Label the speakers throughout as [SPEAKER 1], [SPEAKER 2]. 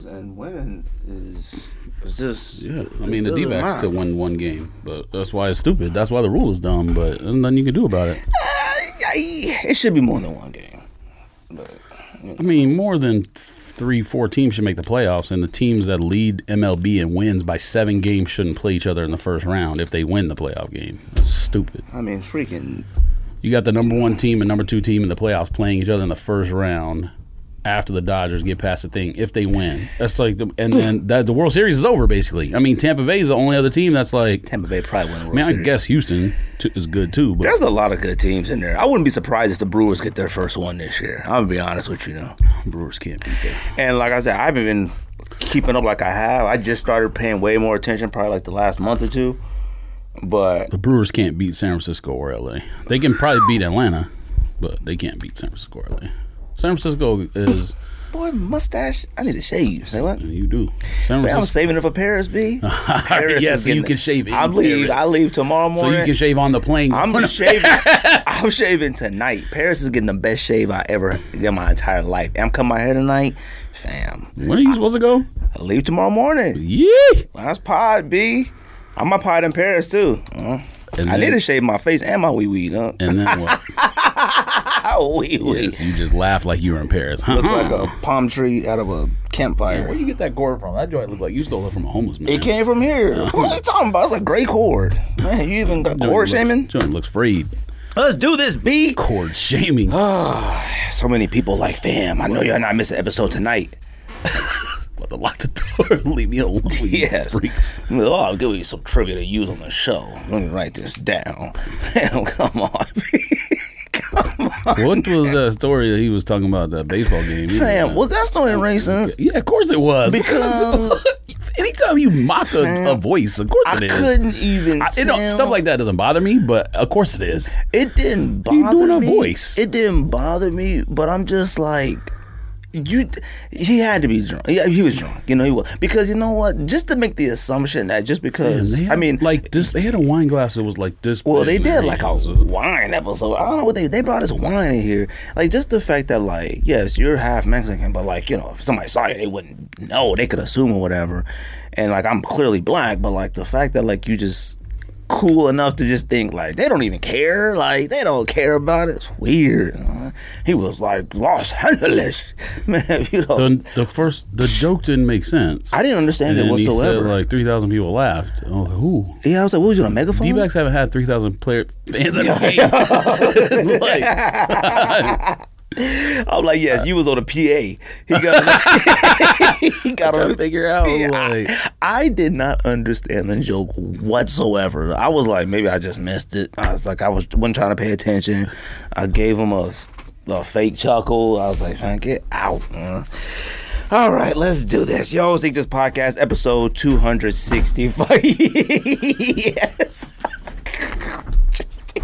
[SPEAKER 1] and winning is it's just
[SPEAKER 2] Yeah, I
[SPEAKER 1] it
[SPEAKER 2] mean the
[SPEAKER 1] doesn't
[SPEAKER 2] D backs
[SPEAKER 1] matter.
[SPEAKER 2] could win one game, but that's why it's stupid. That's why the rule is dumb. But there's nothing you can do about it.
[SPEAKER 1] It should be more than one game.
[SPEAKER 2] I mean, more than th- three, four teams should make the playoffs, and the teams that lead MLB and wins by seven games shouldn't play each other in the first round if they win the playoff game. That's stupid.
[SPEAKER 1] I mean, freaking
[SPEAKER 2] You got the number one team and number two team in the playoffs playing each other in the first round after the Dodgers get past the thing if they win. That's like, the, and then that the World Series is over basically. I mean, Tampa Bay is the only other team that's like.
[SPEAKER 1] Tampa Bay probably won the World
[SPEAKER 2] I mean, I
[SPEAKER 1] Series.
[SPEAKER 2] guess Houston t- is good too, but
[SPEAKER 1] There's a lot of good teams in there. I wouldn't be surprised if the Brewers get their first one this year. I'm gonna be honest with you now.
[SPEAKER 2] Brewers can't beat them.
[SPEAKER 1] And like I said, I haven't been keeping up like I have. I just started paying way more attention probably like the last month or two. But
[SPEAKER 2] The Brewers can't beat San Francisco or LA. They can probably beat Atlanta, but they can't beat San Francisco or LA. San Francisco is
[SPEAKER 1] boy, mustache, I need to shave. Say what?
[SPEAKER 2] you do. San
[SPEAKER 1] Man, I'm
[SPEAKER 2] Francisco.
[SPEAKER 1] saving it for Paris, B. Paris
[SPEAKER 2] Yeah,
[SPEAKER 1] is
[SPEAKER 2] so you
[SPEAKER 1] getting-
[SPEAKER 2] can shave it
[SPEAKER 1] I
[SPEAKER 2] in
[SPEAKER 1] leave.
[SPEAKER 2] Paris.
[SPEAKER 1] I leave tomorrow
[SPEAKER 2] So
[SPEAKER 1] morning.
[SPEAKER 2] you can shave on the plane.
[SPEAKER 1] I'm just shaving. I'm shaving tonight. Paris is getting the best shave I ever in my entire life. I'm coming out here tonight, fam.
[SPEAKER 2] when are you supposed to go?
[SPEAKER 1] I leave tomorrow morning.
[SPEAKER 2] Yeah.
[SPEAKER 1] Last pod, B. I'm a pod in Paris too. Mm.
[SPEAKER 2] And
[SPEAKER 1] I
[SPEAKER 2] then-
[SPEAKER 1] need to shave my face and my wee wee. Huh?
[SPEAKER 2] And then what?
[SPEAKER 1] Oh, wee wee.
[SPEAKER 2] Yes, Hmm. you just laugh like you were in Paris. Huh?
[SPEAKER 1] Looks like a palm tree out of a campfire.
[SPEAKER 2] Where you get that cord from? That joint looked like you stole it from a homeless man.
[SPEAKER 1] It came from here.
[SPEAKER 2] Uh-huh.
[SPEAKER 1] What are you talking about? It's a gray cord. Man, you even got cord shaming?
[SPEAKER 2] Joint looks frayed.
[SPEAKER 1] Let's do this, B.
[SPEAKER 2] Cord shaming.
[SPEAKER 1] So many people like, fam, I know y'all not missing episode tonight.
[SPEAKER 2] About to lock the door. Leave me alone. you
[SPEAKER 1] Yes.
[SPEAKER 2] Freaks.
[SPEAKER 1] Oh, I'll give you some trivia to use on the show. Let me write this down. Hell, come on.
[SPEAKER 2] What was that story that he was talking about? That baseball game. He was
[SPEAKER 1] Fam,
[SPEAKER 2] like-
[SPEAKER 1] was that story racist?
[SPEAKER 2] Yeah, of course it was.
[SPEAKER 1] Because
[SPEAKER 2] anytime you mock a, a voice, of course
[SPEAKER 1] I
[SPEAKER 2] it is.
[SPEAKER 1] couldn't even.
[SPEAKER 2] I- it don't,
[SPEAKER 1] sound-
[SPEAKER 2] stuff like that doesn't bother me, but of course it is.
[SPEAKER 1] It didn't bother
[SPEAKER 2] You doing a
[SPEAKER 1] me.
[SPEAKER 2] voice.
[SPEAKER 1] It didn't bother me, but I'm just like you he had to be drunk. Yeah, he was drunk. You know he was because you know what? Just to make the assumption that just because
[SPEAKER 2] They had-
[SPEAKER 1] I mean
[SPEAKER 2] like this, they had a wine glass that was like this.
[SPEAKER 1] well,
[SPEAKER 2] big
[SPEAKER 1] they
[SPEAKER 2] and
[SPEAKER 1] did
[SPEAKER 2] everything.
[SPEAKER 1] like a
[SPEAKER 2] So-
[SPEAKER 1] wine episode. I don't know what they they brought this wine in here. Like just the fact that like yes, you're half Mexican, but like you know if somebody saw you, they wouldn't know. They could assume or whatever. And like I'm clearly black, but like the fact that like you just cool enough to just think like they don't even care. Like they don't care about it. It's weird. Uh, He was like Los Angeles, man. You know,
[SPEAKER 2] the, the first the joke didn't make sense.
[SPEAKER 1] I didn't understand
[SPEAKER 2] and
[SPEAKER 1] it
[SPEAKER 2] then he said
[SPEAKER 1] whatsoever.
[SPEAKER 2] like three thousand people laughed. Oh, who?
[SPEAKER 1] yeah, I was like, what was you on a megaphone?
[SPEAKER 2] D backs haven't had three thousand player fans in a game. like,
[SPEAKER 1] I'm like, yes, you was on a PA. He got, he got
[SPEAKER 2] trying
[SPEAKER 1] on
[SPEAKER 2] to figure out like
[SPEAKER 1] I did not understand the joke whatsoever. I was like, maybe I just missed it. I was like, I was wasn't trying to pay attention. I gave him a, a fake chuckle. I was like, man, get out. man." All right, let's do this. Yo, think this podcast episode 265. yes.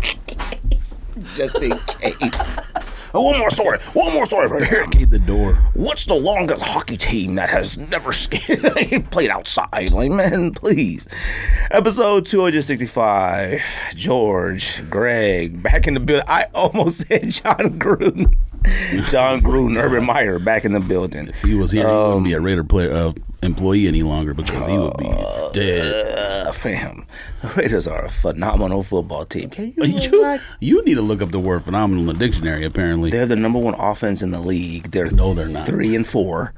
[SPEAKER 1] just in case. Just in case. Oh, one more story. One more story for here.
[SPEAKER 2] hit the door.
[SPEAKER 1] What's the longest hockey team that has never sk- played outside? Like, man, please. Episode 265. George, Greg, back in the building. I almost said John Gruden. John Gruden, Urban Meyer, back in the building.
[SPEAKER 2] If he was here, he
[SPEAKER 1] Um,
[SPEAKER 2] wouldn't be a Raider player uh, employee any longer because he would be dead.
[SPEAKER 1] Uh, fam, the Raiders are a phenomenal football team. Can you,
[SPEAKER 2] You, you need to look up the word phenomenal in the dictionary. Apparently,
[SPEAKER 1] They're the number one offense in the league. They're
[SPEAKER 2] No, they're not.
[SPEAKER 1] Three and four.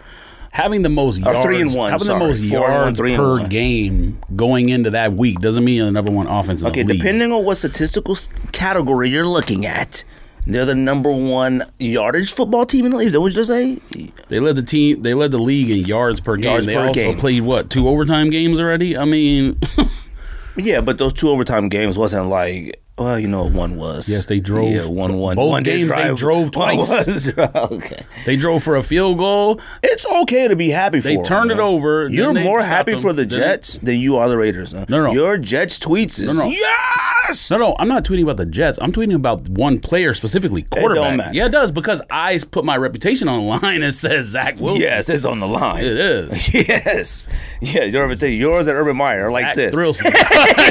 [SPEAKER 2] having the most yards,
[SPEAKER 1] three and one,
[SPEAKER 2] having
[SPEAKER 1] sorry.
[SPEAKER 2] the most
[SPEAKER 1] Four and one,
[SPEAKER 2] yards
[SPEAKER 1] three and
[SPEAKER 2] per
[SPEAKER 1] one.
[SPEAKER 2] game going into that week doesn't mean you're the number one offense in
[SPEAKER 1] Okay,
[SPEAKER 2] the league.
[SPEAKER 1] depending on what statistical s- category you're looking at, they're the number one yardage football team in the league. Is that what you just say?
[SPEAKER 2] They led the team. They led the league in yards per game.
[SPEAKER 1] Yards
[SPEAKER 2] they
[SPEAKER 1] per
[SPEAKER 2] also
[SPEAKER 1] game.
[SPEAKER 2] played what two overtime games already. I mean,
[SPEAKER 1] Yeah, but those two overtime games wasn't like. Well, you know, one was.
[SPEAKER 2] Yes, they drove.
[SPEAKER 1] Yeah, one one.
[SPEAKER 2] Both
[SPEAKER 1] one did
[SPEAKER 2] games, they
[SPEAKER 1] drive.
[SPEAKER 2] drove
[SPEAKER 1] One
[SPEAKER 2] twice.
[SPEAKER 1] was- okay,
[SPEAKER 2] they drove for a field goal.
[SPEAKER 1] it's okay to be happy.
[SPEAKER 2] They
[SPEAKER 1] for 'em,
[SPEAKER 2] turned it
[SPEAKER 1] man.
[SPEAKER 2] over, then
[SPEAKER 1] You're
[SPEAKER 2] they
[SPEAKER 1] more
[SPEAKER 2] stopped
[SPEAKER 1] happy
[SPEAKER 2] them,
[SPEAKER 1] for the
[SPEAKER 2] then they-
[SPEAKER 1] Jets than you are the Raiders. huh?
[SPEAKER 2] No, no.
[SPEAKER 1] Your Jets tweets is
[SPEAKER 2] no.
[SPEAKER 1] yes.
[SPEAKER 2] No, no, I'm not tweeting about the Jets. I'm tweeting about one player specifically, quarterback.
[SPEAKER 1] matter.
[SPEAKER 2] Yeah, it does because I put my reputation on the line and says Zach Wilson.
[SPEAKER 1] Yes, it's on the line.
[SPEAKER 2] it is.
[SPEAKER 1] Yes, yeah. You're yours and Urban Meyer are like
[SPEAKER 2] Zach
[SPEAKER 1] this.
[SPEAKER 2] Thrilson.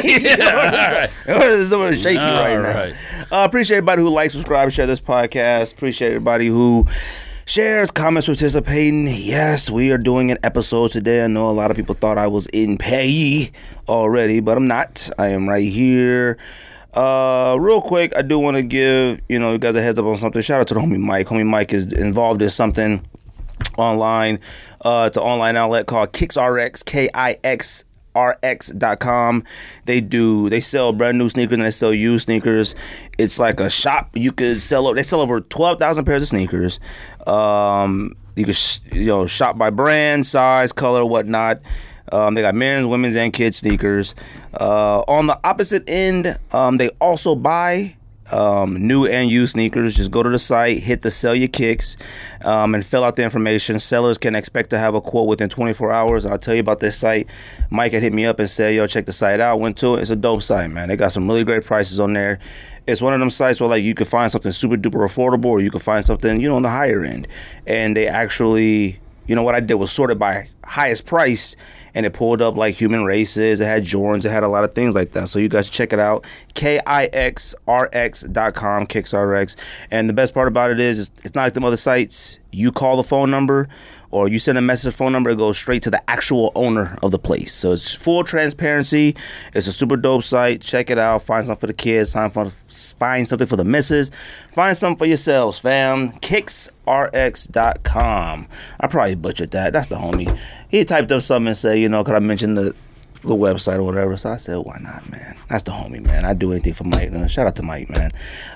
[SPEAKER 1] yeah, It's so shaky right
[SPEAKER 2] All
[SPEAKER 1] now.
[SPEAKER 2] right.
[SPEAKER 1] Uh, appreciate everybody who likes, subscribe, share this podcast. Appreciate everybody who Shares, comments, participating. Yes, we are doing an episode today. I know a lot of people thought I was in pay already, but I'm not. I am right here. Uh, real quick, I do want to give you know you guys a heads up on something. Shout out to the homie Mike. Homie Mike is involved in something online. Uh, it's an online outlet called KixRx, K I X rx.com they do they sell brand new sneakers and they sell used sneakers it's like a shop you could sell over they sell over 12,000 pairs of sneakers um you could sh- you know shop by brand size color whatnot um, they got men's women's and kids sneakers uh, on the opposite end um, they also buy um, new and used sneakers. Just go to the site, hit the sell your kicks, um, and fill out the information. Sellers can expect to have a quote within 24 hours. I'll tell you about this site. Mike had hit me up and said, "Yo, check the site out." Went to it. It's a dope site, man. They got some really great prices on there. It's one of them sites where like you can find something super duper affordable, or you can find something you know on the higher end. And they actually, you know, what I did was sorted by highest price and it pulled up like human races. It had Jordans. It had a lot of things like that. So you guys check it out. K-I-X-R-X.com, KixRx. And the best part about it is it's it's not like them other sites. You call the phone number or you send a message phone number, it goes straight to the actual owner of the place. So it's full transparency. It's a super dope site. Check it out. Find something for the kids. Find, for, find something for the misses. Find something for yourselves, fam. KixRx.com. I probably butchered that. That's the homie. He typed up something and said, you know, could I mention the the website or whatever. So I said, why not, man? That's the homie, man. I do anything for Mike. Uh, shout out to Mike, man.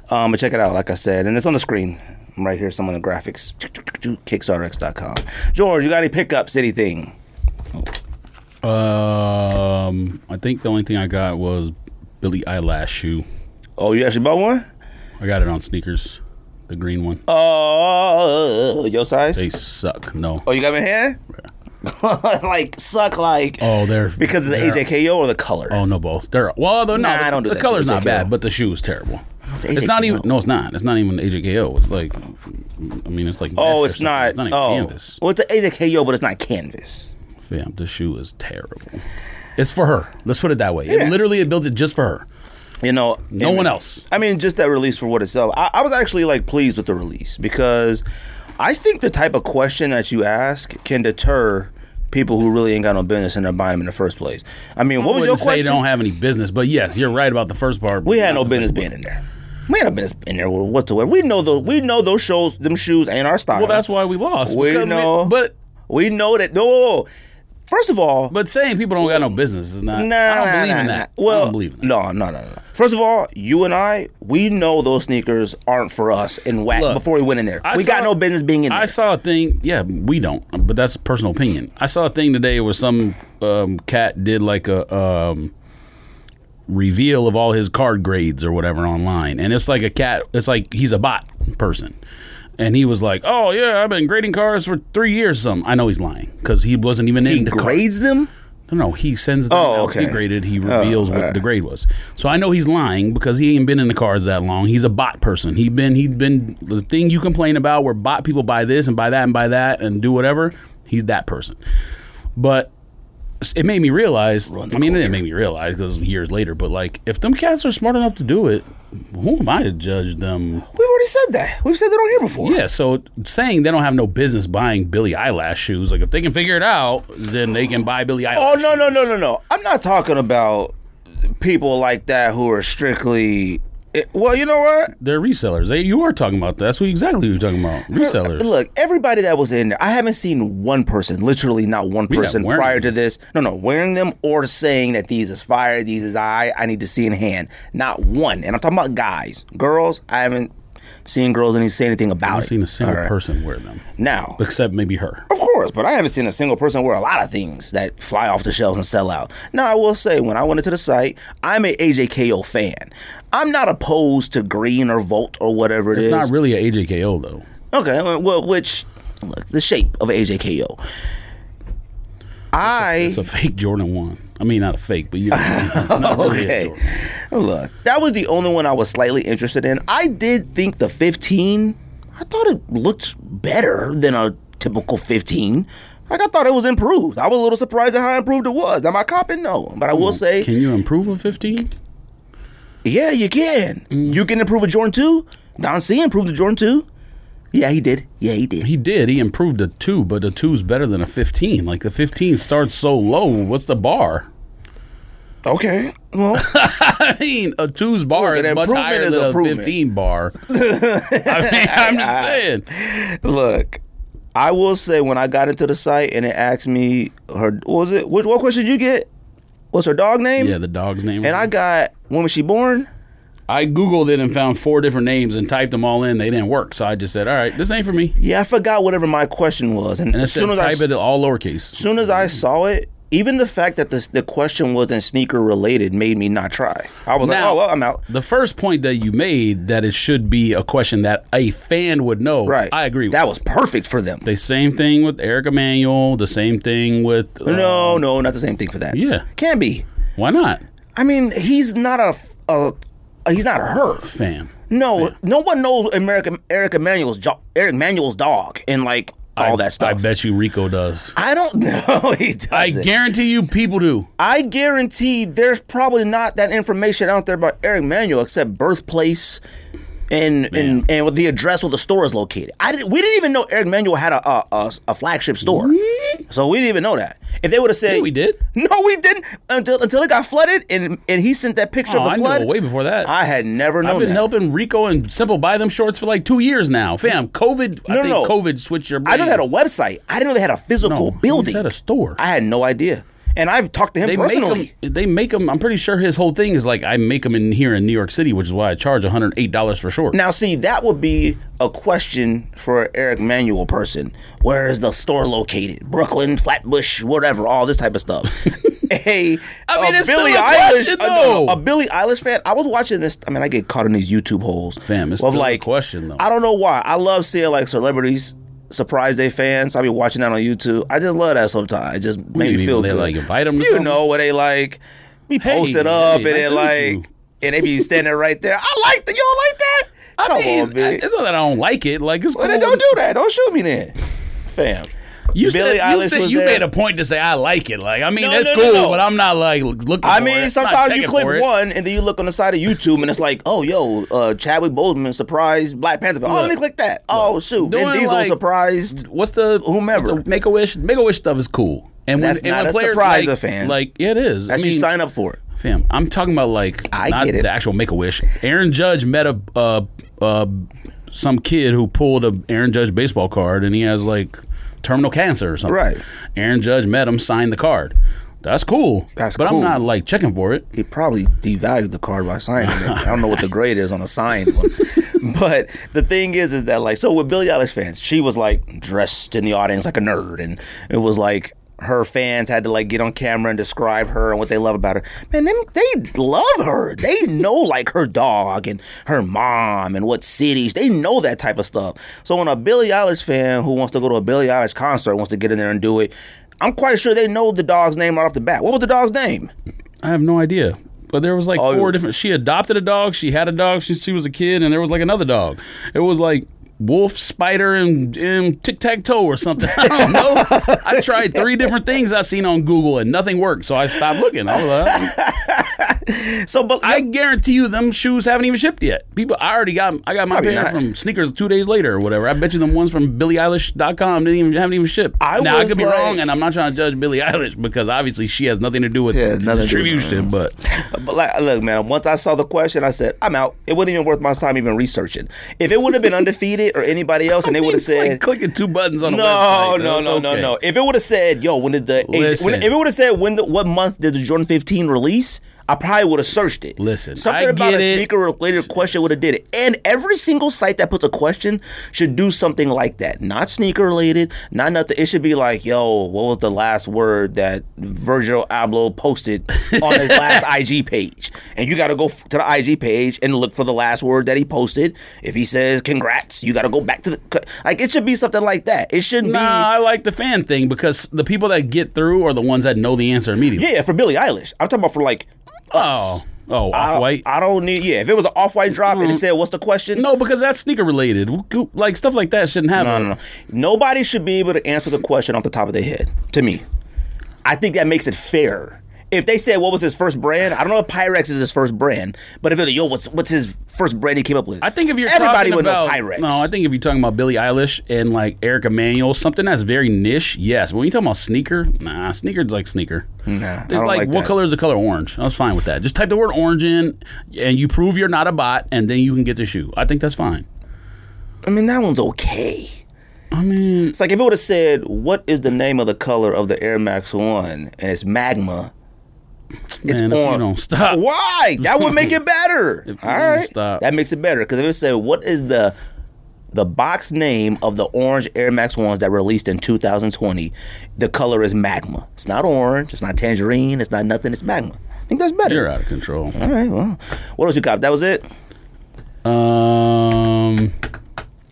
[SPEAKER 1] Um, but check it out, like I said, and it's on the screen I'm right here. Some of the graphics, kicksrx.com. George, you got any pickups? Anything?
[SPEAKER 2] Um, I think the only thing I got was Billy Eyelash shoe.
[SPEAKER 1] Oh, you actually bought one?
[SPEAKER 2] I got it on sneakers, the green one.
[SPEAKER 1] Oh, your size?
[SPEAKER 2] They suck. No.
[SPEAKER 1] Oh, you got me here? like suck, like
[SPEAKER 2] Oh, they're
[SPEAKER 1] because of the
[SPEAKER 2] they're-
[SPEAKER 1] AJKO or the color?
[SPEAKER 2] Oh no, both. They're well, they're
[SPEAKER 1] Nah,
[SPEAKER 2] not.
[SPEAKER 1] I don't do
[SPEAKER 2] the
[SPEAKER 1] that to
[SPEAKER 2] color's not
[SPEAKER 1] AJKO.
[SPEAKER 2] bad, but the shoe is terrible.
[SPEAKER 1] It's
[SPEAKER 2] It's not even.
[SPEAKER 1] AJKO.
[SPEAKER 2] No, it's not. It's not even AJKO. It's like, I mean, it's like. mesh
[SPEAKER 1] Oh,
[SPEAKER 2] or
[SPEAKER 1] it's
[SPEAKER 2] something.
[SPEAKER 1] not.
[SPEAKER 2] It's not even
[SPEAKER 1] oh,
[SPEAKER 2] canvas.
[SPEAKER 1] well, it's an AJKO, but it's not canvas.
[SPEAKER 2] Fam, the shoe is terrible. It's for her. Let's put it that way.
[SPEAKER 1] Yeah.
[SPEAKER 2] It literally it built it just for her.
[SPEAKER 1] You know,
[SPEAKER 2] No
[SPEAKER 1] and-
[SPEAKER 2] one else.
[SPEAKER 1] I mean, just that release for what itself. I, I was actually like pleased with the release because I think the type of question that you ask can deter people who really ain't got no business in their buying them in the first place. I mean, what
[SPEAKER 2] I
[SPEAKER 1] was
[SPEAKER 2] wouldn't
[SPEAKER 1] your
[SPEAKER 2] say
[SPEAKER 1] question?
[SPEAKER 2] they don't have any business, but yes, you're right about the first part.
[SPEAKER 1] we had no business being in there. We had no business in there whatsoever. We know those. We know those shows, them shoes, ain't our style.
[SPEAKER 2] Well, that's why we lost.
[SPEAKER 1] We
[SPEAKER 2] because
[SPEAKER 1] know.
[SPEAKER 2] but
[SPEAKER 1] we know that. No, whoa, whoa. first of all,
[SPEAKER 2] but saying people don't got no business is
[SPEAKER 1] Nah,
[SPEAKER 2] not. I don't
[SPEAKER 1] nah,
[SPEAKER 2] believe
[SPEAKER 1] nah,
[SPEAKER 2] in
[SPEAKER 1] nah.
[SPEAKER 2] that.
[SPEAKER 1] Well,
[SPEAKER 2] I don't believe in that.
[SPEAKER 1] No, no, no, no. First of all, you and I, we know those sneakers aren't for us in whack
[SPEAKER 2] Look,
[SPEAKER 1] before we went in there.
[SPEAKER 2] I
[SPEAKER 1] we got
[SPEAKER 2] saw-
[SPEAKER 1] no business being in there.
[SPEAKER 2] I saw a thing. Yeah, we don't, but that's personal opinion. I saw a thing today where some um, cat did like a um, reveal of all his card grades or whatever online, and it's like a cat. It's like he's a bot person, and he was like, "Oh yeah, I've been grading cards for three years." or Something. I know he's lying because he wasn't even
[SPEAKER 1] he
[SPEAKER 2] into cards.
[SPEAKER 1] grades them?
[SPEAKER 2] No, no, he sends them
[SPEAKER 1] Oh,
[SPEAKER 2] out.
[SPEAKER 1] okay.
[SPEAKER 2] He graded. He reveals what
[SPEAKER 1] alright.
[SPEAKER 2] the grade was. So I know he's lying because he ain't been in the cards that long. He's a bot person. He been he been the thing you complain about where bot people buy this and buy that and buy that and do whatever. He's that person. But it made me realize. I
[SPEAKER 1] the
[SPEAKER 2] mean, it
[SPEAKER 1] culture.
[SPEAKER 2] didn't make me realize because years later. But like, if them cats are smart enough to do it, who am I to judge them?
[SPEAKER 1] We've already said that. We've said that on here before.
[SPEAKER 2] Yeah. So saying they don't have no business buying Billy eyelash shoes. Like if they can figure it out, then they can buy Billy eyelash.
[SPEAKER 1] Oh no, no, no, no, no. I'm not talking about people like that who are strictly. it- well, you know what?
[SPEAKER 2] They're resellers. They, you are talking about that. That's what exactly what you're talking about. Resellers.
[SPEAKER 1] Look, everybody that was in there, I haven't seen one person, literally not one
[SPEAKER 2] got
[SPEAKER 1] person
[SPEAKER 2] wearing
[SPEAKER 1] prior
[SPEAKER 2] them.
[SPEAKER 1] to this. No, no, wearing them or saying that these is fire, these is I, I need to see in hand. Not one. And I'm talking about guys. Girls, I haven't seen girls and say anything about
[SPEAKER 2] I've
[SPEAKER 1] it.
[SPEAKER 2] seen a single
[SPEAKER 1] All right.
[SPEAKER 2] person wear them,
[SPEAKER 1] Now,
[SPEAKER 2] except maybe her.
[SPEAKER 1] of course, but I haven't seen a single person wear a lot of things that fly off the shelves and sell out. Now, I will say, when I went into the site, I'm a AJKO fan. I'm not opposed to green or volt or whatever it
[SPEAKER 2] It's
[SPEAKER 1] is.
[SPEAKER 2] not really a AJKO though.
[SPEAKER 1] Okay, well, which look the shape of AJKO. I
[SPEAKER 2] It's a fake Jordan one. I mean, not a fake, but you. Know, it's not really a
[SPEAKER 1] okay,
[SPEAKER 2] Jordan.
[SPEAKER 1] look that was the only one I was slightly interested in. I did think the fifteen. I thought it looked better than a typical fifteen. Like I thought it was improved. I was a little surprised at how improved it was. Am I copping? No, but I will say,
[SPEAKER 2] Mm, Can you improve a 15? Mm.
[SPEAKER 1] yeah, you can. You can improve a Jordan two. Don C improved the Jordan two. Yeah, he did. Yeah, he did.
[SPEAKER 2] He did. He improved a two, but a two's better than a fifteen. Like the fifteen starts so low. What's the bar?
[SPEAKER 1] Okay. Well,
[SPEAKER 2] I mean, a two's bar
[SPEAKER 1] Look,
[SPEAKER 2] is
[SPEAKER 1] an
[SPEAKER 2] much
[SPEAKER 1] improvement
[SPEAKER 2] higher
[SPEAKER 1] is
[SPEAKER 2] than a
[SPEAKER 1] improvement.
[SPEAKER 2] fifteen bar. I mean, I'm just saying.
[SPEAKER 1] look, I will say when I got into the site and it asked me her what was it? Which what question did you get? What's her dog name?
[SPEAKER 2] Yeah, the dog's name.
[SPEAKER 1] And I got when was she born?
[SPEAKER 2] I googled it and found four different names and typed them all in. They didn't work, so I just said, "All right, this ain't for me."
[SPEAKER 1] Yeah, I forgot whatever my question was. And,
[SPEAKER 2] And it
[SPEAKER 1] as
[SPEAKER 2] said,
[SPEAKER 1] soon as I
[SPEAKER 2] "Type it all lowercase."
[SPEAKER 1] soon as I saw it, even the fact that this, the question wasn't sneaker related made me not try. I was like,
[SPEAKER 2] Now-
[SPEAKER 1] oh well, I'm out.
[SPEAKER 2] The first point that you made that it should be a question that a fan would know.
[SPEAKER 1] Right.
[SPEAKER 2] I agree. With.
[SPEAKER 1] That was perfect for them.
[SPEAKER 2] the same thing with Eric Emanuel. The same thing with uh,
[SPEAKER 1] no, no, not the same thing for that.
[SPEAKER 2] Yeah.
[SPEAKER 1] can be.
[SPEAKER 2] Why not?
[SPEAKER 1] I mean, he's not a, a he's not a her.
[SPEAKER 2] Fam.
[SPEAKER 1] No, no one knows America, Eric Emanuel's jo- Eric Emanuel's dog and like all that
[SPEAKER 2] I
[SPEAKER 1] stuff.
[SPEAKER 2] bet you Rico does.
[SPEAKER 1] I, don't know. He
[SPEAKER 2] I
[SPEAKER 1] doesn't. I,
[SPEAKER 2] guarantee you people do.
[SPEAKER 1] guarantee there's probably not that information out there about Eric Emanuel except birthplace and and and with the address where the store is located. I didn't, we didn't even know Eric Emanuel had a a, a, a flagship store, so we didn't even know that. If they would have said
[SPEAKER 2] Yeah, we did.
[SPEAKER 1] no, we didn't until until it got flooded and and he sent that picture
[SPEAKER 2] Oh,
[SPEAKER 1] of the
[SPEAKER 2] I
[SPEAKER 1] flood.
[SPEAKER 2] know way before that.
[SPEAKER 1] I had never known
[SPEAKER 2] I've been
[SPEAKER 1] that.
[SPEAKER 2] helping Rico and Simple buy them shorts for like two years now. Fam, COVID, I
[SPEAKER 1] No,
[SPEAKER 2] think
[SPEAKER 1] no, no.
[SPEAKER 2] COVID switched your brain.
[SPEAKER 1] I know they had a website. I didn't know they had a physical
[SPEAKER 2] No,
[SPEAKER 1] building.
[SPEAKER 2] He's at Oh, a store.
[SPEAKER 1] I had no idea. And I've talked to him
[SPEAKER 2] they
[SPEAKER 1] personally.
[SPEAKER 2] make them. They make them. I'm pretty sure his whole thing is like I make them in here in New York City, which is why I charge 108 dollars for shorts.
[SPEAKER 1] now, see, that would be a question for an Eric Manuel person. Where is the store located? Brooklyn, Flatbush, whatever, all this type of stuff. hey,
[SPEAKER 2] I mean,
[SPEAKER 1] a
[SPEAKER 2] it's still
[SPEAKER 1] Billie
[SPEAKER 2] a
[SPEAKER 1] Eilish,
[SPEAKER 2] question,
[SPEAKER 1] a- no,
[SPEAKER 2] though.
[SPEAKER 1] a Billie Eilish fan. I was watching this. I mean, I get caught in these YouTube holes.
[SPEAKER 2] Fam, it's
[SPEAKER 1] of
[SPEAKER 2] still a question, though.
[SPEAKER 1] I don't know why. I love seeing like celebrities surprise their fans. I be watching that on YouTube. I just love that sometimes. It just
[SPEAKER 2] do
[SPEAKER 1] made
[SPEAKER 2] you
[SPEAKER 1] me
[SPEAKER 2] mean?
[SPEAKER 1] feel
[SPEAKER 2] They,
[SPEAKER 1] good.
[SPEAKER 2] like, invite 'em to
[SPEAKER 1] You
[SPEAKER 2] something?
[SPEAKER 1] know what they like. Be
[SPEAKER 2] Hey,
[SPEAKER 1] posted up and
[SPEAKER 2] hey,
[SPEAKER 1] then
[SPEAKER 2] nice to meet
[SPEAKER 1] like,
[SPEAKER 2] you.
[SPEAKER 1] and they be standing right there. I like that. You don't like that?
[SPEAKER 2] I
[SPEAKER 1] Come
[SPEAKER 2] mean,
[SPEAKER 1] on, bitch.
[SPEAKER 2] it's not that I don't like it. Like it's
[SPEAKER 1] But
[SPEAKER 2] cool.
[SPEAKER 1] then don't do that. Don't shoot me then, fam.
[SPEAKER 2] You
[SPEAKER 1] Billie
[SPEAKER 2] said, you,
[SPEAKER 1] Eilish
[SPEAKER 2] said
[SPEAKER 1] was
[SPEAKER 2] you
[SPEAKER 1] there.
[SPEAKER 2] made a point to say I like it. Like I mean,
[SPEAKER 1] No,
[SPEAKER 2] that's
[SPEAKER 1] no, no,
[SPEAKER 2] cool,
[SPEAKER 1] no.
[SPEAKER 2] but I'm not like looking.
[SPEAKER 1] I
[SPEAKER 2] for it.
[SPEAKER 1] mean,
[SPEAKER 2] Not
[SPEAKER 1] sometimes you
[SPEAKER 2] checking for
[SPEAKER 1] click
[SPEAKER 2] it.
[SPEAKER 1] one and then you look on the side of YouTube and it's like, oh, yo, uh, Chadwick Boseman surprised Black Panther. film. oh, let me
[SPEAKER 2] Look.
[SPEAKER 1] click that. oh, shoot.
[SPEAKER 2] Doing,
[SPEAKER 1] Vin Diesel
[SPEAKER 2] like,
[SPEAKER 1] surprised.
[SPEAKER 2] What's the
[SPEAKER 1] Whomever.
[SPEAKER 2] Make a wish. Make a wish stuff is cool. And
[SPEAKER 1] That's
[SPEAKER 2] when,
[SPEAKER 1] not
[SPEAKER 2] and when
[SPEAKER 1] a
[SPEAKER 2] players
[SPEAKER 1] surprise,
[SPEAKER 2] like,
[SPEAKER 1] a fan.
[SPEAKER 2] Like it is.
[SPEAKER 1] As
[SPEAKER 2] I mean,
[SPEAKER 1] you sign up for it.
[SPEAKER 2] Fam, I'm talking about like
[SPEAKER 1] I
[SPEAKER 2] not
[SPEAKER 1] get it.
[SPEAKER 2] the actual Make a Wish. Aaron Judge met a uh, uh, some kid who pulled a Aaron Judge baseball card, and he has like terminal cancer or something.
[SPEAKER 1] Right.
[SPEAKER 2] Aaron Judge met him, signed the card. That's cool.
[SPEAKER 1] That's
[SPEAKER 2] but
[SPEAKER 1] cool.
[SPEAKER 2] I'm not like checking for it.
[SPEAKER 1] He probably devalued the card by signing it. I don't know what the grade is on a signed one. But the thing is, is that like, so with Billie Eilish fans, she was like dressed in the audience like a nerd. And it was like her fans had to like get on camera and describe her and what they love about her. Man, them, they love her. They know like her dog and her mom and what cities. They know that type of stuff. So when a Billie Eilish fan who wants to go to a Billie Eilish concert wants to get in there and do it, I'm quite sure they know the dog's name right off the bat. What was the dog's name?
[SPEAKER 2] I have no idea. But there was like
[SPEAKER 1] Oh,
[SPEAKER 2] four
[SPEAKER 1] yeah.
[SPEAKER 2] different. She adopted a dog. She had a dog since she was a kid, and there was like another dog. It was like wolf, spider, and, and tic tac toe or something. I don't know. I tried three different things I seen on Google, and nothing worked. So I stopped looking. I was like,
[SPEAKER 1] So, but
[SPEAKER 2] I guarantee you, them shoes haven't even shipped yet. People, I already got. 'em- I got my
[SPEAKER 1] Probably
[SPEAKER 2] pair
[SPEAKER 1] not.
[SPEAKER 2] from sneakers two days later or whatever. I bet you them ones from BillieEilish.com didn't even haven't even shipped.
[SPEAKER 1] I
[SPEAKER 2] now I
[SPEAKER 1] was
[SPEAKER 2] could be
[SPEAKER 1] like-
[SPEAKER 2] wrong, and I'm not trying to judge Billie Eilish because obviously she has nothing to do with
[SPEAKER 1] Yeah, nothing to do with it.
[SPEAKER 2] distribution, but.
[SPEAKER 1] But like, look, man. Once I saw the question, I said, "I'm out." It wasn't even worth my time even researching. If it would have been undefeated or anybody else, and they
[SPEAKER 2] I mean,
[SPEAKER 1] would have
[SPEAKER 2] it's like
[SPEAKER 1] said,
[SPEAKER 2] clicking two buttons on a
[SPEAKER 1] "No,
[SPEAKER 2] website.
[SPEAKER 1] no,
[SPEAKER 2] That's
[SPEAKER 1] no, no,
[SPEAKER 2] okay.
[SPEAKER 1] no," if it would have said, "Yo, when did the age,
[SPEAKER 2] Listen.
[SPEAKER 1] when, if it would have said when the what month did the Jordan 15 release?" I probably would have searched it.
[SPEAKER 2] Listen,
[SPEAKER 1] something
[SPEAKER 2] I
[SPEAKER 1] about
[SPEAKER 2] get
[SPEAKER 1] a
[SPEAKER 2] it.
[SPEAKER 1] sneaker related question would have did it. And every single site that puts a question should do something like that. Not sneaker related, not nothing. It should be like, "Yo, what was the last word that Virgil Abloh posted on his last IG page?" And you got to go f- to the IG page and look for the last word that he posted. If he says "congrats," you got to go back to the like. It should be something like that. It shouldn't be.
[SPEAKER 2] Nah, I like the fan thing because the people that get through are the ones that know the answer immediately.
[SPEAKER 1] Yeah, for Billie Eilish. I'm talking about for like
[SPEAKER 2] Oh,
[SPEAKER 1] us.
[SPEAKER 2] oh,
[SPEAKER 1] I,
[SPEAKER 2] off white.
[SPEAKER 1] I don't need. Yeah, if it was an off white drop
[SPEAKER 2] Mm.
[SPEAKER 1] and it said, "What's the question?"
[SPEAKER 2] No, because that's sneaker related. Like stuff like that shouldn't happen.
[SPEAKER 1] no, no, no. Nobody should be able to answer the question off the top of their head. To me, I think that makes it fair. if they said what was his first brand, I don't know if Pyrex is his first brand, but if it yo, what's what's his first brand he came up with?
[SPEAKER 2] I think if you're
[SPEAKER 1] everybody
[SPEAKER 2] talking
[SPEAKER 1] would
[SPEAKER 2] about,
[SPEAKER 1] know Pyrex.
[SPEAKER 2] No, I think if you're talking about Billie Eilish and like Eric Emanuel, something that's very niche, yes. But when you talking about sneaker, nah, sneaker's like sneaker.
[SPEAKER 1] Nah, Hmm, I
[SPEAKER 2] It's
[SPEAKER 1] don't
[SPEAKER 2] like,
[SPEAKER 1] like
[SPEAKER 2] what
[SPEAKER 1] that.
[SPEAKER 2] color is the color orange? I was fine with that. Just type the word orange in and you prove you're not a bot and then you can get the shoe. I think that's fine.
[SPEAKER 1] I mean that one's okay.
[SPEAKER 2] I mean
[SPEAKER 1] It's like if it would have said, "What is the name of the color of the Air Max One?" and it's magma. It's
[SPEAKER 2] Man, if you don't stop.
[SPEAKER 1] Why? That would make it better.
[SPEAKER 2] If you
[SPEAKER 1] All
[SPEAKER 2] don't
[SPEAKER 1] right,
[SPEAKER 2] stop.
[SPEAKER 1] that makes it better because if it said, "What is the the box name of the orange Air Max Ones that were released in 2020?" the color is magma. It's not orange. It's not tangerine. It's not nothing. It's magma. I think that's better.
[SPEAKER 2] you're out of control.
[SPEAKER 1] All right. Well, what else you got? That was it.
[SPEAKER 2] Um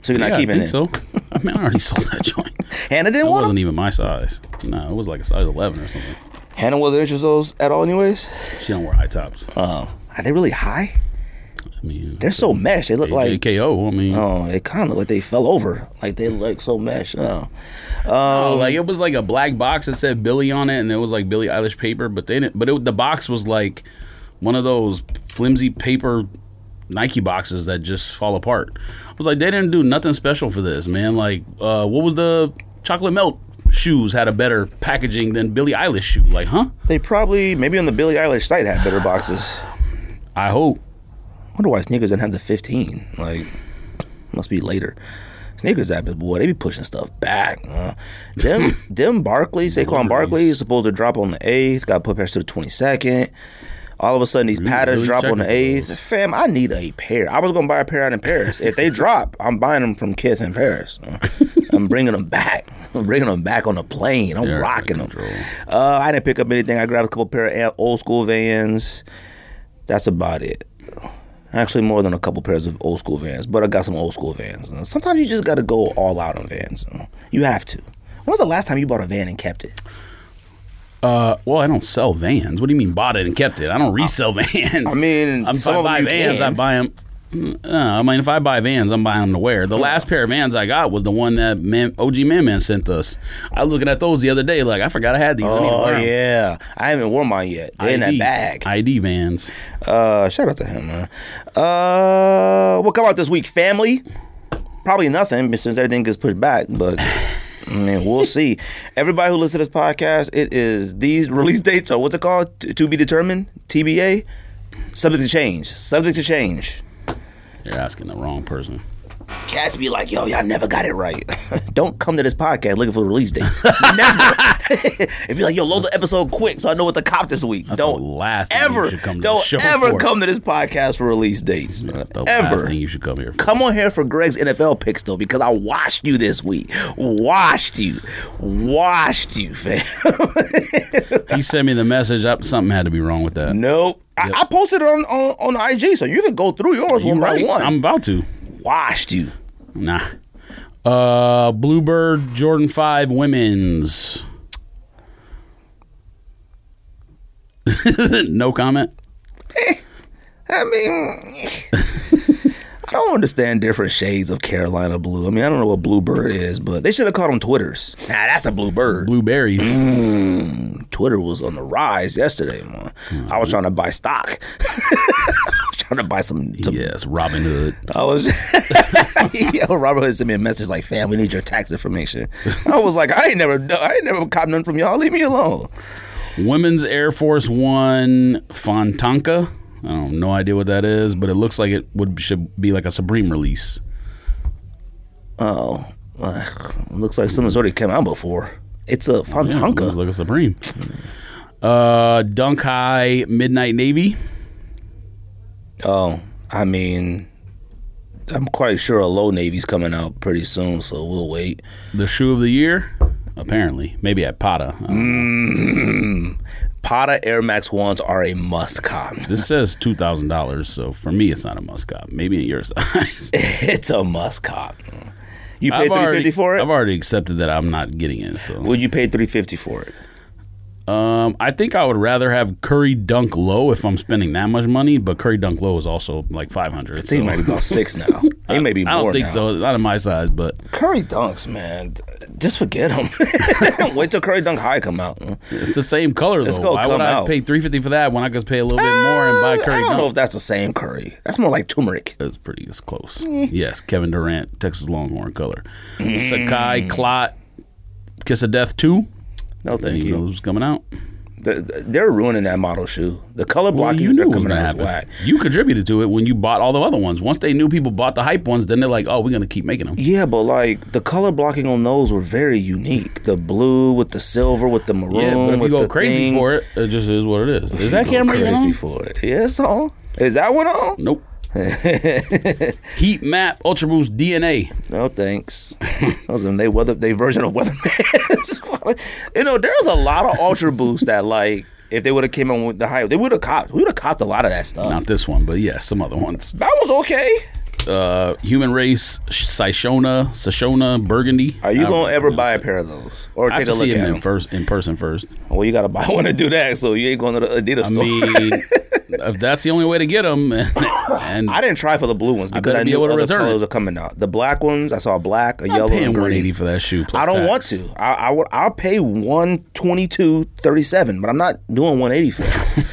[SPEAKER 1] So you're
[SPEAKER 2] yeah,
[SPEAKER 1] not keeping
[SPEAKER 2] I think
[SPEAKER 1] it.
[SPEAKER 2] so. I mean I already sold that joint.
[SPEAKER 1] Hannah didn't
[SPEAKER 2] It
[SPEAKER 1] want
[SPEAKER 2] wasn't
[SPEAKER 1] them.
[SPEAKER 2] even my size. No, it was like a size eleven or something.
[SPEAKER 1] Hannah wasn't interested in those at all, anyways.
[SPEAKER 2] She don't wear high tops.
[SPEAKER 1] Um, are they really high?
[SPEAKER 2] I mean
[SPEAKER 1] They're so mesh. They look like
[SPEAKER 2] KO. I mean
[SPEAKER 1] Oh, they kind of look like they fell over. Like they look so mesh. Oh.
[SPEAKER 2] Oh, like it was like a black box that said Billy on it, and it was like Billie Eilish paper. But they didn't. But it, the box was like one of those flimsy paper Nike boxes that just fall apart. I was like, they didn't do nothing special for this, man. Like, uh, what was the chocolate melt shoes had a better packaging than Billie Eilish shoe? Like, huh?
[SPEAKER 1] They probably, maybe on the Billie Eilish site, had better boxes.
[SPEAKER 2] I hope.
[SPEAKER 1] I wonder why sneakers didn't have the 15. Like, must be later. Sneakers app is boy, they be pushing stuff back. Uh, Dem, Dem Barkley, Saquon Barkley, is supposed to drop on the 8th, got put past to the 22nd. All of a sudden, these patterns
[SPEAKER 2] really
[SPEAKER 1] drop on the
[SPEAKER 2] checking
[SPEAKER 1] 8th. Fam, I need a pair. I was going to buy a pair out in Paris. if they drop, I'm buying them from Kith in Paris. Uh, I'm bringing them back. I'm bringing them back on the plane. I'm
[SPEAKER 2] They're out of
[SPEAKER 1] rocking them.
[SPEAKER 2] control.
[SPEAKER 1] Uh, I didn't pick up anything. I grabbed a couple pair of old school vans. That's about it. Actually, more than a couple pairs of old school vans, but I got some old school vans. Uh, Sometimes you just got to go all out on vans. Uh, You have to. When was the last time you bought a van and kept it?
[SPEAKER 2] Uh, well, I don't sell vans. What do you mean bought it and kept it? I don't resell vans.
[SPEAKER 1] I mean,
[SPEAKER 2] I'm,
[SPEAKER 1] some
[SPEAKER 2] if I
[SPEAKER 1] of them
[SPEAKER 2] buy
[SPEAKER 1] you
[SPEAKER 2] vans,
[SPEAKER 1] can.
[SPEAKER 2] I buy them. I mean, if I buy vans, I'm buying them to wear. The last pair of vans I got was the one that Man, OG Man Man sent us. I was looking at those the other day, like I forgot I had these. I need to
[SPEAKER 1] Oh
[SPEAKER 2] wear 'em.
[SPEAKER 1] yeah, I haven't worn mine yet. They're in that
[SPEAKER 2] ID
[SPEAKER 1] bag.
[SPEAKER 2] ID vans.
[SPEAKER 1] Uh, shout out to him, man. Uh, what come out this week, family? Probably nothing since everything gets pushed back, but I mean, we'll see. Everybody who listens to this podcast, it is these release dates or what's it called? T- to be determined, TBA. Subject to change. Subject to change.
[SPEAKER 2] You're asking the wrong person.
[SPEAKER 1] Cats be like, yo, y'all never got it right. Don't come to this podcast looking for release dates. never. if you're like, yo, load the episode quick so I know what to cop this week.
[SPEAKER 2] That's
[SPEAKER 1] don't
[SPEAKER 2] the last thing
[SPEAKER 1] ever,
[SPEAKER 2] you should come to the
[SPEAKER 1] don't
[SPEAKER 2] show
[SPEAKER 1] ever
[SPEAKER 2] for.
[SPEAKER 1] come to this podcast for release dates.
[SPEAKER 2] That's the
[SPEAKER 1] ever.
[SPEAKER 2] last thing you should come here for.
[SPEAKER 1] Come on here for Greg's NFL picks though, because I washed you this week. Washed you, washed you, fam.
[SPEAKER 2] He sent me the message. I, something had to be wrong with that.
[SPEAKER 1] nope. I, I posted it on, on on IG, so you can go through yours
[SPEAKER 2] You
[SPEAKER 1] one
[SPEAKER 2] right?
[SPEAKER 1] by one.
[SPEAKER 2] I'm about to.
[SPEAKER 1] washed you.
[SPEAKER 2] Nah. Uh, Bluebird Jordan Five women's. no comment.
[SPEAKER 1] I mean, I don't understand different shades of Carolina blue. I mean, I don't know what bluebird is, but they should have called them Twitters. Nah, that's a bluebird.
[SPEAKER 2] Blueberries.
[SPEAKER 1] Mm, Twitter was on the rise yesterday, man. I was trying to buy stock. I was trying to buy some, some
[SPEAKER 2] Yes, Robin Hood.
[SPEAKER 1] I was, yo, Robert Hood sent me a message like, "Fam, we need your tax information." I was like, "I ain't never, do- I ain't never caught nothing from y'all. Leave me alone."
[SPEAKER 2] Women's Air Force One Fontanka. I don't no idea what that is, but it looks like it would should be like a Supreme release.
[SPEAKER 1] Oh, ugh, looks like someone's already come out before. It's a
[SPEAKER 2] Yeah, it looks
[SPEAKER 1] Fontanka.
[SPEAKER 2] like a Supreme. Uh, Dunk High Midnight Navy.
[SPEAKER 1] Oh, I mean, I'm quite sure a low navy's coming out pretty soon, so we'll wait.
[SPEAKER 2] The shoe of the year, apparently. Maybe at Pata. I don't know.
[SPEAKER 1] Pata Air Max ones are a must cop.
[SPEAKER 2] This says two thousand dollars, so for me it's not a must cop. Maybe in your size.
[SPEAKER 1] it's a must cop. You paid
[SPEAKER 2] I've
[SPEAKER 1] three
[SPEAKER 2] already-
[SPEAKER 1] fifty for it.
[SPEAKER 2] I've already accepted that I'm not getting it. So
[SPEAKER 1] Would you pay three fifty for it?
[SPEAKER 2] Um, I think I would rather have Curry Dunk Low if I'm spending that much money, but Curry Dunk Low is also like 500.
[SPEAKER 1] He
[SPEAKER 2] so-
[SPEAKER 1] might be about six now. He may be
[SPEAKER 2] I don't
[SPEAKER 1] more
[SPEAKER 2] think
[SPEAKER 1] now.
[SPEAKER 2] so. Not in my size, but
[SPEAKER 1] Curry dunks, man. Just forget them. Wait till Curry Dunk High come out.
[SPEAKER 2] it's the same color
[SPEAKER 1] It's
[SPEAKER 2] though.
[SPEAKER 1] gonna
[SPEAKER 2] Why
[SPEAKER 1] come
[SPEAKER 2] would I
[SPEAKER 1] out. Uh,
[SPEAKER 2] pay 350 for that when I could pay a little bit more and buy
[SPEAKER 1] I
[SPEAKER 2] Curry
[SPEAKER 1] don't know
[SPEAKER 2] Dunk?
[SPEAKER 1] if that's the same Curry. That's more like turmeric.
[SPEAKER 2] That's pretty it's close.
[SPEAKER 1] Eh.
[SPEAKER 2] yes, Kevin Durant, Texas Longhorn color.
[SPEAKER 1] Mm.
[SPEAKER 2] Sakai Clot, Kiss of Death 2.
[SPEAKER 1] No, thank
[SPEAKER 2] you,
[SPEAKER 1] you.
[SPEAKER 2] know this was coming out.
[SPEAKER 1] The- the- They're ruining that model shoe. The color
[SPEAKER 2] Well,
[SPEAKER 1] blocking
[SPEAKER 2] you knew
[SPEAKER 1] are
[SPEAKER 2] it was
[SPEAKER 1] coming
[SPEAKER 2] going to
[SPEAKER 1] out is
[SPEAKER 2] happen.
[SPEAKER 1] whack.
[SPEAKER 2] You contributed to it when you bought all the other ones. Once they knew people bought the hype ones, then they're like, "Oh, we're going to keep making them."
[SPEAKER 1] Yeah, but like the color blocking on those were very unique. The blue with the silver with the maroon.
[SPEAKER 2] Yeah, but if you
[SPEAKER 1] with
[SPEAKER 2] go
[SPEAKER 1] the
[SPEAKER 2] crazy
[SPEAKER 1] thing.
[SPEAKER 2] for it, it just is what it is. Is that
[SPEAKER 1] Go
[SPEAKER 2] camera even
[SPEAKER 1] crazy
[SPEAKER 2] on?
[SPEAKER 1] for it? Yeah, it's on. Is that one on?
[SPEAKER 2] Nope. Heat map Ultra Boost DNA.
[SPEAKER 1] No thanks. Those are they weather they version of Weatherman. you know, there's a lot of Ultra Boost that like if they would have came in with the hype, they would have copped. We would have copped a lot of that stuff.
[SPEAKER 2] Not this one, but yeah, some other ones.
[SPEAKER 1] That was okay.
[SPEAKER 2] Uh, human race Sishona, Sishona Burgundy.
[SPEAKER 1] Are you
[SPEAKER 2] I-
[SPEAKER 1] gonna ever buy a pair of those or
[SPEAKER 2] I
[SPEAKER 1] take
[SPEAKER 2] have
[SPEAKER 1] a
[SPEAKER 2] to
[SPEAKER 1] look
[SPEAKER 2] see
[SPEAKER 1] at
[SPEAKER 2] him in
[SPEAKER 1] them?
[SPEAKER 2] first in person first.
[SPEAKER 1] Well, you gotta buy one to do that, so you ain't going to the Adidas
[SPEAKER 2] I
[SPEAKER 1] store.
[SPEAKER 2] mean, if that's the only way to get them, and, and
[SPEAKER 1] I didn't try for the blue ones because
[SPEAKER 2] better
[SPEAKER 1] I,
[SPEAKER 2] be
[SPEAKER 1] knew
[SPEAKER 2] able to
[SPEAKER 1] other
[SPEAKER 2] return it.
[SPEAKER 1] colors are coming out. The black ones, I saw black, a
[SPEAKER 2] I'm
[SPEAKER 1] yellow,
[SPEAKER 2] paying
[SPEAKER 1] and
[SPEAKER 2] 180
[SPEAKER 1] green.
[SPEAKER 2] for that shoe. Plus
[SPEAKER 1] I don't
[SPEAKER 2] tax.
[SPEAKER 1] want to. I, I would. I'll pay 122 37 but I'm not doing one eighty for it.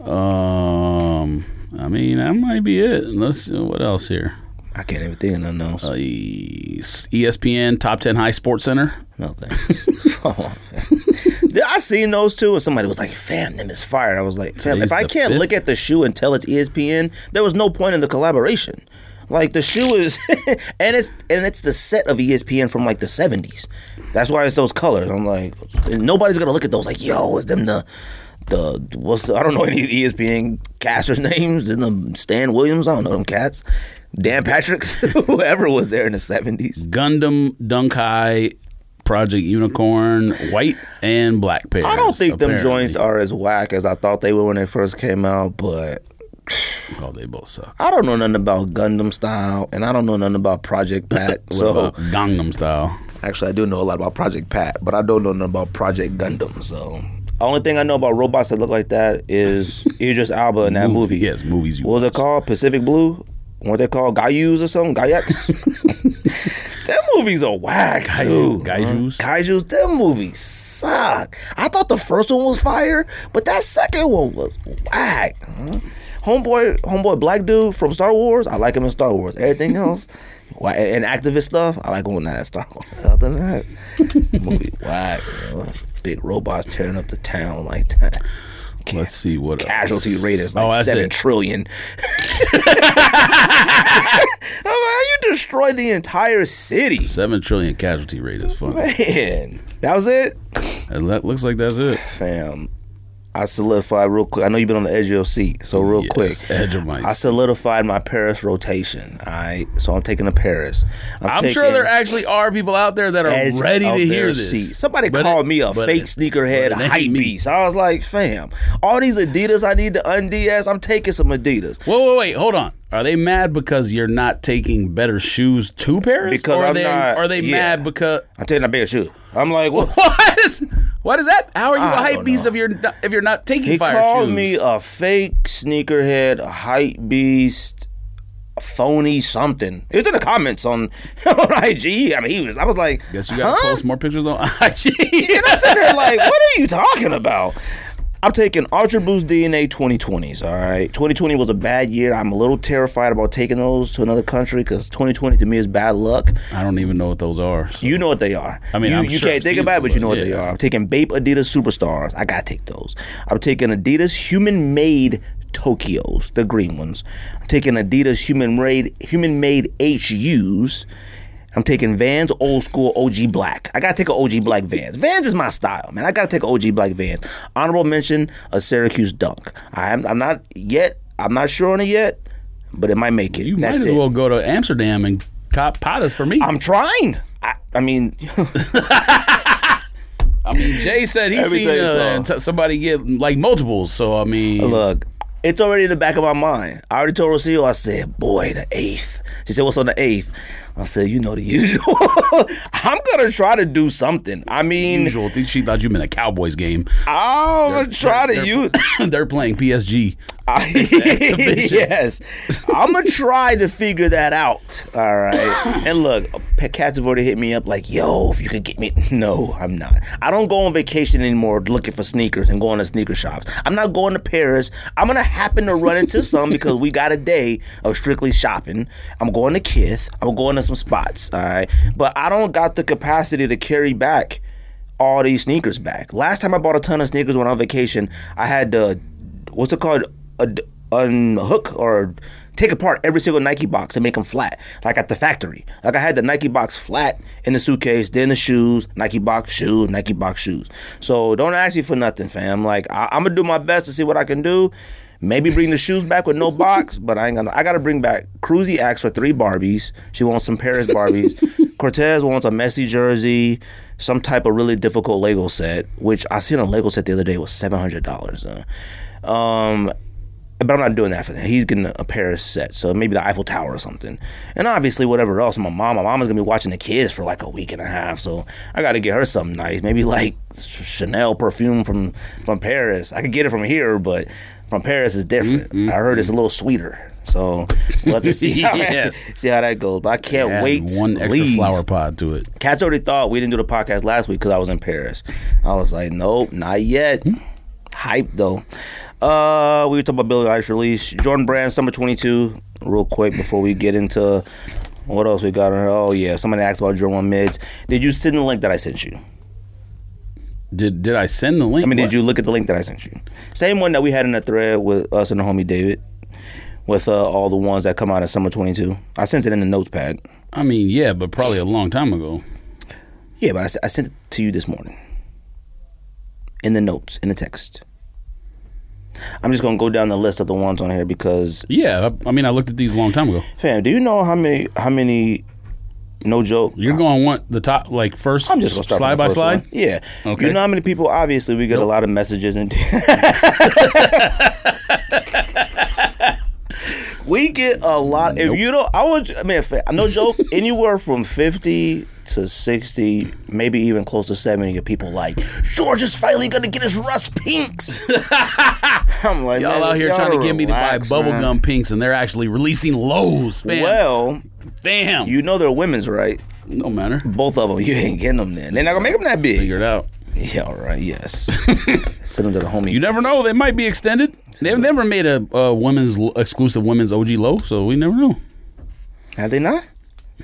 [SPEAKER 2] Um, I mean, that might be it. Unless uh, what else here? E
[SPEAKER 1] I can't even think of nothing else.
[SPEAKER 2] Uh, ESPN Top Ten High Sports Center.
[SPEAKER 1] No thanks. Come on, fam. Did I seen those two, and somebody was like, "Fam, them is fire." I was like, "Fam,
[SPEAKER 2] Today's
[SPEAKER 1] if I
[SPEAKER 2] the
[SPEAKER 1] can't
[SPEAKER 2] fifth.
[SPEAKER 1] look at the shoe and tell it's E ESPN, there was no point in the collaboration." Like the shoe is, and it's and it's the set of E ESPN from like the seventies. That's why it's those colors. I'm like, nobody's gonna look at those. Like, yo, is them the the what's the, I don't know any E of the ESPN casters' names. Then the Stan Williams, I don't know them cats. Dan Patrick's, whoever was there in the seventies.
[SPEAKER 2] Gundam Dunkai Project Unicorn white and black pairs.
[SPEAKER 1] I don't think them
[SPEAKER 2] apparently.
[SPEAKER 1] joints are as whack as I thought they were when they first came out, but
[SPEAKER 2] Oh, they both suck.
[SPEAKER 1] I don't know nothing about Gundam style and I don't know nothing about Project Pat. so
[SPEAKER 2] What about Gangnam Style.
[SPEAKER 1] actually I do know a lot about Project Pat, but I don't know nothing about Project Gundam, so only thing I know about robots that look like that is Idris Alba in that
[SPEAKER 2] Movie-
[SPEAKER 1] movie.
[SPEAKER 2] yes, movies you
[SPEAKER 1] What was it called? Pacific Blue? What they called? Gaius or something? Gaiax? Them movies are whack,
[SPEAKER 2] Gaiju-
[SPEAKER 1] dude.
[SPEAKER 2] Gaijus?
[SPEAKER 1] Kaiju's them movies suck. I thought the first one was fire, but that second one was whack. huh? Homeboy, homeboy, black dude from Star Wars. I like him in Star Wars. Everything else, why, and activist stuff, I like him in that Star Wars. Other than that, movie whack. bro. Big robots tearing up the town like that.
[SPEAKER 2] Let's see what
[SPEAKER 1] Casualty
[SPEAKER 2] else. Oh,
[SPEAKER 1] rate is like
[SPEAKER 2] that's
[SPEAKER 1] seven
[SPEAKER 2] it.
[SPEAKER 1] trillion. I'm like, you destroyed the entire city.
[SPEAKER 2] Seven trillion casualty rate is funny.
[SPEAKER 1] Man, that was it,
[SPEAKER 2] And That looks like that's it.
[SPEAKER 1] fam. I solidified real quick. I know you've been on the edge of your seat, so real
[SPEAKER 2] Yes,
[SPEAKER 1] quick,
[SPEAKER 2] edge of my
[SPEAKER 1] I
[SPEAKER 2] seat.
[SPEAKER 1] solidified my Paris rotation. All right, so I'm taking a Paris.
[SPEAKER 2] I'm
[SPEAKER 1] taking
[SPEAKER 2] sure there actually are people out there that
[SPEAKER 1] edge
[SPEAKER 2] are ready
[SPEAKER 1] of
[SPEAKER 2] to hear
[SPEAKER 1] their
[SPEAKER 2] this.
[SPEAKER 1] seat. Somebody
[SPEAKER 2] But
[SPEAKER 1] called
[SPEAKER 2] it-
[SPEAKER 1] me a
[SPEAKER 2] but
[SPEAKER 1] fake
[SPEAKER 2] it-
[SPEAKER 1] sneakerhead
[SPEAKER 2] but it ain't
[SPEAKER 1] hype
[SPEAKER 2] me.
[SPEAKER 1] beast. I was like, fam, all these Adidas I need to unds. I'm taking some Adidas.
[SPEAKER 2] Whoa, whoa, wait, hold on. Are they mad because you're not taking better shoes to Paris?
[SPEAKER 1] Because
[SPEAKER 2] or are
[SPEAKER 1] I'm
[SPEAKER 2] they,
[SPEAKER 1] not-
[SPEAKER 2] Are they
[SPEAKER 1] yeah.
[SPEAKER 2] mad because
[SPEAKER 1] I'm taking a bigger shoe. I'm like, what?
[SPEAKER 2] what is what is that? How are you a
[SPEAKER 1] I
[SPEAKER 2] hype
[SPEAKER 1] don't
[SPEAKER 2] beast
[SPEAKER 1] know.
[SPEAKER 2] if you're not, if you're not taking
[SPEAKER 1] He
[SPEAKER 2] fire
[SPEAKER 1] called
[SPEAKER 2] shoes?
[SPEAKER 1] me a fake sneakerhead, a hype beast, a phony something. It was in the comments on, on IG. I mean, he was. I was like,
[SPEAKER 2] Guess you gotta
[SPEAKER 1] huh?
[SPEAKER 2] post more pictures on IG.
[SPEAKER 1] And I'm sitting there like, what are you talking about? I'm taking Ultra Boost DNA 2020s, all right? 2020 was a bad year. I'm a little terrified about taking those to another country because 2020 to me is bad luck.
[SPEAKER 2] I don't even know what those are. so-
[SPEAKER 1] You know what they are.
[SPEAKER 2] I mean,
[SPEAKER 1] you,
[SPEAKER 2] I'm
[SPEAKER 1] you
[SPEAKER 2] sure
[SPEAKER 1] can't
[SPEAKER 2] I've
[SPEAKER 1] think
[SPEAKER 2] seen
[SPEAKER 1] about it,
[SPEAKER 2] them,
[SPEAKER 1] but you know
[SPEAKER 2] but
[SPEAKER 1] what they
[SPEAKER 2] yeah.
[SPEAKER 1] are. I'm taking Bape Adidas Superstars. I gotta take those. I'm taking Adidas Human Made Tokyos, the green ones. I'm taking Adidas Human Made Human Made HUs. I'm taking Vans Old School OG Black. I gotta take an OG Black Vans. Vans is my style, man. I gotta take an OG Black Vans. Honorable mention: a Syracuse Dunk. I am, I'm not yet. I'm not sure on it yet, but it might make it.
[SPEAKER 2] you might
[SPEAKER 1] That's
[SPEAKER 2] as
[SPEAKER 1] it.
[SPEAKER 2] well go to Amsterdam and cop pottas for me. i
[SPEAKER 1] I'm trying. I, I mean.
[SPEAKER 2] mean, Jay said he's
[SPEAKER 1] Let me
[SPEAKER 2] seen
[SPEAKER 1] tell you
[SPEAKER 2] uh,
[SPEAKER 1] something.
[SPEAKER 2] t- somebody get like multiples. So I mean,
[SPEAKER 1] Look, It's already in the back of my mind. I already told Rocio, I said, boy, the eighth. She said, what's on the eighth? I said, you know the usual. I'm gonna try to do something. I mean,
[SPEAKER 2] Usual. I think she thought you meant a Cowboys game.
[SPEAKER 1] I'm gonna try to
[SPEAKER 2] they're-
[SPEAKER 1] use.
[SPEAKER 2] They're playing PSG.
[SPEAKER 1] I,
[SPEAKER 2] exhibition.
[SPEAKER 1] yes, I'm gonna try to figure that out. All right, and look, P- cats have already hit me up like, "Yo, if you could get me." No, I'm not. I don't go on vacation anymore looking for sneakers and going to sneaker shops. I'm not going to Paris. I'm gonna happen to run into some because we got a day of strictly shopping. I'm going to Kith. I'm going to some spots. All right, but I don't got the capacity to carry back all these sneakers back. Last time I bought a ton of sneakers when on vacation, I had to, what's it called, Ad- unhook or take apart every single Nike box and make them flat, like at the factory. Like I had the Nike box flat in the suitcase, then the shoes, Nike box shoes, Nike box shoes. So don't ask me for nothing, fam. Like I- I'm gonna do my best to see what I can do. Maybe bring the shoes back with no box, but I ain't gonna. I gotta bring back. Cruzy asked for three Barbies. She wants some Paris Barbies. Cortez wants a messy jersey, some type of really difficult Lego set, which I seen a Lego set the other day was seven hundred dollars. Uh. Um, but I'm not doing that for him. He's getting a, a Paris set, so maybe the Eiffel Tower or something, and obviously whatever else. My mom, my mama's gonna be watching the kids for like a week and a half, so I got to get her something nice. Maybe like Chanel perfume from from Paris. I could get it from here, but from Paris is different.
[SPEAKER 2] Mm-hmm.
[SPEAKER 1] I heard it's a little sweeter, so we'll have to see how,
[SPEAKER 2] Yes.
[SPEAKER 1] that, see how that goes. But I can't
[SPEAKER 2] Add
[SPEAKER 1] wait.
[SPEAKER 2] one
[SPEAKER 1] to
[SPEAKER 2] extra
[SPEAKER 1] leave.
[SPEAKER 2] flower pod to it.
[SPEAKER 1] Cats already thought we didn't do the podcast last week because I was in Paris. I was like, nope, not yet. Hype though. Uh, we were talking about Billy Eilish release, Jordan Brand Summer 22. Real quick before we get into what else we got on here. Oh yeah, somebody asked about Jordan One Mids. Did you send the link that I sent you?
[SPEAKER 2] Did did I send the link?
[SPEAKER 1] I mean, did you look at the link that I sent you? Same one that we had in the thread with us and the homie David, with uh, all the ones that come out of Summer 22. I sent it in the notepad.
[SPEAKER 2] I mean, yeah, but probably a long time ago.
[SPEAKER 1] Yeah, but I s- I, sent it to you this morning. In the notes, in the text. I'm just gonna go down the list of the ones on here because,
[SPEAKER 2] Yeah, I, I mean, I looked at these a long time ago.
[SPEAKER 1] fam, do you know how many? How many? No joke.
[SPEAKER 2] You're going to want the top, like first.
[SPEAKER 1] Uh, I'm just gonna start
[SPEAKER 2] slide
[SPEAKER 1] from the
[SPEAKER 2] by
[SPEAKER 1] first
[SPEAKER 2] slide.
[SPEAKER 1] one. Yeah.
[SPEAKER 2] Okay.
[SPEAKER 1] You know how many people? Obviously, we get a lot of messages and. we get a lot. If you don't, I would. I mean, fa- no joke. anywhere from fifty to sixty, maybe even close to seventy, of people like George is finally gonna get his Russ Pinks. I'm like,
[SPEAKER 2] Y'all
[SPEAKER 1] man,
[SPEAKER 2] out here
[SPEAKER 1] y'all
[SPEAKER 2] trying to get me to buy
[SPEAKER 1] relax, man.
[SPEAKER 2] bubblegum pinks, and they're actually releasing lows. Bam,
[SPEAKER 1] Well,
[SPEAKER 2] bam.
[SPEAKER 1] you know they're women's, right?
[SPEAKER 2] no matter.
[SPEAKER 1] Both of them. You ain't getting them then. They're not gonna make them that big.
[SPEAKER 2] Figure it out.
[SPEAKER 1] Yeah, all right, yes. Send them to the homie.
[SPEAKER 2] You never know. They might be extended. They've never made a, a women's l- exclusive women's OG low, so we never know.
[SPEAKER 1] Have they not?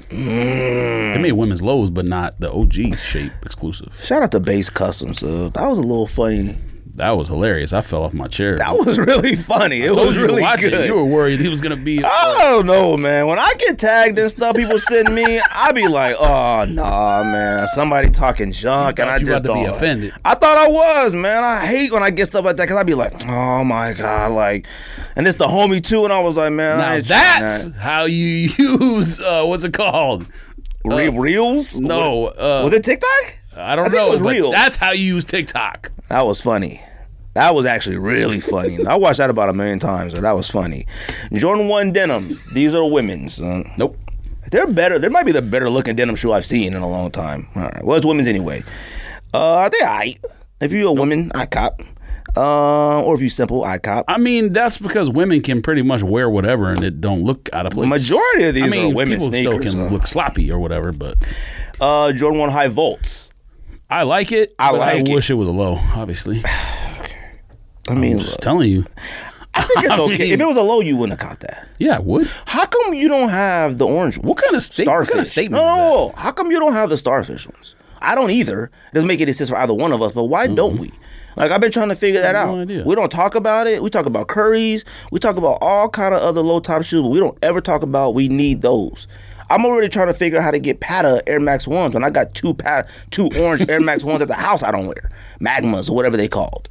[SPEAKER 1] Mm.
[SPEAKER 2] They made women's lows, but not the OG shape exclusive.
[SPEAKER 1] Shout out to Base Customs. Uh, that was a little funny.
[SPEAKER 2] That was hilarious. I fell off my chair.
[SPEAKER 1] That was really funny. It
[SPEAKER 2] Told
[SPEAKER 1] was
[SPEAKER 2] you to
[SPEAKER 1] really
[SPEAKER 2] watch it.
[SPEAKER 1] good.
[SPEAKER 2] You were worried he was gonna be. uh,
[SPEAKER 1] I don't know, man. When I get tagged and stuff, people send me, I be like, oh, nah, man. Somebody talking junk, and
[SPEAKER 2] thought
[SPEAKER 1] I
[SPEAKER 2] you
[SPEAKER 1] just
[SPEAKER 2] about to
[SPEAKER 1] don't.
[SPEAKER 2] be offended.
[SPEAKER 1] I thought I was, man. I hate when I get stuff like that because I be like, oh my god, like, and it's the homie too, and I was like, man, I
[SPEAKER 2] now
[SPEAKER 1] ain't trying
[SPEAKER 2] that's how you use uh, what's it called?
[SPEAKER 1] that. Re- reels.
[SPEAKER 2] No, uh,
[SPEAKER 1] was it TikTok?
[SPEAKER 2] I don't
[SPEAKER 1] I think
[SPEAKER 2] know.
[SPEAKER 1] it was
[SPEAKER 2] but
[SPEAKER 1] Reels.
[SPEAKER 2] That's how you use TikTok.
[SPEAKER 1] That was funny. That was actually really funny. I watched that about a million times, so that was funny. Jordan 1 denims. These are women's. Uh,
[SPEAKER 2] Nope.
[SPEAKER 1] they're better. They might be the better looking denim shoe I've seen in a long time. All right. Well, it's women's anyway. Uh, they I. If you're a woman, I cop. Uh, or if you simple, I cop.
[SPEAKER 2] I mean, that's because women can pretty much wear whatever and it don't look out of place.
[SPEAKER 1] Majority of these
[SPEAKER 2] I mean,
[SPEAKER 1] are women's
[SPEAKER 2] people
[SPEAKER 1] sneakers.
[SPEAKER 2] still can
[SPEAKER 1] uh.
[SPEAKER 2] look sloppy or whatever, but
[SPEAKER 1] Uh, Jordan 1 high volts.
[SPEAKER 2] I like it.
[SPEAKER 1] I
[SPEAKER 2] but
[SPEAKER 1] like it.
[SPEAKER 2] I wish it was a low. Obviously,
[SPEAKER 1] I mean,
[SPEAKER 2] just telling you.
[SPEAKER 1] I think it's
[SPEAKER 2] I
[SPEAKER 1] okay.
[SPEAKER 2] mean-
[SPEAKER 1] if it was a low, you wouldn't have copped that.
[SPEAKER 2] Yeah, I would.
[SPEAKER 1] How come you don't have the orange one?
[SPEAKER 2] What kind of sta- what
[SPEAKER 1] starfish?
[SPEAKER 2] kind of
[SPEAKER 1] No,
[SPEAKER 2] statement? is that?
[SPEAKER 1] no. How come you don't have the starfish ones? I don't either. It doesn't make any sense for either one of us. But why don't we? Like I've been trying to figure that out.
[SPEAKER 2] have Mm-hmm. no idea.
[SPEAKER 1] We don't talk about it. We talk about curries. We talk about all kind of other low top shoes, but we don't ever talk about we need those. I'm already trying to figure out how to get Pata Air Max ones when I got two Pata, two orange Air Max ones at the house I don't wear, Magmas or whatever they called.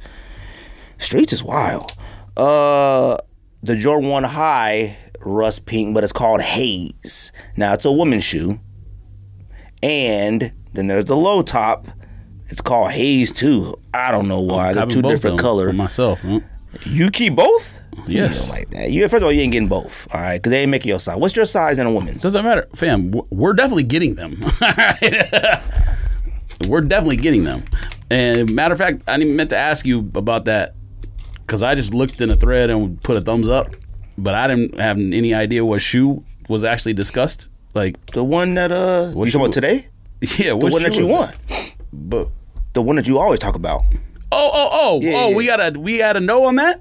[SPEAKER 1] Streets is wild. Uh, the Jordan One High rust pink, but it's called Haze. Now it's a woman's shoe, and then there's the low top. It's called Haze too. I don't know why. They're
[SPEAKER 2] Copping
[SPEAKER 1] two
[SPEAKER 2] both
[SPEAKER 1] different
[SPEAKER 2] of them
[SPEAKER 1] color.
[SPEAKER 2] For myself, huh?
[SPEAKER 1] You keep both?
[SPEAKER 2] Yes.
[SPEAKER 1] like that. You first of all, you ain't getting both, all right? Because they ain't making your size. What's your size and a woman's?
[SPEAKER 2] Doesn't matter, fam. w- We're definitely getting them. Alright? we're definitely getting them. And matter of fact, I didn't meant to ask you about that because I just looked in a thread and put a thumbs up, but I didn't have any idea what shoe was actually discussed. Like,
[SPEAKER 1] The one that uh, you talking
[SPEAKER 2] shoe?
[SPEAKER 1] about today?
[SPEAKER 2] yeah,
[SPEAKER 1] The one that you want,
[SPEAKER 2] But
[SPEAKER 1] the one that you always talk about.
[SPEAKER 2] oh, oh, oh, oh,
[SPEAKER 1] yeah,
[SPEAKER 2] we gotta we gotta know on that.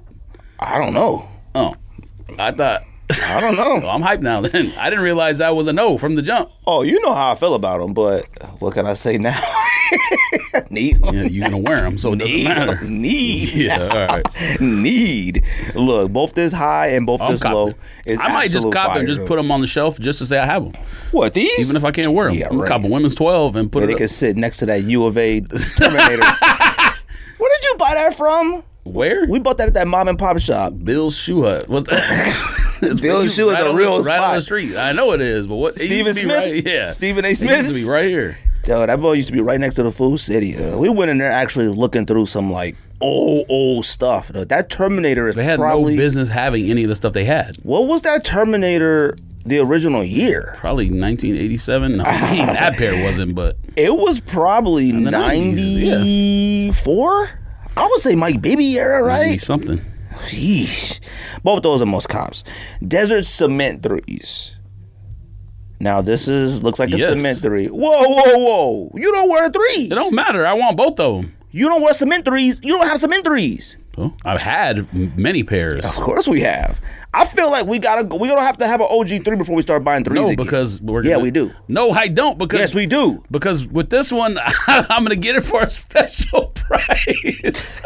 [SPEAKER 1] I don't know.
[SPEAKER 2] Oh, I thought.
[SPEAKER 1] I don't know.
[SPEAKER 2] Well, I'm hyped now. Then I didn't realize that was a no from the jump.
[SPEAKER 1] Oh, you know how I feel about them, but what can I say now? Need,
[SPEAKER 2] Yeah, you're gonna wear them, so it doesn't matter.
[SPEAKER 1] need,
[SPEAKER 2] Yeah, all right.
[SPEAKER 1] need. Look, both this high and both
[SPEAKER 2] I'm
[SPEAKER 1] this
[SPEAKER 2] copping.
[SPEAKER 1] low. Is
[SPEAKER 2] I might just
[SPEAKER 1] absolute
[SPEAKER 2] cop
[SPEAKER 1] fire.
[SPEAKER 2] them, just put them on the shelf, just to say I have them,
[SPEAKER 1] What these?
[SPEAKER 2] even if I can't wear them.
[SPEAKER 1] Yeah,
[SPEAKER 2] I'm
[SPEAKER 1] right.
[SPEAKER 2] copping women's twelve and put
[SPEAKER 1] they
[SPEAKER 2] it.
[SPEAKER 1] can sit next to that U of A Terminator. Where did you buy that from?
[SPEAKER 2] where?
[SPEAKER 1] We bought that at that mom and pop shop.
[SPEAKER 2] Bill's shoe hut. What's that? It's
[SPEAKER 1] Bill's
[SPEAKER 2] really
[SPEAKER 1] Shoe Hut,
[SPEAKER 2] right
[SPEAKER 1] the
[SPEAKER 2] on
[SPEAKER 1] real
[SPEAKER 2] right on the
[SPEAKER 1] spot.
[SPEAKER 2] street. I know it is, but what? it used
[SPEAKER 1] Stephen
[SPEAKER 2] to be right-
[SPEAKER 1] Smith's?
[SPEAKER 2] yeah,
[SPEAKER 1] Stephen A.
[SPEAKER 2] It used to
[SPEAKER 1] Smith's?
[SPEAKER 2] be right here.
[SPEAKER 1] Dude, that boy used to be right next to the food city. uh, we went in there actually looking through some like old old stuff. though. That Terminator is
[SPEAKER 2] They had
[SPEAKER 1] probably
[SPEAKER 2] no business having any of the stuff they had.
[SPEAKER 1] what was that Terminator the original year?
[SPEAKER 2] Probably 1987. No, I mean, that pair wasn't, but
[SPEAKER 1] It was probably
[SPEAKER 2] the 90s, yeah.
[SPEAKER 1] ninety four. I would say Mike Baby era,
[SPEAKER 2] maybe
[SPEAKER 1] right?
[SPEAKER 2] something.
[SPEAKER 1] Yeesh. Both those are most cops. Desert cement threes. Now this is looks like a
[SPEAKER 2] Yes.
[SPEAKER 1] cement three. Whoa, whoa, whoa! You don't wear threes.
[SPEAKER 2] It don't matter. I want both of them.
[SPEAKER 1] You don't wear cement threes. You don't have cement threes.
[SPEAKER 2] Well, I've had m- many pairs.
[SPEAKER 1] Of course we have. I feel like we gotta go. We don't have to have an OG three before we start buying threes.
[SPEAKER 2] No,
[SPEAKER 1] again.
[SPEAKER 2] because we're
[SPEAKER 1] Yeah,
[SPEAKER 2] gonna-
[SPEAKER 1] we do.
[SPEAKER 2] No, I don't because
[SPEAKER 1] yes, we do.
[SPEAKER 2] Because with this one, I'm gonna get it for a special price.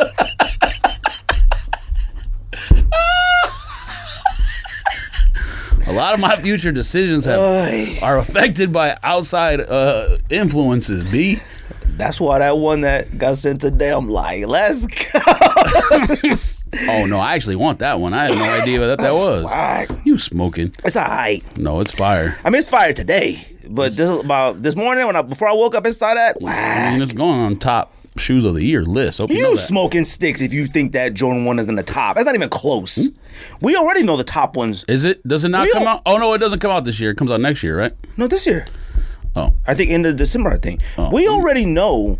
[SPEAKER 2] a lot of my future decisions have,
[SPEAKER 1] Ay,
[SPEAKER 2] are affected by outside uh, influences. B,
[SPEAKER 1] that's why that one that got sent today. I'm like, let's go.
[SPEAKER 2] oh no, I actually want that one. I had no idea what that was.
[SPEAKER 1] Alright.
[SPEAKER 2] You smoking?
[SPEAKER 1] It's alright.
[SPEAKER 2] No, it's fire.
[SPEAKER 1] I mean, it's fire today, but just about this morning when I before I woke up and saw that,
[SPEAKER 2] I
[SPEAKER 1] wow.
[SPEAKER 2] mean, it's going on top shoes of the year list. Hope you, know
[SPEAKER 1] You
[SPEAKER 2] that.
[SPEAKER 1] smoking sticks if you think that Jordan one is in the top. That's not even close. We already know the top ones.
[SPEAKER 2] Is it? Does it not
[SPEAKER 1] We
[SPEAKER 2] come
[SPEAKER 1] don't-
[SPEAKER 2] out? Oh no, it doesn't come out this year. It comes out next year, right?
[SPEAKER 1] No, this year.
[SPEAKER 2] Oh.
[SPEAKER 1] I think end of December. I think
[SPEAKER 2] Oh.
[SPEAKER 1] we already know.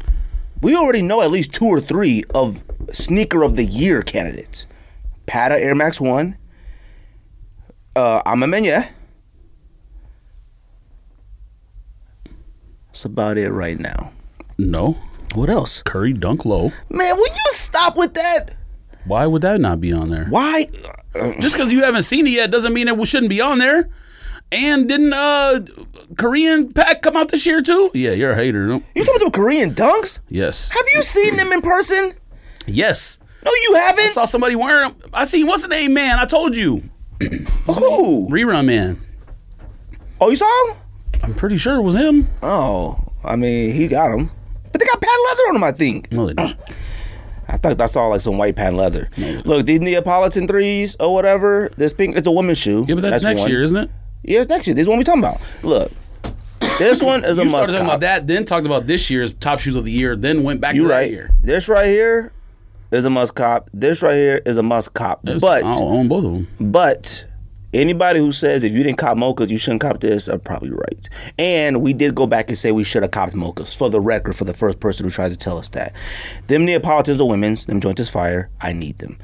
[SPEAKER 1] We already know at least two or three of sneaker of the year candidates. Pata Air Max One. Uh, Amamenya. That's about it right now.
[SPEAKER 2] No.
[SPEAKER 1] What else?
[SPEAKER 2] Curry Dunk Low.
[SPEAKER 1] Man, will you stop with that?
[SPEAKER 2] Why would that not be on there?
[SPEAKER 1] Why?
[SPEAKER 2] Just because you haven't seen it yet doesn't mean it shouldn't be on there. And didn't uh Korean Pack come out this year too? Yeah, you're a hater. No?
[SPEAKER 1] You talking about Korean dunks?
[SPEAKER 2] Yes,
[SPEAKER 1] Have you seen them in person?
[SPEAKER 2] yes.
[SPEAKER 1] No, you
[SPEAKER 2] I
[SPEAKER 1] haven't.
[SPEAKER 2] saw somebody wearing them. I seen what's the name, man? I told you,
[SPEAKER 1] Who?
[SPEAKER 2] rerun man.
[SPEAKER 1] Oh, you saw him?
[SPEAKER 2] I'm pretty sure it was him.
[SPEAKER 1] Oh, I mean, he got him. But they got patent leather on them, I think.
[SPEAKER 2] No, they don't.
[SPEAKER 1] I thought that's all like some white patent leather. Look, these Neapolitan threes or whatever. This pink, it's a women's shoe.
[SPEAKER 2] Yeah, but that's, next
[SPEAKER 1] one.
[SPEAKER 2] year, isn't it?
[SPEAKER 1] Yeah, it's next year. This is what we talking about. Look, this one is a
[SPEAKER 2] You started
[SPEAKER 1] must.
[SPEAKER 2] talking about
[SPEAKER 1] cop.
[SPEAKER 2] that, then talked about this year's top shoes of the year, then went back
[SPEAKER 1] You
[SPEAKER 2] to
[SPEAKER 1] right?
[SPEAKER 2] that year.
[SPEAKER 1] This right here is a must cop. This right here is a must cop.
[SPEAKER 2] It's-
[SPEAKER 1] but
[SPEAKER 2] I'll own both of them.
[SPEAKER 1] But anybody who says if you didn't cop mochas, you shouldn't cop this are probably right. And we did go back and say we should have copped mochas for the record for the first person who tries to tell us that. Them Neapolitans, the women's, them joint is fire. I need them.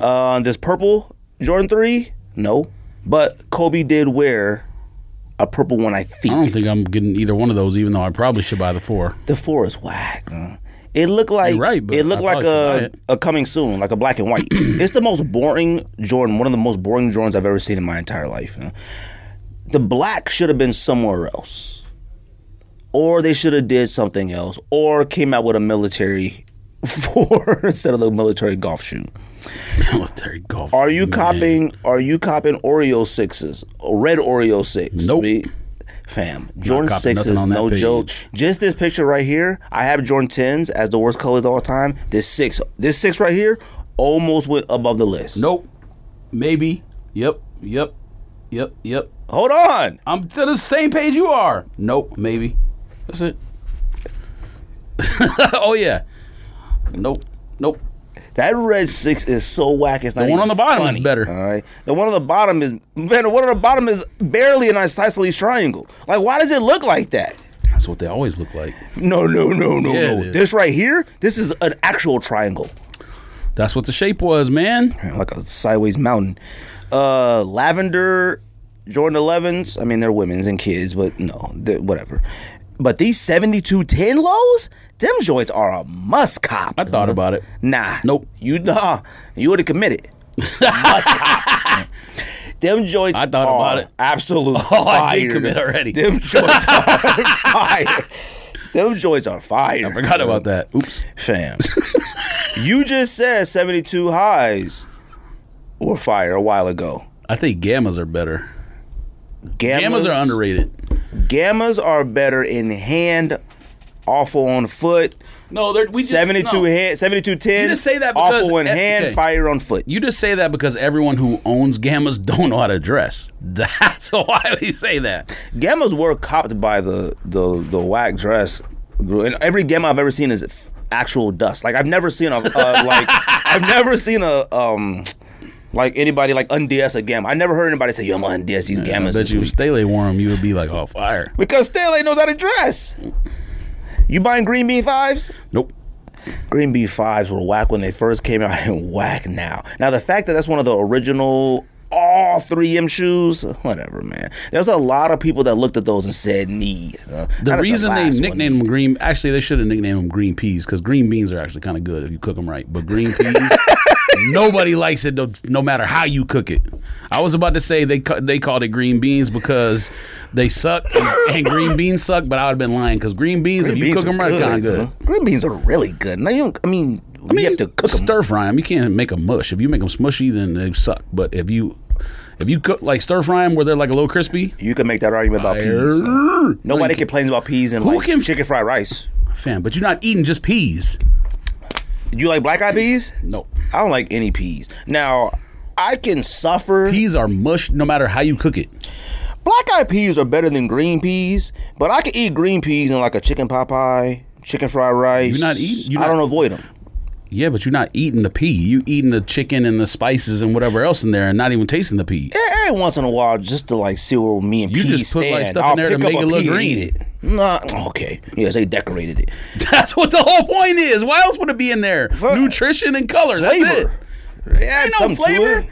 [SPEAKER 1] Uh, this purple Jordan 3, no. But Kobe did wear a purple one, I
[SPEAKER 2] I
[SPEAKER 1] think.
[SPEAKER 2] don't think I'm getting either one of those, even though I probably should buy the four.
[SPEAKER 1] The four is whack. man. It looked like
[SPEAKER 2] You're right, but
[SPEAKER 1] it looked
[SPEAKER 2] I
[SPEAKER 1] like
[SPEAKER 2] probably could
[SPEAKER 1] a, a coming soon, like a black and white. it's the most boring Jordan, one of the most boring Jordans I've ever seen in my entire life. you know. The black should have been somewhere else, or they should have did something else, or came out with a military four instead of the military golf shoe.
[SPEAKER 2] Military golf.
[SPEAKER 1] Are you
[SPEAKER 2] Man.
[SPEAKER 1] copying? Are you copying Oreo sixes? Red Oreo six?
[SPEAKER 2] Nope.
[SPEAKER 1] Be- Fam, Jordan
[SPEAKER 2] copying
[SPEAKER 1] six
[SPEAKER 2] nothing
[SPEAKER 1] is
[SPEAKER 2] on that
[SPEAKER 1] no
[SPEAKER 2] page.
[SPEAKER 1] joke. Just this picture right here, I have Jordan tens as the worst colors of all time. This six, this six right here, almost went above the list.
[SPEAKER 2] Nope. Maybe. Yep. Yep. Yep. Yep.
[SPEAKER 1] Hold on,
[SPEAKER 2] I'm to the same page you are. Nope. Maybe. That's it. oh yeah. Nope. Nope.
[SPEAKER 1] That red six is so whack. It's not
[SPEAKER 2] The one
[SPEAKER 1] even
[SPEAKER 2] on the bottom
[SPEAKER 1] funny,
[SPEAKER 2] is better.
[SPEAKER 1] All right, the one on the bottom is man. The one on the bottom is barely an isosceles triangle. Like, why does it look like that?
[SPEAKER 2] That's what they always look like.
[SPEAKER 1] No, no, no, no,
[SPEAKER 2] Yeah, it
[SPEAKER 1] no.
[SPEAKER 2] is.
[SPEAKER 1] This right here, this is an actual triangle,
[SPEAKER 2] That's what the shape was, man.
[SPEAKER 1] like a sideways mountain. Uh, lavender, Jordan Elevens. I mean, they're women's and kids, but no, they- whatever. But these seventy-two ten lows, them joints are a must cop.
[SPEAKER 2] I thought about it.
[SPEAKER 1] Nah.
[SPEAKER 2] Nope.
[SPEAKER 1] You nah. You would have committed. Must cops. Them joints.
[SPEAKER 2] I thought
[SPEAKER 1] are
[SPEAKER 2] about it.
[SPEAKER 1] Absolute
[SPEAKER 2] Oh,
[SPEAKER 1] fire.
[SPEAKER 2] I did commit already.
[SPEAKER 1] Them joints are fire. Them joints are fire. I
[SPEAKER 2] Forgot about that. Oops.
[SPEAKER 1] Fam. you just said 72 highs were fire a while ago.
[SPEAKER 2] I think gammas are better. Gammas, are underrated.
[SPEAKER 1] Gammas are better in hand, awful on foot.
[SPEAKER 2] No, they're we just,
[SPEAKER 1] 72
[SPEAKER 2] no.
[SPEAKER 1] hand, 72 10.
[SPEAKER 2] You just say that because-
[SPEAKER 1] awful in
[SPEAKER 2] eh,
[SPEAKER 1] hand,
[SPEAKER 2] okay.
[SPEAKER 1] fire on foot.
[SPEAKER 2] You just say that because everyone who owns gammas don't know how to dress. That's why we say that.
[SPEAKER 1] Gammas were copped by the the the whack dress group, and every gamma I've ever seen is f- actual dust. Like I've never seen a uh, like I've never seen a um like anybody like unds a gamma. I never heard anybody say, "Yo, I'm gonna unds these
[SPEAKER 2] I
[SPEAKER 1] gammas."
[SPEAKER 2] bet
[SPEAKER 1] this
[SPEAKER 2] you
[SPEAKER 1] week."
[SPEAKER 2] Stele wore them, you would be like, oh, fire.
[SPEAKER 1] Because still ain't knows how to dress. You buying green bean fives?
[SPEAKER 2] Nope.
[SPEAKER 1] Green bean fives were whack when they first came out and whack now. Now the fact that that's one of the original all 3M shoes, whatever, man. There's a lot of people that looked at those and said need. Uh,
[SPEAKER 2] The
[SPEAKER 1] that is
[SPEAKER 2] reason they
[SPEAKER 1] last one.
[SPEAKER 2] nicknamed them green, actually, they should have nicknamed them green peas because green beans are actually kind of good if you cook them right. But green peas, nobody likes it no, no matter how you cook it. I was about to say they cu- they called it green beans because they suck and, and green beans suck, but I would have been lying because green beans, if you
[SPEAKER 1] beans
[SPEAKER 2] cook
[SPEAKER 1] are
[SPEAKER 2] them right, kind of good.
[SPEAKER 1] huh? Green beans are really good. Now you don't, I mean,
[SPEAKER 2] I mean,
[SPEAKER 1] you have to cook them.
[SPEAKER 2] Stir fry them. You can't make them mush. If you make them smushy, then they suck. But if you if you cook like stir fry them where they're like a little crispy,
[SPEAKER 1] You can make that argument about peas.
[SPEAKER 2] err,
[SPEAKER 1] Nobody complains about peas and
[SPEAKER 2] Who
[SPEAKER 1] like
[SPEAKER 2] can-
[SPEAKER 1] chicken fried rice.
[SPEAKER 2] fam. But you're not eating just peas.
[SPEAKER 1] You like black eyed peas?
[SPEAKER 2] No,
[SPEAKER 1] I don't like any peas. Now, I can suffer.
[SPEAKER 2] peas are mush no matter how you cook it.
[SPEAKER 1] Black eyed peas are better than green peas, but I can eat green peas in like a chicken pot pie, chicken fried rice.
[SPEAKER 2] You're not eating- you're
[SPEAKER 1] I
[SPEAKER 2] not-
[SPEAKER 1] don't avoid them.
[SPEAKER 2] Yeah, but you're not eating the pea. You eating the chicken and the spices and whatever else in there, and not even tasting the pea.
[SPEAKER 1] Eh, Every once in a while, just to like see where me and
[SPEAKER 2] You
[SPEAKER 1] peas
[SPEAKER 2] just put, like,
[SPEAKER 1] stand,
[SPEAKER 2] stuff in
[SPEAKER 1] I'll
[SPEAKER 2] there to
[SPEAKER 1] pick up
[SPEAKER 2] make
[SPEAKER 1] a
[SPEAKER 2] it look
[SPEAKER 1] pea and
[SPEAKER 2] green.
[SPEAKER 1] eat it. Nah, okay. Yes, they decorated it.
[SPEAKER 2] That's what the whole point is. Why else would it be in there?
[SPEAKER 1] Fla-
[SPEAKER 2] Nutrition and color. That's it.
[SPEAKER 1] Flavor. They had
[SPEAKER 2] Ain't no
[SPEAKER 1] something to
[SPEAKER 2] flavor.
[SPEAKER 1] it.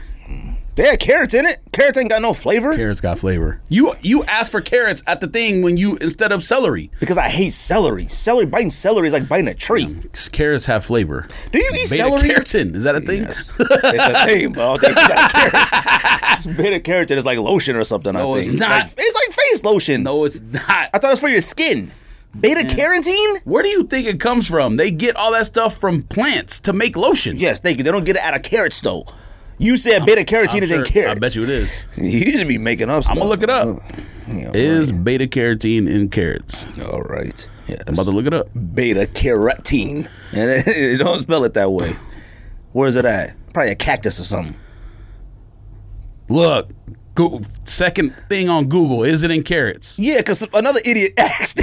[SPEAKER 1] They had carrots in it. Carrots ain't got no flavor
[SPEAKER 2] Carrots got flavor. You you asked for carrots at the thing when you instead of celery.
[SPEAKER 1] because I hate celery. Celery biting celery is like biting a tree.
[SPEAKER 2] Carrots have flavor.
[SPEAKER 1] Do you eat
[SPEAKER 2] Beta
[SPEAKER 1] celery?
[SPEAKER 2] carotene is that a thing?
[SPEAKER 1] Yes. it's a thing, but I don't think it's like carrots. Beta carotene is like lotion or something.
[SPEAKER 2] No,
[SPEAKER 1] I
[SPEAKER 2] it's
[SPEAKER 1] think.
[SPEAKER 2] not.
[SPEAKER 1] Like- it's like face lotion.
[SPEAKER 2] No, it's not.
[SPEAKER 1] I thought it was for your skin. Beta carotene?
[SPEAKER 2] Where do you think it comes from? They get all that stuff from plants to make lotion.
[SPEAKER 1] Yes, thank you. They don't get it out of carrots though. You said beta carotene
[SPEAKER 2] I'm
[SPEAKER 1] is in
[SPEAKER 2] sure-
[SPEAKER 1] carrots. Oh,
[SPEAKER 2] I bet you it is.
[SPEAKER 1] You should be making up. Stuff.
[SPEAKER 2] I'm gonna look it up.
[SPEAKER 1] Yeah,
[SPEAKER 2] Is beta carotene in carrots?
[SPEAKER 1] all right. Yes.
[SPEAKER 2] I'm about to look it up.
[SPEAKER 1] Beta carotene. And it, it don't spell it that way. Where's it at? Probably a cactus or something.
[SPEAKER 2] Look, go, second thing on Google is it in carrots?
[SPEAKER 1] Yeah, because another idiot asked.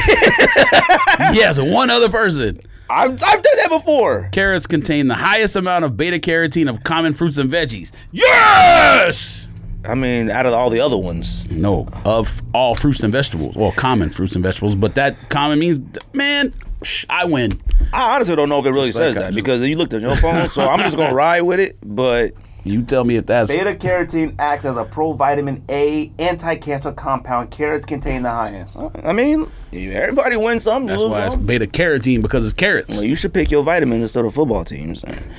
[SPEAKER 2] yes, one other person.
[SPEAKER 1] I've, I've done that before.
[SPEAKER 2] Carrots contain the highest amount of beta carotene of common fruits and veggies. Yes.
[SPEAKER 1] I mean, out of all the other ones.
[SPEAKER 2] No, of all fruits and vegetables. Well, common fruits and vegetables, but that common means, man, psh, I win.
[SPEAKER 1] I honestly don't know if it really says
[SPEAKER 2] like I
[SPEAKER 1] that
[SPEAKER 2] just-
[SPEAKER 1] because you looked at your phone, so I'm just gonna ride with it. But
[SPEAKER 2] You tell me if that's
[SPEAKER 1] beta carotene acts as a provitamin A anti-cancer compound. Carrots contain the highest. I mean, everybody wins some.
[SPEAKER 2] that's
[SPEAKER 1] lose
[SPEAKER 2] why it's
[SPEAKER 1] some.
[SPEAKER 2] beta carotene because it's carrots.
[SPEAKER 1] Well, you should pick your vitamins instead of football teams. then.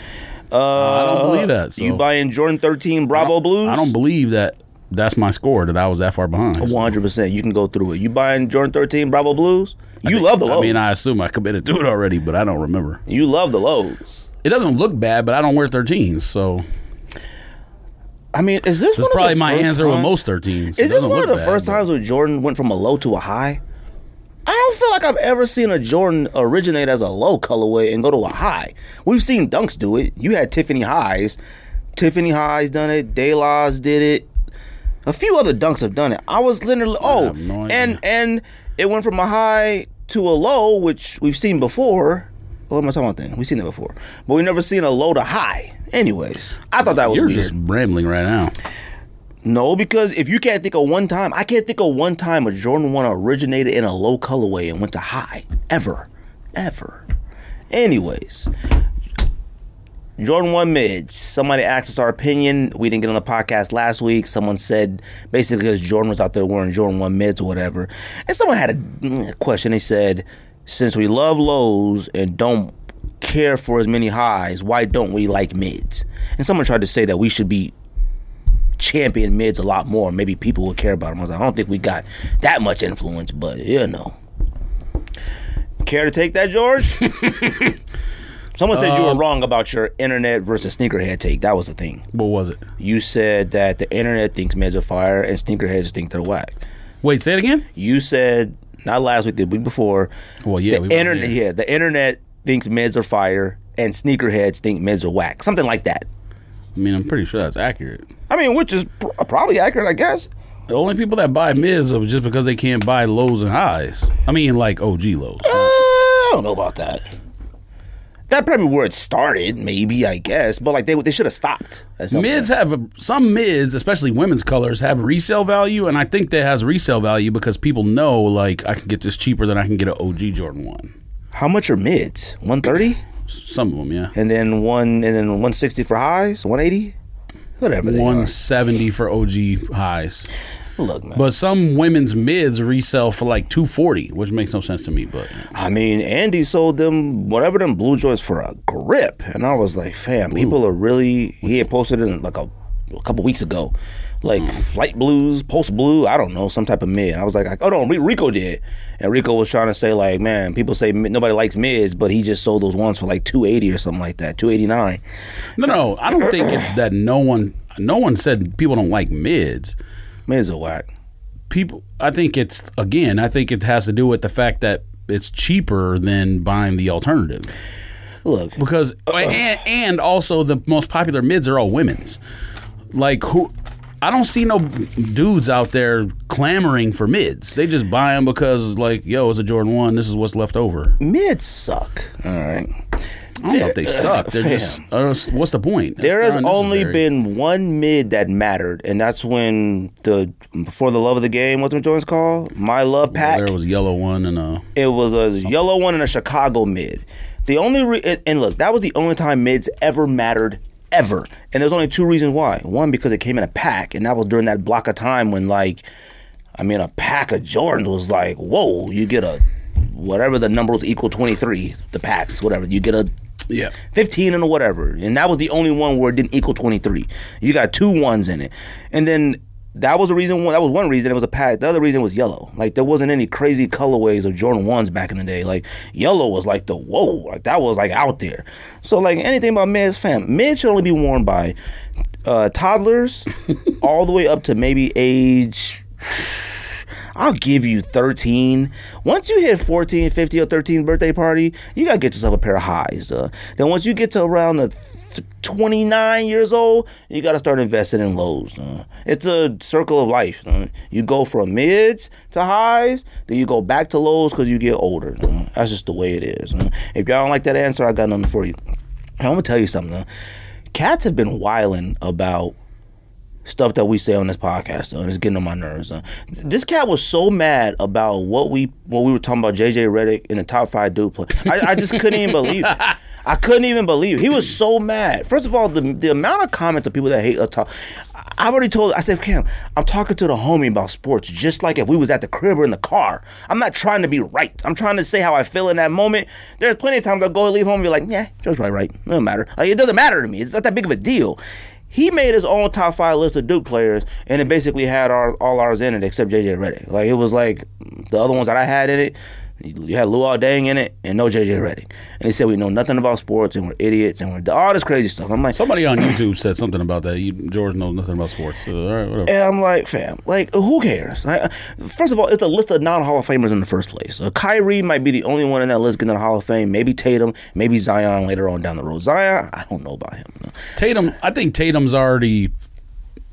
[SPEAKER 1] Uh,
[SPEAKER 2] I don't believe that. So
[SPEAKER 1] You buying Jordan 13 Bravo Blues?
[SPEAKER 2] I don't believe that. That's my score that I was that far behind.
[SPEAKER 1] 100. percent You can go through it. You buying Jordan 13 Bravo Blues? You love the lows.
[SPEAKER 2] I mean, I assume I committed to it already, but I don't remember.
[SPEAKER 1] you love the lows.
[SPEAKER 2] It doesn't look bad, but I don't wear 13s, so
[SPEAKER 1] I mean, is this
[SPEAKER 2] that's
[SPEAKER 1] one
[SPEAKER 2] probably
[SPEAKER 1] of the
[SPEAKER 2] my
[SPEAKER 1] first
[SPEAKER 2] answer with
[SPEAKER 1] times-
[SPEAKER 2] most 13s. It
[SPEAKER 1] Is this
[SPEAKER 2] doesn't
[SPEAKER 1] one of
[SPEAKER 2] look
[SPEAKER 1] the
[SPEAKER 2] bad,
[SPEAKER 1] first
[SPEAKER 2] but-
[SPEAKER 1] times where Jordan went from a low to a high? I don't feel like I've ever seen a Jordan originate as a low colorway and go to a high. We've seen Dunks do it. You had Tiffany Highs. Tiffany Highs done it. Daylaws did it. A few other Dunks have done it. I was literally oh,
[SPEAKER 2] have no idea.
[SPEAKER 1] and and it went from a high to a low, which we've seen before. What am I talking about then? We've seen that before. But we never seen a low to high. Anyways, I thought that was
[SPEAKER 2] You're
[SPEAKER 1] weird.
[SPEAKER 2] just rambling right now.
[SPEAKER 1] No, because if you can't think of one time, I can't think of one time a Jordan 1 originated in a low colorway and went to high. Ever. Ever. Anyways, Jordan 1 mids. Somebody asked us our opinion. We didn't get on the podcast last week. Someone said basically because Jordan was out there wearing Jordan 1 mids or whatever. And someone had a mm, question. They said, since we love lows and don't care for as many highs, why don't we like mids? And someone tried to say that we should be champion mids a lot more. Maybe people would care about them. I was like, I don't think we got that much influence, but you know. Care to take that, George? Someone said
[SPEAKER 2] Um,
[SPEAKER 1] you were wrong about your internet versus sneakerhead take. That was the thing.
[SPEAKER 2] What was it?
[SPEAKER 1] You said that the internet thinks mids are fire and sneakerheads think they're whack.
[SPEAKER 2] Wait, say it again.
[SPEAKER 1] You said not last week, the week before.
[SPEAKER 2] Well, yeah,
[SPEAKER 1] the
[SPEAKER 2] we weren't
[SPEAKER 1] internet.
[SPEAKER 2] there.
[SPEAKER 1] Yeah, the internet thinks mids are fire and sneakerheads think mids are whack. Something like that.
[SPEAKER 2] I mean, I'm pretty sure that's accurate.
[SPEAKER 1] I mean, which is pr- probably accurate, I guess.
[SPEAKER 2] The only people that buy mids are just because they can't buy lows and highs. I mean, like OG lows.
[SPEAKER 1] Uh, I don't know about that. That probably where it started, maybe I guess, but like they they should have stopped. at some
[SPEAKER 2] Mids have some mids, especially women's colors, have resale value, and I think that has resale value because people know like I can get this cheaper than I can get an OG Jordan one.
[SPEAKER 1] point. How much are mids? One thirty,
[SPEAKER 2] Some of them, yeah.
[SPEAKER 1] and then one, and then one sixty for highs, one eighty, whatever. They
[SPEAKER 2] One seventy for OG highs,
[SPEAKER 1] are. look, man.
[SPEAKER 2] but some women's mids resell for like two forty, which makes no sense to me. But
[SPEAKER 1] I mean, Andy sold them whatever them blue joints for a grip, and I was like, fam, people are really. He had posted it like a, a couple weeks ago, like flight blues, post blue, I don't know, some type of mid. And I was like, like, oh no, Re- Rico did, and Rico was trying to say like, man, people say mid, nobody likes mids, but he just sold those ones for like two eighty or something like that, two eighty nine.
[SPEAKER 2] no, no, I don't think it's that no one, no one said people don't like mids.
[SPEAKER 1] Mids are whack.
[SPEAKER 2] people i think it's again i think it has to do with the fact that it's cheaper than buying the alternative
[SPEAKER 1] Look,
[SPEAKER 2] because and, and also the most popular mids are all women's like who i don't see no dudes out there clamoring for mids they just buy them because like yo it's a jordan 1 this is what's left over
[SPEAKER 1] mids suck. All right.
[SPEAKER 2] i don't know if they suck they're just I don't- what's the point It's
[SPEAKER 1] There has
[SPEAKER 2] not
[SPEAKER 1] only
[SPEAKER 2] necessary.
[SPEAKER 1] been one mid that mattered, and that's when the before the love of the game, what's my joints called? My love pack.
[SPEAKER 2] there was yellow one and uh
[SPEAKER 1] it was a yellow one and a Chicago mid. The only re- and- and look, that was the only time mids ever mattered ever. And there's only two reasons why. One because it came in a pack, and that was during that block of time when like, I mean, a pack of Jordans was like, whoa, you get a whatever the number was equal 23, the packs, whatever. You get a
[SPEAKER 2] yeah
[SPEAKER 1] 15 and whatever. And that was the only one where it didn't equal 23. You got two ones in it. And then that was the reason that was one reason it was a pack. The other reason was yellow. Like there wasn't any crazy colorways of Jordan 1s back in the day. Like yellow was like the whoa, like that was like out there. So like anything about men's fam, men should only be worn by uh, toddlers all the way up to maybe age I'll give you 13. Once you hit 14, 50, or 13th birthday party, you got to get yourself a pair of highs. Uh, then once you get to around the th- 29 years old, you got to start investing in lows. uh. It's a circle of life. uh. You go from mids to highs, then you go back to lows because you get older. uh. That's just the way it is. uh. If y'all don't like that answer, I got nothing for you. And I'm going to tell you something. uh. Cats have been wiling about stuff that we say on this podcast, though, and it's getting on my nerves. though. This cat was so mad about what we what we were talking about JJ Reddick in the top five dude play. I, I just couldn't even believe it. I couldn't even believe it. he was so mad. First of all, the the amount of comments of people that hate us talk. I- I've already told. I said, Cam, I'm talking to the homie about sports, just like if we was at the crib or in the car. I'm not trying to be right. I'm trying to say how I feel in that moment. There's plenty of times I go and leave home and be like, yeah, Joe's probably right. It doesn't matter. Like, it doesn't matter to me. It's not that big of a deal. He made his own top five list of Duke players, and it basically had our, all ours in it except JJ Redick. Like it was like the other ones that I had in it. You had Luol Dang in it, and no JJ Redick. And he said we know nothing about sports, and we're idiots, and we're all this crazy stuff. I'm like,
[SPEAKER 2] somebody on youtube said something about that you, george knows nothing about sports so, all right whatever
[SPEAKER 1] And I'm like, fam, like, who cares? Like, first of all, it's a list of non Hall of Famers in the first place. Uh, Kyrie might be the only one in that list getting in the Hall of Fame. Maybe Tatum, maybe Zion later on down the road. Zion, I don't know about him.
[SPEAKER 2] Tatum, I think Tatum's already,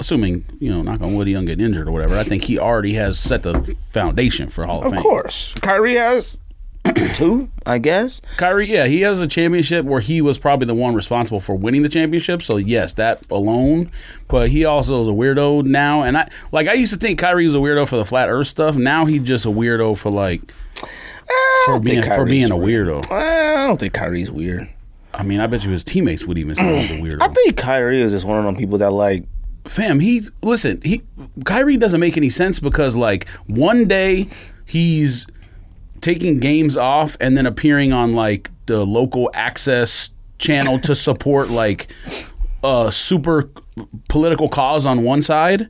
[SPEAKER 2] assuming you know, knock on wood, he don't get injured or whatever. I think he already has set the foundation for Hall of,
[SPEAKER 1] Of
[SPEAKER 2] Fame.
[SPEAKER 1] course. Kyrie has two, I guess.
[SPEAKER 2] Kyrie, yeah, he has a championship where he was probably the one responsible for winning the championship. So yes, that alone. But he also is a weirdo now, and I like I used to think Kyrie was a weirdo for the flat Earth stuff. Now he's just a weirdo for like for
[SPEAKER 1] don't
[SPEAKER 2] being
[SPEAKER 1] think
[SPEAKER 2] for being a
[SPEAKER 1] Kyrie's
[SPEAKER 2] weirdo.
[SPEAKER 1] I don't think Kyrie's weird.
[SPEAKER 2] I mean, I bet you his teammates would even say he's a weirdo.
[SPEAKER 1] I think Kyrie is just one of them people that like
[SPEAKER 2] fam, he listen, he Kyrie doesn't make any sense because like one day he's taking games off and then appearing on like the local access channel to support like a super political cause on one side.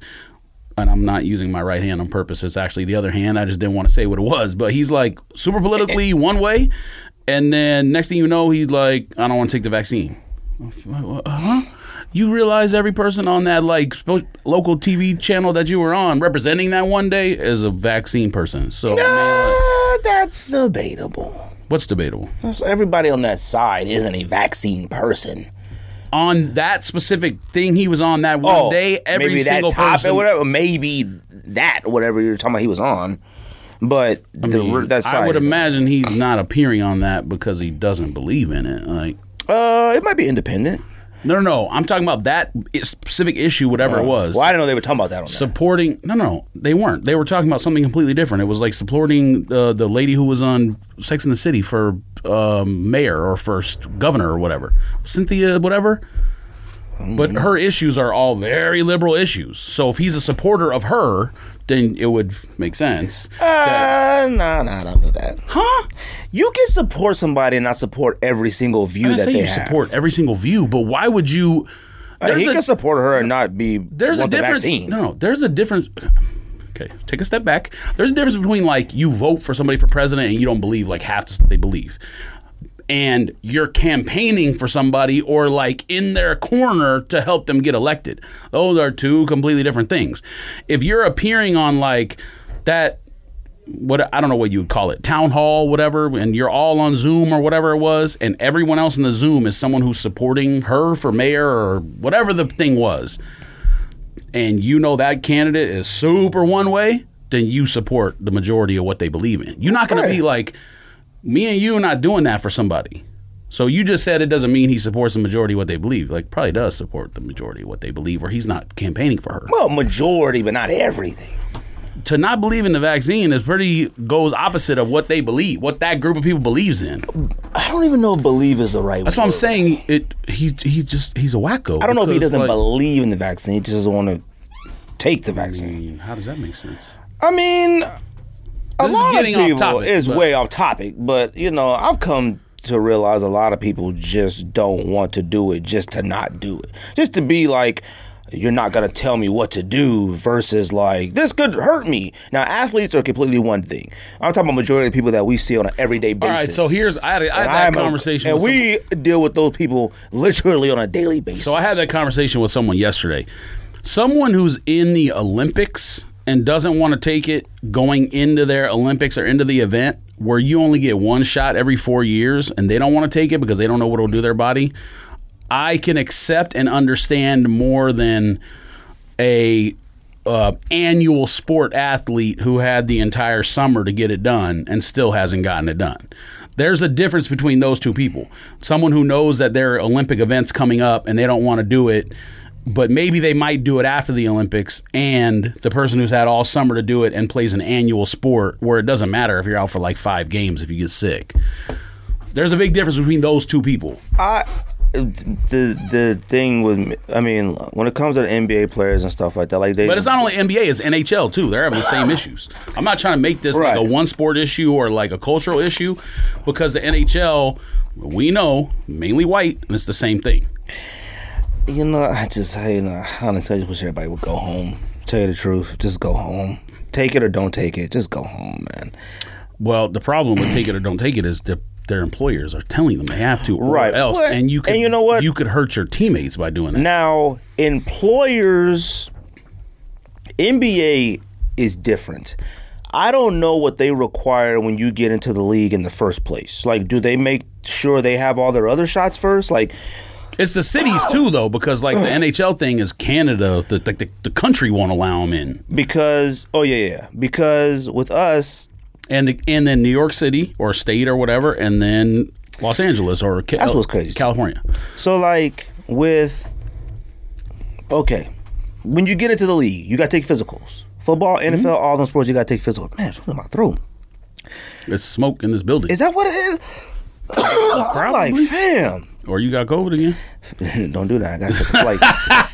[SPEAKER 2] And I'm not using my right hand on purpose. It's actually the other hand. I just didn't want to say what it was. But he's like super politically one way. And then next thing you know, he's like, I don't want to take the vaccine. Huh? You realize every person on that like spo- local TV channel that you were on representing that one day is a vaccine person. So I mean, like,
[SPEAKER 1] uh, that's debatable.
[SPEAKER 2] what's debatable
[SPEAKER 1] That's- Everybody on that side isn't a vaccine person.
[SPEAKER 2] on that specific thing he was on that one day? Every
[SPEAKER 1] Oh, maybe
[SPEAKER 2] single
[SPEAKER 1] that top
[SPEAKER 2] person.
[SPEAKER 1] or whatever. Maybe that whatever you're talking about he was on, but the,
[SPEAKER 2] I mean,
[SPEAKER 1] re- that side.
[SPEAKER 2] I would
[SPEAKER 1] isn't.
[SPEAKER 2] imagine he's not appearing on that because he doesn't believe in it. Like,
[SPEAKER 1] Uh, it might be independent.
[SPEAKER 2] no, no, no. I'm talking about that i- specific issue, whatever it was.
[SPEAKER 1] Uh, Well, I didn't know they were talking about that on that.
[SPEAKER 2] supporting no no no they weren't they were talking about something completely different it was like supporting uh, the lady who was on sex in the city for um, mayor or first governor or whatever cynthia whatever but her issues are all very liberal issues so if he's a supporter of her then it would make sense
[SPEAKER 1] Uh, nah, nah, I don't do that.
[SPEAKER 2] huh
[SPEAKER 1] You can support somebody and not support every single view
[SPEAKER 2] i
[SPEAKER 1] that
[SPEAKER 2] say
[SPEAKER 1] they
[SPEAKER 2] you
[SPEAKER 1] have.
[SPEAKER 2] support every single view but why would you
[SPEAKER 1] Uh, he
[SPEAKER 2] there's a-
[SPEAKER 1] can support her and not be
[SPEAKER 2] there's
[SPEAKER 1] want
[SPEAKER 2] a
[SPEAKER 1] the
[SPEAKER 2] difference.
[SPEAKER 1] vaccine.
[SPEAKER 2] No, no, there's a difference. Okay, take a step back. There's a difference between like you vote for somebody for president and you don't believe like half the stuff they believe, and you're campaigning for somebody or like in their corner to help them get elected. Those are two completely different things. If you're appearing on like that what I don't know what you would call it, town hall, whatever, and you're all on Zoom or whatever it was, and everyone else in the Zoom is someone who's supporting her for mayor or whatever the thing was, and you know that candidate is super one way, then you support the majority of what they believe in. You're not going to be
[SPEAKER 1] Right.
[SPEAKER 2] like, me and you are not doing that for somebody. So you just said it doesn't mean he supports the majority of what they believe. Like probably does support the majority of what they believe, or he's not campaigning for her.
[SPEAKER 1] Well, majority, but not everything.
[SPEAKER 2] To not believe in the vaccine is pretty goes opposite of what they believe, what that group of people believes in.
[SPEAKER 1] I don't even know if believe is the right
[SPEAKER 2] That's what I'm saying. It he he just he's a wacko.
[SPEAKER 1] I don't know if he doesn't believe in the vaccine. He just doesn't want to take the vaccine.
[SPEAKER 2] How does that make sense?
[SPEAKER 1] I mean, a
[SPEAKER 2] This is
[SPEAKER 1] lot
[SPEAKER 2] getting
[SPEAKER 1] of
[SPEAKER 2] off
[SPEAKER 1] people
[SPEAKER 2] topic,
[SPEAKER 1] is
[SPEAKER 2] but-
[SPEAKER 1] way off topic, but you know, I've come to realize a lot of people just don't want to do it just to not do it, just to be like. You're not gonna tell me what to do versus like this could hurt me. Now athletes are completely one thing. I'm talking about majority of the people that we see on an everyday
[SPEAKER 2] All
[SPEAKER 1] basis.
[SPEAKER 2] right, so here's I had, a, I had
[SPEAKER 1] And
[SPEAKER 2] that
[SPEAKER 1] I'm a-
[SPEAKER 2] conversation.
[SPEAKER 1] and
[SPEAKER 2] with someone-
[SPEAKER 1] we deal with those people literally on a daily basis.
[SPEAKER 2] So I had that conversation with someone yesterday. Someone who's in the Olympics and doesn't want to take it going into their Olympics or into the event where you only get one shot every four years and they don't want to take it because they don't know what it'll do to their body. I can accept and understand more than a uh, annual sport athlete who had the entire summer to get it done and still hasn't gotten it done. There's a difference between those two people. Someone who knows that their Olympic event's coming up and they don't want to do it, but maybe they might do it after the Olympics, and the person who's had all summer to do it and plays an annual sport where it doesn't matter if you're out for like five games if you get sick. There's a big difference between those two people.
[SPEAKER 1] I the the thing with me- I mean when it comes to the NBA players and stuff like that, like they
[SPEAKER 2] But it's not only NBA; it's NHL too. They're having the same issues. I'm not trying to make this
[SPEAKER 1] Right.
[SPEAKER 2] like a one sport issue or like a cultural issue, because the NHL, we know, mainly white, and it's the same thing.
[SPEAKER 1] you know I just I, you know, I honestly just wish everybody would go home. Tell you the truth, just go home. Take it or don't take it, just go home, man.
[SPEAKER 2] Well, the problem with take it or don't take it is that their employers are telling them they have to, or
[SPEAKER 1] Right.
[SPEAKER 2] else,
[SPEAKER 1] Well,
[SPEAKER 2] and you could,
[SPEAKER 1] and you know what?
[SPEAKER 2] you could hurt your teammates by doing that.
[SPEAKER 1] Now employers, NBA is different. I don't know what they require when you get into the league in the first place. Like, do they make sure they have all their other shots first? Like,
[SPEAKER 2] It's the cities too, though, because like the NHL thing is Canada, the the, the, the country won't allow them in.
[SPEAKER 1] because oh yeah yeah because with us
[SPEAKER 2] and the, and then New York City or state or whatever, and then Los Angeles or Ca- uh,
[SPEAKER 1] That's what's crazy.
[SPEAKER 2] California.
[SPEAKER 1] So like with okay, when you get into the league, you got to take physicals. Football, NFL, all them sports, you got to take physical. Man, something in my throat.
[SPEAKER 2] It's smoke in this building,
[SPEAKER 1] Is that what it is? I'm like,
[SPEAKER 2] Probably.
[SPEAKER 1] fam,
[SPEAKER 2] or you got COVID again.
[SPEAKER 1] don't do that. I got to take a flight.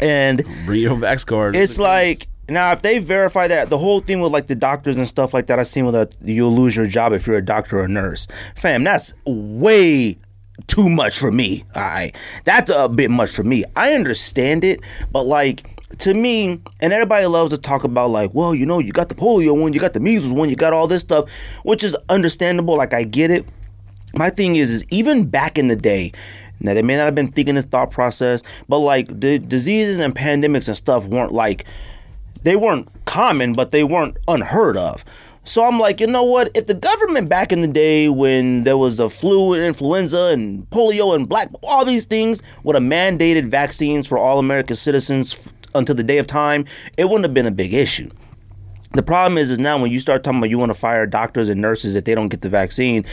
[SPEAKER 1] and
[SPEAKER 2] Bring your vax card.
[SPEAKER 1] it's like now if they verify that the whole thing with like the doctors and stuff like that, I seen with that you'll lose your job if you're a doctor or a nurse. Fam, that's way too much for me. All right, that's a bit much for me. I understand it, but like. To me, and everybody loves to talk about like, well, you know, you got the polio one, you got the measles one, you got all this stuff, which is understandable. Like I get it, my thing is is even back in the day now they may not have been thinking this thought process but like the diseases and pandemics and stuff weren't like they weren't common but they weren't unheard of so i'm like you know what if the government back in the day when there was the flu and influenza and polio and black all these things would have mandated vaccines for all american citizens f- until the day of time it wouldn't have been a big issue the problem is, is now when you start talking about you want to fire doctors and nurses if they don't get the vaccine,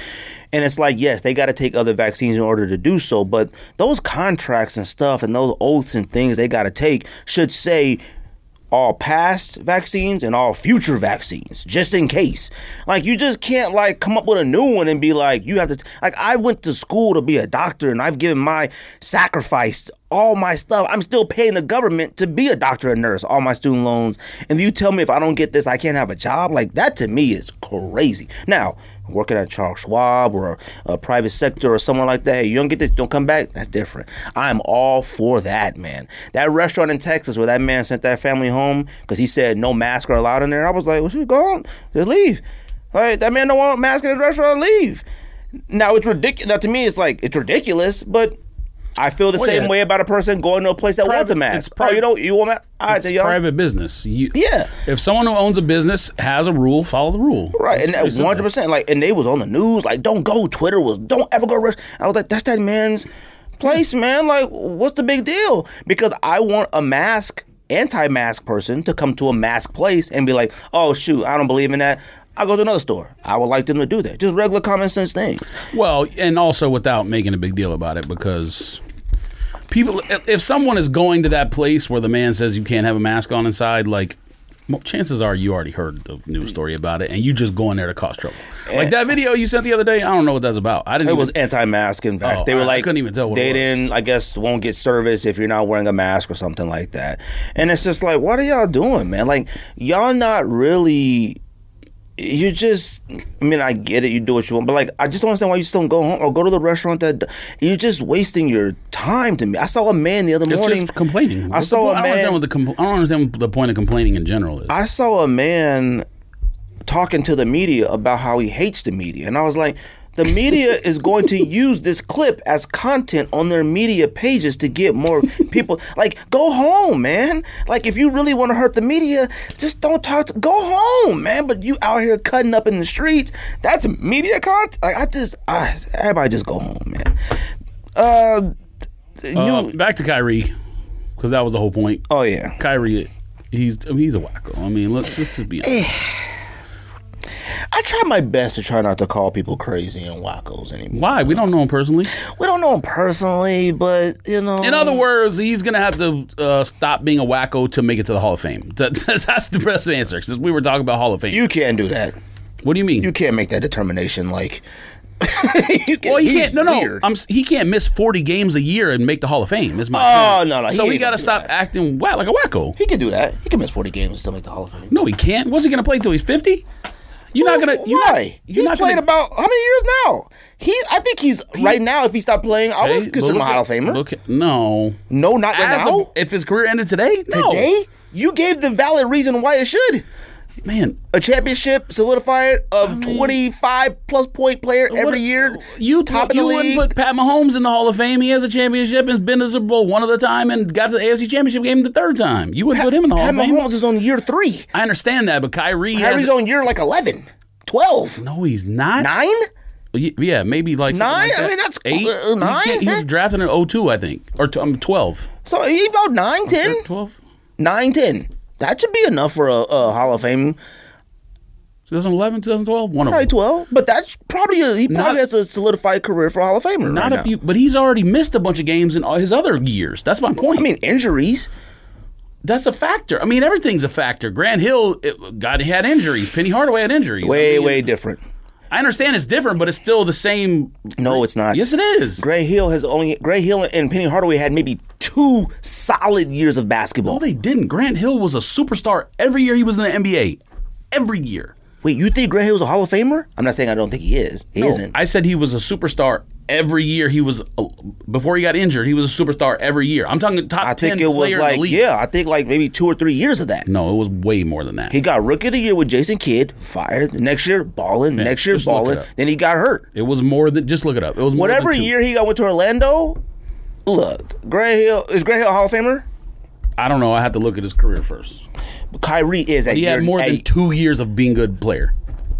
[SPEAKER 1] and it's like yes, they got to take other vaccines in order to do so, but those contracts and stuff and those oaths and things they got to take should say all past vaccines and all future vaccines just in case. Like you just can't like come up with a new one and be like you have to like I went to school to be a doctor and I've given my sacrificed all my stuff. I'm still paying the government to be a doctor and nurse, all my student loans. And you tell me if I don't get this, I can't have a job? Like that to me is crazy. Now, working at Charles Schwab or a private sector or someone like that, hey, you don't get this, don't come back, that's different. I'm all for that, man. That restaurant in Texas where that man sent that family home because he said no mask are allowed in there, I was like, well, shoot, go on, just leave. Like, that man don't want a mask in his restaurant, leave. Now, it's ridiculous. Now, to me, it's like, it's ridiculous, but I feel the
[SPEAKER 2] Well,
[SPEAKER 1] same
[SPEAKER 2] yeah.
[SPEAKER 1] way about a person going to a place that wants a
[SPEAKER 2] Private-
[SPEAKER 1] mask.
[SPEAKER 2] it's
[SPEAKER 1] oh, you
[SPEAKER 2] private-
[SPEAKER 1] don't, you want a mask? All right,
[SPEAKER 2] it's
[SPEAKER 1] then, y'all.
[SPEAKER 2] private business. You,
[SPEAKER 1] Yeah.
[SPEAKER 2] If someone who owns a business has a rule, follow the rule.
[SPEAKER 1] Right, and that
[SPEAKER 2] pretty simple.
[SPEAKER 1] one hundred percent, like, and they was on the news, like, don't go. Twitter was, don't ever go. rest-" I was like, that's that man's place, man. Like, what's the big deal? Because I want a mask, anti-mask person to come to a mask place and be like, oh shoot, I don't believe in that. I'll go to another store. I would like them to do that. Just regular common sense thing.
[SPEAKER 2] Well, and also without making a big deal about it because people, if if someone is going to that place where the man says you can't have a mask on inside, like, well, chances are you already heard the news story about it and you just going there to cause trouble. Like that video you sent the other day, I don't know what that's about. I didn't.
[SPEAKER 1] It
[SPEAKER 2] even-
[SPEAKER 1] was anti-mask and vax.
[SPEAKER 2] Oh,
[SPEAKER 1] they were
[SPEAKER 2] I- I
[SPEAKER 1] like,
[SPEAKER 2] couldn't even tell what it
[SPEAKER 1] they
[SPEAKER 2] was.
[SPEAKER 1] didn't. I guess won't get service if you're not wearing a mask or something like that. And it's just like, what are y'all doing, man? Like y'all not really. You just, I mean, I get it. You do what you want, but like, I just don't understand why you still don't go home or go to the restaurant. That you're just wasting your time to me. I saw a man the other
[SPEAKER 2] It's
[SPEAKER 1] morning
[SPEAKER 2] just complaining. What's the
[SPEAKER 1] saw a
[SPEAKER 2] point? I don't
[SPEAKER 1] man-
[SPEAKER 2] understand what the compl- I don't understand what the point of complaining in general is.
[SPEAKER 1] I saw a man talking to the media about how he hates the media. And I was like, the media is going to use this clip as content on their media pages to get more people. Like, go home, man. Like, if you really want to hurt the media, just don't talk. To, go home, man. But you out here cutting up in the streets, that's media content. Like, I just, I, everybody just go home, man. Uh, new,
[SPEAKER 2] Uh, back to Kyrie because that was the whole point.
[SPEAKER 1] oh, yeah.
[SPEAKER 2] Kyrie, he's he's a wacko. I mean, let's, let's just be
[SPEAKER 1] Eh.
[SPEAKER 2] honest.
[SPEAKER 1] I try my best to try not to call people crazy and wackos anymore.
[SPEAKER 2] Why? We don't know him personally.
[SPEAKER 1] We don't know him personally, but you know.
[SPEAKER 2] In other words, he's gonna have to uh, stop being a wacko to make it to the Hall of Fame. That- That's, that's the best answer. Since we were talking about Hall of Fame,
[SPEAKER 1] you can't do that.
[SPEAKER 2] what do you mean?
[SPEAKER 1] You can't make that determination. Like, you can't,
[SPEAKER 2] well, he
[SPEAKER 1] he's
[SPEAKER 2] can't. No, no.
[SPEAKER 1] weird.
[SPEAKER 2] I'm s- he can't miss forty games a year and make the Hall of Fame. Is my
[SPEAKER 1] Oh,
[SPEAKER 2] point.
[SPEAKER 1] no, no, he
[SPEAKER 2] So we
[SPEAKER 1] ain't
[SPEAKER 2] gotta
[SPEAKER 1] gonna do
[SPEAKER 2] stop acting whack like a wacko.
[SPEAKER 1] he can do that. He can miss forty games and still make the Hall of Fame.
[SPEAKER 2] No, he can't. What's he gonna play till he's fifty? You're not gonna. You're not,
[SPEAKER 1] Why?
[SPEAKER 2] you're
[SPEAKER 1] he's
[SPEAKER 2] not
[SPEAKER 1] played
[SPEAKER 2] gonna,
[SPEAKER 1] about how many years now? He, I think he's right now. If he stopped playing, I
[SPEAKER 2] Hey,
[SPEAKER 1] would
[SPEAKER 2] but
[SPEAKER 1] consider him a
[SPEAKER 2] look
[SPEAKER 1] Hall
[SPEAKER 2] at-
[SPEAKER 1] of Famer.
[SPEAKER 2] Look, at- no.
[SPEAKER 1] no, not right
[SPEAKER 2] As
[SPEAKER 1] now.
[SPEAKER 2] of- if his career ended today, no.
[SPEAKER 1] Today, you gave the valid reason why it should.
[SPEAKER 2] man.
[SPEAKER 1] A championship solidifier of twenty-five plus point player
[SPEAKER 2] what-
[SPEAKER 1] every year.
[SPEAKER 2] You
[SPEAKER 1] top in
[SPEAKER 2] you
[SPEAKER 1] the
[SPEAKER 2] wouldn't
[SPEAKER 1] league.
[SPEAKER 2] put Pat Mahomes in the Hall of Fame. He has a championship and's been to the Super Bowl one other time and got to the AFC Championship game the third time. You wouldn't put him in the Hall
[SPEAKER 1] Pat
[SPEAKER 2] of Fame.
[SPEAKER 1] Mahomes is on year three.
[SPEAKER 2] I understand that, but Kyrie,
[SPEAKER 1] Harry's
[SPEAKER 2] has,
[SPEAKER 1] on year like 11, 12,
[SPEAKER 2] no, he's not.
[SPEAKER 1] 9?
[SPEAKER 2] Y- Yeah, maybe like something
[SPEAKER 1] Nine?
[SPEAKER 2] Like
[SPEAKER 1] I
[SPEAKER 2] that.
[SPEAKER 1] mean, that's-
[SPEAKER 2] eight.
[SPEAKER 1] uh, uh,
[SPEAKER 2] He
[SPEAKER 1] nine,
[SPEAKER 2] can't- He,
[SPEAKER 1] huh?
[SPEAKER 2] was drafted in 02, I think, or t- um, 12.
[SPEAKER 1] So he about 9, 10?
[SPEAKER 2] 12?
[SPEAKER 1] 9, 10. That should be enough for a, a Hall of Fame.
[SPEAKER 2] 2011, 2012, one of
[SPEAKER 1] Probably
[SPEAKER 2] them.
[SPEAKER 1] twelve, but that's probably a, he probably
[SPEAKER 2] Not-
[SPEAKER 1] has a solidified career for Hall of Famer.
[SPEAKER 2] Not
[SPEAKER 1] right
[SPEAKER 2] a
[SPEAKER 1] now.
[SPEAKER 2] few, but he's already missed a bunch of games in all his other years. That's my point.
[SPEAKER 1] I mean, injuries.
[SPEAKER 2] That's a factor. I mean, everything's a factor. Grant Hill it, got had injuries. Penny Hardaway had injuries.
[SPEAKER 1] Way,
[SPEAKER 2] I mean,
[SPEAKER 1] way different.
[SPEAKER 2] I understand it's different, but it's still the same.
[SPEAKER 1] No, it's not.
[SPEAKER 2] Yes, it is.
[SPEAKER 1] Gray Hill has only Gray Hill and Penny Hardaway had maybe two solid years of
[SPEAKER 2] No,
[SPEAKER 1] basketball.
[SPEAKER 2] they didn't. Grant Hill was a superstar every year he was in the NBA. Every year.
[SPEAKER 1] Wait, you think Gray Hill's a Hall of Famer? I'm not saying I don't think he is. He isn't.
[SPEAKER 2] I said he was a superstar every year. He was uh, before he got injured. He was a superstar every year. I'm talking top
[SPEAKER 1] I
[SPEAKER 2] ten
[SPEAKER 1] think it was
[SPEAKER 2] player
[SPEAKER 1] like
[SPEAKER 2] in the league.
[SPEAKER 1] yeah, I think like maybe two or three years of that.
[SPEAKER 2] No, it was way more than that.
[SPEAKER 1] He got rookie of the year with Jason Kidd, fired. The Next year, balling. next year,
[SPEAKER 2] just look
[SPEAKER 1] balling.
[SPEAKER 2] it up.
[SPEAKER 1] Then he got hurt.
[SPEAKER 2] it was more than just look it up. It was more than
[SPEAKER 1] Whatever
[SPEAKER 2] two.
[SPEAKER 1] year he got went to Orlando, look, Gray Hill is Gray Hill a Hall of Famer.
[SPEAKER 2] I don't know. I have to look at his career first.
[SPEAKER 1] Kyrie is at
[SPEAKER 2] He
[SPEAKER 1] year,
[SPEAKER 2] had more than
[SPEAKER 1] at-
[SPEAKER 2] two years of being good player.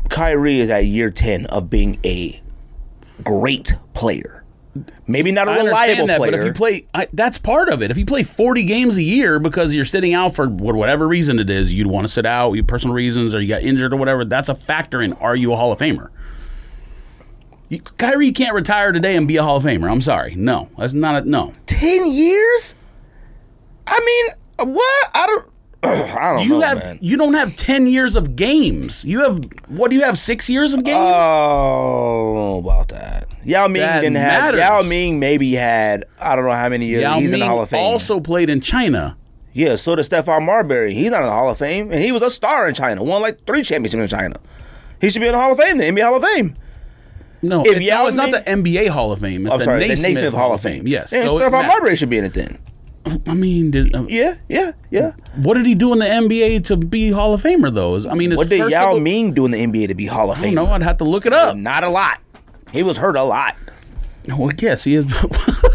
[SPEAKER 1] Kyrie is at year ten of being a great player. Maybe not a
[SPEAKER 2] I
[SPEAKER 1] reliable
[SPEAKER 2] understand that,
[SPEAKER 1] player.
[SPEAKER 2] but if you play, I, that's part of it. If you play 40 games a year because you're sitting out for wh- whatever reason it is, you'd want to sit out, your personal reasons, or you got injured or whatever, that's a factor in are you a Hall of Famer? You, Kyrie can't retire today and be a Hall of Famer. I'm sorry. No, that's not a no.
[SPEAKER 1] 10 years? I mean, what? I don't I don't
[SPEAKER 2] You
[SPEAKER 1] know,
[SPEAKER 2] have
[SPEAKER 1] man.
[SPEAKER 2] you don't have 10 years of games. You have what do you have 6 years of games?
[SPEAKER 1] Uh, Oh, about that. Yao Ming
[SPEAKER 2] That
[SPEAKER 1] didn't have
[SPEAKER 2] matters.
[SPEAKER 1] Yao Ming maybe had I don't know how many years
[SPEAKER 2] Yao
[SPEAKER 1] he's in the
[SPEAKER 2] Ming
[SPEAKER 1] Hall of Fame.
[SPEAKER 2] also played in China.
[SPEAKER 1] yeah, so did Stephon Marbury. He's not in the Hall of Fame, and he was a star in China. Won like three championships in China. He should be in the Hall of Fame, the NBA Hall of Fame.
[SPEAKER 2] No,
[SPEAKER 1] If
[SPEAKER 2] it- no,
[SPEAKER 1] Yao
[SPEAKER 2] it's not the NBA Hall of Fame. It's
[SPEAKER 1] I'm
[SPEAKER 2] the
[SPEAKER 1] sorry,
[SPEAKER 2] Naismith
[SPEAKER 1] the Naismith Hall of Fame.
[SPEAKER 2] Yes.
[SPEAKER 1] and
[SPEAKER 2] so it
[SPEAKER 1] Stephon
[SPEAKER 2] ma-
[SPEAKER 1] Marbury should be in it then.
[SPEAKER 2] I mean, did, uh,
[SPEAKER 1] Yeah, yeah, yeah.
[SPEAKER 2] What did he do in the NBA to be Hall of Famer, though? Is- I mean, his
[SPEAKER 1] What did
[SPEAKER 2] first
[SPEAKER 1] Yao
[SPEAKER 2] couple-
[SPEAKER 1] Ming do in the NBA to be Hall of
[SPEAKER 2] I don't
[SPEAKER 1] Fame?
[SPEAKER 2] know. I'd have to look it up.
[SPEAKER 1] Not a lot. He was hurt a lot.
[SPEAKER 2] Well, yes, he is.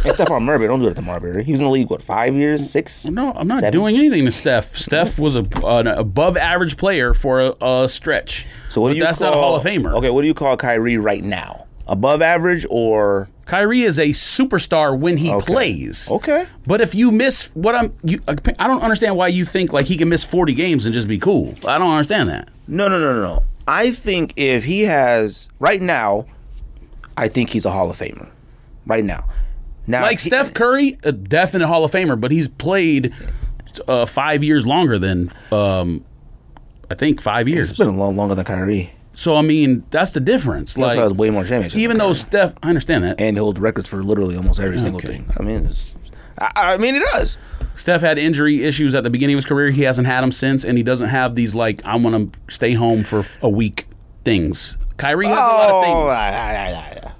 [SPEAKER 1] And Stephon Marbury, don't do that to Marbury. He was in the league what five years, six?
[SPEAKER 2] no, I'm not
[SPEAKER 1] Seven.
[SPEAKER 2] doing anything to Steph. Steph was a, an above-average player for a, a stretch.
[SPEAKER 1] So what
[SPEAKER 2] But
[SPEAKER 1] do you
[SPEAKER 2] That's
[SPEAKER 1] call,
[SPEAKER 2] not a Hall of Famer.
[SPEAKER 1] Okay, what do you call Kyrie right now? Above average or
[SPEAKER 2] Kyrie is a superstar when he plays.
[SPEAKER 1] okay?
[SPEAKER 2] But if you miss what I'm, you, I don't understand why you think like he can miss 40 games and just be cool. I don't understand that.
[SPEAKER 1] No, no, no, no, no. I think if he has right now, I think he's a Hall of Famer. Right now, now
[SPEAKER 2] Like
[SPEAKER 1] if Uh, he-
[SPEAKER 2] Steph Curry, a definite Hall of Famer, but he's played uh, five years longer than um, I think five years.
[SPEAKER 1] It's been a long longer than Kyrie.
[SPEAKER 2] So I mean, that's the difference.
[SPEAKER 1] Like, also
[SPEAKER 2] Like
[SPEAKER 1] has way more championships. than
[SPEAKER 2] even though
[SPEAKER 1] Kyrie.
[SPEAKER 2] Steph, I understand that
[SPEAKER 1] and holds records for literally almost every single
[SPEAKER 2] Okay.
[SPEAKER 1] thing. I mean, it's, I, I mean it does.
[SPEAKER 2] Steph had injury issues at the beginning of his career. He hasn't had them since, and he doesn't have these like I want to stay home for f- a week things. Kyrie has a lot of things.
[SPEAKER 1] ah, ah, ah, ah.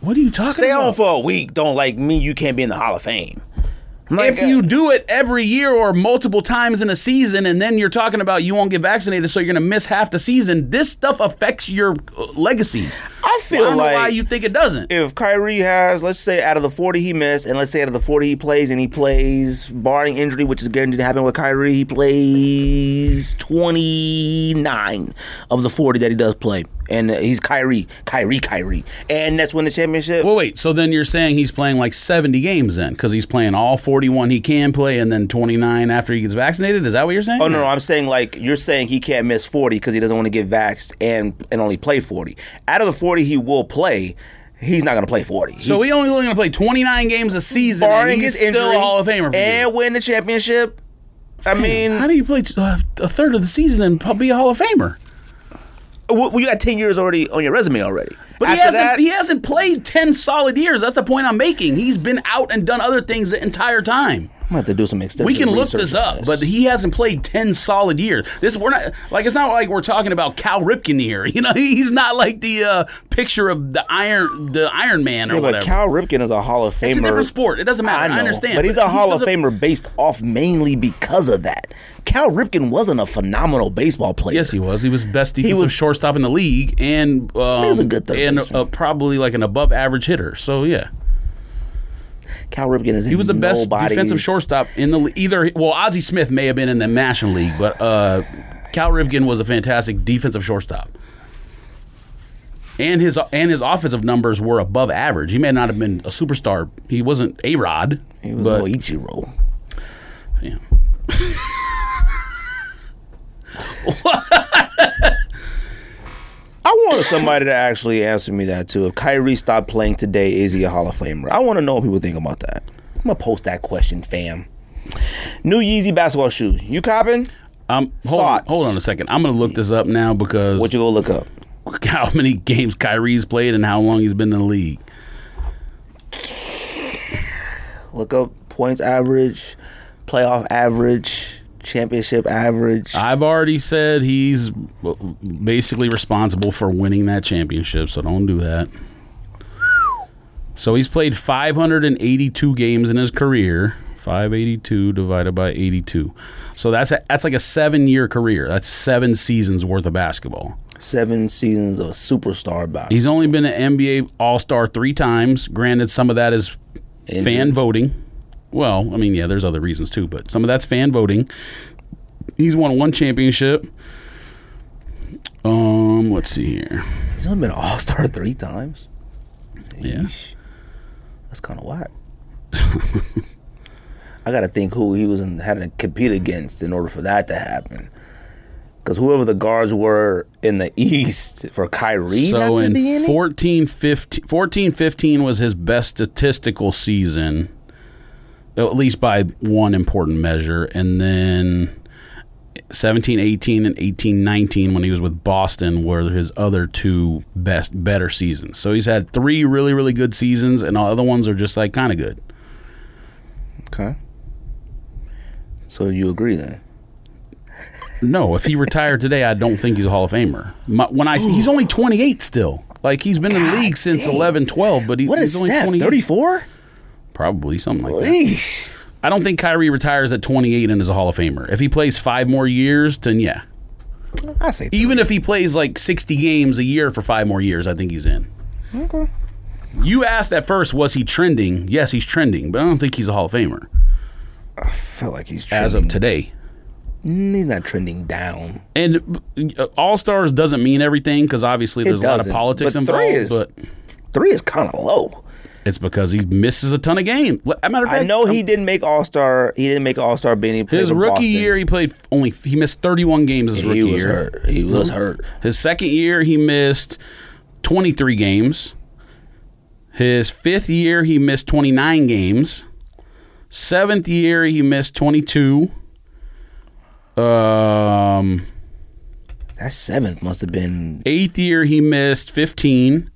[SPEAKER 2] What are you talking
[SPEAKER 1] Stay
[SPEAKER 2] about?
[SPEAKER 1] on for a week. Don't like me. You can't be in the Hall of Fame.
[SPEAKER 2] if
[SPEAKER 1] uh,
[SPEAKER 2] you do it every year or multiple times in a season, and then you're talking about you won't get vaccinated, so you're going to miss half the season. This stuff affects your uh, legacy.
[SPEAKER 1] I
[SPEAKER 2] I
[SPEAKER 1] feel
[SPEAKER 2] don't know why
[SPEAKER 1] like
[SPEAKER 2] you think it doesn't.
[SPEAKER 1] if Kyrie has, let's say, out of the forty he missed, and let's say out of the forty he plays, and he plays barring injury, which is guaranteed to happen with Kyrie, he plays twenty nine of the forty that he does play, and uh, he's Kyrie, Kyrie, Kyrie, and that's when the championship.
[SPEAKER 2] Well, wait. So then you're saying he's playing like 70 games then, because he's playing all 41 he can play, and then 29 after he gets vaccinated. Is that what you're saying?
[SPEAKER 1] Oh no, no, I'm saying like you're saying he can't miss 40 because he doesn't want to get vaxxed and and only play 40. Out of the 40 he will play, he's not gonna play 40. He's
[SPEAKER 2] So we only going to play 29 games a season,
[SPEAKER 1] barring
[SPEAKER 2] and he's
[SPEAKER 1] his
[SPEAKER 2] still
[SPEAKER 1] injury
[SPEAKER 2] a Hall of Famer. For you.
[SPEAKER 1] and win the championship. I mean,
[SPEAKER 2] How do you play uh, a third of the season and pu- be a Hall of Famer?
[SPEAKER 1] well, you got 10 years already on your resume already.
[SPEAKER 2] But he
[SPEAKER 1] After
[SPEAKER 2] hasn't,
[SPEAKER 1] that-
[SPEAKER 2] he hasn't played 10 solid years. That's the point I'm making. He's been out and done other things the entire time.
[SPEAKER 1] I'm gonna have to do some extensive.
[SPEAKER 2] We can look this
[SPEAKER 1] research on
[SPEAKER 2] up, but he hasn't played 10 solid years. This we're not like it's not like we're talking about Cal Ripken here. You know, he's not like the uh, picture of the Iron the Iron Man or
[SPEAKER 1] Yeah, but
[SPEAKER 2] whatever.
[SPEAKER 1] Cal Ripken is a Hall of Famer.
[SPEAKER 2] it's a different sport. It doesn't matter. I,
[SPEAKER 1] know,
[SPEAKER 2] understand.
[SPEAKER 1] But he's a
[SPEAKER 2] he
[SPEAKER 1] Hall of
[SPEAKER 2] doesn't-
[SPEAKER 1] Famer based off mainly because of that. Cal Ripken wasn't a phenomenal baseball player.
[SPEAKER 2] Yes, he was. He was best defensive
[SPEAKER 1] was-
[SPEAKER 2] shortstop in the league, and um,
[SPEAKER 1] was a good third
[SPEAKER 2] and
[SPEAKER 1] baseman.
[SPEAKER 2] uh, probably like an above average hitter. So yeah,
[SPEAKER 1] Cal Ripken is
[SPEAKER 2] he was the best defensive shortstop in the le- either. Well, Ozzie Smith may have been in the National League, but uh, Cal Ripken was a fantastic defensive shortstop. And his and his offensive numbers were above average. He may not have been a superstar. He wasn't a Rod.
[SPEAKER 1] He was e-
[SPEAKER 2] but,
[SPEAKER 1] no Ichiro.
[SPEAKER 2] yeah.
[SPEAKER 1] want somebody to actually answer me that too. If Kyrie stopped playing today, is he a Hall of Famer? I want to know what people think about that. I'm gonna post that question, fam. New Yeezy basketball shoe. You copping?
[SPEAKER 2] Um, hold on,
[SPEAKER 1] Thoughts?
[SPEAKER 2] hold on a second. I'm gonna look this up now because
[SPEAKER 1] What you go look up?
[SPEAKER 2] how many games Kyrie's played and how long he's been in the league.
[SPEAKER 1] Look up points average, playoff average, championship average.
[SPEAKER 2] I've already said he's basically responsible for winning that championship, so don't do that. So he's played 582 games in his career. 582 divided by 82. So that's a, that's like a 7-year career. That's 7 seasons worth of basketball.
[SPEAKER 1] Seven seasons of superstar basketball.
[SPEAKER 2] He's only been an NBA All-Star 3 times. Granted some of that is
[SPEAKER 1] Injured.
[SPEAKER 2] fan voting. Well, I mean, yeah, there's other reasons too, but some of that's fan voting. He's won one championship. Um, let's see here.
[SPEAKER 1] He's only been an All Star three times.
[SPEAKER 2] Yeah.
[SPEAKER 1] Yeesh. that's kind of whack. I gotta think who he was in, had to compete against in order for that to happen. Because whoever the guards were in the East for Kyrie
[SPEAKER 2] So
[SPEAKER 1] not to
[SPEAKER 2] in
[SPEAKER 1] be in it?
[SPEAKER 2] 14 15, 14 15 was his best statistical season, at least by one important measure. And then 17 18 and 18 19 when he was with Boston were his other two best, better seasons. So he's had three really, really good seasons, and all the other ones are just like kind of good.
[SPEAKER 1] Okay. So you agree then?
[SPEAKER 2] No, if he retired today, I don't think he's a Hall of Famer. My, when I he's only 28 still. Like he's been in the
[SPEAKER 1] God
[SPEAKER 2] league since
[SPEAKER 1] dang.
[SPEAKER 2] 11, 12, but he,
[SPEAKER 1] What
[SPEAKER 2] he's
[SPEAKER 1] is
[SPEAKER 2] only
[SPEAKER 1] Steph?
[SPEAKER 2] 28.
[SPEAKER 1] Thirty four?
[SPEAKER 2] Probably something like that.
[SPEAKER 1] Eesh.
[SPEAKER 2] I don't think Kyrie retires at 28 and is a Hall of Famer. If he plays five more years, then yeah.
[SPEAKER 1] I say
[SPEAKER 2] Even if he plays like 60 games a year for five more years, I think he's in.
[SPEAKER 1] Okay.
[SPEAKER 2] You asked at first, was he trending? Yes, he's trending, but I don't think he's a Hall of Famer
[SPEAKER 1] I feel like he's trending.
[SPEAKER 2] as of today.
[SPEAKER 1] Mm, he's not trending down.
[SPEAKER 2] And All Stars doesn't mean everything because obviously there's a lot of
[SPEAKER 1] doesn't,
[SPEAKER 2] politics
[SPEAKER 1] but
[SPEAKER 2] involved.
[SPEAKER 1] three is-
[SPEAKER 2] but
[SPEAKER 1] Three is kind of low.
[SPEAKER 2] It's because he misses a ton of games. L- a matter of fact,
[SPEAKER 1] I know he didn't make All Star. He didn't make All Star. Benny
[SPEAKER 2] his rookie year he played only he missed 31 games his rookie
[SPEAKER 1] He was
[SPEAKER 2] year.
[SPEAKER 1] hurt. He was hurt.
[SPEAKER 2] His second year he missed 23 games. His fifth year he missed 29 games. Seventh year he missed 22. Um,
[SPEAKER 1] That seventh must have been
[SPEAKER 2] eighth year he missed 15.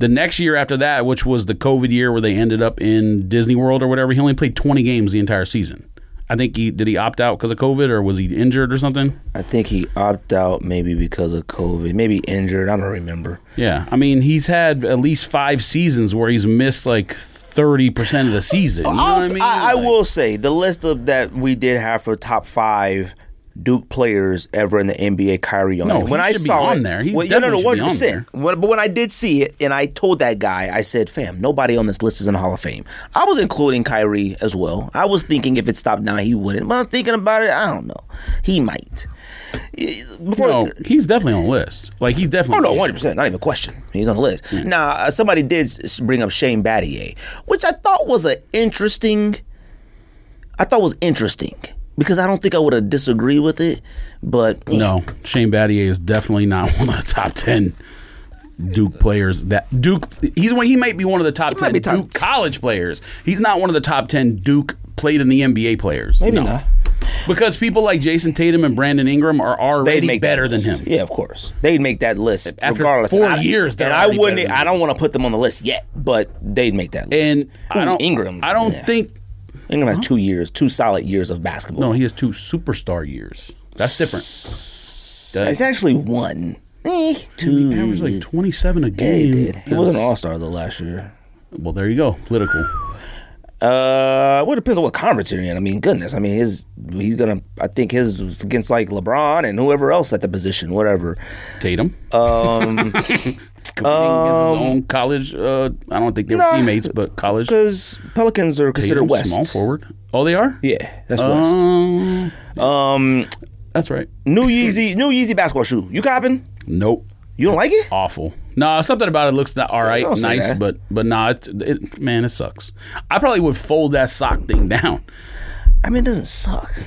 [SPEAKER 2] The next year after that, which was the COVID year where they ended up in Disney World or whatever, he only played 20 games the entire season. I think he did he opt out because of COVID or was he injured or something?
[SPEAKER 1] I think he opted out maybe because of COVID, maybe injured. I don't remember.
[SPEAKER 2] Yeah. I mean, he's had at least five seasons where he's missed like 30% of the season. You know
[SPEAKER 1] I'll
[SPEAKER 2] what I
[SPEAKER 1] s-
[SPEAKER 2] mean?
[SPEAKER 1] I, I
[SPEAKER 2] Like,
[SPEAKER 1] will say the list of that we did have for top five Duke players ever in the NBA. Kyrie on
[SPEAKER 2] No,
[SPEAKER 1] it.
[SPEAKER 2] he
[SPEAKER 1] when I
[SPEAKER 2] should be
[SPEAKER 1] saw
[SPEAKER 2] on
[SPEAKER 1] it,
[SPEAKER 2] there. He
[SPEAKER 1] well, no, no, no,
[SPEAKER 2] definitely should
[SPEAKER 1] one
[SPEAKER 2] be on there.
[SPEAKER 1] percent. But when I did see it, and I told that guy, I said, "Fam, nobody on this list is in the Hall of Fame." I was including Kyrie as well. I was thinking if it stopped now, he wouldn't. But I'm thinking about it. I don't know. He might. Eh, Before,
[SPEAKER 2] No, he's definitely on the list. Like, he's
[SPEAKER 1] Oh
[SPEAKER 2] definitely.
[SPEAKER 1] no, one hundred percent, not even a question. He's on the list.
[SPEAKER 2] Hmm.
[SPEAKER 1] Now uh, somebody did s- s- bring up Shane Battier, which I thought was an interesting. I thought was interesting because I don't think I would have disagreed with it, but
[SPEAKER 2] No, Shane Battier is definitely not one of the top ten Duke players. That Duke, he's one. He might be one of the top
[SPEAKER 1] might
[SPEAKER 2] ten
[SPEAKER 1] be top-
[SPEAKER 2] Duke college players. He's not one of the top ten Duke played in the NBA players.
[SPEAKER 1] maybe
[SPEAKER 2] No.
[SPEAKER 1] not.
[SPEAKER 2] because people like Jason Tatum and Brandon Ingram are
[SPEAKER 1] They'd
[SPEAKER 2] already
[SPEAKER 1] make that
[SPEAKER 2] better than
[SPEAKER 1] list.
[SPEAKER 2] him.
[SPEAKER 1] Yeah, of course. They'd make that list
[SPEAKER 2] After
[SPEAKER 1] regardless.
[SPEAKER 2] four
[SPEAKER 1] And I-
[SPEAKER 2] years, they're
[SPEAKER 1] and I
[SPEAKER 2] already
[SPEAKER 1] wouldn't.
[SPEAKER 2] better than
[SPEAKER 1] I don't want to put them on the list yet, but they'd make that list.
[SPEAKER 2] And I
[SPEAKER 1] Ooh,
[SPEAKER 2] don't
[SPEAKER 1] Ingram.
[SPEAKER 2] I don't
[SPEAKER 1] yeah.
[SPEAKER 2] think.
[SPEAKER 1] Ingram has two years, two solid years of basketball.
[SPEAKER 2] No, he has two superstar years. That's different.
[SPEAKER 1] it's actually one. Eh, two.
[SPEAKER 2] He averaged like twenty-seven a
[SPEAKER 1] Yeah, he
[SPEAKER 2] game.
[SPEAKER 1] did. He was an all star though last year.
[SPEAKER 2] Well, there you go. Political.
[SPEAKER 1] Uh, well, it depends on what conference you're in. I mean, goodness, I mean, his he's gonna. I think his was against like LeBron and whoever else at the position, whatever.
[SPEAKER 2] Tatum. Um, competing against his own college. Uh, I don't think they were
[SPEAKER 1] um, Nah.
[SPEAKER 2] teammates, but college.
[SPEAKER 1] Because Pelicans are considered
[SPEAKER 2] Tatum,
[SPEAKER 1] West.
[SPEAKER 2] small forward. Oh, they are.
[SPEAKER 1] Yeah, that's West.
[SPEAKER 2] Um,
[SPEAKER 1] Um,
[SPEAKER 2] that's right.
[SPEAKER 1] New Yeezy, New Yeezy basketball shoe. You copping?
[SPEAKER 2] Nope.
[SPEAKER 1] You don't like it?
[SPEAKER 2] Awful. Nah, something about it looks not all right,
[SPEAKER 1] Don't say
[SPEAKER 2] nice,
[SPEAKER 1] that.
[SPEAKER 2] but but nah, it, it, man, it sucks. I probably would fold that sock thing down.
[SPEAKER 1] I mean, it doesn't suck.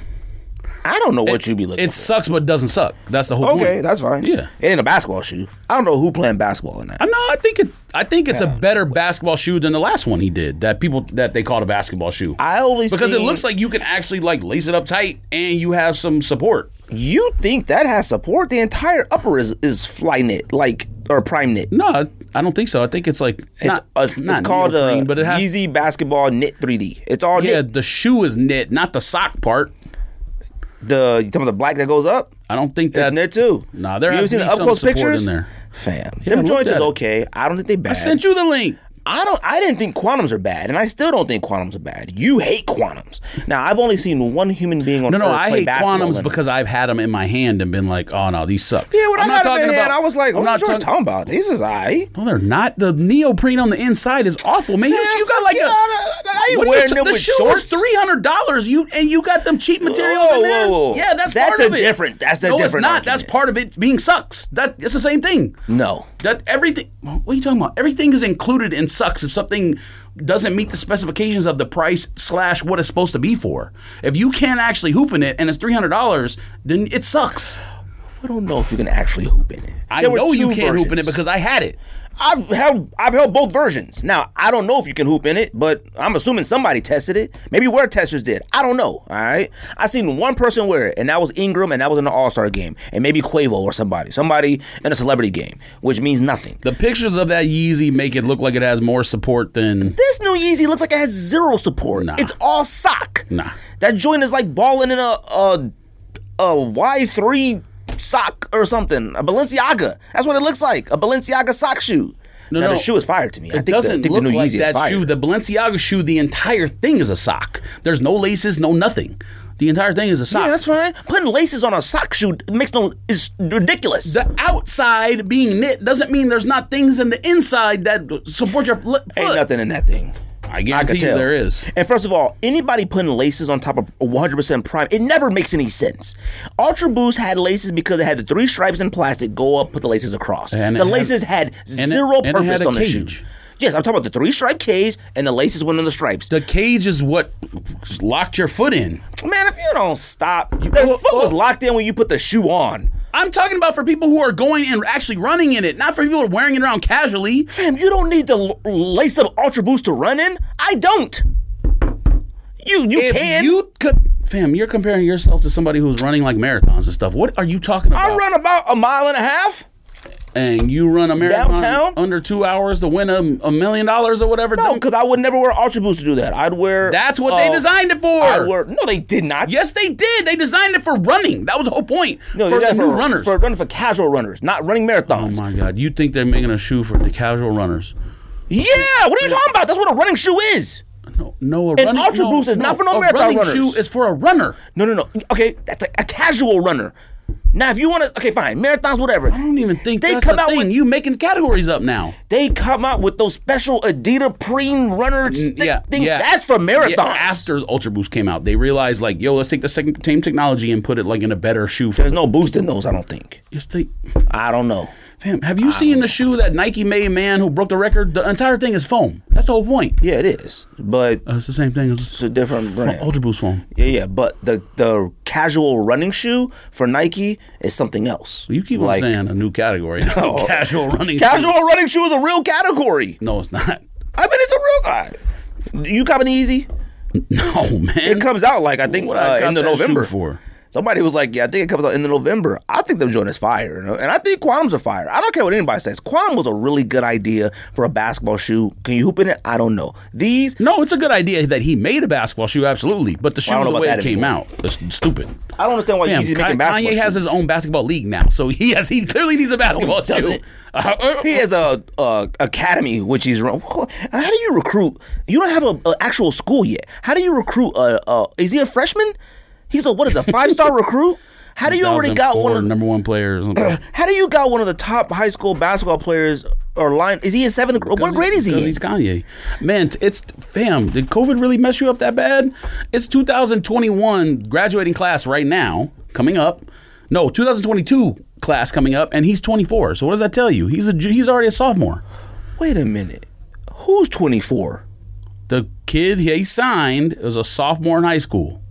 [SPEAKER 1] I don't know what you be looking.
[SPEAKER 2] It sucks, but it doesn't suck. That's the whole
[SPEAKER 1] for. Okay,
[SPEAKER 2] point.
[SPEAKER 1] that's fine.
[SPEAKER 2] Yeah.
[SPEAKER 1] it ain't a basketball shoe. I don't know who playing basketball in that.
[SPEAKER 2] I know. I think it. I think it's a better basketball shoe than the last one he did. That people that they called a basketball shoe
[SPEAKER 1] I only
[SPEAKER 2] because it
[SPEAKER 1] seen-
[SPEAKER 2] looks like you can actually like lace it up tight and you have some support.
[SPEAKER 1] you think that has support. The entire upper is is fly knit, like or prime knit.
[SPEAKER 2] No, I- I don't think so. I think it's like
[SPEAKER 1] It's,
[SPEAKER 2] not,
[SPEAKER 1] uh,
[SPEAKER 2] not
[SPEAKER 1] it's called
[SPEAKER 2] neoprene,
[SPEAKER 1] uh,
[SPEAKER 2] but it has
[SPEAKER 1] Yeezy basketball knit 3D. It's all
[SPEAKER 2] yeah.
[SPEAKER 1] knit.
[SPEAKER 2] The shoe is knit, not the sock part.
[SPEAKER 1] The you talking about the black that goes up?
[SPEAKER 2] I don't think
[SPEAKER 1] It's
[SPEAKER 2] that.
[SPEAKER 1] knit too.
[SPEAKER 2] Nah, there
[SPEAKER 1] you
[SPEAKER 2] has
[SPEAKER 1] ever seen
[SPEAKER 2] to be
[SPEAKER 1] the up
[SPEAKER 2] some
[SPEAKER 1] close
[SPEAKER 2] support
[SPEAKER 1] pictures?
[SPEAKER 2] in there.
[SPEAKER 1] Fam,
[SPEAKER 2] I
[SPEAKER 1] them
[SPEAKER 2] looked
[SPEAKER 1] joints
[SPEAKER 2] at
[SPEAKER 1] is
[SPEAKER 2] it.
[SPEAKER 1] okay. I don't think they bad.
[SPEAKER 2] I sent you the link.
[SPEAKER 1] I don't. I didn't think quantums are bad, and I still don't think quantums are bad. You hate quantums. Now I've only seen one human being on
[SPEAKER 2] No, no,
[SPEAKER 1] Earth
[SPEAKER 2] I
[SPEAKER 1] play
[SPEAKER 2] hate
[SPEAKER 1] basketball in
[SPEAKER 2] quantums
[SPEAKER 1] it.
[SPEAKER 2] because I've had them in my hand and been like, oh no, these suck.
[SPEAKER 1] yeah, when
[SPEAKER 2] I'm
[SPEAKER 1] i
[SPEAKER 2] not
[SPEAKER 1] got it in
[SPEAKER 2] talking
[SPEAKER 1] hand,
[SPEAKER 2] about-
[SPEAKER 1] I was like,
[SPEAKER 2] I'm
[SPEAKER 1] "What
[SPEAKER 2] not
[SPEAKER 1] George
[SPEAKER 2] talking.
[SPEAKER 1] talking about? This is I."
[SPEAKER 2] No, they're not. The neoprene on the inside is awful, man. You, you got like a.
[SPEAKER 1] I ain't
[SPEAKER 2] What are you
[SPEAKER 1] wearing
[SPEAKER 2] t-
[SPEAKER 1] them
[SPEAKER 2] the
[SPEAKER 1] with
[SPEAKER 2] shoe
[SPEAKER 1] shorts.
[SPEAKER 2] was three hundred dollars. You and you got them cheap materials in
[SPEAKER 1] Whoa,
[SPEAKER 2] there.
[SPEAKER 1] whoa, whoa.
[SPEAKER 2] Yeah, that's
[SPEAKER 1] That's
[SPEAKER 2] part
[SPEAKER 1] a
[SPEAKER 2] of it.
[SPEAKER 1] different- that's the
[SPEAKER 2] no,
[SPEAKER 1] different
[SPEAKER 2] it's not. That's
[SPEAKER 1] argument.
[SPEAKER 2] part of it being sucks. That it's the same thing.
[SPEAKER 1] No,
[SPEAKER 2] That everything. What are you talking about? Everything is included in sucks if something doesn't meet the specifications of the price slash what it's supposed to be for. If you can't actually hoop in it and it's three hundred dollars, then it sucks.
[SPEAKER 1] I don't know if you can actually hoop in it.
[SPEAKER 2] I
[SPEAKER 1] There were
[SPEAKER 2] know you
[SPEAKER 1] two
[SPEAKER 2] can't hoop in it
[SPEAKER 1] versions.
[SPEAKER 2] because I had it.
[SPEAKER 1] I've held I've held both versions. Now I don't know if you can hoop in it, but I'm assuming somebody tested it. Maybe where testers did. I don't know. All right. I seen one person wear it, and that was Ingram, and that was in the All Star game, and maybe Quavo or somebody, somebody in a celebrity game, which means nothing.
[SPEAKER 2] The pictures of that Yeezy make it look like it has more support than
[SPEAKER 1] This new Yeezy looks like it has zero support.
[SPEAKER 2] Nah.
[SPEAKER 1] It's all sock.
[SPEAKER 2] Nah.
[SPEAKER 1] That joint is like balling in a a a Y three sock or something. A Balenciaga. That's what it looks like. A Balenciaga sock shoe.
[SPEAKER 2] No,
[SPEAKER 1] now,
[SPEAKER 2] no.
[SPEAKER 1] the shoe is fire to me. I
[SPEAKER 2] It
[SPEAKER 1] think the, I
[SPEAKER 2] doesn't
[SPEAKER 1] think
[SPEAKER 2] look
[SPEAKER 1] the new
[SPEAKER 2] like
[SPEAKER 1] Yeezy is
[SPEAKER 2] that
[SPEAKER 1] fire.
[SPEAKER 2] shoe. The Balenciaga shoe, the entire thing is a sock. There's no laces, no nothing. The entire thing is a sock.
[SPEAKER 1] Yeah, that's fine. Putting laces on a sock shoe makes no is ridiculous.
[SPEAKER 2] the outside being knit doesn't mean there's not things in the inside that support your li- foot.
[SPEAKER 1] Ain't nothing in that thing.
[SPEAKER 2] I guarantee
[SPEAKER 1] could
[SPEAKER 2] you
[SPEAKER 1] tell.
[SPEAKER 2] there is.
[SPEAKER 1] And first of all, anybody putting laces on top of 100% prime, it never makes any sense. Ultra Boost had laces because it had the three stripes in plastic go up, put the laces across.
[SPEAKER 2] And it
[SPEAKER 1] the
[SPEAKER 2] had-
[SPEAKER 1] laces had
[SPEAKER 2] and it-
[SPEAKER 1] zero
[SPEAKER 2] and it
[SPEAKER 1] purpose
[SPEAKER 2] had a
[SPEAKER 1] on the
[SPEAKER 2] cage.
[SPEAKER 1] shoe. Yes, I'm talking about the three stripe cage and the laces went on the stripes.
[SPEAKER 2] The cage is what locked your foot in.
[SPEAKER 1] Man, if you don't stop, the
[SPEAKER 2] well,
[SPEAKER 1] foot was
[SPEAKER 2] well-
[SPEAKER 1] locked in when you put the shoe on.
[SPEAKER 2] I'm talking about for people who are going and actually running in it, not for people wearing it around casually.
[SPEAKER 1] Fam, you don't need to l- lace up Ultra Boost to run in. I don't. You you
[SPEAKER 2] If
[SPEAKER 1] can.
[SPEAKER 2] you could, fam, you're comparing yourself to somebody who's running like marathons and stuff. What are you talking about?
[SPEAKER 1] I run about a mile and a half.
[SPEAKER 2] and you run a marathon
[SPEAKER 1] Downtown?
[SPEAKER 2] under two hours to win a, a million dollars or whatever.
[SPEAKER 1] No,
[SPEAKER 2] don't-
[SPEAKER 1] because I would never wear Ultra Boost to do that. I'd wear.
[SPEAKER 2] that's what
[SPEAKER 1] uh,
[SPEAKER 2] they designed it for.
[SPEAKER 1] I'd wear. No, they did not.
[SPEAKER 2] yes, they did. They designed it for running. That was the whole point
[SPEAKER 1] no,
[SPEAKER 2] for
[SPEAKER 1] they
[SPEAKER 2] the
[SPEAKER 1] did that
[SPEAKER 2] new runners.
[SPEAKER 1] For running for casual runners, not running
[SPEAKER 2] oh
[SPEAKER 1] marathons.
[SPEAKER 2] my God, you think they're making a shoe for the casual runners?
[SPEAKER 1] yeah, what are you talking about? That's what a running shoe is.
[SPEAKER 2] No, no, a
[SPEAKER 1] An
[SPEAKER 2] running
[SPEAKER 1] Ultra
[SPEAKER 2] no,
[SPEAKER 1] Boost is not for no
[SPEAKER 2] a
[SPEAKER 1] marathon
[SPEAKER 2] running
[SPEAKER 1] runners.
[SPEAKER 2] shoe is for a runner.
[SPEAKER 1] No, no, no. Okay, that's a, a casual runner. Now, if you want to, okay, fine, marathons, whatever.
[SPEAKER 2] I don't even think
[SPEAKER 1] they
[SPEAKER 2] that's
[SPEAKER 1] come
[SPEAKER 2] a
[SPEAKER 1] out
[SPEAKER 2] thing.
[SPEAKER 1] with
[SPEAKER 2] you making categories up now.
[SPEAKER 1] they come out with those special Adidas Preen runners. thi-
[SPEAKER 2] yeah,
[SPEAKER 1] thing.
[SPEAKER 2] yeah.
[SPEAKER 1] That's for marathons.
[SPEAKER 2] Yeah, after the Ultra Boost came out, they realized like, yo, let's take the same same technology and put it like in a better shoe. For
[SPEAKER 1] There's no boost in those. I don't think.
[SPEAKER 2] Yes, they-
[SPEAKER 1] I don't know.
[SPEAKER 2] Fam, have you seen the shoe that Nike made, man, who broke the record? The entire thing is foam. That's the whole point.
[SPEAKER 1] Yeah, it is, but
[SPEAKER 2] Uh, it's the same thing as
[SPEAKER 1] it's a different brand.
[SPEAKER 2] Ultra Boost foam.
[SPEAKER 1] Yeah, yeah, but the the casual running shoe for Nike is something else.
[SPEAKER 2] You keep
[SPEAKER 1] Like-
[SPEAKER 2] on saying a new category. casual running.
[SPEAKER 1] Casual
[SPEAKER 2] shoe.
[SPEAKER 1] running shoe is a real category.
[SPEAKER 2] No, it's not.
[SPEAKER 1] I mean, it's a real guy. You coming easy?
[SPEAKER 2] No, man.
[SPEAKER 1] It comes out like I think
[SPEAKER 2] What I
[SPEAKER 1] uh,
[SPEAKER 2] got
[SPEAKER 1] in the
[SPEAKER 2] that shoe
[SPEAKER 1] November.
[SPEAKER 2] for.
[SPEAKER 1] Somebody was like, "Yeah, I think it comes out in the November." I think the joint is fire, you know? and I think Quantum's a fire. I don't care what anybody says. Quantum was a really good idea for a basketball shoe. Can you hoop in it? I don't know. These
[SPEAKER 2] No, it's a good idea that he made a basketball shoe, absolutely. But the shoe,
[SPEAKER 1] don't know
[SPEAKER 2] the
[SPEAKER 1] about
[SPEAKER 2] way it
[SPEAKER 1] that
[SPEAKER 2] came
[SPEAKER 1] anymore.
[SPEAKER 2] out, it's stupid.
[SPEAKER 1] I don't understand why
[SPEAKER 2] Fam,
[SPEAKER 1] Yeezy's
[SPEAKER 2] Ka-
[SPEAKER 1] making basketball.
[SPEAKER 2] Kanye has
[SPEAKER 1] shoes.
[SPEAKER 2] his own basketball league now, so he has he clearly needs a basketball shoe. Uh,
[SPEAKER 1] doesn't. He has a, a academy which he's run. How do you recruit? You don't have a, a actual school yet. How do you recruit? A, a is he a freshman? He's a what is a five star recruit? How do you already got one? Of, the-
[SPEAKER 2] number one player. Or something.
[SPEAKER 1] how do you got one of the top high school basketball players or line? Is he in seventh? grade? What grade is
[SPEAKER 2] Because
[SPEAKER 1] he in?
[SPEAKER 2] He's Kanye. Man, t- it's fam. Did COVID really mess you up that bad? It's 2021 graduating class right now coming up. No, 2022 class coming up, and he's 24. So what does that tell you? He's a ju- he's already a sophomore.
[SPEAKER 1] Wait a minute. Who's twenty four?
[SPEAKER 2] The kid he signed was a sophomore in high school.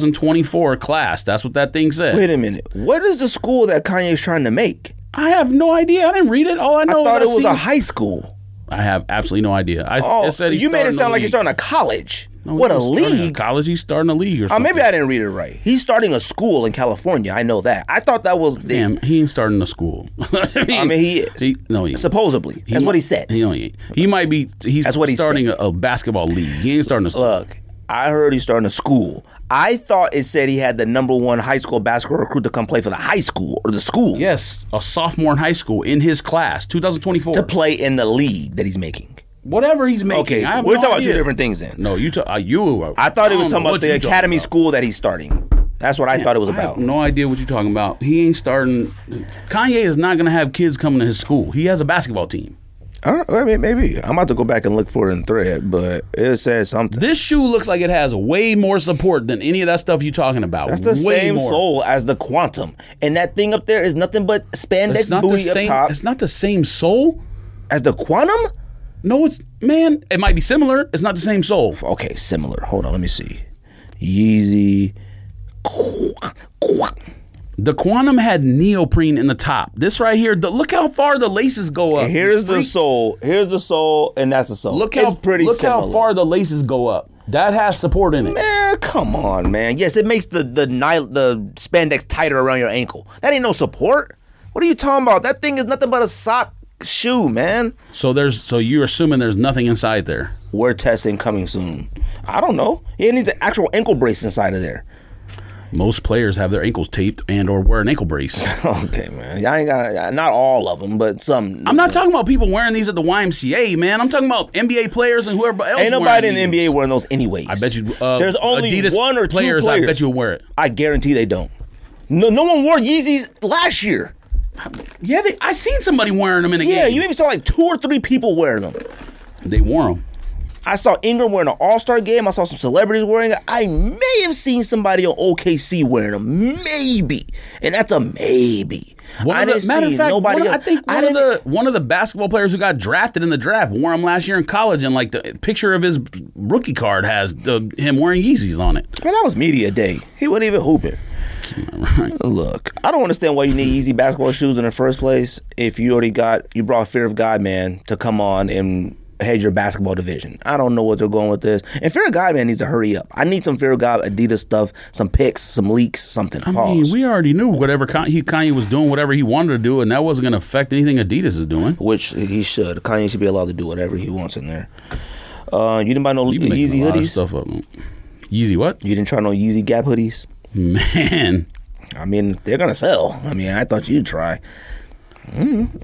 [SPEAKER 2] 2024 class. That's what that thing said.
[SPEAKER 1] Wait a minute. What is the school that Kanye's trying to make?
[SPEAKER 2] I have no idea. I didn't read it. All I know
[SPEAKER 1] I thought it
[SPEAKER 2] is
[SPEAKER 1] was a
[SPEAKER 2] I seen-
[SPEAKER 1] high school.
[SPEAKER 2] I have absolutely no idea. I
[SPEAKER 1] Oh,
[SPEAKER 2] it said he's
[SPEAKER 1] you made it
[SPEAKER 2] starting
[SPEAKER 1] sound
[SPEAKER 2] a
[SPEAKER 1] like
[SPEAKER 2] league.
[SPEAKER 1] he's starting a college.
[SPEAKER 2] No,
[SPEAKER 1] what
[SPEAKER 2] he
[SPEAKER 1] a
[SPEAKER 2] was starting
[SPEAKER 1] league.
[SPEAKER 2] college. He's starting a league or
[SPEAKER 1] Uh,
[SPEAKER 2] something.
[SPEAKER 1] maybe I didn't read it right. He's starting a school in California. I know that. I thought that was the,
[SPEAKER 2] Damn, he ain't starting a school. I, mean,
[SPEAKER 1] mean, he is.
[SPEAKER 2] no, he ain't.
[SPEAKER 1] supposedly. That's
[SPEAKER 2] might-
[SPEAKER 1] what he said.
[SPEAKER 2] He, don't- he might be. He's
[SPEAKER 1] That's what he
[SPEAKER 2] starting a, a basketball league. He ain't starting a school.
[SPEAKER 1] Look, I heard he's starting a school. I thought it said he had the number one high school basketball recruit to come play for the high school or the school
[SPEAKER 2] yes, a sophomore in high school in his class, 2024.
[SPEAKER 1] to play in the league that he's making.
[SPEAKER 2] Whatever he's making.
[SPEAKER 1] Okay,
[SPEAKER 2] I have
[SPEAKER 1] we're
[SPEAKER 2] no
[SPEAKER 1] talking
[SPEAKER 2] idea.
[SPEAKER 1] about two different things then.
[SPEAKER 2] No, you. Ta- uh, you. were-
[SPEAKER 1] I thought he was
[SPEAKER 2] don't know
[SPEAKER 1] talking about
[SPEAKER 2] what
[SPEAKER 1] the
[SPEAKER 2] you talking
[SPEAKER 1] academy
[SPEAKER 2] about.
[SPEAKER 1] school that he's starting. That's what I thought it was about.
[SPEAKER 2] I have no idea what you're talking about. He ain't starting. Kanye is not going to have kids coming to his school. He has a basketball team.
[SPEAKER 1] All right, I mean, maybe I'm about to go back and look for it in thread, but it says something.
[SPEAKER 2] This shoe looks like it has way more support than any of that stuff you're talking about.
[SPEAKER 1] That's the
[SPEAKER 2] way
[SPEAKER 1] same
[SPEAKER 2] more.
[SPEAKER 1] soul as the quantum, and that thing up there is nothing but
[SPEAKER 2] It's
[SPEAKER 1] spandex
[SPEAKER 2] not the
[SPEAKER 1] buoy up
[SPEAKER 2] same.
[SPEAKER 1] top
[SPEAKER 2] It's not the same soul.
[SPEAKER 1] as the quantum.
[SPEAKER 2] No, it's man. It might be similar. It's not the same soul.
[SPEAKER 1] Okay, similar. Hold on, let me see. Yeezy.
[SPEAKER 2] The quantum had neoprene in the top. This right here. The, look how far the laces go up.
[SPEAKER 1] Here's the soul. Here's the soul, and that's the soul.
[SPEAKER 2] Look
[SPEAKER 1] it's
[SPEAKER 2] how
[SPEAKER 1] pretty
[SPEAKER 2] look
[SPEAKER 1] similar.
[SPEAKER 2] how far the laces go up. That has support in it.
[SPEAKER 1] Man, come on, man. Yes, it makes the the ni- the spandex tighter around your ankle. That ain't no support. What are you talking about? That thing is nothing but a sock shoe, man.
[SPEAKER 2] So there's so you're assuming there's nothing inside there.
[SPEAKER 1] We're testing coming soon. I don't know. It needs an actual ankle brace inside of there.
[SPEAKER 2] Most players have their ankles taped and or wear an ankle brace.
[SPEAKER 1] Okay, man. I ain't got not all of them, but some.
[SPEAKER 2] I'm not talking about people wearing these at the YMCA, man. I'm talking about NBA players and whoever else.
[SPEAKER 1] Ain't nobody in
[SPEAKER 2] wearing
[SPEAKER 1] the
[SPEAKER 2] these.
[SPEAKER 1] NBA wearing those anyways.
[SPEAKER 2] I bet you. Uh,
[SPEAKER 1] There's only
[SPEAKER 2] Adidas
[SPEAKER 1] one or two
[SPEAKER 2] players.
[SPEAKER 1] players.
[SPEAKER 2] I bet you will wear it.
[SPEAKER 1] I guarantee they don't. No, no one wore Yeezys last year.
[SPEAKER 2] Yeah, they, I seen somebody wearing them in a
[SPEAKER 1] Yeah,
[SPEAKER 2] game.
[SPEAKER 1] you even saw like two or three people wear them.
[SPEAKER 2] they wore them.
[SPEAKER 1] I saw Ingram wearing an All Star game. I saw some celebrities wearing it. I may have seen somebody on OKC wearing them, maybe, and that's a maybe.
[SPEAKER 2] One
[SPEAKER 1] I
[SPEAKER 2] of the-
[SPEAKER 1] didn't
[SPEAKER 2] matter
[SPEAKER 1] see
[SPEAKER 2] of fact,
[SPEAKER 1] nobody.
[SPEAKER 2] one of- I
[SPEAKER 1] else.
[SPEAKER 2] think one of
[SPEAKER 1] didn't-
[SPEAKER 2] the one of the basketball players who got drafted in the draft wore them last year in college, and like the picture of his rookie card has the, him wearing Yeezys on it.
[SPEAKER 1] man, that was media day. He wasn't even hooping. Look, I don't understand why you need easy basketball shoes in the first place if you already got you brought Fear of God Man to come on and head your basketball division. I don't know what they're going with this. And Fear of God Man needs to hurry up. I need some Fear of God Adidas stuff, some picks, some leaks, something.
[SPEAKER 2] I
[SPEAKER 1] Pause.
[SPEAKER 2] mean, we already knew whatever Kanye, he, Kanye was doing, whatever he wanted to do, and that wasn't going to affect anything Adidas is doing.
[SPEAKER 1] Which he should. Kanye should be allowed to do whatever he wants in there. Uh, you didn't buy no
[SPEAKER 2] Making
[SPEAKER 1] Yeezy
[SPEAKER 2] a lot of
[SPEAKER 1] hoodies.
[SPEAKER 2] stuff up. Yeezy what?
[SPEAKER 1] You didn't try no Yeezy Gap hoodies.
[SPEAKER 2] Man,
[SPEAKER 1] I mean, they're gonna sell. I mean, I thought you'd try.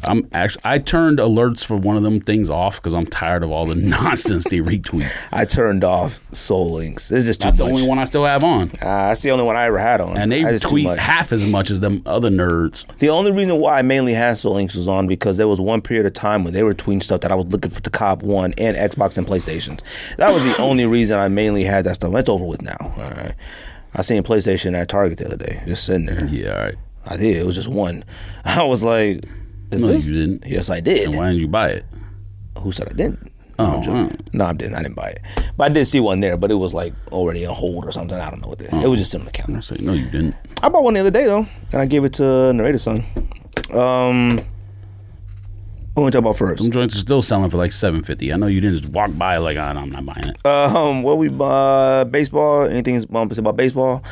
[SPEAKER 2] I'm actually I turned alerts for one of them things off because I'm tired of all the nonsense they retweet.
[SPEAKER 1] I turned off Soul Links. It's just too
[SPEAKER 2] That's the
[SPEAKER 1] much.
[SPEAKER 2] only one I still have on,
[SPEAKER 1] Uh, that's the only one I ever had on.
[SPEAKER 2] and they
[SPEAKER 1] I just too
[SPEAKER 2] tweet
[SPEAKER 1] much.
[SPEAKER 2] half as much as them other nerds.
[SPEAKER 1] The only reason why I mainly had Soul Links was on because there was one period of time when they were tweeting stuff that I was looking for the Cop One and Xbox and PlayStations. That was the only reason I mainly had that stuff. That's over with now. All right. I seen a PlayStation at Target the other day, just sitting there.
[SPEAKER 2] Yeah, all right.
[SPEAKER 1] I did. It was just one. I was like, is
[SPEAKER 2] No,
[SPEAKER 1] this-
[SPEAKER 2] you didn't.
[SPEAKER 1] Yes, I did.
[SPEAKER 2] And why didn't you buy it?
[SPEAKER 1] Who said I didn't?
[SPEAKER 2] Oh,
[SPEAKER 1] no, I'm joking. no, I didn't. I didn't buy it. But I did see one there, but it was like already on hold or something. I don't know what it is. It was just sitting on the counter.
[SPEAKER 2] I say no, you didn't.
[SPEAKER 1] I bought one the other day though, and I gave it to narrator's son. Um, what want to talk about first?
[SPEAKER 2] Some joints are still selling for like seven fifty. I know you didn't just walk by like "Ah, no, I'm not buying it.
[SPEAKER 1] Um, what we buy? Baseball? Anything bumps about baseball?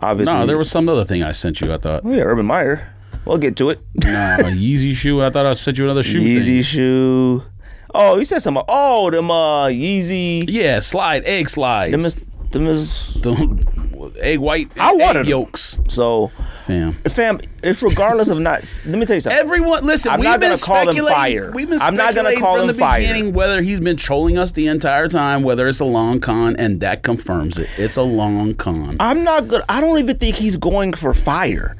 [SPEAKER 1] Obviously,
[SPEAKER 2] no, there was some other thing I sent you. I thought
[SPEAKER 1] Oh, yeah, Urban Meyer. We'll get to it.
[SPEAKER 2] nah, a Yeezy shoe. I thought I sent you another shoe. thing.
[SPEAKER 1] Yeezy shoe. Oh, you said something. Oh, them uh, Yeezy.
[SPEAKER 2] Yeah, slide egg slides.
[SPEAKER 1] Them is, them is,
[SPEAKER 2] Don't- egg white.
[SPEAKER 1] I wanted
[SPEAKER 2] egg
[SPEAKER 1] them.
[SPEAKER 2] yolks,
[SPEAKER 1] so,
[SPEAKER 2] fam.
[SPEAKER 1] fam. It's regardless of not. Let me tell you something.
[SPEAKER 2] Everyone, listen.
[SPEAKER 1] I'm
[SPEAKER 2] we've
[SPEAKER 1] not
[SPEAKER 2] been
[SPEAKER 1] gonna call them
[SPEAKER 2] speculating-
[SPEAKER 1] fire.
[SPEAKER 2] We've been
[SPEAKER 1] I'm not gonna
[SPEAKER 2] speculating
[SPEAKER 1] call
[SPEAKER 2] from
[SPEAKER 1] them
[SPEAKER 2] the
[SPEAKER 1] fire.
[SPEAKER 2] beginning whether he's been trolling us the entire time, whether it's a long con, and that confirms it. It's a long con.
[SPEAKER 1] I'm not good. I don't even think he's going for fire.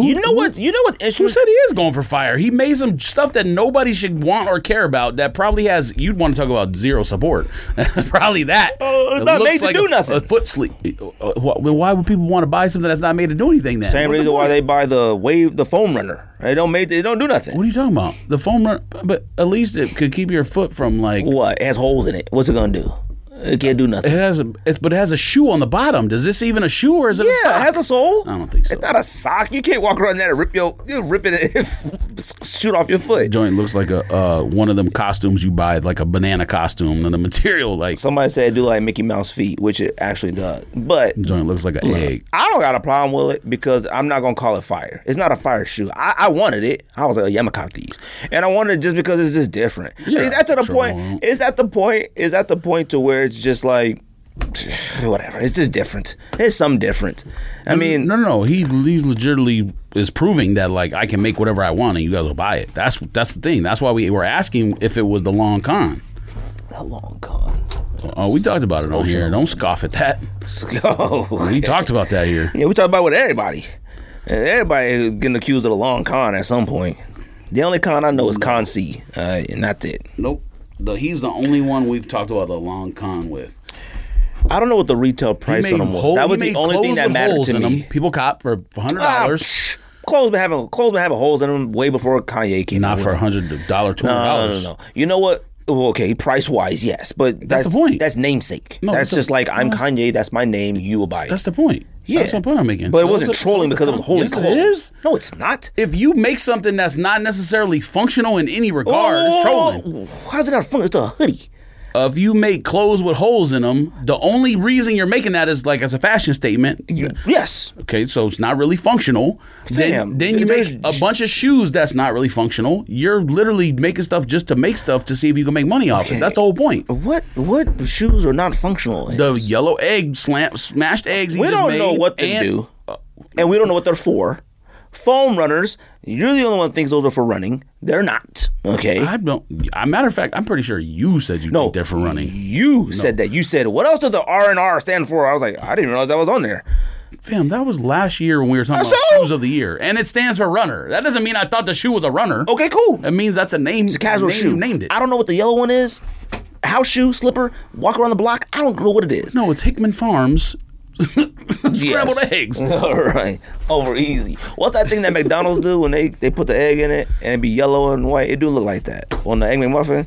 [SPEAKER 1] you know what? You know what?
[SPEAKER 2] Who
[SPEAKER 1] Issue
[SPEAKER 2] said he is going for fire? He made some stuff that nobody should want or care about. That probably has you'd want to talk about zero support. probably that.
[SPEAKER 1] Oh, it's
[SPEAKER 2] It
[SPEAKER 1] not
[SPEAKER 2] looks
[SPEAKER 1] made to
[SPEAKER 2] like
[SPEAKER 1] do
[SPEAKER 2] a,
[SPEAKER 1] nothing.
[SPEAKER 2] A foot sleep. Uh, Why would people want to buy something that's not made to do anything? Then
[SPEAKER 1] Same
[SPEAKER 2] What the
[SPEAKER 1] reason why
[SPEAKER 2] fuck?
[SPEAKER 1] they buy the wave, the foam runner. They don't make, they don't do nothing.
[SPEAKER 2] What are you talking about? The foam run, but at least it could keep your foot from like
[SPEAKER 1] What? It has holes in it. What's it gonna do? It can't do nothing.
[SPEAKER 2] It has a, it's, but it has a shoe on the bottom. Does this even a shoe or is it a
[SPEAKER 1] Yeah,
[SPEAKER 2] sock?
[SPEAKER 1] it has a sole.
[SPEAKER 2] I don't think so.
[SPEAKER 1] It's not a sock. You can't walk around that and rip your you rip it and shoot off your foot.
[SPEAKER 2] joint looks like a uh, one of them costumes you buy, like a banana costume, and the material like
[SPEAKER 1] Somebody said do like Mickey Mouse feet, which it actually does. But
[SPEAKER 2] joint looks like an egg.
[SPEAKER 1] I don't got a problem with it because I'm not gonna call it fire. It's not a fire shoe. I, I wanted it. I was like, "Oh, yeah, I'm gonna cop these, and I wanted it just because it's just different.
[SPEAKER 2] Yeah,
[SPEAKER 1] is that to the
[SPEAKER 2] sure
[SPEAKER 1] point?
[SPEAKER 2] won't.
[SPEAKER 1] Is that the point? Is that the point to where it's just like, whatever? It's just different. It's some different. I mean,
[SPEAKER 2] no, no, no. He he legitimately is proving that like I can make whatever I want, and you guys will buy it. That's that's the thing. That's why we were asking if it was the long con.
[SPEAKER 1] the long con.
[SPEAKER 2] Oh, we talked about it on here. Don't scoff at that.
[SPEAKER 1] So go.
[SPEAKER 2] We talked about that here.
[SPEAKER 1] Yeah, we talk about it with everybody. And Everybody is getting accused of the long con at some point. The only con I know is con C, uh, and that's it.
[SPEAKER 2] Nope. The, he's the only one we've talked about the long con with.
[SPEAKER 1] I don't know what the retail price on them was.
[SPEAKER 2] hole-
[SPEAKER 1] that
[SPEAKER 2] he
[SPEAKER 1] was the
[SPEAKER 2] made
[SPEAKER 1] only thing
[SPEAKER 2] clothes
[SPEAKER 1] that
[SPEAKER 2] with
[SPEAKER 1] mattered
[SPEAKER 2] holes
[SPEAKER 1] to
[SPEAKER 2] in 'em.
[SPEAKER 1] me.
[SPEAKER 2] People cop for hundred
[SPEAKER 1] Ah,
[SPEAKER 2] dollars,
[SPEAKER 1] psh, clothes been having clothes been having holes in them way before Kanye came out.
[SPEAKER 2] not
[SPEAKER 1] with
[SPEAKER 2] for a
[SPEAKER 1] them.
[SPEAKER 2] hundred dollar, two hundred
[SPEAKER 1] no, no, no,
[SPEAKER 2] dollars.
[SPEAKER 1] no. You know what? Well, Okay, price wise, yes, but that's,
[SPEAKER 2] the point.
[SPEAKER 1] That's namesake.
[SPEAKER 2] No,
[SPEAKER 1] that's
[SPEAKER 2] that's a-
[SPEAKER 1] just like I'm
[SPEAKER 2] no,
[SPEAKER 1] Kanye. That's my name. You will buy it.
[SPEAKER 2] That's the point.
[SPEAKER 1] yeah,
[SPEAKER 2] That's the point I'm making.
[SPEAKER 1] But
[SPEAKER 2] So
[SPEAKER 1] it wasn't
[SPEAKER 2] it's a- so
[SPEAKER 1] trolling
[SPEAKER 2] it's a
[SPEAKER 1] because of
[SPEAKER 2] con-
[SPEAKER 1] holy
[SPEAKER 2] yes,
[SPEAKER 1] clothes.
[SPEAKER 2] It is.
[SPEAKER 1] No, it's not.
[SPEAKER 2] If you make something that's not necessarily functional in any regard,
[SPEAKER 1] Whoa,
[SPEAKER 2] it's
[SPEAKER 1] whoa,
[SPEAKER 2] trolling.
[SPEAKER 1] whoa, whoa. How's it not fun? It's a hoodie.
[SPEAKER 2] if you make clothes with holes in them, the only reason you're making that is like as a fashion statement.
[SPEAKER 1] You- yes.
[SPEAKER 2] Okay, so it's not really functional.
[SPEAKER 1] Fam,
[SPEAKER 2] then, then you make a
[SPEAKER 1] there's-
[SPEAKER 2] bunch of shoes that's not really functional. You're literally making stuff just to make stuff to see if you can make money off it. That's the whole point.
[SPEAKER 1] What what shoes are not functional?
[SPEAKER 2] The yellow egg slam, smashed eggs. he
[SPEAKER 1] we
[SPEAKER 2] just
[SPEAKER 1] don't know
[SPEAKER 2] made,
[SPEAKER 1] what to
[SPEAKER 2] and-
[SPEAKER 1] do,
[SPEAKER 2] uh,
[SPEAKER 1] and we don't know what they're for. Foam runners, you're the only one that thinks those are for running. They're not. Okay.
[SPEAKER 2] I don't. I, matter of fact, I'm pretty sure you said you
[SPEAKER 1] No.
[SPEAKER 2] think they're for running.
[SPEAKER 1] You said that. You said what else did the R and R stand for? I was like, I didn't realize that was on there.
[SPEAKER 2] Fam, that was last year when we were talking
[SPEAKER 1] I
[SPEAKER 2] about
[SPEAKER 1] saw-
[SPEAKER 2] shoes of the year, and it stands for runner. That doesn't mean I thought the shoe was a runner.
[SPEAKER 1] Okay, cool.
[SPEAKER 2] That means that's a name.
[SPEAKER 1] Oh.
[SPEAKER 2] It's
[SPEAKER 1] a casual
[SPEAKER 2] name,
[SPEAKER 1] shoe.
[SPEAKER 2] you Named it.
[SPEAKER 1] I don't know what the yellow one is. House shoe, slipper, walk around the block. I don't know what it is.
[SPEAKER 2] No, it's Hickman Farms. Scrambled
[SPEAKER 1] Yes. Mm.
[SPEAKER 2] eggs.
[SPEAKER 1] All right, over easy. What's that thing that McDonald's do when they, they put the egg in it and it be yellow and white? It do look like that on the egg McMuffin.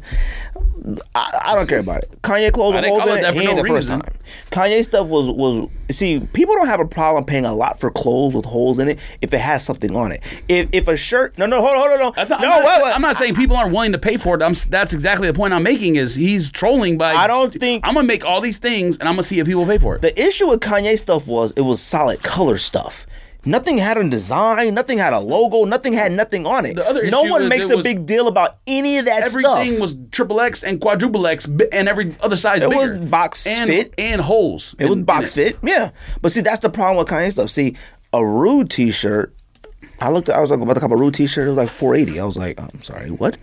[SPEAKER 1] I, I don't care about it. Kanye clothes were
[SPEAKER 2] they
[SPEAKER 1] holes
[SPEAKER 2] call
[SPEAKER 1] in
[SPEAKER 2] it
[SPEAKER 1] it.
[SPEAKER 2] that for
[SPEAKER 1] He ain't
[SPEAKER 2] no
[SPEAKER 1] the first
[SPEAKER 2] reason.
[SPEAKER 1] time. Kanye stuff was was see people don't have a problem paying a lot for clothes with holes in it if it has something on it. If if a shirt no no hold on hold on no
[SPEAKER 2] That's not,
[SPEAKER 1] no
[SPEAKER 2] I'm, not,
[SPEAKER 1] wait,
[SPEAKER 2] sa-
[SPEAKER 1] wait.
[SPEAKER 2] I'm not saying people aren't willing to pay for it. I'm, s- that's exactly the point I'm making. Is he's trolling by?
[SPEAKER 1] I don't think-
[SPEAKER 2] I'm gonna make all these things, and I'm gonna see if people pay for it.
[SPEAKER 1] The issue with Kanye stuff was it was solid color stuff. Nothing had a design, nothing had a logo, nothing had nothing on it.
[SPEAKER 2] The other
[SPEAKER 1] no
[SPEAKER 2] issue
[SPEAKER 1] one
[SPEAKER 2] is
[SPEAKER 1] makes
[SPEAKER 2] it
[SPEAKER 1] a
[SPEAKER 2] was-
[SPEAKER 1] big deal about any of that
[SPEAKER 2] Everything
[SPEAKER 1] stuff.
[SPEAKER 2] was triple X and quadruple X bi- and every other size.
[SPEAKER 1] It was
[SPEAKER 2] bigger.
[SPEAKER 1] box
[SPEAKER 2] and,
[SPEAKER 1] fit.
[SPEAKER 2] and holes.
[SPEAKER 1] it was box fit, yeah. But see, that's the problem with Kanye stuff. See, a rude T-shirt. I looked. I was like about to cop a rude T-shirt. It was like four eighty. I was like, "Oh, I'm sorry, what?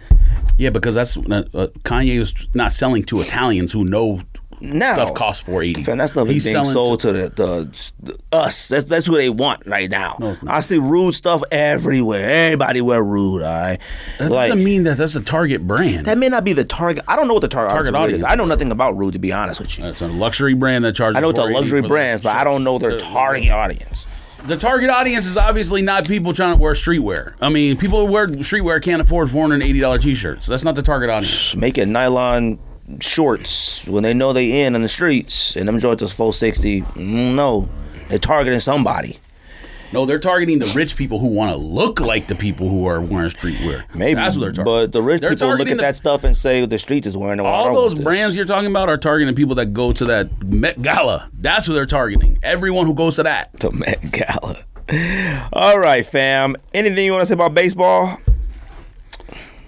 [SPEAKER 2] Yeah, because that's uh, uh, Kanye was not selling to Italians who know
[SPEAKER 1] Now
[SPEAKER 2] stuff costs four eighty.
[SPEAKER 1] Fan, that stuff is being sold to, the, the, the us. That's that's who they want right now. I see rude stuff everywhere. Everybody wear rude. All right,
[SPEAKER 2] That doesn't mean that that's a Target brand.
[SPEAKER 1] That may not be the target. I don't know what the target,
[SPEAKER 2] Target
[SPEAKER 1] audience, is.
[SPEAKER 2] audience.
[SPEAKER 1] I know nothing about Rude, to be honest with you.
[SPEAKER 2] It's a luxury brand that charges.
[SPEAKER 1] I know it's a luxury brands, but I don't know their target audience.
[SPEAKER 2] The target audience is obviously not people trying to wear streetwear. I mean, people who wear streetwear can't afford four hundred and eighty dollar t-shirts. That's not the target audience.
[SPEAKER 1] Just Making nylon shorts when they know they in on the streets, and them joints is 460. mm, No, they're targeting somebody.
[SPEAKER 2] No, they're targeting the rich people who want to look like the people who are wearing streetwear.
[SPEAKER 1] Maybe,
[SPEAKER 2] that's what they're targeting.
[SPEAKER 1] but the rich
[SPEAKER 2] They're
[SPEAKER 1] people look
[SPEAKER 2] targeting
[SPEAKER 1] at
[SPEAKER 2] the-
[SPEAKER 1] that stuff and say the streets is wearing it. Well, I
[SPEAKER 2] all
[SPEAKER 1] don't
[SPEAKER 2] those
[SPEAKER 1] want this."
[SPEAKER 2] brands you're talking about are targeting people that go to that Met Gala. That's who they're targeting. Everyone who goes to that.
[SPEAKER 1] to Met Gala. All right, fam. Anything you want to say about baseball?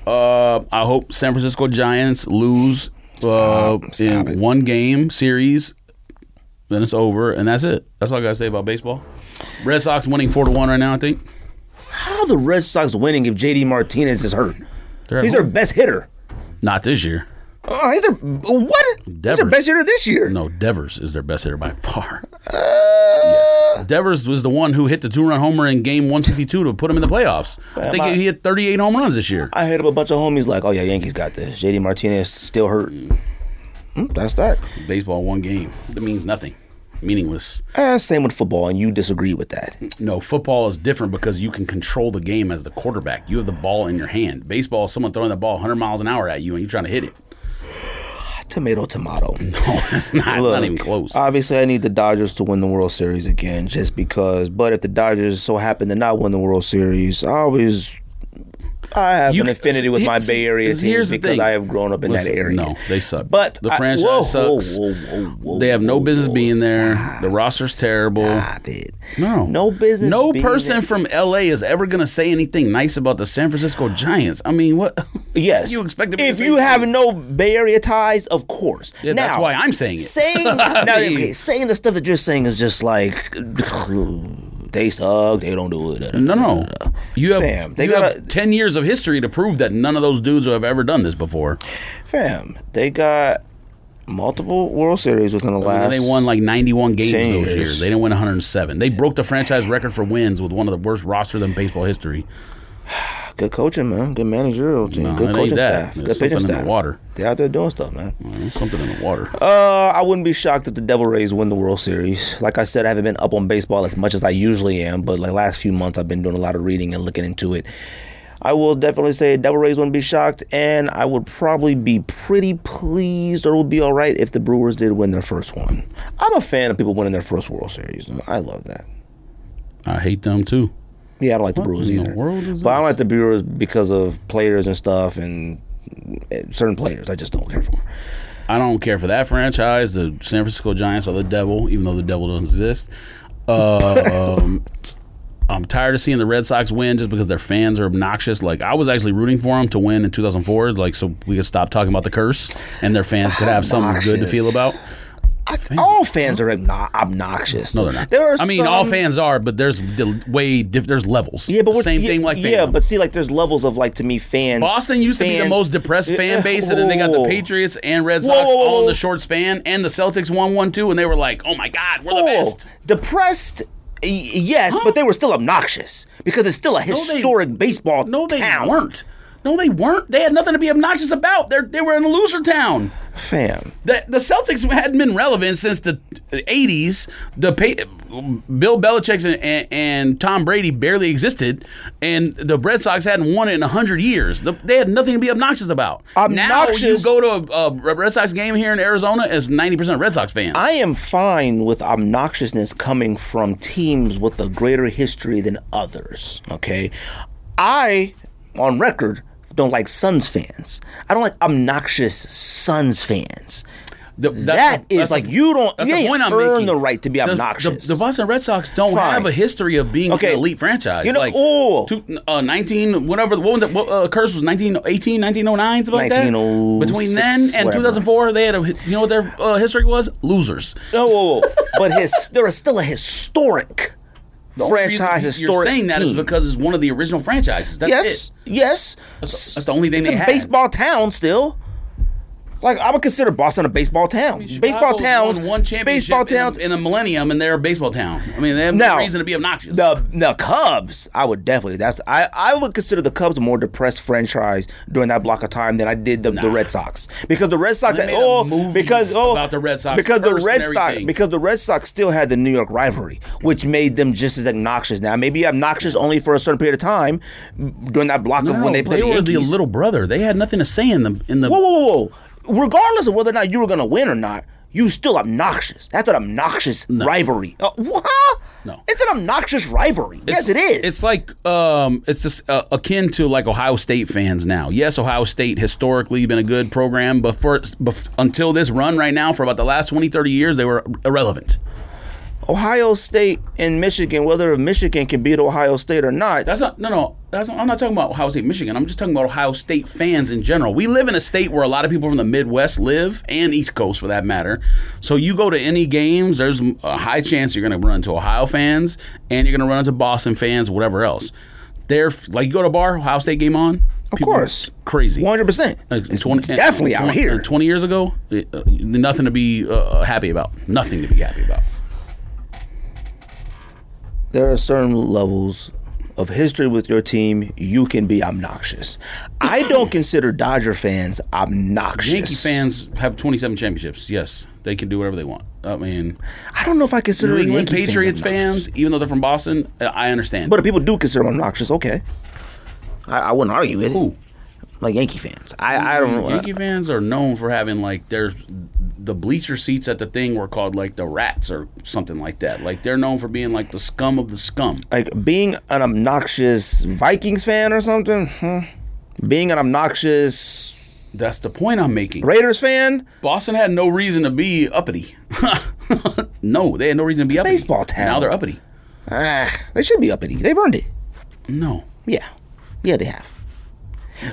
[SPEAKER 2] Uh, I hope San Francisco Giants lose uh,
[SPEAKER 1] stop
[SPEAKER 2] in
[SPEAKER 1] it.
[SPEAKER 2] one game series. Then it's over, and that's it. That's all I gotta say about baseball. Red Sox winning four to one right now. I think
[SPEAKER 1] How are the Red Sox winning if JD Martinez is hurt?
[SPEAKER 2] They're at
[SPEAKER 1] He's their
[SPEAKER 2] home.
[SPEAKER 1] best hitter.
[SPEAKER 2] not this year.
[SPEAKER 1] Oh, he's their what? He's their
[SPEAKER 2] Devers.
[SPEAKER 1] best hitter this year.
[SPEAKER 2] No, Devers is their best hitter by far.
[SPEAKER 1] Uh, yes.
[SPEAKER 2] Devers was the one who hit the two run homer in game 162 to put him in the playoffs. I think
[SPEAKER 1] I-
[SPEAKER 2] he hit 38 home runs this year.
[SPEAKER 1] I hit up a bunch of homies like, oh yeah, Yankees got this. JD Martinez still hurt. Mm, that's that.
[SPEAKER 2] Baseball, one game. That means nothing. Meaningless.
[SPEAKER 1] Uh, same with football, and you disagree with that.
[SPEAKER 2] No, football is different because you can control the game as the quarterback. You have the ball in your hand. Baseball is someone throwing the ball 100 miles an hour at you and you're trying to hit it.
[SPEAKER 1] tomato tomato.
[SPEAKER 2] No, it's not,
[SPEAKER 1] Look,
[SPEAKER 2] not even close.
[SPEAKER 1] Obviously, I need the Dodgers to win the World Series again, just because. But if the Dodgers so happen to not win the World Series, I always I have
[SPEAKER 2] You
[SPEAKER 1] an
[SPEAKER 2] c-
[SPEAKER 1] affinity with my
[SPEAKER 2] see,
[SPEAKER 1] Bay Area
[SPEAKER 2] see,
[SPEAKER 1] teams
[SPEAKER 2] here's the
[SPEAKER 1] because
[SPEAKER 2] thing.
[SPEAKER 1] I have grown up in
[SPEAKER 2] Listen,
[SPEAKER 1] that area.
[SPEAKER 2] No, they suck.
[SPEAKER 1] But
[SPEAKER 2] the
[SPEAKER 1] I-
[SPEAKER 2] franchise
[SPEAKER 1] whoa, whoa,
[SPEAKER 2] sucks.
[SPEAKER 1] whoa, whoa, whoa,
[SPEAKER 2] They have no
[SPEAKER 1] whoa,
[SPEAKER 2] business
[SPEAKER 1] whoa,
[SPEAKER 2] being there.
[SPEAKER 1] stop,
[SPEAKER 2] The roster's terrible.
[SPEAKER 1] Stop it.
[SPEAKER 2] No,
[SPEAKER 1] No business
[SPEAKER 2] No
[SPEAKER 1] being
[SPEAKER 2] person
[SPEAKER 1] there.
[SPEAKER 2] from LA is ever gonna say anything nice about the San Francisco Giants. I mean, what?
[SPEAKER 1] Yes.
[SPEAKER 2] You expect to be
[SPEAKER 1] if
[SPEAKER 2] the
[SPEAKER 1] you
[SPEAKER 2] same
[SPEAKER 1] have
[SPEAKER 2] team.
[SPEAKER 1] no Bay Area ties, of course.
[SPEAKER 2] Yeah,
[SPEAKER 1] now,
[SPEAKER 2] that's why I'm saying it.
[SPEAKER 1] saying now,
[SPEAKER 2] mean-
[SPEAKER 1] okay, saying the stuff that you're saying is just like they suck. They don't do it. da, da, da,
[SPEAKER 2] No,
[SPEAKER 1] da,
[SPEAKER 2] no.
[SPEAKER 1] da.
[SPEAKER 2] You have
[SPEAKER 1] Uh, Fam, they
[SPEAKER 2] you
[SPEAKER 1] gotta-
[SPEAKER 2] have ten years of history to prove that none of those dudes have ever done this before.
[SPEAKER 1] Fam, they got multiple World Series within the
[SPEAKER 2] And
[SPEAKER 1] last.
[SPEAKER 2] they won like 91 games
[SPEAKER 1] ten
[SPEAKER 2] those
[SPEAKER 1] years.
[SPEAKER 2] years. They didn't win 107. They broke the franchise record for wins with one of the worst rosters in baseball history.
[SPEAKER 1] good coaching, man. Good managerial team.
[SPEAKER 2] No, it
[SPEAKER 1] good
[SPEAKER 2] ain't
[SPEAKER 1] coaching
[SPEAKER 2] that.
[SPEAKER 1] staff.
[SPEAKER 2] There's
[SPEAKER 1] good pitching
[SPEAKER 2] something in
[SPEAKER 1] staff.
[SPEAKER 2] the water.
[SPEAKER 1] They're out there doing stuff, man.
[SPEAKER 2] There's something in the water.
[SPEAKER 1] Uh, I wouldn't be shocked if the Devil Rays win the World Series. Like I said, I haven't been up on baseball as much as I usually am, but like last few months, I've been doing a lot of reading and looking into it. I will definitely say Devil Rays wouldn't be shocked, and I would probably be pretty pleased or would be all right if the Brewers did win their first one. I'm a fan of people winning their first World Series. I love that.
[SPEAKER 2] I hate them too.
[SPEAKER 1] Yeah, I don't like the Brewers
[SPEAKER 2] in the
[SPEAKER 1] either.
[SPEAKER 2] world is
[SPEAKER 1] but I don't
[SPEAKER 2] this?
[SPEAKER 1] like the Brewers because of players and stuff and uh, certain players. I just don't care for.
[SPEAKER 2] I don't care for that franchise, the San Francisco Giants or the Devil, even though the Devil doesn't exist. Uh, um, I'm tired of seeing the Red Sox win just because their fans are obnoxious. Like I was actually rooting for them to win in 2004, like so we could stop talking about the curse and their fans could have something good to feel about.
[SPEAKER 1] I, all fans are obno- obnoxious.
[SPEAKER 2] No, they're not.
[SPEAKER 1] There are
[SPEAKER 2] I mean,
[SPEAKER 1] some,
[SPEAKER 2] all fans are, but there's d- way diff- there's levels.
[SPEAKER 1] Yeah, but
[SPEAKER 2] The
[SPEAKER 1] what-
[SPEAKER 2] same
[SPEAKER 1] yeah,
[SPEAKER 2] thing like
[SPEAKER 1] yeah,
[SPEAKER 2] fandom.
[SPEAKER 1] but see, like there's levels of like to me fans.
[SPEAKER 2] Boston used to be the
[SPEAKER 1] fans-
[SPEAKER 2] most depressed fan
[SPEAKER 1] Yeah, Oh.
[SPEAKER 2] base, and then they got the
[SPEAKER 1] whoa.
[SPEAKER 2] Patriots and Red
[SPEAKER 1] Whoa,
[SPEAKER 2] Sox
[SPEAKER 1] whoa, whoa,
[SPEAKER 2] all in
[SPEAKER 1] whoa.
[SPEAKER 2] the short span, and the Celtics won one too, and they were like, "Oh my God, we're the
[SPEAKER 1] Whoa.
[SPEAKER 2] best."
[SPEAKER 1] Depressed. y- Yes, but they were still obnoxious because it's still a
[SPEAKER 2] they-
[SPEAKER 1] historic baseball
[SPEAKER 2] No, they
[SPEAKER 1] town.
[SPEAKER 2] weren't. No, they weren't. They had nothing to be obnoxious about. They they were in a loser town.
[SPEAKER 1] Fam,
[SPEAKER 2] The, the Celtics hadn't been relevant since the '80s. The pay, Bill Belichick and, and, and Tom Brady barely existed, and the Red Sox hadn't won it in hundred years. The, they had nothing to be obnoxious about. Now you
[SPEAKER 1] Obnoxious-
[SPEAKER 2] go to a, a Red Sox game here in Arizona as ninety percent Red Sox fans.
[SPEAKER 1] I am fine with obnoxiousness coming from teams with a greater history than others. Okay, I, on record, don't like Suns fans. I don't like obnoxious Suns fans.
[SPEAKER 2] The-
[SPEAKER 1] That
[SPEAKER 2] the-
[SPEAKER 1] is
[SPEAKER 2] that's
[SPEAKER 1] like
[SPEAKER 2] the-
[SPEAKER 1] you don't-
[SPEAKER 2] that's
[SPEAKER 1] you
[SPEAKER 2] the
[SPEAKER 1] ain't
[SPEAKER 2] point I'm
[SPEAKER 1] earned
[SPEAKER 2] making.
[SPEAKER 1] the right to be
[SPEAKER 2] The- the-
[SPEAKER 1] obnoxious.
[SPEAKER 2] The, Boston Red Sox don't
[SPEAKER 1] Fine.
[SPEAKER 2] have a history of being
[SPEAKER 1] Okay.
[SPEAKER 2] an elite franchise.
[SPEAKER 1] You know-
[SPEAKER 2] like
[SPEAKER 1] oh.
[SPEAKER 2] two, uh, 19, whatever. What was the what, uh, curse was 1918, 1909, something like that.
[SPEAKER 1] 1906,
[SPEAKER 2] Between then and
[SPEAKER 1] whatever.
[SPEAKER 2] 2004, they had a you know what their uh, history was? Losers.
[SPEAKER 1] No, whoa, whoa. but his there is still a historic franchise.
[SPEAKER 2] Reason
[SPEAKER 1] Historic.
[SPEAKER 2] You're saying that is
[SPEAKER 1] team.
[SPEAKER 2] because it's one of the original franchises. That's
[SPEAKER 1] yes,
[SPEAKER 2] it.
[SPEAKER 1] yes.
[SPEAKER 2] That's, that's the only thing
[SPEAKER 1] it's
[SPEAKER 2] they
[SPEAKER 1] a
[SPEAKER 2] had.
[SPEAKER 1] baseball town still. Like I would consider Boston a baseball town. baseball
[SPEAKER 2] Chicago's
[SPEAKER 1] towns.
[SPEAKER 2] won one championship
[SPEAKER 1] baseball
[SPEAKER 2] in a-
[SPEAKER 1] towns.
[SPEAKER 2] in, a millennium, and they're a baseball town. I mean, they have no
[SPEAKER 1] Now,
[SPEAKER 2] reason to be obnoxious.
[SPEAKER 1] The the Cubs, I would definitely. That's I, I would consider the Cubs a more depressed franchise during that block of time than I did the, the Red Sox because the Red Sox
[SPEAKER 2] They
[SPEAKER 1] had,
[SPEAKER 2] made a
[SPEAKER 1] oh
[SPEAKER 2] movie
[SPEAKER 1] because oh
[SPEAKER 2] about the Red Sox
[SPEAKER 1] because the
[SPEAKER 2] first
[SPEAKER 1] Red
[SPEAKER 2] and
[SPEAKER 1] Sox
[SPEAKER 2] everything.
[SPEAKER 1] because the Red Sox still had the New York rivalry which made them just as obnoxious now maybe obnoxious only for a certain period of time during that block of
[SPEAKER 2] No,
[SPEAKER 1] when they played the
[SPEAKER 2] were the
[SPEAKER 1] Yankees.
[SPEAKER 2] little brother. They had nothing to say in the in the.
[SPEAKER 1] whoa whoa whoa whoa regardless of whether or not you were gonna win or not. You still obnoxious. That's an obnoxious rivalry. Uh, what?
[SPEAKER 2] No.
[SPEAKER 1] It's an obnoxious rivalry. yes, it is.
[SPEAKER 2] It's like um, it's just uh, akin to like Ohio State fans now. Yes, Ohio State historically been a good program, but for bef- until this run right now, for about the last 20, 30 years, they were irrelevant.
[SPEAKER 1] Ohio State and Michigan, whether if Michigan can beat Ohio State or not,
[SPEAKER 2] That's not no no. That's not, I'm not talking about Ohio State, Michigan. I'm just talking about Ohio State fans in general. We live in a state where a lot of people from the Midwest live and East Coast for that matter. So you go to any games, there's a high chance you're going to run into Ohio fans and you're going to run into Boston fans, whatever else. They're like you go to a bar, Ohio State game on. Of
[SPEAKER 1] course.
[SPEAKER 2] crazy.
[SPEAKER 1] one hundred percent,
[SPEAKER 2] Like,
[SPEAKER 1] it's
[SPEAKER 2] 20 and-
[SPEAKER 1] definitely out
[SPEAKER 2] 20
[SPEAKER 1] here.
[SPEAKER 2] and Twenty years ago, it, uh, nothing to be uh, happy about. Nothing to be happy about.
[SPEAKER 1] There are certain levels of history with your team you can be obnoxious. I don't consider Dodger fans obnoxious.
[SPEAKER 2] Yankee fans have 27 championships. Yes, they can do whatever they want. I mean,
[SPEAKER 1] I don't know if I consider
[SPEAKER 2] New England
[SPEAKER 1] Yankee
[SPEAKER 2] Patriots
[SPEAKER 1] obnoxious.
[SPEAKER 2] fans, even though they're from Boston, I- I understand.
[SPEAKER 1] but if people do consider them obnoxious, okay. I, I wouldn't argue with it.
[SPEAKER 2] Who?
[SPEAKER 1] like Yankee fans. I, I don't know.
[SPEAKER 2] Yankee fans are known for having like there's the bleacher seats at the thing were called like the rats or something like that. Like they're known for being like the scum of the scum.
[SPEAKER 1] like being an obnoxious Vikings fan or something. hmm. Being an obnoxious
[SPEAKER 2] That's the point I'm making.
[SPEAKER 1] Raiders fan.
[SPEAKER 2] Boston had no reason to be uppity. no, they had no reason to be uppity.
[SPEAKER 1] baseball town.
[SPEAKER 2] Now they're uppity.
[SPEAKER 1] Ah, they should be uppity. They've earned it.
[SPEAKER 2] No.
[SPEAKER 1] Yeah, yeah, they have.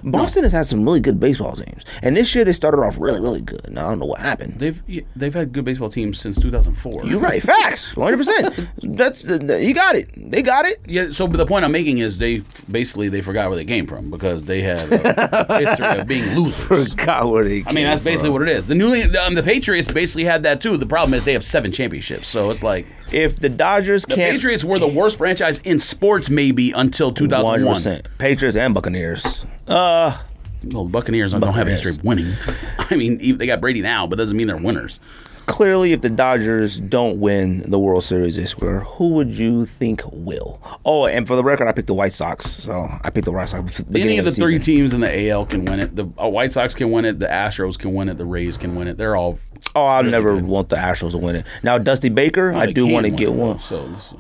[SPEAKER 1] Boston has had some really good baseball teams, and this year they started off really, really good. Now I don't know what happened.
[SPEAKER 2] They've they've had good baseball teams since 2004.
[SPEAKER 1] You're right. Facts. 100. percent That's th- th- you got it. They got it.
[SPEAKER 2] Yeah, so but the point I'm making is they basically they forgot where they came from because they had a history of being losers.
[SPEAKER 1] Forgot where they.
[SPEAKER 2] I mean, that's basically what it is. The New England, um, the Patriots basically had that too. The problem is they have seven championships, so it's like
[SPEAKER 1] if the Dodgers
[SPEAKER 2] the
[SPEAKER 1] can't.
[SPEAKER 2] Patriots were the worst franchise in sports maybe until 2001.
[SPEAKER 1] 100%. Patriots and Buccaneers. Uh,
[SPEAKER 2] Well, Buccaneers don't have a history of winning. I mean, even- they got Brady now, but doesn't mean they're winners.
[SPEAKER 1] clearly, if the Dodgers don't win the World Series this year, who would you think will? Oh, and for the record, I picked the White Sox, so I picked the White Sox. bef-
[SPEAKER 2] Any
[SPEAKER 1] Beginning
[SPEAKER 2] of the
[SPEAKER 1] season.
[SPEAKER 2] three teams in the AL can win it. The uh, White Sox can win it. The Astros can win it. The Rays can win it. They're all.
[SPEAKER 1] Oh, I never want the Astros to win it. Now, Dusty Baker, I
[SPEAKER 2] they
[SPEAKER 1] do
[SPEAKER 2] can
[SPEAKER 1] want to
[SPEAKER 2] win
[SPEAKER 1] get
[SPEAKER 2] it, though,
[SPEAKER 1] one.
[SPEAKER 2] So this-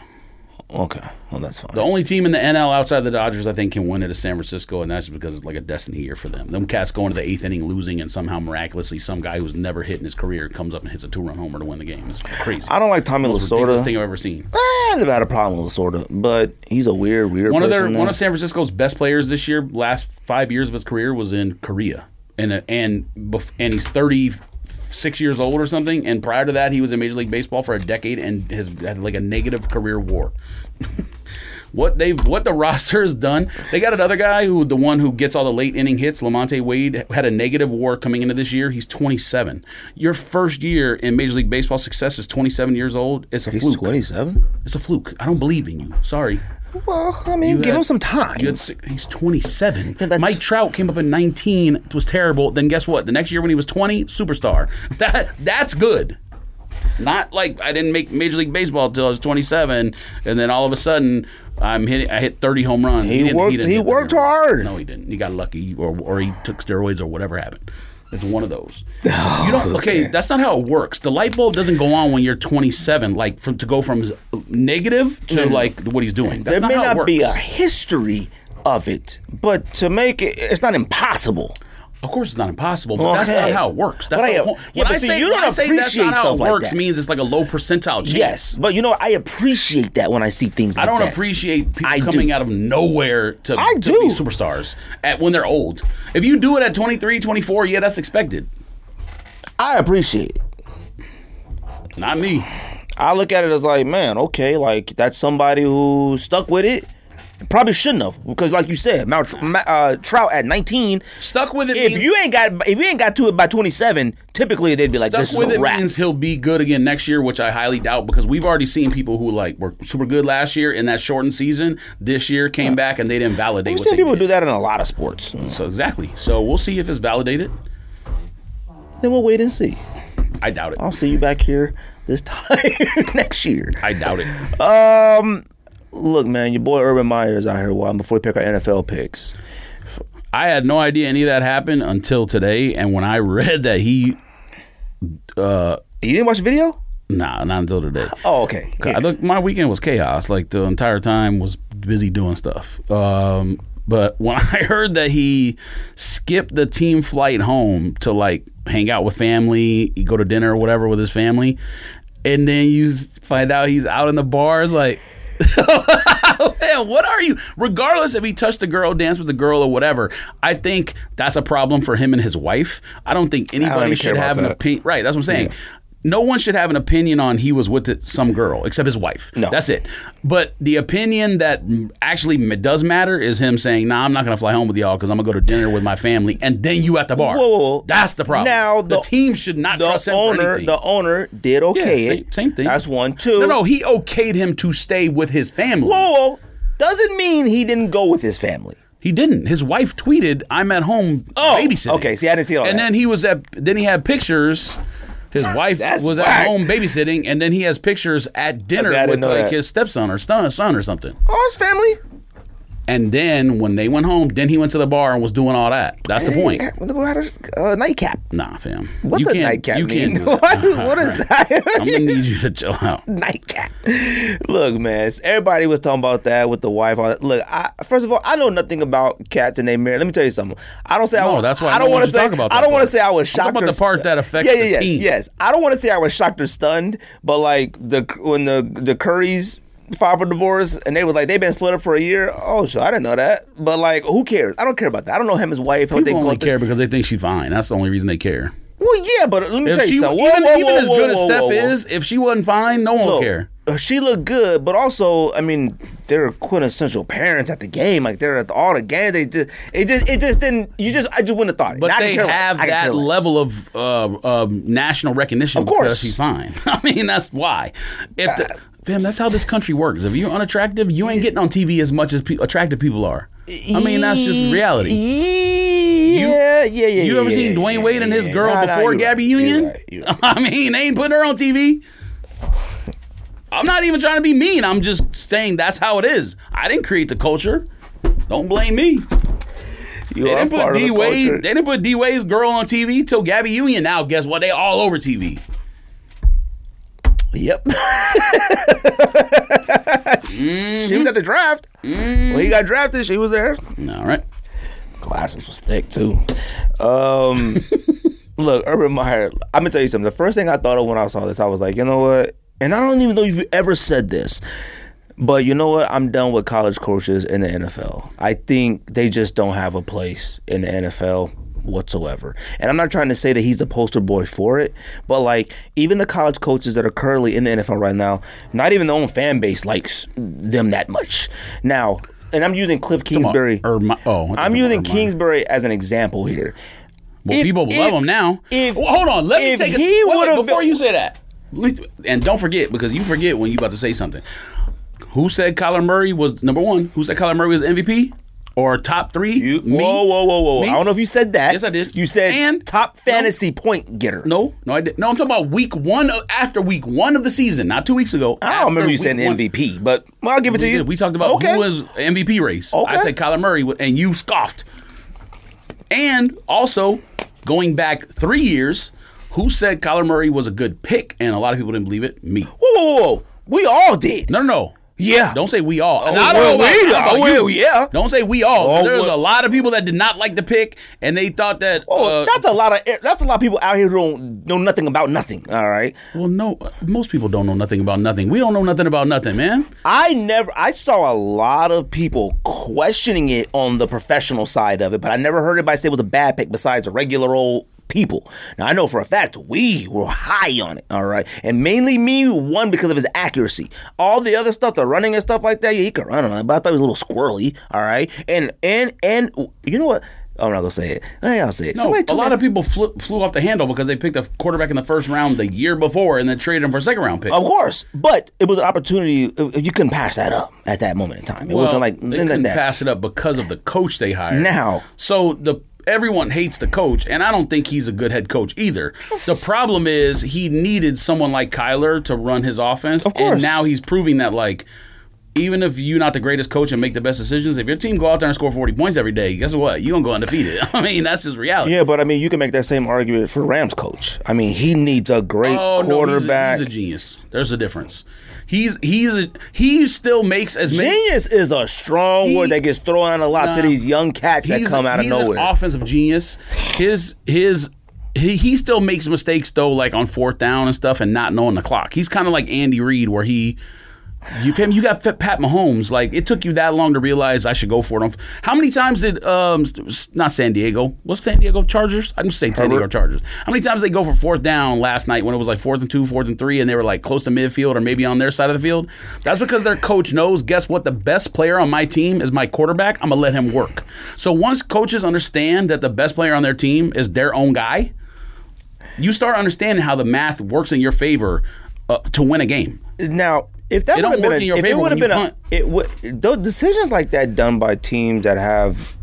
[SPEAKER 1] Okay, well that's fine.
[SPEAKER 2] the only team in the NL outside the Dodgers I think can win it is San Francisco, and that's because it's like a destiny year for them. Them cats going to the eighth inning losing, and somehow miraculously some guy who's never hit in his career comes up and hits a two run homer to win the game. It's crazy.
[SPEAKER 1] I don't like Tommy
[SPEAKER 2] Ridiculous
[SPEAKER 1] Lasorda.
[SPEAKER 2] thing I've ever seen.
[SPEAKER 1] I never had a problem with Lasorda, but he's a weird, weird.
[SPEAKER 2] One of their
[SPEAKER 1] person,
[SPEAKER 2] one
[SPEAKER 1] man.
[SPEAKER 2] of San Francisco's best players this year, last five years of his career was in Korea, and uh, and bef- and he's thirty six years old or something. And prior to that, he was in Major League Baseball for a decade and has had like a negative career WAR. What they've what the roster has done, they got another guy who the one who gets all the late inning hits, Lamonte Wade, had a negative WAR coming into this year. He's 27. Your first year in Major League Baseball success is 27 years old. It's a
[SPEAKER 1] he's
[SPEAKER 2] fluke.
[SPEAKER 1] twenty-seven.
[SPEAKER 2] It's a fluke. I don't believe in you. Sorry.
[SPEAKER 1] Well, I mean, give
[SPEAKER 2] had-
[SPEAKER 1] him some time.
[SPEAKER 2] You had six- he's 27.
[SPEAKER 1] that's-
[SPEAKER 2] Mike Trout came up in 19, was terrible. Then guess what? The next year when he was 20, superstar. That that's good. Not like I didn't make Major League Baseball until I was 27, and then all of a sudden I'm hitting. I hit 30 home runs.
[SPEAKER 1] He
[SPEAKER 2] didn't-
[SPEAKER 1] worked-
[SPEAKER 2] didn't
[SPEAKER 1] he
[SPEAKER 2] hit 30
[SPEAKER 1] worked
[SPEAKER 2] home runs.
[SPEAKER 1] hard.
[SPEAKER 2] No, he didn't. He got lucky, or or he took steroids, or whatever happened. It's one of those.
[SPEAKER 1] Oh,
[SPEAKER 2] you don't. Okay, that's not how it works. The light bulb doesn't go on when you're 27. Like from to go from negative to like what he's doing. That's
[SPEAKER 1] there may
[SPEAKER 2] how it
[SPEAKER 1] not
[SPEAKER 2] works.
[SPEAKER 1] be a history of it, but to make it, it's not impossible.
[SPEAKER 2] Of course, it's not impossible, but that's
[SPEAKER 1] Okay.
[SPEAKER 2] not how it works. That's
[SPEAKER 1] But
[SPEAKER 2] the
[SPEAKER 1] I-
[SPEAKER 2] whole-
[SPEAKER 1] yeah,
[SPEAKER 2] when
[SPEAKER 1] but
[SPEAKER 2] I
[SPEAKER 1] see,
[SPEAKER 2] say
[SPEAKER 1] you
[SPEAKER 2] when
[SPEAKER 1] don't
[SPEAKER 2] I say that's
[SPEAKER 1] appreciate
[SPEAKER 2] not how
[SPEAKER 1] stuff
[SPEAKER 2] it
[SPEAKER 1] like
[SPEAKER 2] works
[SPEAKER 1] that.
[SPEAKER 2] means it's like a low percentile chance.
[SPEAKER 1] Yes, but you know, I appreciate that when I see things like
[SPEAKER 2] I don't
[SPEAKER 1] that.
[SPEAKER 2] appreciate people
[SPEAKER 1] I do.
[SPEAKER 2] coming out of nowhere to,
[SPEAKER 1] I
[SPEAKER 2] to
[SPEAKER 1] do.
[SPEAKER 2] be superstars at when they're old. If you do it at 23, 24, yeah, that's expected.
[SPEAKER 1] I appreciate it.
[SPEAKER 2] Not me.
[SPEAKER 1] I look at it as like, man, okay, like that's somebody who stuck with it. Probably shouldn't have because, like you said, Mount, Ma- uh, Trout at 19.
[SPEAKER 2] Stuck with it.
[SPEAKER 1] If
[SPEAKER 2] means-
[SPEAKER 1] you ain't got if you ain't got to it by 27, typically they'd be like, this
[SPEAKER 2] stuck
[SPEAKER 1] is
[SPEAKER 2] with
[SPEAKER 1] a
[SPEAKER 2] it
[SPEAKER 1] wrap.
[SPEAKER 2] means he'll be good again next year, which I highly doubt because we've already seen people who like were super good last year in that shortened season. This year came back and they didn't validate.
[SPEAKER 1] We've
[SPEAKER 2] what
[SPEAKER 1] seen
[SPEAKER 2] they
[SPEAKER 1] people
[SPEAKER 2] did.
[SPEAKER 1] do that in a lot of sports.
[SPEAKER 2] So exactly. So we'll see if it's validated.
[SPEAKER 1] Then we'll wait and see.
[SPEAKER 2] I doubt it.
[SPEAKER 1] I'll see you back here this time next year.
[SPEAKER 2] I doubt it.
[SPEAKER 1] Look, man, your boy Urban Meyer is out here wilding before we pick our NFL picks.
[SPEAKER 2] I had no idea any of that happened until today, and when I read that he,
[SPEAKER 1] You didn't watch the video?
[SPEAKER 2] nah, not until today.
[SPEAKER 1] Oh, okay.
[SPEAKER 2] I look, my weekend was chaos. Like the entire time was busy doing stuff. Um, but when I heard that he skipped the team flight home to like hang out with family, go to dinner or whatever with his family, and then you s- find out he's out in the bars, like. Man, what are you? Regardless if he touched the girl, danced with the girl, or whatever, I think that's a problem for him and his wife. I don't think anybody
[SPEAKER 1] even care
[SPEAKER 2] should
[SPEAKER 1] about
[SPEAKER 2] have an
[SPEAKER 1] that.
[SPEAKER 2] opinion. Right, that's what I'm saying. No one should have an opinion on he was with it- some girl except his wife.
[SPEAKER 1] No.
[SPEAKER 2] That's it. But the opinion that m- actually m- does matter is him saying, "Nah, I'm not going to fly home with y'all because I'm going to go to dinner with my family." And then you at the bar.
[SPEAKER 1] Whoa, whoa, whoa.
[SPEAKER 2] That's the problem.
[SPEAKER 1] Now,
[SPEAKER 2] the,
[SPEAKER 1] the-
[SPEAKER 2] team should not
[SPEAKER 1] the
[SPEAKER 2] trust him for
[SPEAKER 1] owner,
[SPEAKER 2] anything.
[SPEAKER 1] the owner did okay.
[SPEAKER 2] Yeah, same-
[SPEAKER 1] it.
[SPEAKER 2] same thing.
[SPEAKER 1] That's one, two.
[SPEAKER 2] no, no, he okayed him to stay with his family.
[SPEAKER 1] Lowell doesn't mean he didn't go with his family.
[SPEAKER 2] He didn't. His wife tweeted, "I'm at home babysitting."
[SPEAKER 1] Oh, okay. See, I didn't see all
[SPEAKER 2] Oh, and
[SPEAKER 1] that.
[SPEAKER 2] then he was at. Then he had pictures. His wife
[SPEAKER 1] That's
[SPEAKER 2] was at
[SPEAKER 1] whack.
[SPEAKER 2] home babysitting, and then he has pictures at dinner
[SPEAKER 1] See, I didn't
[SPEAKER 2] with
[SPEAKER 1] know
[SPEAKER 2] like
[SPEAKER 1] that.
[SPEAKER 2] his stepson or son, son or something.
[SPEAKER 1] oh, his family.
[SPEAKER 2] And then when they went home, then he went to the bar and was doing all that. That's the point.
[SPEAKER 1] What the- what is- uh, nightcap?
[SPEAKER 2] Nah, fam.
[SPEAKER 1] What
[SPEAKER 2] you
[SPEAKER 1] does
[SPEAKER 2] can't-
[SPEAKER 1] nightcap
[SPEAKER 2] you
[SPEAKER 1] mean?
[SPEAKER 2] Can't do
[SPEAKER 1] What-
[SPEAKER 2] that.
[SPEAKER 1] what is
[SPEAKER 2] I'm gonna
[SPEAKER 1] that?
[SPEAKER 2] need you to chill out.
[SPEAKER 1] nightcap. Look, man, s- everybody was talking about that with the wife. All that. Look, I, first of all, I know nothing about cats and their marriage. Let me tell you something. I don't say I
[SPEAKER 2] No,
[SPEAKER 1] was.
[SPEAKER 2] that's why I
[SPEAKER 1] I don't want
[SPEAKER 2] wanted you
[SPEAKER 1] to
[SPEAKER 2] to
[SPEAKER 1] say.
[SPEAKER 2] talk about
[SPEAKER 1] I
[SPEAKER 2] that
[SPEAKER 1] don't want
[SPEAKER 2] part.
[SPEAKER 1] to say I was
[SPEAKER 2] I'm talking
[SPEAKER 1] shocked.
[SPEAKER 2] about
[SPEAKER 1] or
[SPEAKER 2] the part
[SPEAKER 1] stu-
[SPEAKER 2] that affects
[SPEAKER 1] Yeah, yeah,
[SPEAKER 2] the
[SPEAKER 1] yes,
[SPEAKER 2] team.
[SPEAKER 1] yes. I don't want to say I was shocked or stunned, but like the when the the Currys filed for divorce and they was like they've been split up for a year. Oh, so I didn't know that. But like, who cares? I don't care about that. I don't know him, his wife. what they
[SPEAKER 2] People
[SPEAKER 1] go
[SPEAKER 2] only
[SPEAKER 1] through.
[SPEAKER 2] care because they think she's fine. That's the only reason they care.
[SPEAKER 1] Well, yeah, but let me
[SPEAKER 2] If
[SPEAKER 1] tell you
[SPEAKER 2] she,
[SPEAKER 1] something.
[SPEAKER 2] even,
[SPEAKER 1] Whoa, whoa,
[SPEAKER 2] even
[SPEAKER 1] whoa,
[SPEAKER 2] as
[SPEAKER 1] whoa,
[SPEAKER 2] good as
[SPEAKER 1] whoa,
[SPEAKER 2] Steph
[SPEAKER 1] whoa, whoa.
[SPEAKER 2] is, if she wasn't fine, no one would care.
[SPEAKER 1] Uh, She looked good, but also, I mean, they're quintessential parents at the game. Like they're at the, all the game. They just, it just, it just didn't. You just, I just wouldn't have thought it.
[SPEAKER 2] But
[SPEAKER 1] Now I could
[SPEAKER 2] they
[SPEAKER 1] care less.
[SPEAKER 2] have
[SPEAKER 1] I could care
[SPEAKER 2] that
[SPEAKER 1] less.
[SPEAKER 2] level of uh, um national recognition of
[SPEAKER 1] course.
[SPEAKER 2] because she's fine. I mean, that's why. If the, fam, that's how this country works. If you're unattractive, you ain't getting on TV as much as pe- attractive people are. I mean, that's just reality.
[SPEAKER 1] Yeah, yeah, yeah.
[SPEAKER 2] You
[SPEAKER 1] yeah,
[SPEAKER 2] ever
[SPEAKER 1] yeah,
[SPEAKER 2] seen
[SPEAKER 1] yeah,
[SPEAKER 2] Dwayne
[SPEAKER 1] yeah,
[SPEAKER 2] Wade and
[SPEAKER 1] yeah,
[SPEAKER 2] his
[SPEAKER 1] yeah.
[SPEAKER 2] girl
[SPEAKER 1] Nah, nah,
[SPEAKER 2] before
[SPEAKER 1] you're
[SPEAKER 2] Gabby
[SPEAKER 1] right. You're
[SPEAKER 2] Union?
[SPEAKER 1] right. You're right.
[SPEAKER 2] I mean, they ain't putting her on TV. I'm not even trying to be mean. I'm just saying that's how it is. I didn't create the culture. Don't blame me.
[SPEAKER 1] You
[SPEAKER 2] They
[SPEAKER 1] are
[SPEAKER 2] didn't put
[SPEAKER 1] part of
[SPEAKER 2] D
[SPEAKER 1] the
[SPEAKER 2] Wade.
[SPEAKER 1] culture.
[SPEAKER 2] They didn't put D Wade's girl on TV till Gabby Union. Now, guess what? They all over TV.
[SPEAKER 1] Yep. She was at the draft.
[SPEAKER 2] Mm-hmm.
[SPEAKER 1] When he got drafted, she was there.
[SPEAKER 2] All right.
[SPEAKER 1] Glasses was thick too. Um, look, Urban Meyer. I'm gonna tell you something. The first thing I thought of when I saw this, I was like, you know what? And I don't even know if you ever said this, but you know what? I'm done with college coaches in the NFL. I think they just don't have a place in the NFL whatsoever. And I'm not trying to say that he's the poster boy for it, but like even the college coaches that are currently in the NFL right now, not even their own fan base likes them that much. Now, and I'm using Cliff Kingsbury.
[SPEAKER 2] Or my, oh,
[SPEAKER 1] I'm using Kingsbury as an example here.
[SPEAKER 2] Well,
[SPEAKER 1] if-
[SPEAKER 2] people
[SPEAKER 1] if-
[SPEAKER 2] love him now.
[SPEAKER 1] if-
[SPEAKER 2] well, hold on, let me
[SPEAKER 1] if
[SPEAKER 2] take a
[SPEAKER 1] he
[SPEAKER 2] wait, wait,
[SPEAKER 1] would've
[SPEAKER 2] before
[SPEAKER 1] been-
[SPEAKER 2] you say that. let me- And don't forget because you forget when you about to say something. Who said Kyler Murray was number one? Who said Kyler Murray was MVP or top three?
[SPEAKER 1] You,
[SPEAKER 2] Me?
[SPEAKER 1] Whoa, whoa, whoa, whoa!
[SPEAKER 2] Me?
[SPEAKER 1] I don't know if you said that.
[SPEAKER 2] Yes, I did.
[SPEAKER 1] You said
[SPEAKER 2] And-
[SPEAKER 1] top fantasy point getter.
[SPEAKER 2] No, no, I did. No, I'm talking about week one of, after week one of the season, not two weeks ago.
[SPEAKER 1] I don't remember you saying MVP, but well, I'll give it to
[SPEAKER 2] We,
[SPEAKER 1] you.
[SPEAKER 2] did. We talked about
[SPEAKER 1] okay.
[SPEAKER 2] who was MVP race. I
[SPEAKER 1] Okay.
[SPEAKER 2] said Kyler Murray, and you scoffed. And also, going back three years, who said Kyler Murray was a good pick? And a lot of people didn't believe it. Me.
[SPEAKER 1] Whoa, whoa, whoa, whoa! We all did.
[SPEAKER 2] No, no, no.
[SPEAKER 1] Yeah.
[SPEAKER 2] Don't say we all. And
[SPEAKER 1] Oh,
[SPEAKER 2] I don't
[SPEAKER 1] well,
[SPEAKER 2] know about-
[SPEAKER 1] we
[SPEAKER 2] I don't know
[SPEAKER 1] all.
[SPEAKER 2] about you.
[SPEAKER 1] Well, yeah.
[SPEAKER 2] Don't say we all. 'cause
[SPEAKER 1] Oh,
[SPEAKER 2] There was
[SPEAKER 1] well-
[SPEAKER 2] a lot of people that did not like the pick, and they thought that.
[SPEAKER 1] Oh,
[SPEAKER 2] uh,
[SPEAKER 1] that's a lot of that's a lot of people out here who don't know nothing about nothing. All right.
[SPEAKER 2] well, no. Most people don't know nothing about nothing. We don't know nothing about nothing, man.
[SPEAKER 1] I never I saw a lot of people questioning it on the professional side of it, but I never heard anybody say it was a bad pick besides the regular old people. Now I know for a fact we were high on it, all right? And mainly me one because of his accuracy. All the other stuff, the running and stuff like that, yeah, he could run on it, but I thought he was a little squirrely, all right? And and and you know what? I'm not gonna say it. Hey, I'll say it.
[SPEAKER 2] No,
[SPEAKER 1] Somebody
[SPEAKER 2] a
[SPEAKER 1] told
[SPEAKER 2] lot
[SPEAKER 1] me-
[SPEAKER 2] of people flew, flew off the handle because they picked a quarterback in the first round the year before and then traded him for a second round pick.
[SPEAKER 1] Of course, but it was an opportunity. You couldn't pass that up at that moment in time. It
[SPEAKER 2] Well,
[SPEAKER 1] wasn't like
[SPEAKER 2] they
[SPEAKER 1] nothing like
[SPEAKER 2] couldn't
[SPEAKER 1] that.
[SPEAKER 2] pass it up because of the coach they hired.
[SPEAKER 1] Now-
[SPEAKER 2] so the everyone hates the coach, and I don't think he's a good head coach either. The problem is he needed someone like Kyler to run his offense, and
[SPEAKER 1] course.
[SPEAKER 2] now he's proving that like. Even if you're not the greatest coach and make the best decisions, if your team go out there and score 40 points every day, guess what? You're going to go undefeated. I mean, that's just reality.
[SPEAKER 1] Yeah, but I mean, you can make that same argument for Rams coach. I mean, he needs a great
[SPEAKER 2] Oh, no, he's a-
[SPEAKER 1] quarterback.
[SPEAKER 2] he's, a, genius. There's a difference. He's he's a, he still makes as many.
[SPEAKER 1] Genius is a strong
[SPEAKER 2] He-
[SPEAKER 1] word that gets thrown out a lot to
[SPEAKER 2] Nah.
[SPEAKER 1] these young cats that
[SPEAKER 2] he's
[SPEAKER 1] come
[SPEAKER 2] a-
[SPEAKER 1] out of
[SPEAKER 2] he's an
[SPEAKER 1] nowhere.
[SPEAKER 2] offensive genius. His his. He, he still makes mistakes though, like on fourth down and stuff, and not knowing the clock. He's kind of like Andy Reid, where he, you him, you got Pat Mahomes. Like it took you that long to realize I should go for it. on f- How many times did um s- s- not San Diego? What's San Diego Chargers? I just say San Diego Chargers. How many times they go for fourth down last night when it was like fourth and two, fourth and three, and they were like close to midfield or maybe on their side of the field? That's because their coach knows. Guess what? The best player on my team is my quarterback. I'm gonna let him work. So once coaches understand that the best player on their team is their own guy, you start understanding how the math works in your favor uh, to win a game.
[SPEAKER 1] now, if that
[SPEAKER 2] It
[SPEAKER 1] would have
[SPEAKER 2] don't
[SPEAKER 1] been
[SPEAKER 2] work
[SPEAKER 1] a,
[SPEAKER 2] in your
[SPEAKER 1] if it
[SPEAKER 2] favor
[SPEAKER 1] would have
[SPEAKER 2] when
[SPEAKER 1] been
[SPEAKER 2] you
[SPEAKER 1] a, it would those decisions like that done by teams that have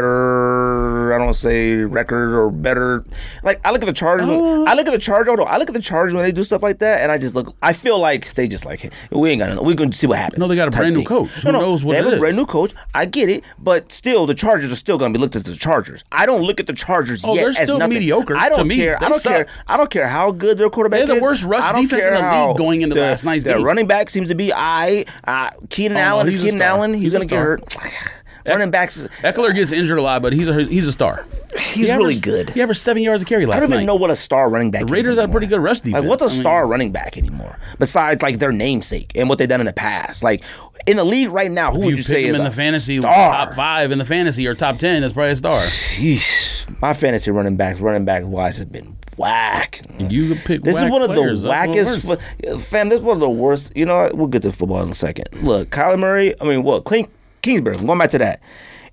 [SPEAKER 1] better. I don't say record or better. Like I look at the Chargers.
[SPEAKER 2] Uh.
[SPEAKER 1] When, I look at the Chargers. Hold on, I look at the Chargers when they do stuff like that, and I just look. I feel like they just like we ain't gonna. We gonna see what happens.
[SPEAKER 2] No, they got a
[SPEAKER 1] type
[SPEAKER 2] brand new
[SPEAKER 1] thing.
[SPEAKER 2] coach.
[SPEAKER 1] No,
[SPEAKER 2] Who
[SPEAKER 1] no,
[SPEAKER 2] knows what
[SPEAKER 1] they
[SPEAKER 2] it
[SPEAKER 1] have a
[SPEAKER 2] is?
[SPEAKER 1] brand new coach. I get it, but still, the Chargers are still gonna be looked at as the Chargers. I don't look at the Chargers
[SPEAKER 2] Oh,
[SPEAKER 1] yet
[SPEAKER 2] they're
[SPEAKER 1] as
[SPEAKER 2] still
[SPEAKER 1] nothing.
[SPEAKER 2] mediocre
[SPEAKER 1] I don't
[SPEAKER 2] to me.
[SPEAKER 1] care.
[SPEAKER 2] They
[SPEAKER 1] I don't
[SPEAKER 2] suck.
[SPEAKER 1] care. I don't care how good their quarterback
[SPEAKER 2] They're
[SPEAKER 1] is.
[SPEAKER 2] the worst rush
[SPEAKER 1] I don't
[SPEAKER 2] defense in
[SPEAKER 1] care
[SPEAKER 2] the league
[SPEAKER 1] how
[SPEAKER 2] going into
[SPEAKER 1] their-
[SPEAKER 2] last night's
[SPEAKER 1] Their
[SPEAKER 2] game. Oh,
[SPEAKER 1] running back seems to be I. Uh, Keenan
[SPEAKER 2] no,
[SPEAKER 1] Allen
[SPEAKER 2] he's
[SPEAKER 1] is
[SPEAKER 2] a
[SPEAKER 1] Keenan
[SPEAKER 2] star.
[SPEAKER 1] Allen. He's,
[SPEAKER 2] He's a
[SPEAKER 1] gonna get
[SPEAKER 2] star.
[SPEAKER 1] hurt. running backs.
[SPEAKER 2] Eckler gets injured a lot, but he's a, he's a star.
[SPEAKER 1] He's
[SPEAKER 2] He
[SPEAKER 1] really
[SPEAKER 2] averaged-
[SPEAKER 1] good.
[SPEAKER 2] He averaged seven yards a carry last
[SPEAKER 1] I don't even
[SPEAKER 2] night.
[SPEAKER 1] know what a star running back. The
[SPEAKER 2] Raiders
[SPEAKER 1] is
[SPEAKER 2] had a pretty good
[SPEAKER 1] anymore.
[SPEAKER 2] rush defense.
[SPEAKER 1] Like, what's
[SPEAKER 2] I
[SPEAKER 1] a
[SPEAKER 2] mean-
[SPEAKER 1] star running back anymore? Besides, like their namesake and what they've done in the past. Like in the league right now, who
[SPEAKER 2] You
[SPEAKER 1] would you
[SPEAKER 2] pick
[SPEAKER 1] say
[SPEAKER 2] him
[SPEAKER 1] is
[SPEAKER 2] in
[SPEAKER 1] a
[SPEAKER 2] the fantasy
[SPEAKER 1] star?
[SPEAKER 2] top five in the fantasy or top ten. That's probably a star.
[SPEAKER 1] Yeesh. My fantasy running back, running back wise, has been whack.
[SPEAKER 2] You could pick.
[SPEAKER 1] This is
[SPEAKER 2] whack
[SPEAKER 1] one of the
[SPEAKER 2] players. That's what it
[SPEAKER 1] wackest,
[SPEAKER 2] works.
[SPEAKER 1] fu- fam. This is one of the worst. You know, what? we'll get to football in a second. Look, Kyler Murray. I mean, what? King, Kingsbury. I'm going back to that.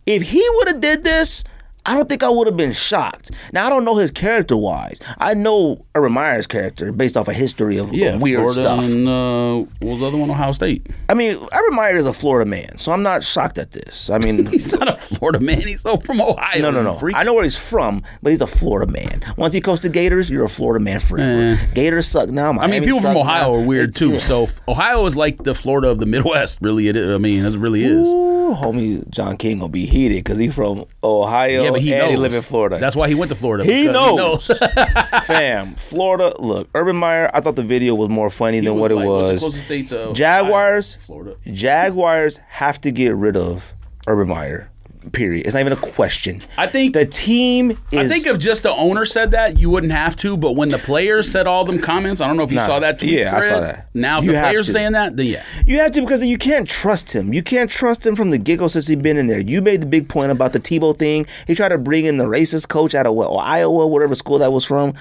[SPEAKER 1] If he would have did this, I don't think I would have been shocked. Now I don't know his character wise. I know Urban Meyer's character based off a history of
[SPEAKER 2] yeah,
[SPEAKER 1] weird
[SPEAKER 2] Florida
[SPEAKER 1] stuff.
[SPEAKER 2] And, uh, what was the other one? Ohio State.
[SPEAKER 1] I mean, Urban Meyer is a Florida man, so I'm not shocked at this. I mean,
[SPEAKER 2] He's not a Florida man. He's from Ohio.
[SPEAKER 1] No, no,
[SPEAKER 2] you
[SPEAKER 1] no.
[SPEAKER 2] Freak.
[SPEAKER 1] I know where he's from, but he's a Florida man. Once he coached the Gators, you're a Florida man forever.
[SPEAKER 2] Eh.
[SPEAKER 1] Gators suck now.
[SPEAKER 2] I mean, people from Ohio are weird too. So f- Ohio is like the Florida of the Midwest. Really, it is. I mean, that's really is.
[SPEAKER 1] Ooh, homie, John King gonna be heated because he's from Ohio
[SPEAKER 2] yeah, but he
[SPEAKER 1] and
[SPEAKER 2] knows.
[SPEAKER 1] he live in Florida.
[SPEAKER 2] That's why he went to Florida.
[SPEAKER 1] He
[SPEAKER 2] because
[SPEAKER 1] knows. Fam, Florida. Look, Urban Meyer. I thought the video was more funny than
[SPEAKER 2] was
[SPEAKER 1] what it
[SPEAKER 2] like, what's the
[SPEAKER 1] was.
[SPEAKER 2] closest state to Ohio?
[SPEAKER 1] Jaguars.
[SPEAKER 2] Florida.
[SPEAKER 1] Jaguars have to get rid of Urban Meyer. Period. It's not even a question.
[SPEAKER 2] I think
[SPEAKER 1] the team is.
[SPEAKER 2] I think if just the owner said that, you wouldn't have to. But when the players said all them comments, I don't know if you saw that tweet.
[SPEAKER 1] Yeah, I saw
[SPEAKER 2] thread.
[SPEAKER 1] that.
[SPEAKER 2] Now, if
[SPEAKER 1] You
[SPEAKER 2] the
[SPEAKER 1] have
[SPEAKER 2] players
[SPEAKER 1] to.
[SPEAKER 2] saying that, then yeah.
[SPEAKER 1] You have to because you can't trust him. You can't trust him from the get go since he's been in there. You made the big point about the Tebow thing. He tried to bring in the racist coach out of what Iowa, whatever school that was from.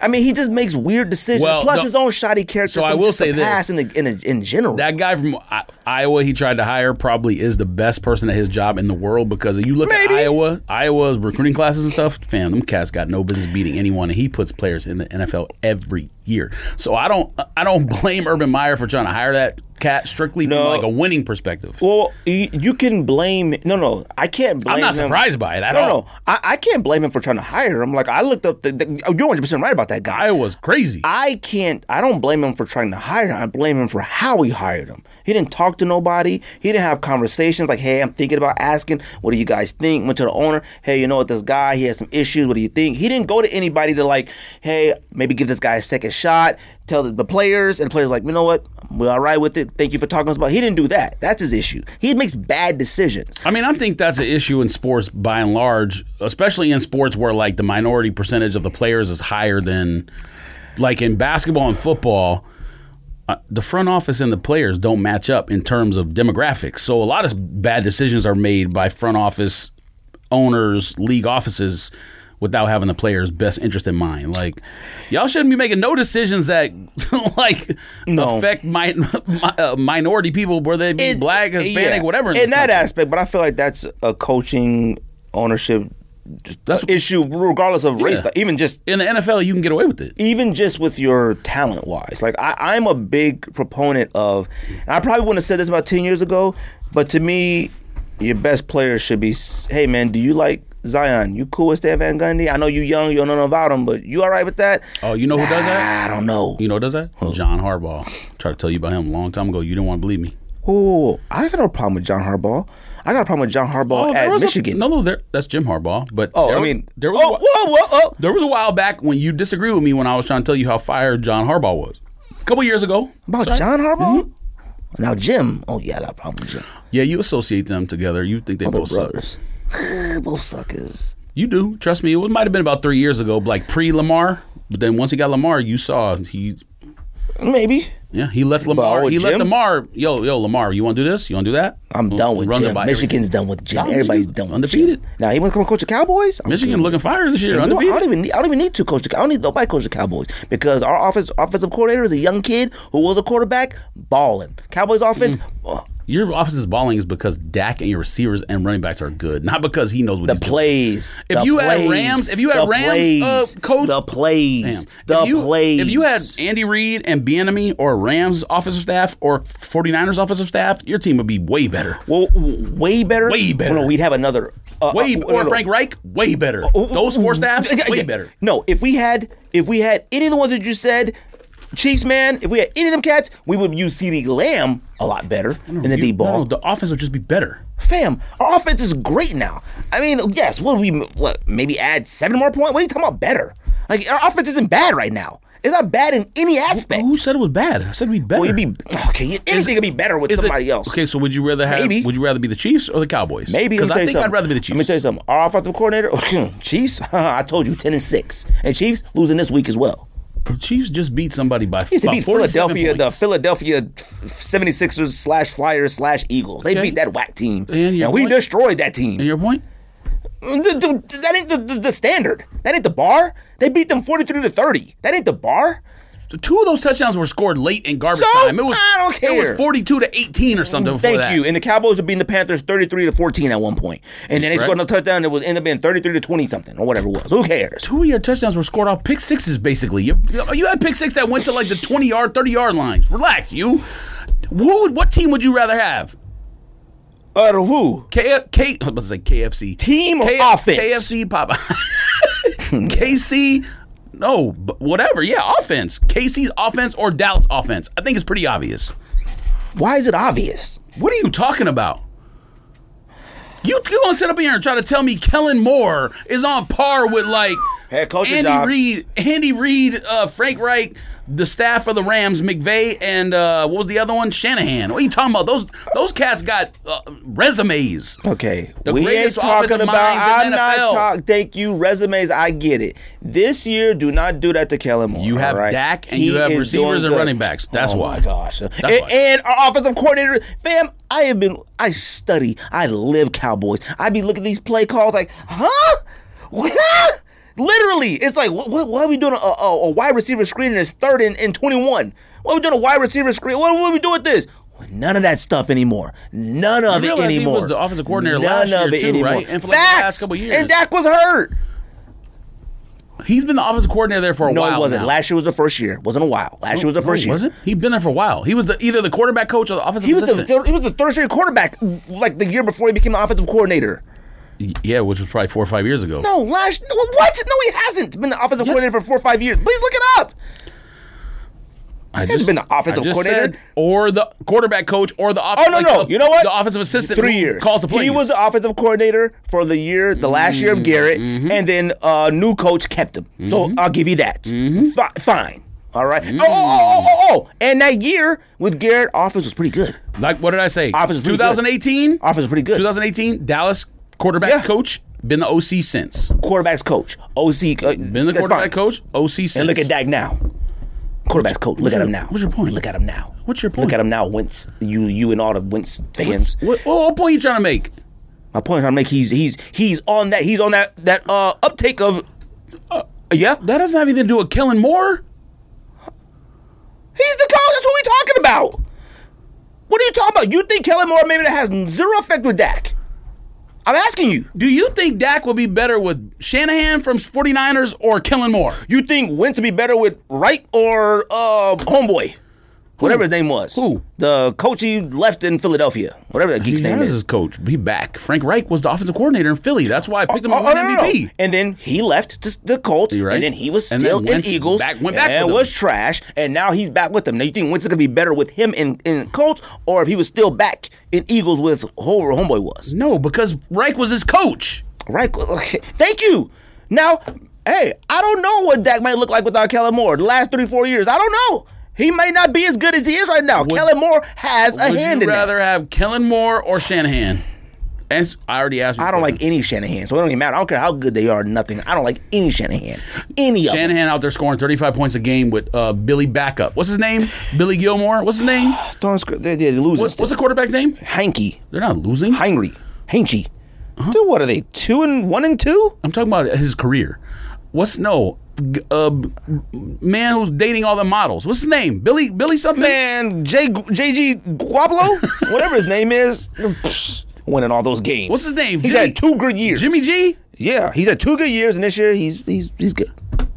[SPEAKER 1] I mean, he just makes weird decisions.
[SPEAKER 2] Well,
[SPEAKER 1] Plus
[SPEAKER 2] the-
[SPEAKER 1] his own shoddy character.
[SPEAKER 2] So
[SPEAKER 1] from
[SPEAKER 2] I will
[SPEAKER 1] just the
[SPEAKER 2] say this.
[SPEAKER 1] pass in, the, in, the, in general.
[SPEAKER 2] That guy from I- Iowa he tried to hire probably is the best person at his job in the world because you look
[SPEAKER 1] Maybe.
[SPEAKER 2] at Iowa, Iowa's recruiting classes and stuff. Fam, them cats got no business beating anyone, and he puts players in the NFL every year. So I don't, I don't blame Urban Meyer for trying to hire that cat strictly
[SPEAKER 1] No.
[SPEAKER 2] from like a winning perspective.
[SPEAKER 1] well, you, you can blame. No, no, I can't blame.
[SPEAKER 2] I'm not
[SPEAKER 1] him.
[SPEAKER 2] surprised by it at
[SPEAKER 1] No,
[SPEAKER 2] all.
[SPEAKER 1] no, I, I can't blame him for trying to hire him. Like I looked up the, the you're 100 percent right about that guy.
[SPEAKER 2] Iowa's crazy.
[SPEAKER 1] I can't. I don't blame him for trying to hire him. I blame him for how he hired him. He didn't talk to nobody. He didn't have conversations like, "Hey, I'm thinking about asking. What do you guys think?" Went to the owner. Hey, you know what? This guy, he has some issues. What do you think? He didn't go to anybody to like, "Hey, maybe give this guy a second shot." Tell the, the players, and the players like, "You know what? We're all right with it. Thank you for talking to us about." He didn't do that. That's his issue. He makes bad decisions.
[SPEAKER 2] I mean, I think that's an issue in sports by and large, especially in sports where like the minority percentage of the players is higher than, like in basketball and football. Uh, the front office and the players don't match up in terms of demographics. So a lot of bad decisions are made by front office owners, league offices, without having the players' best interest in mind. Like y'all shouldn't be making no decisions that like
[SPEAKER 1] No.
[SPEAKER 2] affect mi- mi- uh, minority people, whether they be
[SPEAKER 1] It-
[SPEAKER 2] black, Hispanic,
[SPEAKER 1] yeah,
[SPEAKER 2] whatever.
[SPEAKER 1] In,
[SPEAKER 2] this
[SPEAKER 1] that
[SPEAKER 2] country.
[SPEAKER 1] aspect, but I feel like that's a coaching ownership. uh,
[SPEAKER 2] That's-
[SPEAKER 1] issue regardless of race
[SPEAKER 2] Yeah.
[SPEAKER 1] even just
[SPEAKER 2] in the NFL, you can get away with it.
[SPEAKER 1] even just with your talent wise. Like I, I'm a big proponent of, and I probably wouldn't have said this about ten years ago, but to me, your best player should be. s- Hey man, do you like Zion? You cool with Stan Van Gundy? I know you young, you don't know about him, but you all right with that?
[SPEAKER 2] Oh, you know who does that?
[SPEAKER 1] I don't know.
[SPEAKER 2] You know who does that? John Harbaugh. Tried to tell you about him a long time ago. You didn't want to believe me.
[SPEAKER 1] Oh, I got no problem with John Harbaugh. I got a problem with John Harbaugh
[SPEAKER 2] Oh, there
[SPEAKER 1] Oh, at
[SPEAKER 2] was a-
[SPEAKER 1] Michigan.
[SPEAKER 2] no, no, there, that's Jim Harbaugh. But
[SPEAKER 1] oh,
[SPEAKER 2] there
[SPEAKER 1] I
[SPEAKER 2] was-
[SPEAKER 1] mean,
[SPEAKER 2] there was a,
[SPEAKER 1] oh,
[SPEAKER 2] whi-
[SPEAKER 1] whoa, whoa, oh.
[SPEAKER 2] there was a while back when you disagreed with me when I was trying to tell you how fired John Harbaugh was. A couple years ago.
[SPEAKER 1] about
[SPEAKER 2] Sorry. Mm-hmm.
[SPEAKER 1] John Harbaugh. Now Jim. Oh yeah, I got a problem with Jim.
[SPEAKER 2] Yeah, you associate them together. You think they
[SPEAKER 1] They're
[SPEAKER 2] both suck.
[SPEAKER 1] brothers. Eh, both suckers.
[SPEAKER 2] You do. Trust me. It might have been about three years ago, like pre Lamar. But then once he got Lamar, you saw he
[SPEAKER 1] Maybe.
[SPEAKER 2] yeah, he lets Lamar
[SPEAKER 1] oh,
[SPEAKER 2] he lets
[SPEAKER 1] Jim?
[SPEAKER 2] Lamar yo, yo, Lamar, you wanna do this? You wanna do that?
[SPEAKER 1] I'm done with
[SPEAKER 2] Runs it
[SPEAKER 1] Jim.
[SPEAKER 2] by every-
[SPEAKER 1] Michigan's done with Jim.
[SPEAKER 2] Nah,
[SPEAKER 1] Everybody's
[SPEAKER 2] Michigan's
[SPEAKER 1] done with
[SPEAKER 2] undefeated.
[SPEAKER 1] Jim. Now he wants to come coach the Cowboys. I'm
[SPEAKER 2] Michigan
[SPEAKER 1] good.
[SPEAKER 2] looking fire this year,
[SPEAKER 1] You know, I
[SPEAKER 2] undefeated.
[SPEAKER 1] don't even need. I don't even need to coach. The, I don't need nobody to coach the Cowboys because our offense offensive coordinator is a young kid who was a quarterback balling. Cowboys offense.
[SPEAKER 2] Mm.
[SPEAKER 1] uh, ugh,
[SPEAKER 2] Your offense's balling is because Dak and your receivers and running backs are good, not because he knows what
[SPEAKER 1] the
[SPEAKER 2] he's
[SPEAKER 1] plays.
[SPEAKER 2] If
[SPEAKER 1] the
[SPEAKER 2] you had
[SPEAKER 1] plays,
[SPEAKER 2] Rams- if you had
[SPEAKER 1] the
[SPEAKER 2] Rams,
[SPEAKER 1] plays,
[SPEAKER 2] uh, coach-
[SPEAKER 1] the
[SPEAKER 2] doing.
[SPEAKER 1] plays,
[SPEAKER 2] Damn.
[SPEAKER 1] the
[SPEAKER 2] if you,
[SPEAKER 1] plays.
[SPEAKER 2] If you had Andy Reid and Bienemy or Rams offensive staff or 49ers offensive staff, your team would be way better.
[SPEAKER 1] Uh, well, w- way better,
[SPEAKER 2] Way better.
[SPEAKER 1] Well, no, we'd have another uh,
[SPEAKER 2] way
[SPEAKER 1] uh,
[SPEAKER 2] or
[SPEAKER 1] no, Uh, no.
[SPEAKER 2] Frank Reich, way better. Those four staffs, way better.
[SPEAKER 1] No, if we had if we had any of the ones that you said, Chiefs man, if we had any of them cats, we would use CD Lamb a lot better in the
[SPEAKER 2] You-
[SPEAKER 1] D ball.
[SPEAKER 2] no, the offense would just be better.
[SPEAKER 1] Fam, our offense is great now. I mean, yes, what we what maybe add seven more points? What are you talking about? Better? Like our offense isn't bad right now. It's not bad in any aspect.
[SPEAKER 2] Who said it was bad? I said we'd better.
[SPEAKER 1] Well, you'd be okay. Anything could be better with
[SPEAKER 2] Is it-
[SPEAKER 1] somebody else.
[SPEAKER 2] Okay, so would you rather have?
[SPEAKER 1] Maybe.
[SPEAKER 2] Would you rather be the Chiefs or the Cowboys?
[SPEAKER 1] Maybe let
[SPEAKER 2] because
[SPEAKER 1] me
[SPEAKER 2] I
[SPEAKER 1] tell you
[SPEAKER 2] think
[SPEAKER 1] something.
[SPEAKER 2] I'd rather be the Chiefs.
[SPEAKER 1] Let me tell you something. Our offensive coordinator, Chiefs. I told you, ten and six, and Chiefs losing this week as well.
[SPEAKER 2] The Chiefs just beat somebody by.
[SPEAKER 1] They used to
[SPEAKER 2] by
[SPEAKER 1] beat
[SPEAKER 2] 47
[SPEAKER 1] Philadelphia, the
[SPEAKER 2] points.
[SPEAKER 1] Philadelphia 76ers slash Flyers slash Eagles. They
[SPEAKER 2] Okay.
[SPEAKER 1] beat that whack team.
[SPEAKER 2] And
[SPEAKER 1] And,
[SPEAKER 2] your
[SPEAKER 1] we
[SPEAKER 2] point-
[SPEAKER 1] destroyed that team.
[SPEAKER 2] And your point?
[SPEAKER 1] Th- th- That ain't the, the, the standard. That ain't the bar. They beat them 43 to 30. That ain't the bar.
[SPEAKER 2] The Two of those touchdowns were scored late in garbage
[SPEAKER 1] So?
[SPEAKER 2] time. It was
[SPEAKER 1] I don't
[SPEAKER 2] It was
[SPEAKER 1] care.
[SPEAKER 2] forty-two to eighteen or something. Before
[SPEAKER 1] Thank
[SPEAKER 2] that.
[SPEAKER 1] you. And the Cowboys were beating the Panthers 33 to 14 at one point. And then they
[SPEAKER 2] Correct.
[SPEAKER 1] scored another touchdown and it was ended up being 33 to 20 something or whatever it was. Who cares?
[SPEAKER 2] Two of your touchdowns were scored off pick sixes, basically. You, you had pick six that went to like the twenty yard, thirty yard lines. Relax, you. Who would? What team would you rather have?
[SPEAKER 1] Out of Uh, who?
[SPEAKER 2] K, K, I was about to say KFC.
[SPEAKER 1] Team or
[SPEAKER 2] K-
[SPEAKER 1] offense?
[SPEAKER 2] KFC, Papa. KC, no, but whatever. Yeah, offense. KC's offense or Dallas offense. I think it's pretty obvious.
[SPEAKER 1] Why is it obvious?
[SPEAKER 2] What are you talking about? You you gonna sit up here and try to tell me Kellen Moore is on par with like
[SPEAKER 1] Head coaching
[SPEAKER 2] Andy
[SPEAKER 1] jobs.
[SPEAKER 2] Reid, Andy Reid, uh, Frank Reich, the staff of the Rams, McVay, and uh, what was the other one? Shanahan. What are you talking about? Those those cats got uh, resumes.
[SPEAKER 1] Okay,
[SPEAKER 2] The
[SPEAKER 1] we ain't
[SPEAKER 2] greatest
[SPEAKER 1] talking
[SPEAKER 2] offensive
[SPEAKER 1] about.
[SPEAKER 2] minds
[SPEAKER 1] I'm
[SPEAKER 2] in the
[SPEAKER 1] not
[SPEAKER 2] NFL.
[SPEAKER 1] talking. Thank you, resumes. I get it. This year, do not do that to Kellen Moore.
[SPEAKER 2] You have
[SPEAKER 1] all right?
[SPEAKER 2] Dak and you have
[SPEAKER 1] is
[SPEAKER 2] receivers
[SPEAKER 1] doing
[SPEAKER 2] and
[SPEAKER 1] good.
[SPEAKER 2] running backs. That's
[SPEAKER 1] oh
[SPEAKER 2] why.
[SPEAKER 1] My gosh. and,
[SPEAKER 2] why.
[SPEAKER 1] and our offensive coordinator, fam. I have been. I study. I live Cowboys. I be looking at these play calls like, huh? Huh? Literally, it's like, what, what, why are we doing a, a, a wide receiver screen and it's third and, and 21? Why are we doing a wide receiver screen? What, what are we doing with this? None of that stuff anymore. None of
[SPEAKER 2] You
[SPEAKER 1] it
[SPEAKER 2] realize he
[SPEAKER 1] anymore.
[SPEAKER 2] E was the offensive coordinator last year too, right? And for like the
[SPEAKER 1] Facts.
[SPEAKER 2] last couple years.
[SPEAKER 1] And Dak was hurt.
[SPEAKER 2] He's been the offensive coordinator there for a
[SPEAKER 1] No,
[SPEAKER 2] while.
[SPEAKER 1] it wasn't.
[SPEAKER 2] now.
[SPEAKER 1] Last year was the first year. Wasn't a while. Last year was the
[SPEAKER 2] No,
[SPEAKER 1] first year.
[SPEAKER 2] was it? He'd been there for a while. He was the, either the quarterback coach or the offensive
[SPEAKER 1] He was the
[SPEAKER 2] assistant.
[SPEAKER 1] third, he was the third straight quarterback like the year before he became the offensive coordinator.
[SPEAKER 2] yeah, which was probably four or five years ago.
[SPEAKER 1] No, last no, what? No, he hasn't been the offensive coordinator for four or five years. Please look it up.
[SPEAKER 2] I
[SPEAKER 1] hasn't been the offensive
[SPEAKER 2] I just
[SPEAKER 1] coordinator.
[SPEAKER 2] said, or the quarterback coach, or the off,
[SPEAKER 1] Oh no,
[SPEAKER 2] like
[SPEAKER 1] no.
[SPEAKER 2] the-
[SPEAKER 1] you know what?
[SPEAKER 2] The offensive assistant,
[SPEAKER 1] Three
[SPEAKER 2] who
[SPEAKER 1] years.
[SPEAKER 2] calls the plays. Mm-hmm.
[SPEAKER 1] He was the offensive coordinator for the year, the last year of Garrett, and then uh, new coach kept him. So I'll give you that.
[SPEAKER 2] Mm-hmm.
[SPEAKER 1] Fi- fine. All right. Oh, oh, oh, oh, oh, and that year with Garrett, offense was pretty good.
[SPEAKER 2] like what did I say?
[SPEAKER 1] Offense was pretty good.
[SPEAKER 2] 2018.
[SPEAKER 1] Offense was pretty good.
[SPEAKER 2] 2018. Dallas quarterback
[SPEAKER 1] Yeah.
[SPEAKER 2] coach been the OC since.
[SPEAKER 1] quarterback's coach, OC. Uh,
[SPEAKER 2] Been the
[SPEAKER 1] that's
[SPEAKER 2] quarterback
[SPEAKER 1] fine.
[SPEAKER 2] coach, OC since.
[SPEAKER 1] And look at Dak now. Quarterback's coach. Look at
[SPEAKER 2] your-
[SPEAKER 1] him now.
[SPEAKER 2] what's your point?
[SPEAKER 1] Look at him now.
[SPEAKER 2] What's your
[SPEAKER 1] Look
[SPEAKER 2] point?
[SPEAKER 1] at him now, Wentz. You, you, and all the Wentz fans.
[SPEAKER 2] What, what point you trying to make?
[SPEAKER 1] My point I'm trying to make he's he's he's on that he's on that that uh uptake of. yeah,
[SPEAKER 2] Uh, That doesn't have anything to do with Kellen Moore.
[SPEAKER 1] he's the coach. That's what we talking about. What are you talking about? You think Kellen Moore maybe that has zero effect with Dak? I'm asking you.
[SPEAKER 2] Do you think Dak would be better with Shanahan from 49ers or Kellen Moore?
[SPEAKER 1] You think Wentz would be better with Wright or uh homeboy? Whatever his name was.
[SPEAKER 2] Who?
[SPEAKER 1] The coach he left in Philadelphia. Whatever that geek's
[SPEAKER 2] He
[SPEAKER 1] name
[SPEAKER 2] has
[SPEAKER 1] is.
[SPEAKER 2] his coach. He back. Frank Reich was the offensive coordinator in Philly. That's why I picked him
[SPEAKER 1] Oh,
[SPEAKER 2] up
[SPEAKER 1] oh,
[SPEAKER 2] as
[SPEAKER 1] no, no, no.
[SPEAKER 2] MVP.
[SPEAKER 1] And then he left to s- the Colts,
[SPEAKER 2] You're right.
[SPEAKER 1] and then he was
[SPEAKER 2] And then
[SPEAKER 1] still in
[SPEAKER 2] Wentz
[SPEAKER 1] Eagles,
[SPEAKER 2] back- went back
[SPEAKER 1] and
[SPEAKER 2] with
[SPEAKER 1] was trash, and now he's back with them. Now you think Wentz is gonna be better with him in, in Colts, or if he was still back in Eagles with whoever homeboy was?
[SPEAKER 2] No, because Reich was his coach.
[SPEAKER 1] Right? Okay. Thank you. Now, hey, I don't know what Dak might look like without Kellen Moore. The last three, four years, I don't know. He may not be as good as he is right now. Kellen Moore has a
[SPEAKER 2] Would
[SPEAKER 1] hand
[SPEAKER 2] you
[SPEAKER 1] in that.
[SPEAKER 2] rather have Kellen Moore or Shanahan? Ans- I already asked. you
[SPEAKER 1] I don't
[SPEAKER 2] the
[SPEAKER 1] like any Shanahan, so it don't even matter. I don't care how good they are, nothing. I don't like any Shanahan, any of them.
[SPEAKER 2] Shanahan out there scoring 35 points a game with uh, Billy backup. What's his name? Billy Gilmore. What's his name? What-
[SPEAKER 1] Throwing script, they're, they're losing.
[SPEAKER 2] What's,
[SPEAKER 1] still.
[SPEAKER 2] the quarterback's name?
[SPEAKER 1] Heinke,
[SPEAKER 2] They're not losing.
[SPEAKER 1] Heinry, Heinche.
[SPEAKER 2] Uh-huh.
[SPEAKER 1] Dude, what are they? Two and one and two?
[SPEAKER 2] I'm talking about his career. What's no g- uh, man who's dating all the models? What's his name? Billy Billy something.
[SPEAKER 1] Man, J JG Guablo, whatever his name is, psh, winning all those games.
[SPEAKER 2] What's his name?
[SPEAKER 1] He's
[SPEAKER 2] Jimmy-
[SPEAKER 1] had two good years.
[SPEAKER 2] Jimmy G.
[SPEAKER 1] Yeah, he's had two good years, and this year he's he's he's good.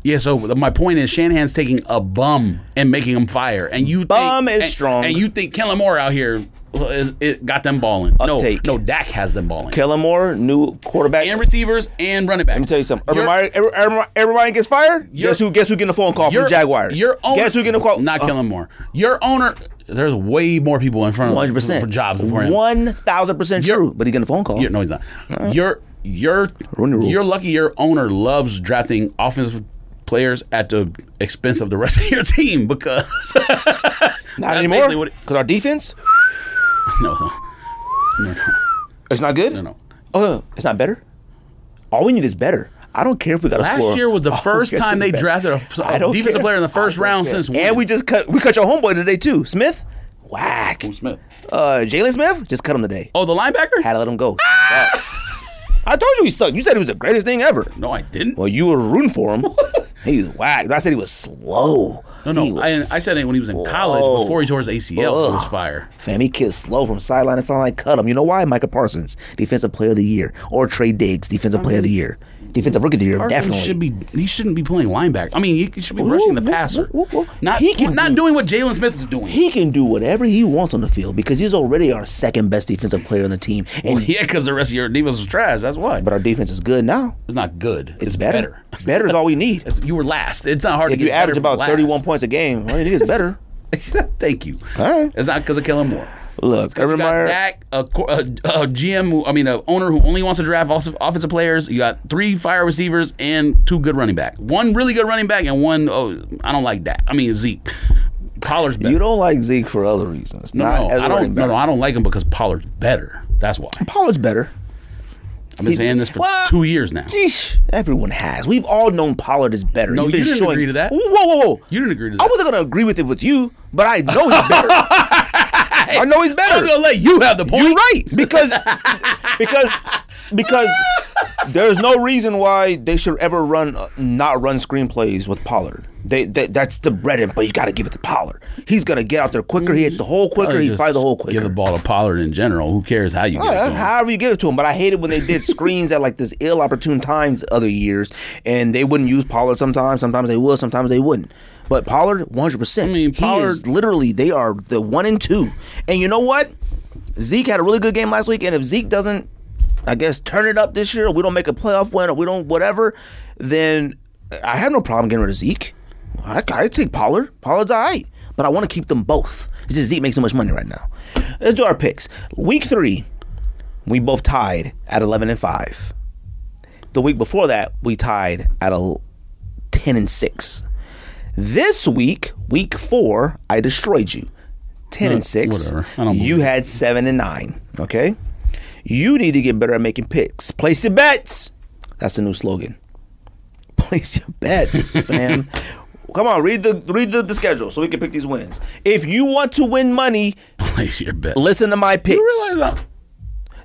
[SPEAKER 2] Yeah, so my point is Shanahan's taking a bum and making him fire, and you
[SPEAKER 1] Bum
[SPEAKER 2] think,
[SPEAKER 1] is
[SPEAKER 2] and-
[SPEAKER 1] strong.
[SPEAKER 2] and you think Kellen Moore out here it, it got them balling.
[SPEAKER 1] Uptake.
[SPEAKER 2] No, no, Dak has them balling.
[SPEAKER 1] Kellen Moore, new quarterback.
[SPEAKER 2] And receivers and running back.
[SPEAKER 1] Let me tell you something. Urban
[SPEAKER 2] Your-
[SPEAKER 1] Meyer, every- every- everybody gets fired.
[SPEAKER 2] Your-
[SPEAKER 1] Guess who? Guess who getting a phone call from
[SPEAKER 2] your-
[SPEAKER 1] the Jaguars?
[SPEAKER 2] Your owner,
[SPEAKER 1] guess who getting a Uh, call?
[SPEAKER 2] Not Kellen Moore. Your owner. There's way more people in front of
[SPEAKER 1] One hundred percent.
[SPEAKER 2] for jobs before him.
[SPEAKER 1] One thousand percent true. But he getting a phone call.
[SPEAKER 2] You're, no, he's not. You're you're
[SPEAKER 1] Rooney Rule.
[SPEAKER 2] you're lucky. Your owner loves drafting offensive players at the expense of the rest of your team because
[SPEAKER 1] not
[SPEAKER 2] that's
[SPEAKER 1] anymore.
[SPEAKER 2] basically what it-
[SPEAKER 1] Because our defense,
[SPEAKER 2] no, no, no, no,
[SPEAKER 1] it's not good.
[SPEAKER 2] no, no.
[SPEAKER 1] Oh, it's not better. All we need is better. I don't care if we got
[SPEAKER 2] Last
[SPEAKER 1] a score.
[SPEAKER 2] year was the
[SPEAKER 1] Oh,
[SPEAKER 2] first
[SPEAKER 1] guess
[SPEAKER 2] time
[SPEAKER 1] who's
[SPEAKER 2] they
[SPEAKER 1] better.
[SPEAKER 2] drafted a f-
[SPEAKER 1] I
[SPEAKER 2] a
[SPEAKER 1] don't
[SPEAKER 2] defensive
[SPEAKER 1] care.
[SPEAKER 2] player in the
[SPEAKER 1] I
[SPEAKER 2] first
[SPEAKER 1] don't
[SPEAKER 2] round
[SPEAKER 1] care.
[SPEAKER 2] since when?
[SPEAKER 1] And we just cut. We cut your homeboy today too, Smith. Whack.
[SPEAKER 2] Smith.
[SPEAKER 1] Uh, Jalen Smith just cut him today.
[SPEAKER 2] Oh, the linebacker?
[SPEAKER 1] Had to let him go. Sucks. I told you he sucked. You said he was the greatest thing ever.
[SPEAKER 2] no, I didn't.
[SPEAKER 1] Well, you were rooting for him. He's whack. I said he was slow.
[SPEAKER 2] No,
[SPEAKER 1] He
[SPEAKER 2] no. I,
[SPEAKER 1] was
[SPEAKER 2] I said it when he was in college
[SPEAKER 1] Whoa.
[SPEAKER 2] before he tore his ACL. It was
[SPEAKER 1] Ugh.
[SPEAKER 2] fire.
[SPEAKER 1] Fam, he kids slow from sideline to sideline. Cut him. You know why? Micah Parsons, defensive player of the year, or Trey Diggs, defensive player of the year, defensive rookie of the year,
[SPEAKER 2] Parsons
[SPEAKER 1] definitely.
[SPEAKER 2] should be. He shouldn't be playing linebacker. I mean, he should be rushing the
[SPEAKER 1] whoop,
[SPEAKER 2] passer.
[SPEAKER 1] whoop, whoop.
[SPEAKER 2] Not
[SPEAKER 1] He can
[SPEAKER 2] not
[SPEAKER 1] do-
[SPEAKER 2] doing what Jalen Smith is doing.
[SPEAKER 1] he can do whatever he wants on the field because he's already our second best defensive player on the team, and
[SPEAKER 2] yeah, because the rest of your defense was trash. That's why.
[SPEAKER 1] but our defense is good now.
[SPEAKER 2] it's not good. It's,
[SPEAKER 1] It's better. Better, is all we need.
[SPEAKER 2] It's- you were last. It's not hard
[SPEAKER 1] if
[SPEAKER 2] to get
[SPEAKER 1] you average
[SPEAKER 2] better
[SPEAKER 1] about
[SPEAKER 2] from last.
[SPEAKER 1] thirty-one points a game, all you need is better.
[SPEAKER 2] Thank you.
[SPEAKER 1] All right.
[SPEAKER 2] It's not because of Kellen Moore.
[SPEAKER 1] Look,
[SPEAKER 2] You
[SPEAKER 1] Urban
[SPEAKER 2] got
[SPEAKER 1] Meyer.
[SPEAKER 2] Dak, a, co- a, a GM, who, I mean, an owner who only wants to draft offs- offensive players. You got three fire receivers and two good running back. One really good running back and one, oh, I don't like that. I mean, Zeke. Pollard's better.
[SPEAKER 1] You don't like Zeke for other reasons.
[SPEAKER 2] no,
[SPEAKER 1] not as
[SPEAKER 2] no,
[SPEAKER 1] a running
[SPEAKER 2] I don't, no,
[SPEAKER 1] back.
[SPEAKER 2] no, I don't like him because Pollard's better. That's why.
[SPEAKER 1] Pollard's better.
[SPEAKER 2] I've been saying this for
[SPEAKER 1] Well,
[SPEAKER 2] two years now.
[SPEAKER 1] Jeez, everyone has. We've all known Pollard is better.
[SPEAKER 2] No,
[SPEAKER 1] He's
[SPEAKER 2] you
[SPEAKER 1] been
[SPEAKER 2] didn't
[SPEAKER 1] showing-
[SPEAKER 2] agree to that.
[SPEAKER 1] Whoa, whoa, whoa!
[SPEAKER 2] You didn't agree to that.
[SPEAKER 1] I wasn't gonna agree with it with you, but I know he's better. I know he's
[SPEAKER 2] I'm
[SPEAKER 1] better.
[SPEAKER 2] going to let you have the point.
[SPEAKER 1] You're right because because because there's no reason why they should ever run uh, not run screenplays with Pollard. They, they that's the bread and but you got to give it to Pollard. He's gonna get out there quicker. He hits the hole quicker.
[SPEAKER 2] Or
[SPEAKER 1] He
[SPEAKER 2] Mm-hmm. just
[SPEAKER 1] flies the hole quicker.
[SPEAKER 2] Give the ball to Pollard in general. Who cares how you get
[SPEAKER 1] Yeah,
[SPEAKER 2] it to him?
[SPEAKER 1] however you give it to him. But I hated when they did screens at like this ill opportune times other years, and they wouldn't use Pollard sometimes. Sometimes they would. Sometimes they wouldn't. But Pollard, one hundred percent.
[SPEAKER 2] I
[SPEAKER 1] he
[SPEAKER 2] mean,
[SPEAKER 1] is
[SPEAKER 2] Pollard-
[SPEAKER 1] literally they are the one and two. And you know what? Zeke had a really good game last week, and if Zeke doesn't, I guess turn it up this year, or we don't make a playoff win, or we don't whatever, then I have no problem getting rid of Zeke. I, I take Pollard. Pollard's all right, but I want to keep them both. It's just Zeke makes so much money right now. Let's do our picks. Week three, we both tied at 11 and 5 the week before that we tied at a 10 and 6 this week week 4 i destroyed you 10
[SPEAKER 2] Uh,
[SPEAKER 1] and 6
[SPEAKER 2] whatever. I don't believe
[SPEAKER 1] you had 7 and 9 okay you need to get better at making picks place your bets that's the new slogan place your bets fam Come on, read the read the, the schedule so we can pick these wins. If you want to win money,
[SPEAKER 2] Place your bet.
[SPEAKER 1] listen to my picks. No,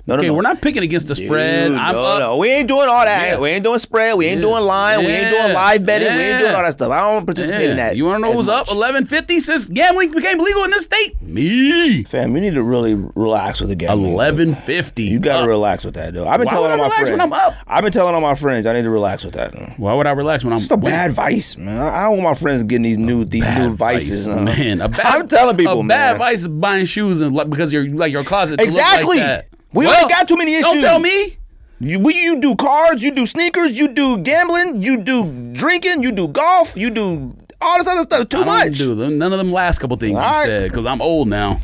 [SPEAKER 1] no,
[SPEAKER 2] Okay,
[SPEAKER 1] no.
[SPEAKER 2] we're not picking against the spread.
[SPEAKER 1] Dude,
[SPEAKER 2] I'm
[SPEAKER 1] no,
[SPEAKER 2] up.
[SPEAKER 1] no. We ain't doing all that.
[SPEAKER 2] Yeah.
[SPEAKER 1] We ain't doing spread. We ain't
[SPEAKER 2] Yeah.
[SPEAKER 1] doing line. We ain't doing
[SPEAKER 2] Yeah.
[SPEAKER 1] live betting. We ain't doing
[SPEAKER 2] Yeah.
[SPEAKER 1] all that stuff. I don't participate
[SPEAKER 2] Yeah.
[SPEAKER 1] in that.
[SPEAKER 2] You want to know
[SPEAKER 1] as
[SPEAKER 2] who's up?
[SPEAKER 1] much.
[SPEAKER 2] 1150 since gambling became legal in this state? Me.
[SPEAKER 1] Fam, you need to really relax with the game.
[SPEAKER 2] 1150.
[SPEAKER 1] You gotta
[SPEAKER 2] Up.
[SPEAKER 1] relax with that, though. I've been
[SPEAKER 2] Why
[SPEAKER 1] telling
[SPEAKER 2] would
[SPEAKER 1] all
[SPEAKER 2] I
[SPEAKER 1] my
[SPEAKER 2] relax
[SPEAKER 1] friends.
[SPEAKER 2] when I'm up?
[SPEAKER 1] I've been telling all my friends. I need to relax with that. It's
[SPEAKER 2] Why would I relax when I'm
[SPEAKER 1] a bad vice, man. I I don't want my friends getting these new these
[SPEAKER 2] bad
[SPEAKER 1] new vices.
[SPEAKER 2] vice,
[SPEAKER 1] man.
[SPEAKER 2] man. A bad,
[SPEAKER 1] I'm telling people,
[SPEAKER 2] a
[SPEAKER 1] man.
[SPEAKER 2] bad vice is buying shoes and like, because you're like your closet. to look
[SPEAKER 1] Exactly.
[SPEAKER 2] Like that.
[SPEAKER 1] We
[SPEAKER 2] well,
[SPEAKER 1] already got too many
[SPEAKER 2] Don't
[SPEAKER 1] issues.
[SPEAKER 2] tell me.
[SPEAKER 1] You, we, you do cards, you do sneakers, you do gambling, you do drinking, you do golf, you do all this other stuff too
[SPEAKER 2] I don't
[SPEAKER 1] much.
[SPEAKER 2] do them. None of them last couple things you
[SPEAKER 1] Alright.
[SPEAKER 2] said because I'm old now.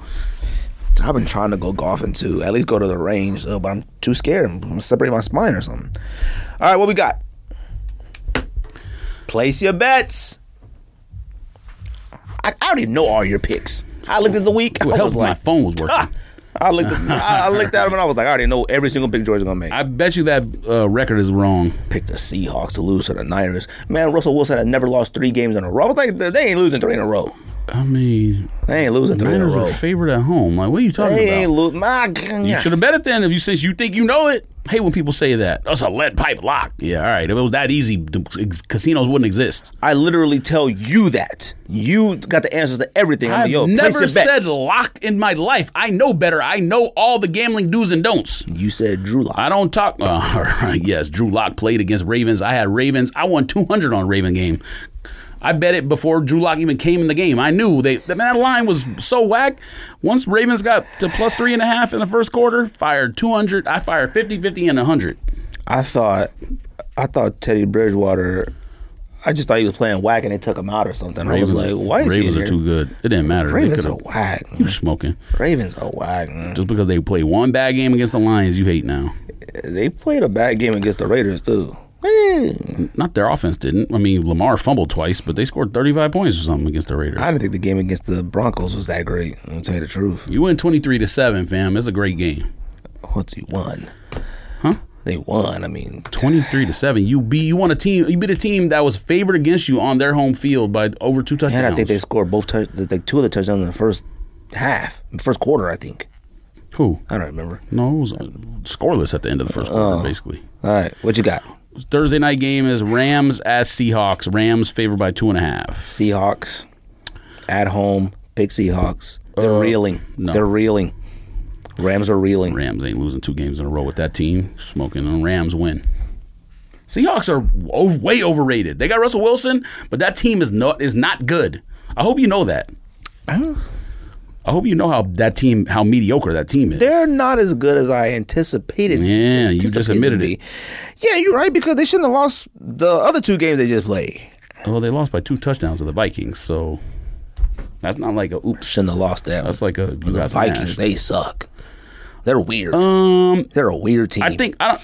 [SPEAKER 1] I've been trying to go golfing too. At least go to the range, though, but I'm too scared. I'm gonna separate my spine or something. All right, what we got? Place your bets. I, I don't even know all your picks. I looked at the week.
[SPEAKER 2] What
[SPEAKER 1] I
[SPEAKER 2] helps
[SPEAKER 1] was
[SPEAKER 2] my
[SPEAKER 1] like,
[SPEAKER 2] phone was working.
[SPEAKER 1] ah. I looked. At, I, I looked at him and I was like, I already know every single pick George's gonna make. I
[SPEAKER 2] I bet you that uh, record is wrong.
[SPEAKER 1] picked the Seahawks to lose to the Niners. Man, Russell Wilson had never lost three games in a row. I was like, they ain't losing three in a row.
[SPEAKER 2] I mean,
[SPEAKER 1] They ain't losing three
[SPEAKER 2] Niners
[SPEAKER 1] in a
[SPEAKER 2] are
[SPEAKER 1] row.
[SPEAKER 2] favorite at home. Like, what are you talking
[SPEAKER 1] They
[SPEAKER 2] about?
[SPEAKER 1] ain't losing. My
[SPEAKER 2] You should have bet it then if you since you think you know it. I hate when people say that. That's a lead pipe lock. Yeah, all right. If it was that easy, the ex- casinos wouldn't exist.
[SPEAKER 1] I literally tell you that. You got the answers to everything. I'm like,
[SPEAKER 2] I've
[SPEAKER 1] yo, place
[SPEAKER 2] never
[SPEAKER 1] your
[SPEAKER 2] said
[SPEAKER 1] bets.
[SPEAKER 2] lock in my life. I know better. I know all the gambling do's and don'ts.
[SPEAKER 1] you said Drew Lock.
[SPEAKER 2] I don't talk. Uh, all right, yes, Drew Lock played against Ravens. I had Ravens. I won 200 on Raven game. I bet it before Drew Lock even came in the game. I knew they. The man, that line was so whack. Once Ravens got to plus three and a half in the first quarter, fired 200. I fired 50, 50, and 100.
[SPEAKER 1] I thought, I thought Teddy Bridgewater. I just thought he was playing whack and they took him out or something. I was like, why is
[SPEAKER 2] Ravens
[SPEAKER 1] he
[SPEAKER 2] are
[SPEAKER 1] here?
[SPEAKER 2] too good. It didn't matter.
[SPEAKER 1] Ravens
[SPEAKER 2] they
[SPEAKER 1] are
[SPEAKER 2] could have
[SPEAKER 1] whack.
[SPEAKER 2] smoking.
[SPEAKER 1] Ravens are whack. man.
[SPEAKER 2] Just because they play one bad game against the Lions, you hate now.
[SPEAKER 1] They played a bad game against the Raiders too. Man,
[SPEAKER 2] Not their offense didn't. I mean, Lamar fumbled twice, but they scored 35 points or something against the Raiders.
[SPEAKER 1] I didn't think the game against the Broncos was that great. I'm gonna tell you the truth.
[SPEAKER 2] you win 23 to 7, fam. It's a great game.
[SPEAKER 1] What's he won?
[SPEAKER 2] Huh?
[SPEAKER 1] They won. I mean,
[SPEAKER 2] 23 to 7. You beat you won a team, you beat a team that was favored against you on their home field by over two touchdowns.
[SPEAKER 1] and I think they scored both touch, like two of the touchdowns in the first half, first quarter. I think
[SPEAKER 2] Who?
[SPEAKER 1] I don't remember.
[SPEAKER 2] No, it was uh, scoreless at the end of the
[SPEAKER 1] Oh.
[SPEAKER 2] first quarter basically.
[SPEAKER 1] All right, what you got?
[SPEAKER 2] Thursday night game is Rams at Seahawks. Rams favored by two and a half.
[SPEAKER 1] Seahawks at home. Big Seahawks. They're reeling.
[SPEAKER 2] Uh, no.
[SPEAKER 1] They're reeling. Rams are reeling.
[SPEAKER 2] Rams ain't losing two games in a row with that team. Smoking on Rams win. Seahawks are o- way overrated. They got Russell Wilson, but that team is not is not good. I hope you know that. I hope you know how that team how mediocre that team is.
[SPEAKER 1] They're not as good as I anticipated.
[SPEAKER 2] Yeah, you just
[SPEAKER 1] anticipated
[SPEAKER 2] admitted
[SPEAKER 1] to be. Yeah, you're right because they shouldn't have lost the other two games they just played.
[SPEAKER 2] Well, Oh, they lost by two touchdowns to the Vikings, so that's not like a oops.
[SPEAKER 1] Shouldn't have lost that.
[SPEAKER 2] That's like a you
[SPEAKER 1] the
[SPEAKER 2] got
[SPEAKER 1] Vikings.
[SPEAKER 2] Vikings.
[SPEAKER 1] They suck. They're weird.
[SPEAKER 2] Um,
[SPEAKER 1] They're a weird team.
[SPEAKER 2] I think I don't.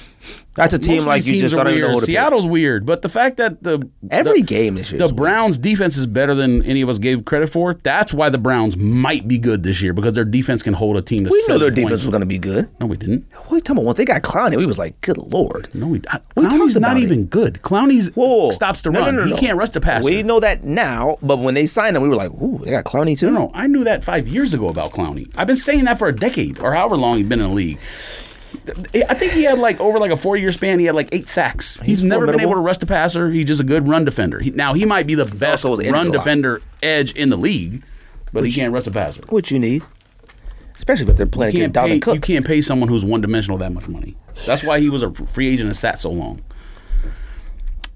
[SPEAKER 1] that's a
[SPEAKER 2] most
[SPEAKER 1] team
[SPEAKER 2] of
[SPEAKER 1] like
[SPEAKER 2] these
[SPEAKER 1] you
[SPEAKER 2] teams
[SPEAKER 1] just
[SPEAKER 2] are
[SPEAKER 1] don't even know
[SPEAKER 2] weird.
[SPEAKER 1] who to pick.
[SPEAKER 2] Seattle's weird, but the fact that the
[SPEAKER 1] Every
[SPEAKER 2] the,
[SPEAKER 1] game this year.
[SPEAKER 2] the
[SPEAKER 1] is weird.
[SPEAKER 2] Browns' defense is better than any of us gave credit for. That's why the Browns might be good this year because their defense can hold a team to
[SPEAKER 1] we knew
[SPEAKER 2] seven
[SPEAKER 1] their defense
[SPEAKER 2] points.
[SPEAKER 1] was going to be good.
[SPEAKER 2] No, we didn't.
[SPEAKER 1] What are you talking about? Once they got Clowney, we was like, good lord.
[SPEAKER 2] No, we. I,
[SPEAKER 1] We
[SPEAKER 2] Clowney's
[SPEAKER 1] talked
[SPEAKER 2] not
[SPEAKER 1] about it.
[SPEAKER 2] even good. Clowney's
[SPEAKER 1] Whoa.
[SPEAKER 2] stops to
[SPEAKER 1] No,
[SPEAKER 2] run.
[SPEAKER 1] no, no,
[SPEAKER 2] he
[SPEAKER 1] no.
[SPEAKER 2] can't rush the passer.
[SPEAKER 1] We know that now, but when they signed him, we were like, ooh, they got Clowney too?
[SPEAKER 2] No, no, I knew that five years ago about Clowney. I've been saying that for a decade or however long he's been in the league. I think he had like over like a four year span, he had like eight sacks. He's, never been
[SPEAKER 1] formidable.
[SPEAKER 2] able to rush the passer. He's just a good run defender. He, now he might be the best
[SPEAKER 1] also was injured
[SPEAKER 2] run
[SPEAKER 1] a lot.
[SPEAKER 2] defender edge in the league, but he can't rush the passer.
[SPEAKER 1] What you need. Especially if they're playing
[SPEAKER 2] You
[SPEAKER 1] against
[SPEAKER 2] can't, pay,
[SPEAKER 1] Dalvin
[SPEAKER 2] you
[SPEAKER 1] Cook.
[SPEAKER 2] can't pay someone who's one dimensional that much money. That's why he was a free agent and sat so long.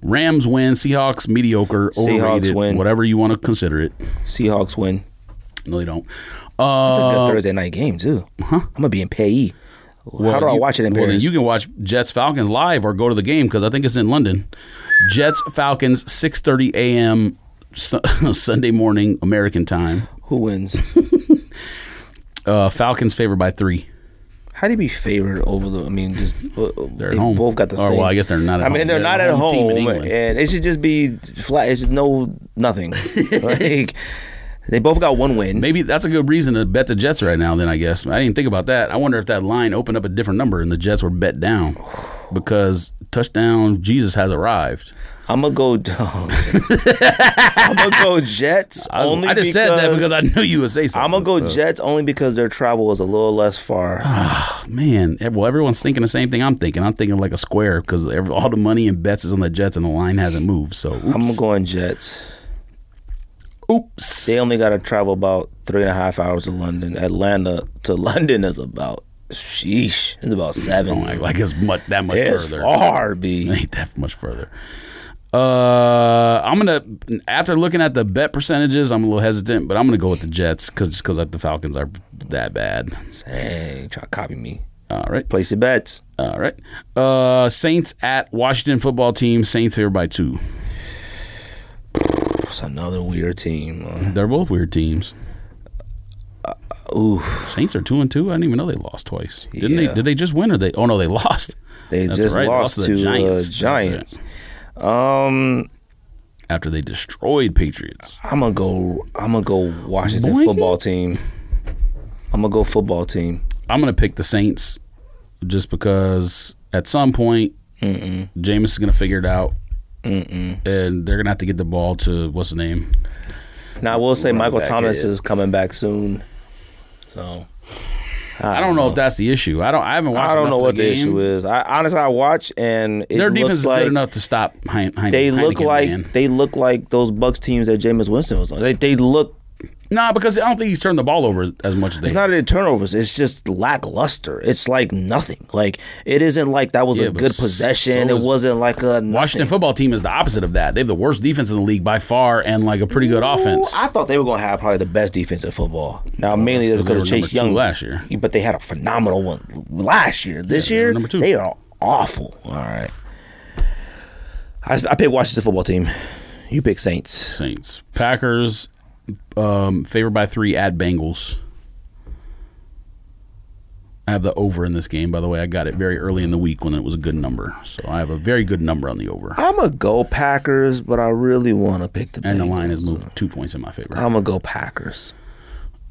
[SPEAKER 2] Rams win, Seahawks mediocre,
[SPEAKER 1] Seahawks
[SPEAKER 2] overrated,
[SPEAKER 1] win.
[SPEAKER 2] whatever you want to consider it.
[SPEAKER 1] Seahawks win.
[SPEAKER 2] No, they don't.
[SPEAKER 1] It's
[SPEAKER 2] Uh,
[SPEAKER 1] a good Thursday night game too. I'm gonna be in payee. How do I
[SPEAKER 2] you-
[SPEAKER 1] watch it in
[SPEAKER 2] well, then
[SPEAKER 1] Paris?
[SPEAKER 2] you can watch Jets Falcons live or go to the game because I think it's in London. Jets Falcons, six thirty a.m. Su- Sunday morning American time.
[SPEAKER 1] Who wins?
[SPEAKER 2] Uh, Falcons favored by three.
[SPEAKER 1] How do you be favored over the? I mean, just uh,
[SPEAKER 2] at
[SPEAKER 1] they
[SPEAKER 2] home.
[SPEAKER 1] both got the
[SPEAKER 2] Or,
[SPEAKER 1] same.
[SPEAKER 2] well, I guess they're not at
[SPEAKER 1] I mean,
[SPEAKER 2] home.
[SPEAKER 1] they're,
[SPEAKER 2] They're
[SPEAKER 1] not
[SPEAKER 2] the
[SPEAKER 1] at
[SPEAKER 2] home team in
[SPEAKER 1] home,
[SPEAKER 2] England.
[SPEAKER 1] and it should just be flat. It's just no nothing. like they both got one win.
[SPEAKER 2] Maybe that's a good reason to bet the Jets right now. Then I guess I didn't think about that. I wonder if that line opened up a different number and the Jets were bet down because touchdown Jesus has arrived.
[SPEAKER 1] I'm gonna go. I'm gonna go Jets
[SPEAKER 2] I,
[SPEAKER 1] only.
[SPEAKER 2] I
[SPEAKER 1] because,
[SPEAKER 2] just said that because I knew you would say something.
[SPEAKER 1] am gonna go Jets only because their travel was a little less far.
[SPEAKER 2] Ah, Man, ev- well, everyone's thinking the same thing I'm thinking. I'm thinking like a square because all the money and bets is on the Jets and the line hasn't moved. So, oops.
[SPEAKER 1] I'm going Jets.
[SPEAKER 2] oops.
[SPEAKER 1] They only got to travel about three and a half hours to London. Atlanta to London is about sheesh. It's about
[SPEAKER 2] Don't
[SPEAKER 1] seven.
[SPEAKER 2] act like it's much, that much
[SPEAKER 1] it's
[SPEAKER 2] Oh further.
[SPEAKER 1] far, B.
[SPEAKER 2] Ain't that much further. Uh, I'm gonna after looking at the bet percentages, I'm a little hesitant, but I'm gonna go with the Jets because just because the Falcons are that bad.
[SPEAKER 1] Hey, try to copy me.
[SPEAKER 2] All right,
[SPEAKER 1] Place your bets.
[SPEAKER 2] all right. Uh, Saints at Washington football team. Saints here by two.
[SPEAKER 1] It's another weird team. Uh,
[SPEAKER 2] They're both weird teams.
[SPEAKER 1] ooh,
[SPEAKER 2] Saints are two and two. I didn't even know they lost twice. Didn't
[SPEAKER 1] Yeah.
[SPEAKER 2] they? Did they just win or they? Oh no, they lost
[SPEAKER 1] they
[SPEAKER 2] That's
[SPEAKER 1] just
[SPEAKER 2] right, they
[SPEAKER 1] lost,
[SPEAKER 2] lost to
[SPEAKER 1] to
[SPEAKER 2] the Giants.
[SPEAKER 1] Giants.
[SPEAKER 2] That's
[SPEAKER 1] Giants. Um,
[SPEAKER 2] after they destroyed Patriots.
[SPEAKER 1] I'm gonna go. I'm gonna go Washington
[SPEAKER 2] Boing.
[SPEAKER 1] football team. I'm gonna go football team.
[SPEAKER 2] I'm gonna pick the Saints just because at some point Jameis is gonna figure it out, and they're gonna have to get the ball to what's the name?
[SPEAKER 1] Now I will say Michael
[SPEAKER 2] back
[SPEAKER 1] Thomas
[SPEAKER 2] here.
[SPEAKER 1] is coming back soon. So
[SPEAKER 2] I don't know if that's the issue. I don't. I haven't watched.
[SPEAKER 1] Uh, I don't know what the,
[SPEAKER 2] game.
[SPEAKER 1] issue is. I honestly I watch and it
[SPEAKER 2] Their
[SPEAKER 1] looks
[SPEAKER 2] defense is
[SPEAKER 1] like
[SPEAKER 2] good enough to stop. Hein- Hein-
[SPEAKER 1] they
[SPEAKER 2] Heineken,
[SPEAKER 1] look like
[SPEAKER 2] man.
[SPEAKER 1] they look like those Bucks teams that Jameis Winston was on. They they look
[SPEAKER 2] Nah, because I don't think he's turned the ball over as much as they.
[SPEAKER 1] It's not in turnovers. It's just lackluster. It's like nothing. Like it isn't like that was
[SPEAKER 2] Yeah,
[SPEAKER 1] a
[SPEAKER 2] but
[SPEAKER 1] good
[SPEAKER 2] so
[SPEAKER 1] possession. it
[SPEAKER 2] is-
[SPEAKER 1] wasn't like a nothing.
[SPEAKER 2] Washington football team is the opposite of that. They have the worst defense in the league by far, and like a pretty good offense.
[SPEAKER 1] I thought they were going to have probably the best defense in football. Now, mainly that's
[SPEAKER 2] that's 'cause
[SPEAKER 1] because of
[SPEAKER 2] they were
[SPEAKER 1] Chase
[SPEAKER 2] number two
[SPEAKER 1] Young
[SPEAKER 2] last year.
[SPEAKER 1] but they had a phenomenal one last year. This
[SPEAKER 2] they were
[SPEAKER 1] year,
[SPEAKER 2] number two.
[SPEAKER 1] they are awful. All right, I, I pick Washington football team. You pick Saints.
[SPEAKER 2] Saints, Packers, um, favored by three at Bengals. I have the over in this game. By the way, I got it very early in the week when it was a good number, so I have a very good number on the over,
[SPEAKER 1] I'm gonna go Packers, but I really want to pick the.
[SPEAKER 2] and the
[SPEAKER 1] Bengals.
[SPEAKER 2] line has moved two points in my favor.
[SPEAKER 1] I'm gonna go Packers.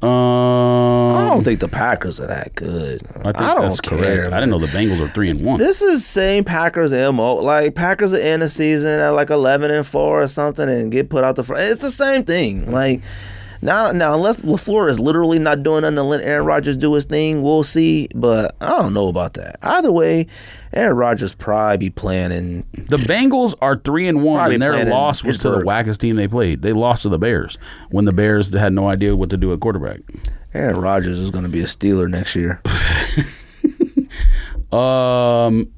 [SPEAKER 1] I
[SPEAKER 2] Um,
[SPEAKER 1] don't think the Packers are that good. Oh, I,
[SPEAKER 2] I think
[SPEAKER 1] don't
[SPEAKER 2] that's
[SPEAKER 1] care.
[SPEAKER 2] correct. I
[SPEAKER 1] man.
[SPEAKER 2] didn't know the Bengals are three and one.
[SPEAKER 1] This is same Packers mo. Like Packers at end of season at like eleven and four or something, and get put out the front. It's the same thing. Like now, now unless Lafleur is literally not doing nothing to let Aaron Rodgers do his thing, we'll see. But I don't know about that. Either way, Aaron Rodgers probably be playing in
[SPEAKER 2] The Bengals are three and one,
[SPEAKER 1] Probably
[SPEAKER 2] and
[SPEAKER 1] played
[SPEAKER 2] their
[SPEAKER 1] in
[SPEAKER 2] loss was to the
[SPEAKER 1] Pittsburgh.
[SPEAKER 2] wackest team they played. They lost to the Bears when the Bears had no idea what to do at quarterback.
[SPEAKER 1] Aaron Rodgers is going to be a Steeler next year.
[SPEAKER 2] Um,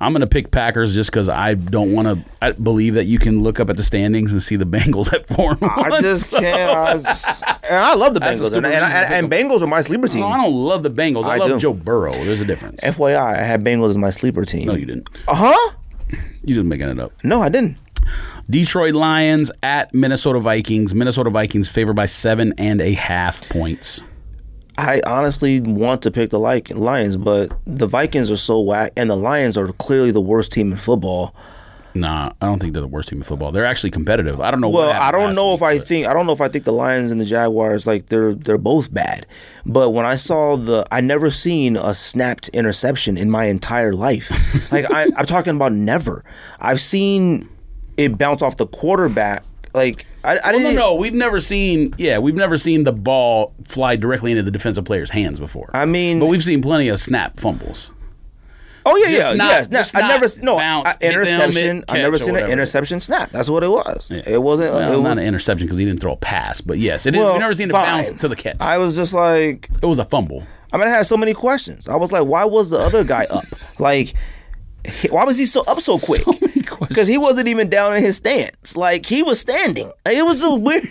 [SPEAKER 2] I'm gonna pick Packers just because I don't want to. I believe that you can look up at the standings and see the Bengals at four. And one.
[SPEAKER 1] I just can't. I, just- and I love the
[SPEAKER 2] That's a
[SPEAKER 1] Bengals, and,
[SPEAKER 2] stupid
[SPEAKER 1] and,
[SPEAKER 2] reason to pick
[SPEAKER 1] and, and Bengals are my sleeper team.
[SPEAKER 2] No, I don't love the Bengals. I,
[SPEAKER 1] I
[SPEAKER 2] love
[SPEAKER 1] do.
[SPEAKER 2] Joe Burrow. There's a difference.
[SPEAKER 1] FYI, I had Bengals as my sleeper team.
[SPEAKER 2] no, you didn't.
[SPEAKER 1] Uh huh.
[SPEAKER 2] You just making it up.
[SPEAKER 1] No, I didn't.
[SPEAKER 2] Detroit Lions at Minnesota Vikings. Minnesota Vikings favored by seven and a half points.
[SPEAKER 1] I honestly want to pick the like Lions, but the Vikings are so whack, and the Lions are clearly the worst team in football.
[SPEAKER 2] Nah, I don't think they're the worst team in football. They're actually competitive. I don't know.
[SPEAKER 1] Well,
[SPEAKER 2] what happened
[SPEAKER 1] I don't
[SPEAKER 2] last
[SPEAKER 1] know
[SPEAKER 2] week,
[SPEAKER 1] if I
[SPEAKER 2] but-
[SPEAKER 1] think I don't know if I think the Lions and the Jaguars like they're they're both bad. But when I saw the, I never seen a snapped interception in my entire life. like I, I'm talking about never. I've seen it bounce off the quarterback. Like I, I
[SPEAKER 2] No,
[SPEAKER 1] didn't.
[SPEAKER 2] no, we've never seen. Yeah, we've never seen the ball fly directly into the defensive player's hands before.
[SPEAKER 1] I mean-
[SPEAKER 2] but we've seen plenty of snap fumbles.
[SPEAKER 1] Oh yeah,
[SPEAKER 2] Just
[SPEAKER 1] yeah,
[SPEAKER 2] not-
[SPEAKER 1] yes.
[SPEAKER 2] just
[SPEAKER 1] no, I
[SPEAKER 2] not
[SPEAKER 1] never no
[SPEAKER 2] bounce,
[SPEAKER 1] I,
[SPEAKER 2] hit them,
[SPEAKER 1] interception.
[SPEAKER 2] mid-
[SPEAKER 1] I never
[SPEAKER 2] catch or
[SPEAKER 1] seen an
[SPEAKER 2] whatever it is.
[SPEAKER 1] interception snap. That's what it was. It wasn't.
[SPEAKER 2] Well,
[SPEAKER 1] it was,
[SPEAKER 2] not an interception because he didn't throw a pass, but yes, it is,
[SPEAKER 1] Well,
[SPEAKER 2] we've never seen it
[SPEAKER 1] fine.
[SPEAKER 2] bounce to the catch.
[SPEAKER 1] I was just like,
[SPEAKER 2] it was a fumble.
[SPEAKER 1] I mean, I had so many questions. I was like, why was the other guy up? Like, he- why was he so up so quick? Because he wasn't even down in his stance. Like he was standing. It was a weird.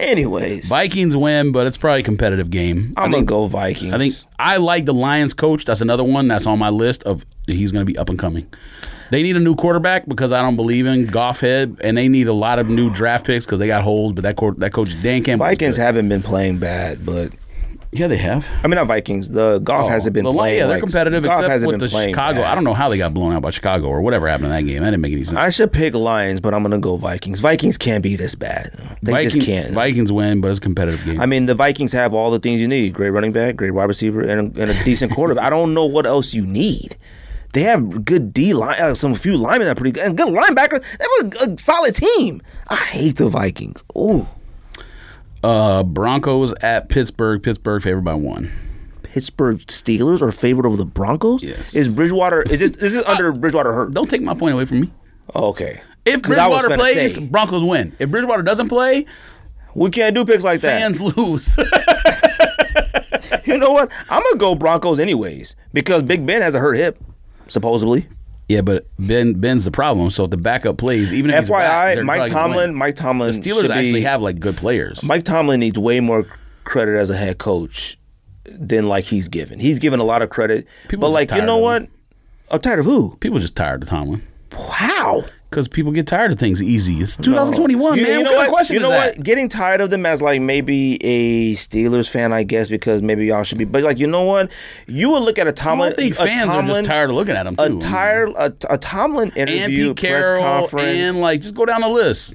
[SPEAKER 1] Anyways,
[SPEAKER 2] Vikings win, but it's probably a competitive game.
[SPEAKER 1] I'm gonna go Vikings.
[SPEAKER 2] I think I like the Lions coach. That's another one that's on my list of he's going to be up and coming. They need a new quarterback because I don't believe in Goff head, and they need a lot of new draft picks because they got holes. But that court, that coach Dan Campbell,
[SPEAKER 1] Vikings haven't been playing bad, but
[SPEAKER 2] yeah, they have.
[SPEAKER 1] I mean, not Vikings. The golf hasn't been
[SPEAKER 2] Oh, the Lions-
[SPEAKER 1] playing.
[SPEAKER 2] Yeah, they're
[SPEAKER 1] like,
[SPEAKER 2] competitive
[SPEAKER 1] Goff
[SPEAKER 2] except
[SPEAKER 1] hasn't
[SPEAKER 2] with
[SPEAKER 1] been
[SPEAKER 2] the
[SPEAKER 1] playing
[SPEAKER 2] Chicago.
[SPEAKER 1] bad.
[SPEAKER 2] I don't know how they got blown out by Chicago or whatever happened in that game. That didn't make any sense.
[SPEAKER 1] I should pick Lions, but I'm gonna go Vikings. Vikings can't be this bad. They
[SPEAKER 2] Viking-
[SPEAKER 1] just can't.
[SPEAKER 2] Vikings win, but it's a competitive game.
[SPEAKER 1] I mean, the Vikings have all the things you need: great running back, great wide receiver, and a, and a decent quarterback. I don't know what else you need. They have good D line, uh, some few linemen that are pretty good, and good linebackers. They have a, a solid team. I hate the Vikings. Ooh,
[SPEAKER 2] uh, Broncos at Pittsburgh. Pittsburgh favored by one.
[SPEAKER 1] Pittsburgh Steelers are favored over the Broncos.
[SPEAKER 2] Yes.
[SPEAKER 1] Is Bridgewater? Is this, is this under Bridgewater hurt?
[SPEAKER 2] Don't take my point away from me.
[SPEAKER 1] Okay.
[SPEAKER 2] If
[SPEAKER 1] 'Cause I was
[SPEAKER 2] Bridgewater
[SPEAKER 1] finna
[SPEAKER 2] plays,
[SPEAKER 1] say,
[SPEAKER 2] Broncos win. If Bridgewater doesn't play,
[SPEAKER 1] we can't do picks like that.
[SPEAKER 2] fans lose.
[SPEAKER 1] You know what? I'm gonna go Broncos anyways because Big Ben has a hurt hip, supposedly.
[SPEAKER 2] yeah, but Ben Ben's the problem. So if the backup plays, even if he's back,
[SPEAKER 1] FYI,
[SPEAKER 2] they're
[SPEAKER 1] Mike
[SPEAKER 2] probably gonna
[SPEAKER 1] Tomlin.
[SPEAKER 2] win.
[SPEAKER 1] Mike Tomlin.
[SPEAKER 2] The Steelers
[SPEAKER 1] should
[SPEAKER 2] actually
[SPEAKER 1] be,
[SPEAKER 2] have like good players.
[SPEAKER 1] Mike Tomlin needs way more credit as a head coach than like he's given. He's given a lot of credit,
[SPEAKER 2] People
[SPEAKER 1] but
[SPEAKER 2] are
[SPEAKER 1] like you
[SPEAKER 2] tired
[SPEAKER 1] know
[SPEAKER 2] of
[SPEAKER 1] what? I'm tired of who?
[SPEAKER 2] People just tired of Tomlin
[SPEAKER 1] Wow.
[SPEAKER 2] because people get tired of things easy. It's 2021,
[SPEAKER 1] You,
[SPEAKER 2] man.
[SPEAKER 1] you
[SPEAKER 2] what
[SPEAKER 1] know
[SPEAKER 2] kind of
[SPEAKER 1] what?
[SPEAKER 2] question
[SPEAKER 1] you
[SPEAKER 2] is
[SPEAKER 1] know
[SPEAKER 2] that?
[SPEAKER 1] what? Getting tired of them as like maybe a Steelers fan, I guess, because maybe y'all should be. But like you know what? You would look at a Tomlin.
[SPEAKER 2] I think
[SPEAKER 1] a
[SPEAKER 2] fans are
[SPEAKER 1] Tomlin-
[SPEAKER 2] just tired of looking at him too. I
[SPEAKER 1] A
[SPEAKER 2] mean,
[SPEAKER 1] tired a, a Tomlin
[SPEAKER 2] and
[SPEAKER 1] interview
[SPEAKER 2] Pete
[SPEAKER 1] press
[SPEAKER 2] Carroll
[SPEAKER 1] conference.
[SPEAKER 2] and like just go down the list.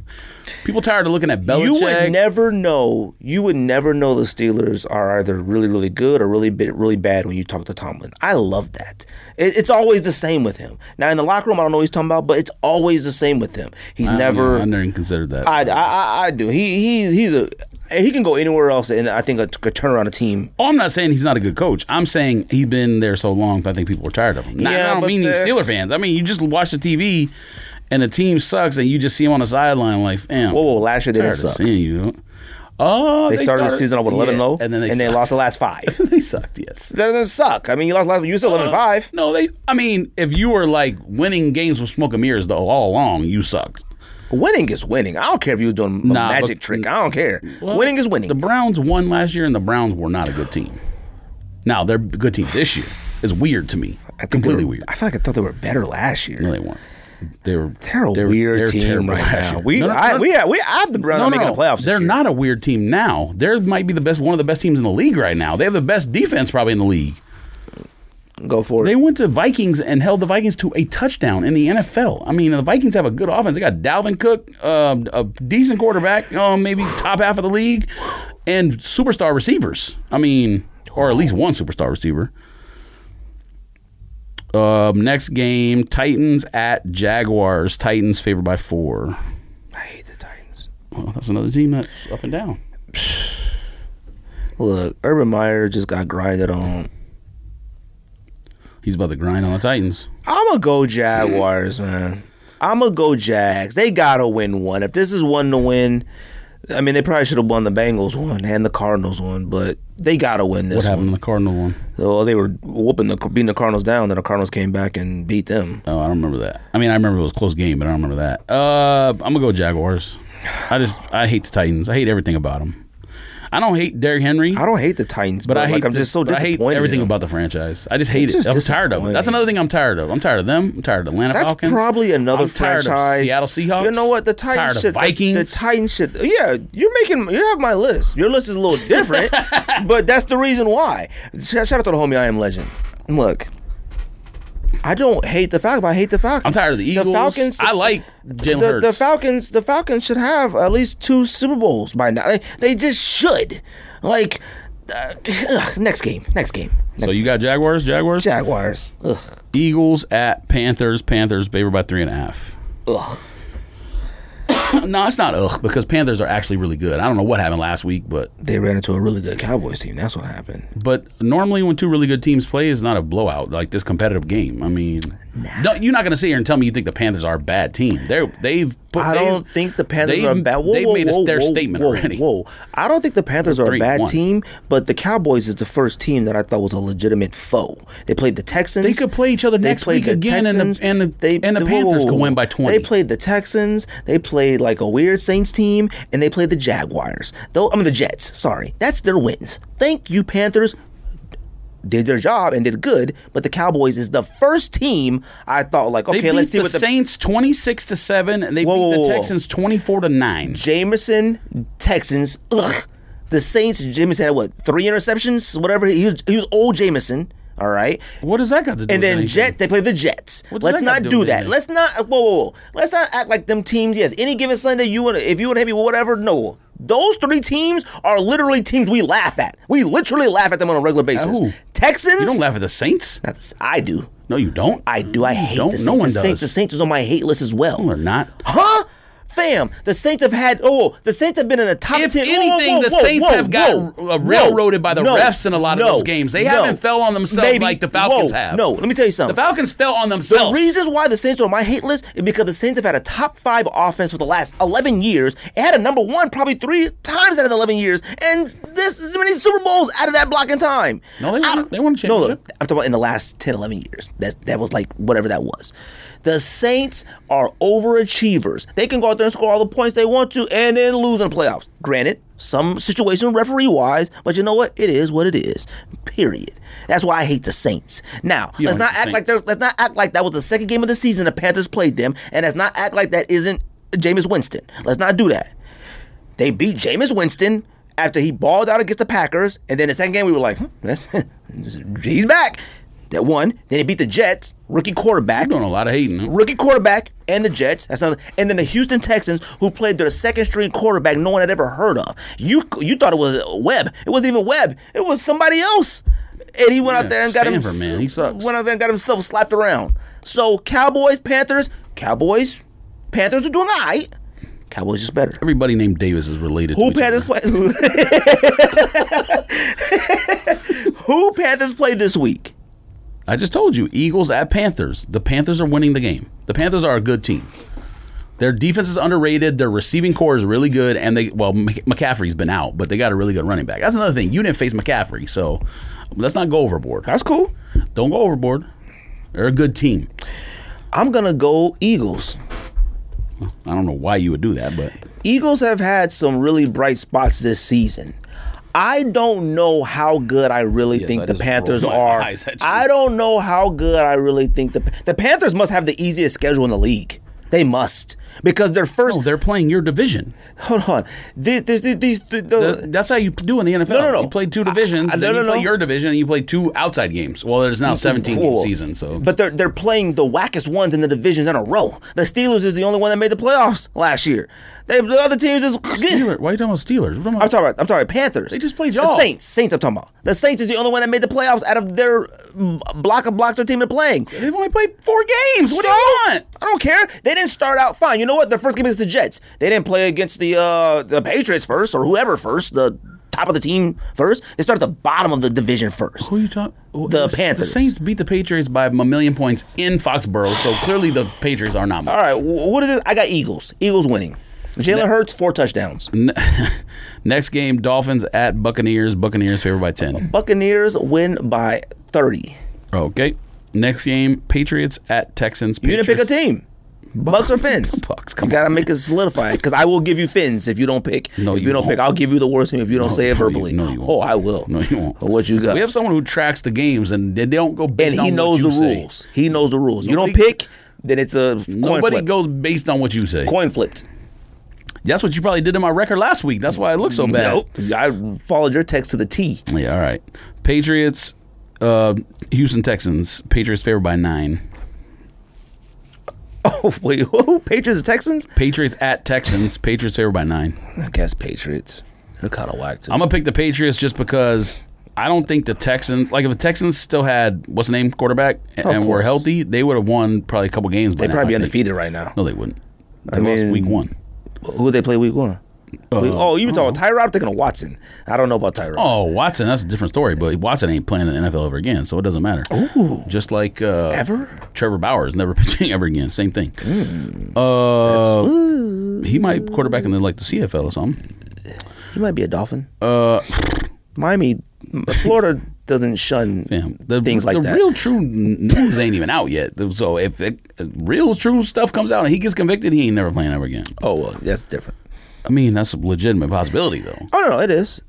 [SPEAKER 2] People tired of looking at Belichick.
[SPEAKER 1] you would never know. You would never know the Steelers are either really, really good or really, bi- really bad when you talk to Tomlin. I love that. It, it's always the same with him. Now in the locker room, I don't know what he's talking about, but it's always the same with him. He's never.
[SPEAKER 2] I never even considered that.
[SPEAKER 1] I, I, I, I do. He, he's, he's a. He can go anywhere else, and I think a, could turn around a team.
[SPEAKER 2] oh, I'm not saying he's not a good coach. I'm saying he's been there so long. I think people are tired of him. Not,
[SPEAKER 1] Yeah,
[SPEAKER 2] I don't
[SPEAKER 1] but
[SPEAKER 2] mean
[SPEAKER 1] the-
[SPEAKER 2] Steeler fans. I mean you just watch the TV and the team sucks, and you just see him on the sideline like, damn.
[SPEAKER 1] Whoa, whoa, last year they
[SPEAKER 2] tired
[SPEAKER 1] didn't
[SPEAKER 2] of
[SPEAKER 1] suck.
[SPEAKER 2] seeing you. Oh,
[SPEAKER 1] They, started, the season off with 11
[SPEAKER 2] yeah,
[SPEAKER 1] low,
[SPEAKER 2] and then they
[SPEAKER 1] and they
[SPEAKER 2] sucked.
[SPEAKER 1] lost the last five.
[SPEAKER 2] they sucked. Yes.
[SPEAKER 1] that doesn't suck. I mean, you lost last. You said 11 5.
[SPEAKER 2] No, they. I mean, if you were like winning games with smoke and mirrors though all along, you sucked.
[SPEAKER 1] Winning is winning. I don't care if you're doing a
[SPEAKER 2] Nah,
[SPEAKER 1] magic
[SPEAKER 2] but-
[SPEAKER 1] trick. I don't care. winning is winning.
[SPEAKER 2] The Browns won last year, and the Browns were not a good team. Now they're a good team this year. It's weird to me.
[SPEAKER 1] I think they
[SPEAKER 2] Completely
[SPEAKER 1] were-
[SPEAKER 2] weird.
[SPEAKER 1] I feel like I thought they were better last year.
[SPEAKER 2] No, they weren't. They were.
[SPEAKER 1] They're a weird
[SPEAKER 2] they're
[SPEAKER 1] team
[SPEAKER 2] terrible
[SPEAKER 1] right
[SPEAKER 2] last
[SPEAKER 1] now.
[SPEAKER 2] year.
[SPEAKER 1] We,
[SPEAKER 2] No, no,
[SPEAKER 1] I,
[SPEAKER 2] no,
[SPEAKER 1] we, have, we have the Browns
[SPEAKER 2] no, no,
[SPEAKER 1] making
[SPEAKER 2] no.
[SPEAKER 1] the playoffs. this
[SPEAKER 2] They're
[SPEAKER 1] year.
[SPEAKER 2] not a weird team now. They might be the best, one of the best teams in the league right now. They have the best defense probably in the league.
[SPEAKER 1] Go for it.
[SPEAKER 2] They went to Vikings and held the Vikings to a touchdown in the NFL. I mean, the Vikings have a good offense. They got Dalvin Cook, um, a decent quarterback, um, maybe top half of the league, and superstar receivers. I mean, or at least one superstar receiver. Um, next game, Titans at Jaguars. Titans favored by four.
[SPEAKER 1] I hate the Titans.
[SPEAKER 2] Well, that's another team that's up and down.
[SPEAKER 1] Look, Urban Meyer just got grinded on.
[SPEAKER 2] He's about to grind on the Titans.
[SPEAKER 1] I'm going to go Jaguars, man. I'm going to go Jags. They got to win one. If this is one to win, I mean, they probably should have won the Bengals one and the Cardinals one, but they got to win
[SPEAKER 2] What
[SPEAKER 1] this
[SPEAKER 2] happened
[SPEAKER 1] one.
[SPEAKER 2] in the Cardinal one?
[SPEAKER 1] So they were whooping the beating the Cardinals down, then the Cardinals came back and beat them.
[SPEAKER 2] Oh, I don't remember that. I mean, I remember it was a close game, but I don't remember that. Uh, I'm gonna go Jaguars. I just I hate the Titans. I hate everything about them. I don't hate Derrick Henry,
[SPEAKER 1] I don't hate the Titans,
[SPEAKER 2] but I hate
[SPEAKER 1] like I'm
[SPEAKER 2] the-
[SPEAKER 1] just so
[SPEAKER 2] but I
[SPEAKER 1] disappointed.
[SPEAKER 2] hate
[SPEAKER 1] in
[SPEAKER 2] everything
[SPEAKER 1] them.
[SPEAKER 2] about the franchise. I just hate
[SPEAKER 1] It's
[SPEAKER 2] it.
[SPEAKER 1] just
[SPEAKER 2] I'm tired of it. That's
[SPEAKER 1] disappointing.
[SPEAKER 2] another thing I'm tired of. I'm tired of them. I'm tired of Atlanta
[SPEAKER 1] That's
[SPEAKER 2] Falcons.
[SPEAKER 1] probably another
[SPEAKER 2] I'm tired of
[SPEAKER 1] franchise.
[SPEAKER 2] Seattle Seahawks.
[SPEAKER 1] You know what? The Titans
[SPEAKER 2] Tired of
[SPEAKER 1] should. the-
[SPEAKER 2] Vikings.
[SPEAKER 1] The, Titans should. Yeah, you're making. You have my list. Your list is a little different, but that's the reason why. Shout, shout out to the homie I am Legend. Look, I don't hate the Falcons. But I hate the Falcons.
[SPEAKER 2] I'm tired of the Eagles.
[SPEAKER 1] Falcons-
[SPEAKER 2] I like
[SPEAKER 1] the,
[SPEAKER 2] Jalen Hurts.
[SPEAKER 1] the Falcons, the Falcons should have at least two Super Bowls by now. They, they just should. Like, uh, ugh, next game, next game,
[SPEAKER 2] so
[SPEAKER 1] next
[SPEAKER 2] you got Jaguars, Jaguars,
[SPEAKER 1] Jaguars. Ugh,
[SPEAKER 2] Eagles at Panthers. Panthers favored by three and a half.
[SPEAKER 1] ugh.
[SPEAKER 2] no, it's not ugh because Panthers are actually really good. I don't know what happened last week, but
[SPEAKER 1] They ran into a really good Cowboys team. That's what happened.
[SPEAKER 2] But normally, when two really good teams play, it's not a blowout like this competitive game. I mean, no, you're not going to sit here and tell me you think the Panthers are a bad team. They're they've. Put,
[SPEAKER 1] I don't think the Panthers
[SPEAKER 2] they've-
[SPEAKER 1] are a bad. Whoa,
[SPEAKER 2] they've
[SPEAKER 1] whoa,
[SPEAKER 2] made a-
[SPEAKER 1] whoa,
[SPEAKER 2] their
[SPEAKER 1] whoa,
[SPEAKER 2] statement
[SPEAKER 1] whoa,
[SPEAKER 2] already.
[SPEAKER 1] Whoa, I don't think the Panthers are a
[SPEAKER 2] Three,
[SPEAKER 1] bad
[SPEAKER 2] one.
[SPEAKER 1] team, but the Cowboys is the first team that I thought was a legitimate foe. They played the Texans.
[SPEAKER 2] They could play each other next
[SPEAKER 1] played
[SPEAKER 2] week again, and the- and the- and the
[SPEAKER 1] whoa, whoa,
[SPEAKER 2] Panthers
[SPEAKER 1] whoa,
[SPEAKER 2] could
[SPEAKER 1] whoa.
[SPEAKER 2] win by 20.
[SPEAKER 1] They played the Texans. They played like a weird Saints team, and they played the Jaguars. Though I mean the Jets. Sorry, that's their wins. Thank you, Panthers. Did their job and did good, but the Cowboys is the first team I thought like
[SPEAKER 2] They
[SPEAKER 1] okay,
[SPEAKER 2] beat
[SPEAKER 1] let's see
[SPEAKER 2] the
[SPEAKER 1] what the
[SPEAKER 2] Saints 26 to seven, and they
[SPEAKER 1] Whoa,
[SPEAKER 2] beat
[SPEAKER 1] whoa,
[SPEAKER 2] the
[SPEAKER 1] whoa, whoa.
[SPEAKER 2] Texans 24 to nine.
[SPEAKER 1] Jameson, Texans. Ugh. The Saints, Jameson had what, three interceptions? Whatever. He was, he was old Jameson. All right.
[SPEAKER 2] What does that got to do?
[SPEAKER 1] And
[SPEAKER 2] with
[SPEAKER 1] then
[SPEAKER 2] anything?
[SPEAKER 1] Jet, they play the Jets.
[SPEAKER 2] What does
[SPEAKER 1] Let's
[SPEAKER 2] that got
[SPEAKER 1] not
[SPEAKER 2] to do
[SPEAKER 1] do
[SPEAKER 2] with
[SPEAKER 1] that.
[SPEAKER 2] anything?
[SPEAKER 1] Let's not. Whoa, whoa, whoa. Let's not act like them teams. Yes, any given Sunday, you would if you would have me whatever. No, those three teams are literally teams we laugh at. We literally laugh at them on a regular basis.
[SPEAKER 2] who?
[SPEAKER 1] Texans.
[SPEAKER 2] You don't laugh at the Saints.
[SPEAKER 1] Not the S- I do.
[SPEAKER 2] No, you don't.
[SPEAKER 1] I do. I hate
[SPEAKER 2] don't.
[SPEAKER 1] the Saints.
[SPEAKER 2] No one
[SPEAKER 1] the Saints.
[SPEAKER 2] does.
[SPEAKER 1] The Saints is on my hate list as well.
[SPEAKER 2] No, they're not.
[SPEAKER 1] Huh? Fam, the Saints have had oh, the Saints have been in the top
[SPEAKER 2] If
[SPEAKER 1] ten. Whoa,
[SPEAKER 2] anything,
[SPEAKER 1] whoa,
[SPEAKER 2] the
[SPEAKER 1] whoa,
[SPEAKER 2] Saints
[SPEAKER 1] whoa,
[SPEAKER 2] have got
[SPEAKER 1] whoa,
[SPEAKER 2] r- uh,
[SPEAKER 1] whoa,
[SPEAKER 2] railroaded by the
[SPEAKER 1] no,
[SPEAKER 2] refs in a lot of
[SPEAKER 1] no,
[SPEAKER 2] those games. They
[SPEAKER 1] no,
[SPEAKER 2] haven't fell on themselves
[SPEAKER 1] Maybe-
[SPEAKER 2] like the Falcons
[SPEAKER 1] whoa,
[SPEAKER 2] have.
[SPEAKER 1] No, let me tell you something.
[SPEAKER 2] The Falcons fell on
[SPEAKER 1] The
[SPEAKER 2] themselves.
[SPEAKER 1] reasons why the Saints are on my hate list is because the Saints have had a top five offense for the last eleven years. It had a number one probably three times out of the eleven years, and this is as many Super Bowls out of that block in time.
[SPEAKER 2] No, they
[SPEAKER 1] I
[SPEAKER 2] won-
[SPEAKER 1] don't-
[SPEAKER 2] they won a
[SPEAKER 1] No,
[SPEAKER 2] championship.
[SPEAKER 1] look, I'm talking about in the last 10, 11 years. That that was like whatever that was. The Saints are overachievers. They can go out there and score all the points they want to, and then lose in the playoffs. Granted, some situation referee wise, but you know what? It is what it is. Period. That's why I hate the Saints. Now,
[SPEAKER 2] You
[SPEAKER 1] let's
[SPEAKER 2] don't
[SPEAKER 1] not
[SPEAKER 2] hate the
[SPEAKER 1] act like
[SPEAKER 2] Saints.
[SPEAKER 1] they're let's not act like that was the second game of the season the Panthers played them, and let's not act like that isn't Jameis Winston. Let's not do that. They beat Jameis Winston after he balled out against the Packers, and then the second game we were like, hmm, he's back. That one. Then he beat the Jets, rookie quarterback,
[SPEAKER 2] doing a lot of hating.
[SPEAKER 1] rookie quarterback, and the Jets. That's another. And then the Houston Texans, who played their second string quarterback, no one had ever heard of. You you thought it was Webb? It wasn't even Webb. It was somebody else. And he went
[SPEAKER 2] Yeah,
[SPEAKER 1] out there and got him.
[SPEAKER 2] Stanford, man. He sucks.
[SPEAKER 1] Went out there and got himself slapped around. So Cowboys, Panthers, Cowboys, Panthers are doing all right. Cowboys is better.
[SPEAKER 2] Everybody named Davis is related.
[SPEAKER 1] Who
[SPEAKER 2] to each
[SPEAKER 1] Panthers
[SPEAKER 2] other.
[SPEAKER 1] play? Who Panthers play this week?
[SPEAKER 2] I just told you, Eagles at Panthers. The Panthers are winning the game. The Panthers are a good team. Their defense is underrated. Their receiving core is really good, and they well Mc- McCaffrey's been out, but they got a really good running back. That's another thing. You didn't face McCaffrey, so let's not go overboard.
[SPEAKER 1] That's cool.
[SPEAKER 2] Don't go overboard. They're a good team.
[SPEAKER 1] I'm gonna go Eagles.
[SPEAKER 2] I don't know why you would do that, but
[SPEAKER 1] Eagles have had some really bright spots this season. I don't know how good I really
[SPEAKER 2] Yes,
[SPEAKER 1] think
[SPEAKER 2] I
[SPEAKER 1] the
[SPEAKER 2] just
[SPEAKER 1] Panthers
[SPEAKER 2] rolled my
[SPEAKER 1] are.
[SPEAKER 2] eyes at you.
[SPEAKER 1] I don't know how good I really think the the Panthers must have the easiest schedule in the league. They must because their first.
[SPEAKER 2] no, they're playing your division.
[SPEAKER 1] hold on, these these, these the,
[SPEAKER 2] Th- That's how you do in the NFL.
[SPEAKER 1] Uh, no, no.
[SPEAKER 2] You play two divisions,
[SPEAKER 1] I- I-
[SPEAKER 2] then
[SPEAKER 1] no,
[SPEAKER 2] you
[SPEAKER 1] no,
[SPEAKER 2] play
[SPEAKER 1] no.
[SPEAKER 2] your division, and you play two outside games. Well, there's now 17 game
[SPEAKER 1] Cool.
[SPEAKER 2] season, so
[SPEAKER 1] But they're they're playing the wackest ones in the divisions in a row. The Steelers is the only one that made the playoffs last year. They the other teams is.
[SPEAKER 2] Steelers, why are you talking about Steelers? We're talking
[SPEAKER 1] I'm
[SPEAKER 2] about-
[SPEAKER 1] talking about. I'm talking about Panthers. They
[SPEAKER 2] just played y'all.
[SPEAKER 1] The Saints. Saints. I'm talking about. The Saints is the only one that made the playoffs out of their mm, block of blocks their team are playing.
[SPEAKER 2] They've only played four games. What do
[SPEAKER 1] so,
[SPEAKER 2] you want?
[SPEAKER 1] I don't care. They didn't start out fine. You know what? Their first game is the Jets. They didn't play against the uh, the Patriots first or whoever first, the top of the team first. They started at the bottom of the division first.
[SPEAKER 2] Who are you talking?
[SPEAKER 1] The Panthers.
[SPEAKER 2] Saints beat the Patriots by a million points in Foxborough, so clearly the Patriots are not.
[SPEAKER 1] All right, wh- what is this? I got Eagles. Eagles winning. Jalen Hurts four touchdowns.
[SPEAKER 2] Next game, Dolphins at Buccaneers. Buccaneers favored by ten.
[SPEAKER 1] Buccaneers win by thirty.
[SPEAKER 2] Okay. Next game, Patriots at Texans.
[SPEAKER 1] You didn't pick a
[SPEAKER 2] Patriots-
[SPEAKER 1] team. Bucks or fins?
[SPEAKER 2] Bucks, come
[SPEAKER 1] you gotta
[SPEAKER 2] on,
[SPEAKER 1] make it solidify because I will give you fins if you don't pick.
[SPEAKER 2] No,
[SPEAKER 1] if
[SPEAKER 2] you
[SPEAKER 1] you, don't
[SPEAKER 2] won't.
[SPEAKER 1] pick, I'll give you the worst team if you don't say it
[SPEAKER 2] no, you-
[SPEAKER 1] verbally.
[SPEAKER 2] no, you won't.
[SPEAKER 1] Oh, I will.
[SPEAKER 2] No, you won't.
[SPEAKER 1] What you got?
[SPEAKER 2] We have someone who tracks the games, and they they don't go based
[SPEAKER 1] and
[SPEAKER 2] on
[SPEAKER 1] he knows
[SPEAKER 2] what
[SPEAKER 1] the
[SPEAKER 2] you say.
[SPEAKER 1] rules. He knows the rules. you
[SPEAKER 2] Nobody-
[SPEAKER 1] don't pick, then it's a coin
[SPEAKER 2] Nobody
[SPEAKER 1] flip.
[SPEAKER 2] goes based on what you say.
[SPEAKER 1] coin flipped.
[SPEAKER 2] That's what you probably did in my record last week. That's why I look so bad.
[SPEAKER 1] Nope. I followed your text to the T.
[SPEAKER 2] Yeah, all right. Patriots, uh, Houston Texans. Patriots favored by nine.
[SPEAKER 1] Oh wait, who? Patriots or Texans?
[SPEAKER 2] Patriots at Texans. Patriots favored by nine.
[SPEAKER 1] I guess Patriots. They're kind of whack too.
[SPEAKER 2] I'm gonna pick the Patriots just because I don't think the Texans. Like if the Texans still had what's the name quarterback and were
[SPEAKER 1] course.
[SPEAKER 2] healthy, they would have won probably a couple games.
[SPEAKER 1] They'd probably be
[SPEAKER 2] undefeated.
[SPEAKER 1] undefeated right now.
[SPEAKER 2] No, they wouldn't. They
[SPEAKER 1] I
[SPEAKER 2] lost
[SPEAKER 1] mean-
[SPEAKER 2] week one.
[SPEAKER 1] Who they play week one? Week- oh, you were talking Tyrod? I'm thinking of Watson. I don't know about Tyrod.
[SPEAKER 2] Uh-huh. Oh, Watson, that's a different story. But Watson ain't playing in the NFL ever again, so it doesn't matter.
[SPEAKER 1] Ooh.
[SPEAKER 2] Just like uh,
[SPEAKER 1] Ever?
[SPEAKER 2] Trevor Bauer is never pitching ever again. Same thing.
[SPEAKER 1] Hmm.
[SPEAKER 2] Uh, he might quarterback in the like the CFL or something.
[SPEAKER 1] He might be a dolphin. Uh, Miami, Florida doesn't shun
[SPEAKER 2] Damn, the,
[SPEAKER 1] things like
[SPEAKER 2] the
[SPEAKER 1] that.
[SPEAKER 2] real true n- news ain't even out yet. So if it, real true stuff comes out and he gets convicted, he ain't never playing ever again.
[SPEAKER 1] oh well, that's different.
[SPEAKER 2] I mean, that's a legitimate possibility though.
[SPEAKER 1] Oh no, no, it is.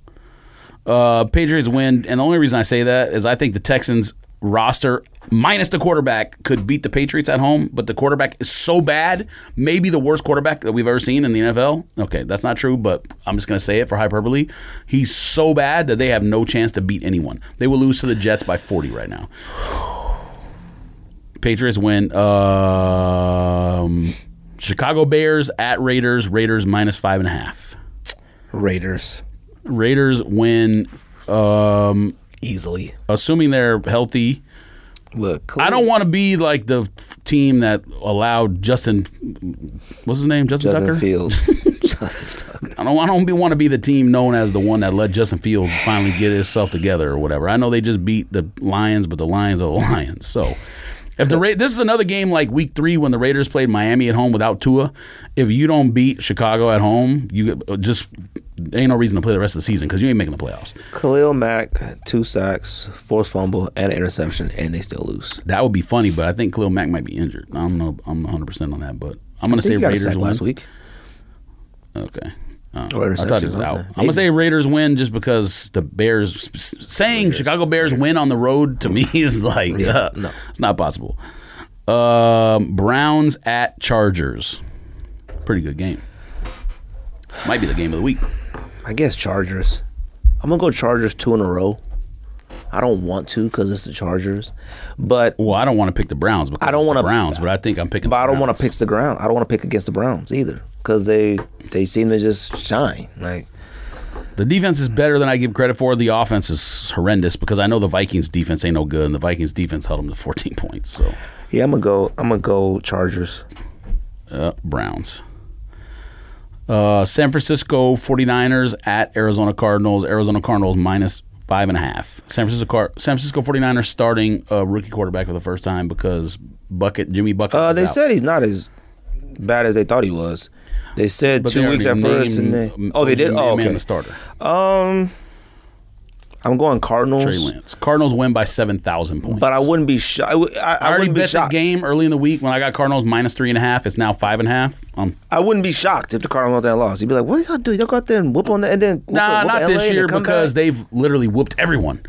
[SPEAKER 2] Uh, Patriots win, and the only reason I say that is I think the Texans roster minus the quarterback could beat the Patriots at home, but the quarterback is so bad, maybe the worst quarterback that we've ever seen in the NFL. Okay, that's not true, but I'm just gonna say it for hyperbole. He's so bad that they have no chance to beat anyone. They will lose to the Jets by 40 right now. Patriots win. Um, Chicago Bears at Raiders. Raiders minus five and a half.
[SPEAKER 1] Raiders
[SPEAKER 2] Raiders win. Um,
[SPEAKER 1] easily.
[SPEAKER 2] assuming they're healthy.
[SPEAKER 1] Look,
[SPEAKER 2] I don't want to be like the team that allowed Justin. What's his name? Justin,
[SPEAKER 1] Justin
[SPEAKER 2] Tucker.
[SPEAKER 1] Fields. Justin Tucker.
[SPEAKER 2] I don't. I don't want to be the team known as the one that let Justin Fields finally get himself together or whatever. I know they just beat the Lions, but the Lions are the Lions. So. If the Ra- this is another game like Week Three when the Raiders played Miami at home without Tua, if you don't beat Chicago at home, you uh, just there ain't no reason to play the rest of the season because you ain't making the playoffs.
[SPEAKER 1] Khalil Mack, two sacks, forced fumble, and an interception, and they still lose.
[SPEAKER 2] That would be funny, but I think Khalil Mack might be injured. I don't know. I'm 100 percent on that, but I'm gonna
[SPEAKER 1] I think
[SPEAKER 2] say
[SPEAKER 1] he got a
[SPEAKER 2] Raiders
[SPEAKER 1] sack
[SPEAKER 2] win.
[SPEAKER 1] last week.
[SPEAKER 2] Okay. Uh,
[SPEAKER 1] Or
[SPEAKER 2] I thought he was
[SPEAKER 1] interceptions,
[SPEAKER 2] out.
[SPEAKER 1] okay.
[SPEAKER 2] I'm gonna say Raiders win just because the Bears s- saying Chicago Bears win on the road to me is like uh,
[SPEAKER 1] no.
[SPEAKER 2] it's not possible. Um, Browns at Chargers, pretty good game. Might be the game of the week.
[SPEAKER 1] I guess Chargers. I'm gonna go Chargers two in a row. I don't want to because it's the Chargers, but
[SPEAKER 2] Well, I don't want to pick the Browns because
[SPEAKER 1] I don't
[SPEAKER 2] it's
[SPEAKER 1] wanna-
[SPEAKER 2] the Browns, but I think I'm picking.
[SPEAKER 1] But I don't want
[SPEAKER 2] want
[SPEAKER 1] to pick the ground. I don't want to pick against the Browns either because they they seem to just shine. Like
[SPEAKER 2] The defense is better than I give credit for. The offense is horrendous because I know the Vikings defense ain't no good, and the Vikings defense held them to 14 points. So,
[SPEAKER 1] yeah, I'm gonna go. I'm gonna go Chargers.
[SPEAKER 2] uh, Browns. Uh, San Francisco 49ers at Arizona Cardinals. Arizona Cardinals minus Five and a half. San Francisco Car- San Francisco 49ers starting a rookie quarterback for the first time because Bucket Jimmy Bucket.
[SPEAKER 1] Uh,
[SPEAKER 2] is
[SPEAKER 1] they
[SPEAKER 2] out.
[SPEAKER 1] said he's not as bad as they thought he was. They said
[SPEAKER 2] But
[SPEAKER 1] two
[SPEAKER 2] they
[SPEAKER 1] weeks at
[SPEAKER 2] already
[SPEAKER 1] first, and
[SPEAKER 2] named- um,
[SPEAKER 1] then oh, they did.
[SPEAKER 2] named
[SPEAKER 1] Oh,
[SPEAKER 2] Man
[SPEAKER 1] okay.
[SPEAKER 2] the starter
[SPEAKER 1] Um, I'm going Cardinals,
[SPEAKER 2] Trey Lance. Cardinals win by seven thousand points.
[SPEAKER 1] but I wouldn't be shocked. I, would- I,
[SPEAKER 2] I
[SPEAKER 1] I
[SPEAKER 2] already
[SPEAKER 1] wouldn't be
[SPEAKER 2] bet that
[SPEAKER 1] shocked.
[SPEAKER 2] game early in the week when I got Cardinals minus three and a half. It's now five and a half. Um,
[SPEAKER 1] I wouldn't be shocked if the Cardinals went out there and lost. You'd be like, "What do y'all do? Y'all go out there and whoop on that, and then whoop,
[SPEAKER 2] nah,
[SPEAKER 1] whoop
[SPEAKER 2] not
[SPEAKER 1] LA
[SPEAKER 2] this
[SPEAKER 1] and
[SPEAKER 2] year
[SPEAKER 1] then come
[SPEAKER 2] because
[SPEAKER 1] back?
[SPEAKER 2] they've literally whooped everyone.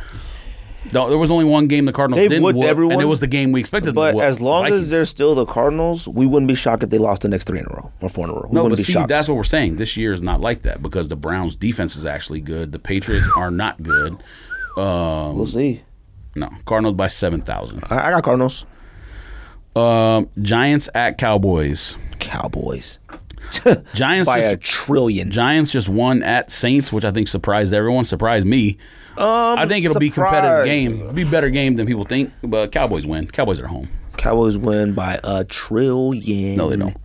[SPEAKER 2] No, There was only one game the Cardinals
[SPEAKER 1] They've
[SPEAKER 2] didn't
[SPEAKER 1] whooped
[SPEAKER 2] whoop,
[SPEAKER 1] everyone,
[SPEAKER 2] and it was the game we expected. them to
[SPEAKER 1] But
[SPEAKER 2] whoop,
[SPEAKER 1] as
[SPEAKER 2] the
[SPEAKER 1] long
[SPEAKER 2] Vikings.
[SPEAKER 1] as they're still the Cardinals, we wouldn't be shocked if they lost the next three in a row or four in a row. We
[SPEAKER 2] No,
[SPEAKER 1] wouldn't
[SPEAKER 2] but
[SPEAKER 1] be
[SPEAKER 2] see,
[SPEAKER 1] shocked.
[SPEAKER 2] that's what we're saying. This year is not like that because the Browns' defense is actually good. The Patriots are not good.
[SPEAKER 1] we'll see.
[SPEAKER 2] No, Cardinals by seven thousand.
[SPEAKER 1] I, I got Cardinals,
[SPEAKER 2] Um, Giants at Cowboys.
[SPEAKER 1] Cowboys
[SPEAKER 2] Giants
[SPEAKER 1] by a
[SPEAKER 2] just,
[SPEAKER 1] trillion.
[SPEAKER 2] Giants just won at Saints, which I think surprised everyone. Surprised me.
[SPEAKER 1] Um,
[SPEAKER 2] I think it'll be a
[SPEAKER 1] surprise.
[SPEAKER 2] competitive game. It'll be a better game than people think. But Cowboys win. Cowboys are home.
[SPEAKER 1] Cowboys win by a trillion.
[SPEAKER 2] No, they don't.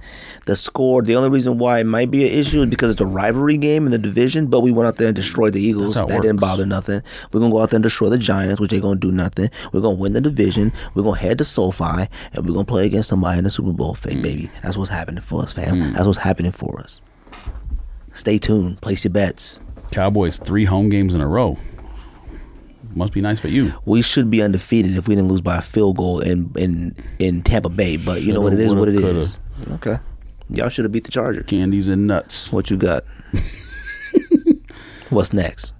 [SPEAKER 1] The score. The only reason why it might be an issue is because it's a rivalry game in the division. But we went out there and destroyed the Eagles.
[SPEAKER 2] how
[SPEAKER 1] That
[SPEAKER 2] it
[SPEAKER 1] didn't
[SPEAKER 2] works.
[SPEAKER 1] bother nothing. We're gonna go out there and destroy the Giants, which they gonna do nothing. We're gonna win the division. We're gonna head to SoFi and we're gonna play against somebody in the Super Bowl. Fake
[SPEAKER 2] Mm.
[SPEAKER 1] baby. That's what's happening for us, fam. That's what's happening for us. Stay tuned. Place your bets.
[SPEAKER 2] Cowboys three home games in a row. Must be nice for you.
[SPEAKER 1] We should be undefeated if we didn't lose by a field goal in in in Tampa Bay. But you know what it
[SPEAKER 2] Shoulda,
[SPEAKER 1] is, what it
[SPEAKER 2] woulda,
[SPEAKER 1] is. Okay, y'all should have beat the Chargers.
[SPEAKER 2] Candies and nuts.
[SPEAKER 1] What you got? What's next?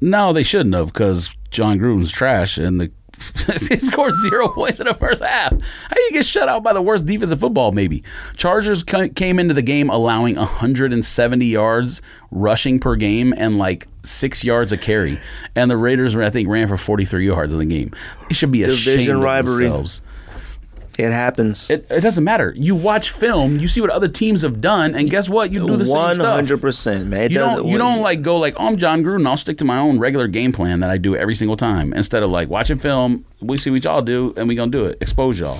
[SPEAKER 2] No, they shouldn't have because John Gruden's trash and the he scored zero points in the first half. How you get shut out by the worst defense in football? Maybe Chargers ca- came into the game allowing 170 yards rushing per game and like six yards a carry, and the Raiders I think ran for 43 yards in the game. They should be ashamed
[SPEAKER 1] Division
[SPEAKER 2] of
[SPEAKER 1] rivalry.
[SPEAKER 2] themselves.
[SPEAKER 1] It happens.
[SPEAKER 2] It, it doesn't matter. You watch film, you see what other teams have done, and guess what? You do the same
[SPEAKER 1] One
[SPEAKER 2] stuff.
[SPEAKER 1] hundred percent, man. It
[SPEAKER 2] You
[SPEAKER 1] doesn't-
[SPEAKER 2] don't you don't like go like oh, I'm John Gruden. I'll stick to my own regular game plan that I do every single time instead of like watching film. We see what y'all do and we gonna do it. Expose y'all.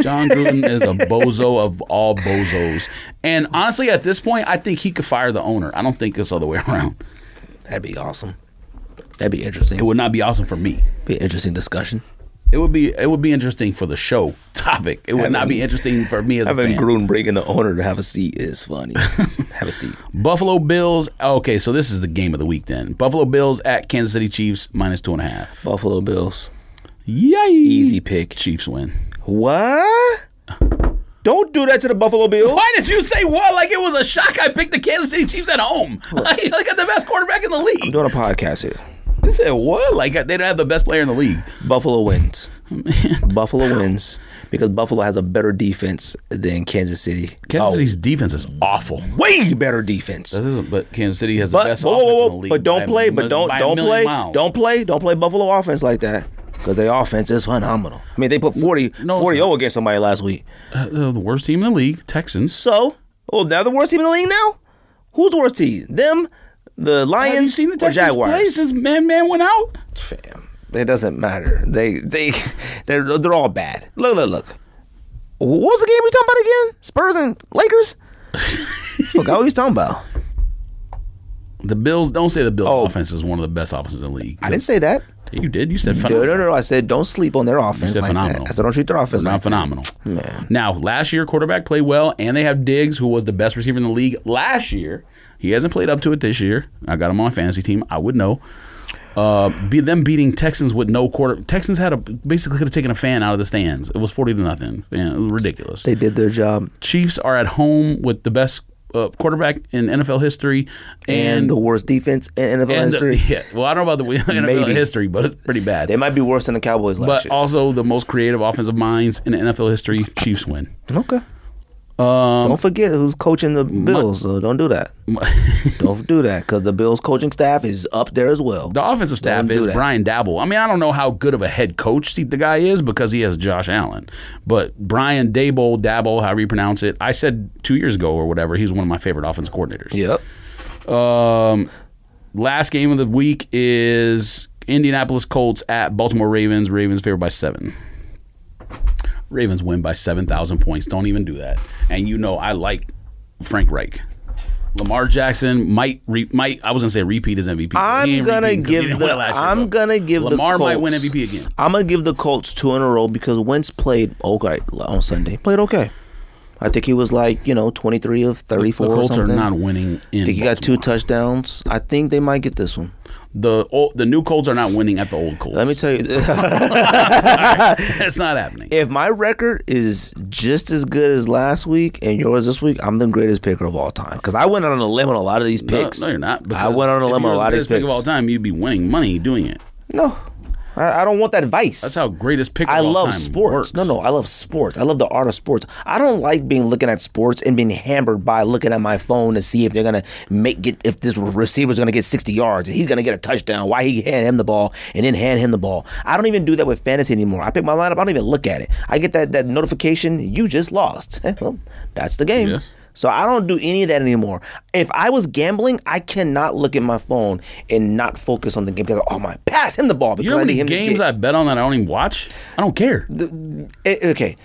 [SPEAKER 2] John Gruden is a bozo of all bozos. And honestly, at this point, I think he could fire the owner. I don't think it's the other way around.
[SPEAKER 1] That'd be awesome. That'd be interesting.
[SPEAKER 2] It would not be awesome for me.
[SPEAKER 1] be an interesting discussion.
[SPEAKER 2] It would be it would be interesting for the show topic. It would not be interesting for me as a
[SPEAKER 1] Having
[SPEAKER 2] fan.
[SPEAKER 1] Gruden breaking the owner to have a seat is funny. have a seat.
[SPEAKER 2] Buffalo Bills. Okay, so this is the game of the week then. Buffalo Bills at Kansas City Chiefs minus two and a half.
[SPEAKER 1] Buffalo Bills.
[SPEAKER 2] Yay!
[SPEAKER 1] Easy pick.
[SPEAKER 2] Chiefs win.
[SPEAKER 1] What? Don't do that to the Buffalo Bills.
[SPEAKER 2] Why did you say what? Like it was a shock. I picked the Kansas City Chiefs at home. Like, I got the best quarterback in the
[SPEAKER 1] I'm
[SPEAKER 2] league.
[SPEAKER 1] doing a podcast here.
[SPEAKER 2] You said what? Like they don't have the best player in the league.
[SPEAKER 1] Buffalo wins. Buffalo wins because Buffalo has a better defense than Kansas City.
[SPEAKER 2] Kansas
[SPEAKER 1] Oh,
[SPEAKER 2] City's defense is awful.
[SPEAKER 1] way better defense.
[SPEAKER 2] That isn't- But Kansas City has the
[SPEAKER 1] But
[SPEAKER 2] best
[SPEAKER 1] whoa,
[SPEAKER 2] offense
[SPEAKER 1] whoa,
[SPEAKER 2] in the
[SPEAKER 1] whoa,
[SPEAKER 2] league.
[SPEAKER 1] but
[SPEAKER 2] by
[SPEAKER 1] don't
[SPEAKER 2] a
[SPEAKER 1] play, but
[SPEAKER 2] mil-
[SPEAKER 1] don't
[SPEAKER 2] by a
[SPEAKER 1] don't
[SPEAKER 2] million
[SPEAKER 1] play,
[SPEAKER 2] miles.
[SPEAKER 1] don't play, don't play Buffalo offense like that because their offense is phenomenal. I mean, they put 40
[SPEAKER 2] No, it's
[SPEAKER 1] 40 0 against somebody last week.
[SPEAKER 2] Uh, they're the worst team in the league, Texans.
[SPEAKER 1] So, well, now the worst team in the league now. Who's the worst team? Them, the Lions,
[SPEAKER 2] Have you seen the
[SPEAKER 1] or
[SPEAKER 2] Texans
[SPEAKER 1] Jaguars?
[SPEAKER 2] play since Man Man went out?
[SPEAKER 1] Fam, it doesn't matter. They they they're they're all bad. Look look look. What was the game we talking about again? Spurs and Lakers. Look, what we was talking about?
[SPEAKER 2] The Bills. Don't say the Bills'
[SPEAKER 1] Oh.
[SPEAKER 2] offense is one of the best offenses in the league.
[SPEAKER 1] I didn't say that.
[SPEAKER 2] You did. You said
[SPEAKER 1] No,
[SPEAKER 2] phenomenal.
[SPEAKER 1] no, no. I said don't sleep on their offense
[SPEAKER 2] said
[SPEAKER 1] like
[SPEAKER 2] phenomenal.
[SPEAKER 1] that. I said don't treat their offense
[SPEAKER 2] Not
[SPEAKER 1] like that.
[SPEAKER 2] phenomenal. Now, last year quarterback played well, and they have Diggs, who was the best receiver in the league last year. He hasn't played up to it this year. I got him on my fantasy team. I would know. Uh, be them beating Texans with no quarter. Texans had a basically could have taken a fan out of the stands. It was forty to nothing. Yeah, it was ridiculous.
[SPEAKER 1] They did their job.
[SPEAKER 2] Chiefs are at home with the best uh, quarterback in NFL history,
[SPEAKER 1] And,
[SPEAKER 2] and
[SPEAKER 1] the worst defense in NFL
[SPEAKER 2] and the-
[SPEAKER 1] history.
[SPEAKER 2] yeah. Well, I don't know about the NFL
[SPEAKER 1] Maybe.
[SPEAKER 2] history, but it's pretty bad.
[SPEAKER 1] they might be worse than the Cowboys last
[SPEAKER 2] But
[SPEAKER 1] year.
[SPEAKER 2] also the most creative offensive minds in NFL history. Chiefs win.
[SPEAKER 1] okay.
[SPEAKER 2] Um,
[SPEAKER 1] don't forget who's coaching the Bills. so don't do that. don't do that because the Bills coaching staff is up there as well.
[SPEAKER 2] The offensive staff
[SPEAKER 1] Don't do
[SPEAKER 2] is
[SPEAKER 1] that.
[SPEAKER 2] Brian Dabble. I mean, I don't know how good of a head coach the, the guy is because he has Josh Allen, but Brian Dable, Dabble, however you pronounce it, I said two years ago or whatever, he's one of my favorite offense coordinators.
[SPEAKER 1] Yep.
[SPEAKER 2] Um, last game of the week is Indianapolis Colts at Baltimore Ravens. Ravens favored by seven. Ravens win by seven thousand points. Don't even do that. And you know I like Frank Reich. Lamar Jackson might re, might I was gonna say repeat his MVP. but he
[SPEAKER 1] I'm
[SPEAKER 2] ain't
[SPEAKER 1] gonna
[SPEAKER 2] repeating 'cause he
[SPEAKER 1] give
[SPEAKER 2] didn't
[SPEAKER 1] the.
[SPEAKER 2] win it last year,
[SPEAKER 1] I'm
[SPEAKER 2] bro.
[SPEAKER 1] gonna give
[SPEAKER 2] Lamar
[SPEAKER 1] the.
[SPEAKER 2] might win
[SPEAKER 1] Colts-
[SPEAKER 2] MVP again.
[SPEAKER 1] I'm gonna give the Colts two in a row because Wentz played okay on Sunday. Played okay. I think he was like you know 23 of 34.
[SPEAKER 2] The
[SPEAKER 1] or
[SPEAKER 2] Colts are
[SPEAKER 1] something.
[SPEAKER 2] not winning in.
[SPEAKER 1] I think he got two
[SPEAKER 2] Baltimore.
[SPEAKER 1] touchdowns. I think they might get this one.
[SPEAKER 2] the old, the new Colts are not winning at the old Colts.
[SPEAKER 1] Let me tell you,
[SPEAKER 2] That's not happening.
[SPEAKER 1] if my record is just as good as last week and yours this week, I'm the greatest picker of all time because I went out on a limb on a lot of these
[SPEAKER 2] No,
[SPEAKER 1] picks.
[SPEAKER 2] no, you're not.
[SPEAKER 1] I went on a limb
[SPEAKER 2] because if
[SPEAKER 1] on
[SPEAKER 2] you're
[SPEAKER 1] a lot of
[SPEAKER 2] the
[SPEAKER 1] these
[SPEAKER 2] best pick
[SPEAKER 1] picks.
[SPEAKER 2] of all time. You'd be winning money doing it.
[SPEAKER 1] No, I, I don't want that vice.
[SPEAKER 2] That's how greatest pick. Of
[SPEAKER 1] I
[SPEAKER 2] all
[SPEAKER 1] love
[SPEAKER 2] time
[SPEAKER 1] sports.
[SPEAKER 2] Works.
[SPEAKER 1] No, no, I love sports. I love the art of sports. I don't like being looking at sports and being hammered by looking at my phone to see if they're gonna make get if this receiver's gonna get sixty yards and he's gonna get a touchdown. Why he hand him the ball and then hand him the ball? I don't even do that with fantasy anymore. I pick my lineup. I don't even look at it. I get that that notification. You just lost. Eh, well, that's the game.
[SPEAKER 2] Yes.
[SPEAKER 1] So I don't do any of that anymore. If I was gambling, I cannot look at my phone and not focus on the game because oh my, pass him the ball because
[SPEAKER 2] You know how
[SPEAKER 1] I need
[SPEAKER 2] many
[SPEAKER 1] him to
[SPEAKER 2] games
[SPEAKER 1] get.
[SPEAKER 2] I bet on that I don't even watch? I don't care.
[SPEAKER 1] Eh, okay,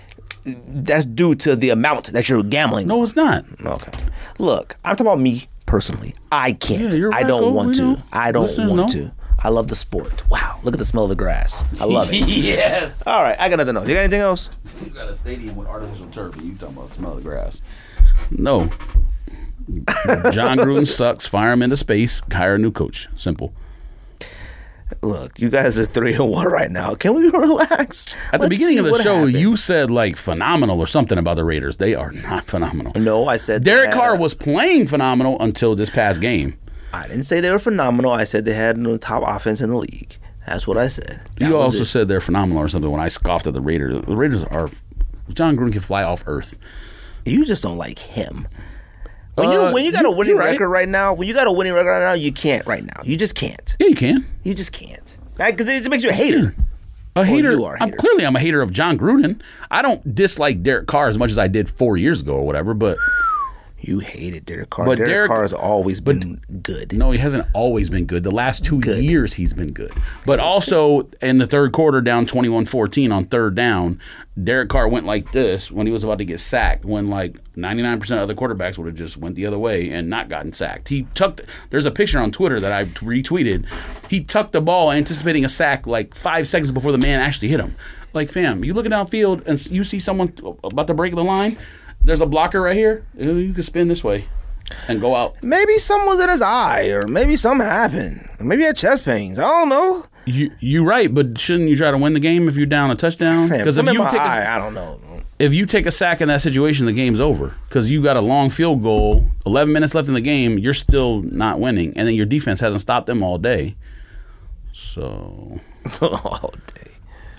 [SPEAKER 1] that's due to the amount that you're gambling.
[SPEAKER 2] no, it's not.
[SPEAKER 1] Okay. Look, I'm talking about me personally. I can't.
[SPEAKER 2] Yeah, you're
[SPEAKER 1] I
[SPEAKER 2] right,
[SPEAKER 1] don't
[SPEAKER 2] Cole,
[SPEAKER 1] want
[SPEAKER 2] we
[SPEAKER 1] to.
[SPEAKER 2] know.
[SPEAKER 1] I don't
[SPEAKER 2] Listeners
[SPEAKER 1] want
[SPEAKER 2] know.
[SPEAKER 1] to. I love the sport. Wow. Look at the smell of the grass. I love it. Uh,
[SPEAKER 2] yes.
[SPEAKER 1] All right. I got nothing else. You got anything else?
[SPEAKER 2] You got a stadium with artificial turf, and you talking about smell of grass? No. John Gruden sucks. Fire him into space. Hire a new coach. Simple.
[SPEAKER 1] Look, you guys are three and one right now. Can we relax?
[SPEAKER 2] At the beginning of the show, you said like phenomenal or something about the Raiders. They are not phenomenal.
[SPEAKER 1] No, I said they
[SPEAKER 2] Derek
[SPEAKER 1] had
[SPEAKER 2] Carr
[SPEAKER 1] a-
[SPEAKER 2] was playing phenomenal until this past game.
[SPEAKER 1] I didn't say they were phenomenal. I said they had the top offense in the league. That's what I said. That
[SPEAKER 2] you
[SPEAKER 1] was
[SPEAKER 2] also
[SPEAKER 1] it.
[SPEAKER 2] said they're phenomenal or something when I scoffed at the Raiders. The Raiders are. John Gruden can fly off Earth.
[SPEAKER 1] You just don't like him. When you
[SPEAKER 2] Uh,
[SPEAKER 1] when you got a
[SPEAKER 2] you-
[SPEAKER 1] winning
[SPEAKER 2] you're right.
[SPEAKER 1] record right now, when you got a winning record right now, you can't right now. You just can't.
[SPEAKER 2] Yeah, you can.
[SPEAKER 1] You just can't. Because it makes you a hater.
[SPEAKER 2] A hater.
[SPEAKER 1] you are a
[SPEAKER 2] I'm
[SPEAKER 1] hater.
[SPEAKER 2] clearly I'm a hater of John Gruden. I don't dislike Derek Carr as much as I did four years ago or whatever. But
[SPEAKER 1] You hated Derek Carr.
[SPEAKER 2] But
[SPEAKER 1] Derek,
[SPEAKER 2] Derek-
[SPEAKER 1] Carr has always been good.
[SPEAKER 2] no, he hasn't always been good. The last two years he's been good. But also in the third quarter, down 21-14 on third down, Derek Carr went like this when he was about to get sacked. When like 99 percent of the quarterbacks would have just went the other way and not gotten sacked. He tucked. There's a picture on Twitter that I retweeted. He tucked the ball, anticipating a sack like five seconds before the man actually hit him. Like, fam, you looking downfield and you see someone about to break the line. There's a blocker right here. Ooh, You can spin this way and go out.
[SPEAKER 1] Maybe something was in his eye, or maybe something happened. Or maybe he had chest pains. I don't know.
[SPEAKER 2] You you right, but shouldn't you try to win the game if you're down a touchdown?
[SPEAKER 1] Man,
[SPEAKER 2] Because if
[SPEAKER 1] something in
[SPEAKER 2] you
[SPEAKER 1] my
[SPEAKER 2] take a,
[SPEAKER 1] eye, I don't know.
[SPEAKER 2] if you take a sack in that situation, the game's over. Because you got a long field goal, 11 minutes left in the game, you're still not winning, and then your defense hasn't stopped them all day. So
[SPEAKER 1] all day.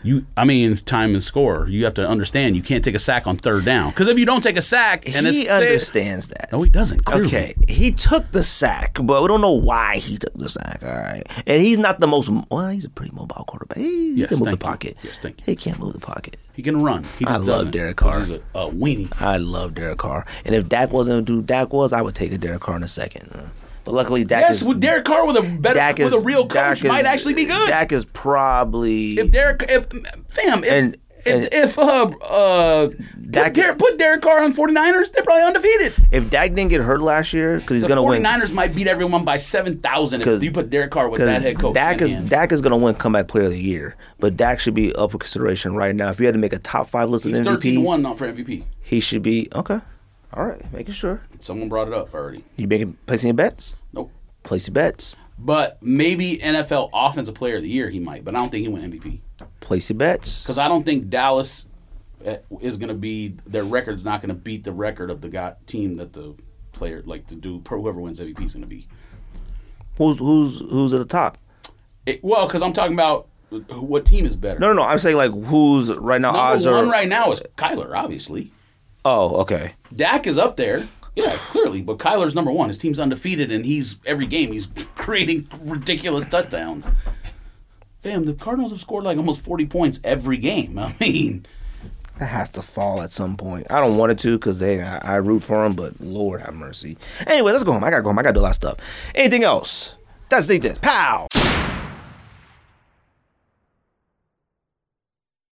[SPEAKER 2] you, I mean, time and score. You have to understand you can't take a sack on third down. Because if you don't take a sack, and
[SPEAKER 1] he
[SPEAKER 2] it's
[SPEAKER 1] understands that.
[SPEAKER 2] No, he doesn't. Clearly.
[SPEAKER 1] Okay, he took the sack, but we don't know why he took the sack. All right, and he's not the most. Well, he's a pretty mobile quarterback. He, he
[SPEAKER 2] Yes,
[SPEAKER 1] can move the
[SPEAKER 2] thank you.
[SPEAKER 1] pocket.
[SPEAKER 2] Yes, thank you.
[SPEAKER 1] He can't move the pocket.
[SPEAKER 2] he can run. He just
[SPEAKER 1] love
[SPEAKER 2] doesn't,
[SPEAKER 1] Derek
[SPEAKER 2] 'cause
[SPEAKER 1] Carr.
[SPEAKER 2] He's a, a weenie.
[SPEAKER 1] I love Derek Carr, and if Dak wasn't who Dak was, I would take a Derek Carr in a second. Uh, But luckily, Dak
[SPEAKER 2] Yes,
[SPEAKER 1] is
[SPEAKER 2] with Derek Carr with a better
[SPEAKER 1] Dak
[SPEAKER 2] with
[SPEAKER 1] is
[SPEAKER 2] a real coach
[SPEAKER 1] Dak
[SPEAKER 2] might
[SPEAKER 1] is-
[SPEAKER 2] actually be good.
[SPEAKER 1] Dak is probably
[SPEAKER 2] if Derek, if, fam, if,
[SPEAKER 1] And- and-
[SPEAKER 2] if, if uh, uh,
[SPEAKER 1] Dak-
[SPEAKER 2] put, Derek, put Derek Carr on 49ers, they're probably undefeated.
[SPEAKER 1] if Dak didn't get hurt last year because he's
[SPEAKER 2] The
[SPEAKER 1] gonna win.
[SPEAKER 2] 49ers might beat everyone by 7,000 if
[SPEAKER 1] 'Cause-
[SPEAKER 2] you put Derek Carr with
[SPEAKER 1] Because
[SPEAKER 2] that head coach.
[SPEAKER 1] Dak
[SPEAKER 2] in
[SPEAKER 1] is
[SPEAKER 2] hand.
[SPEAKER 1] Dak is gonna win comeback player of the year, but Dak should be up for consideration right now. If you had to make a top five list of
[SPEAKER 2] He's 13 to
[SPEAKER 1] MVPs,
[SPEAKER 2] 1 not for MVP.
[SPEAKER 1] he should be okay. All right, making sure
[SPEAKER 2] Someone brought it up already.
[SPEAKER 1] you making placing your bets.
[SPEAKER 2] Nope.
[SPEAKER 1] Place your bets.
[SPEAKER 2] But maybe NFL Offensive Player of the Year he might, but I don't think he went MVP.
[SPEAKER 1] Place your bets.
[SPEAKER 2] Because I don't think Dallas eh, is going to be, their record's not going to beat the record of the guy, team that the player, like the dude, whoever wins MVP is going to be.
[SPEAKER 1] Who's who's who's at the top?
[SPEAKER 2] It, well, because I'm talking about wh- what team is better.
[SPEAKER 1] No, no, no. I'm saying like who's right now. odds
[SPEAKER 2] Number
[SPEAKER 1] are
[SPEAKER 2] one right now is Kyler, obviously.
[SPEAKER 1] oh okay.
[SPEAKER 2] Dak is up there. Yeah, clearly. But Kyler's number one. His team's undefeated, and he's every game he's creating ridiculous touchdowns. Fam, the Cardinals have scored like almost forty points every game. I mean,
[SPEAKER 1] That has to fall at some point. I don't want it to because they I, I root for them, but Lord have mercy. Anyway, let's go home. I gotta go home. I gotta do a lot of stuff. Anything else? That's it. Pow.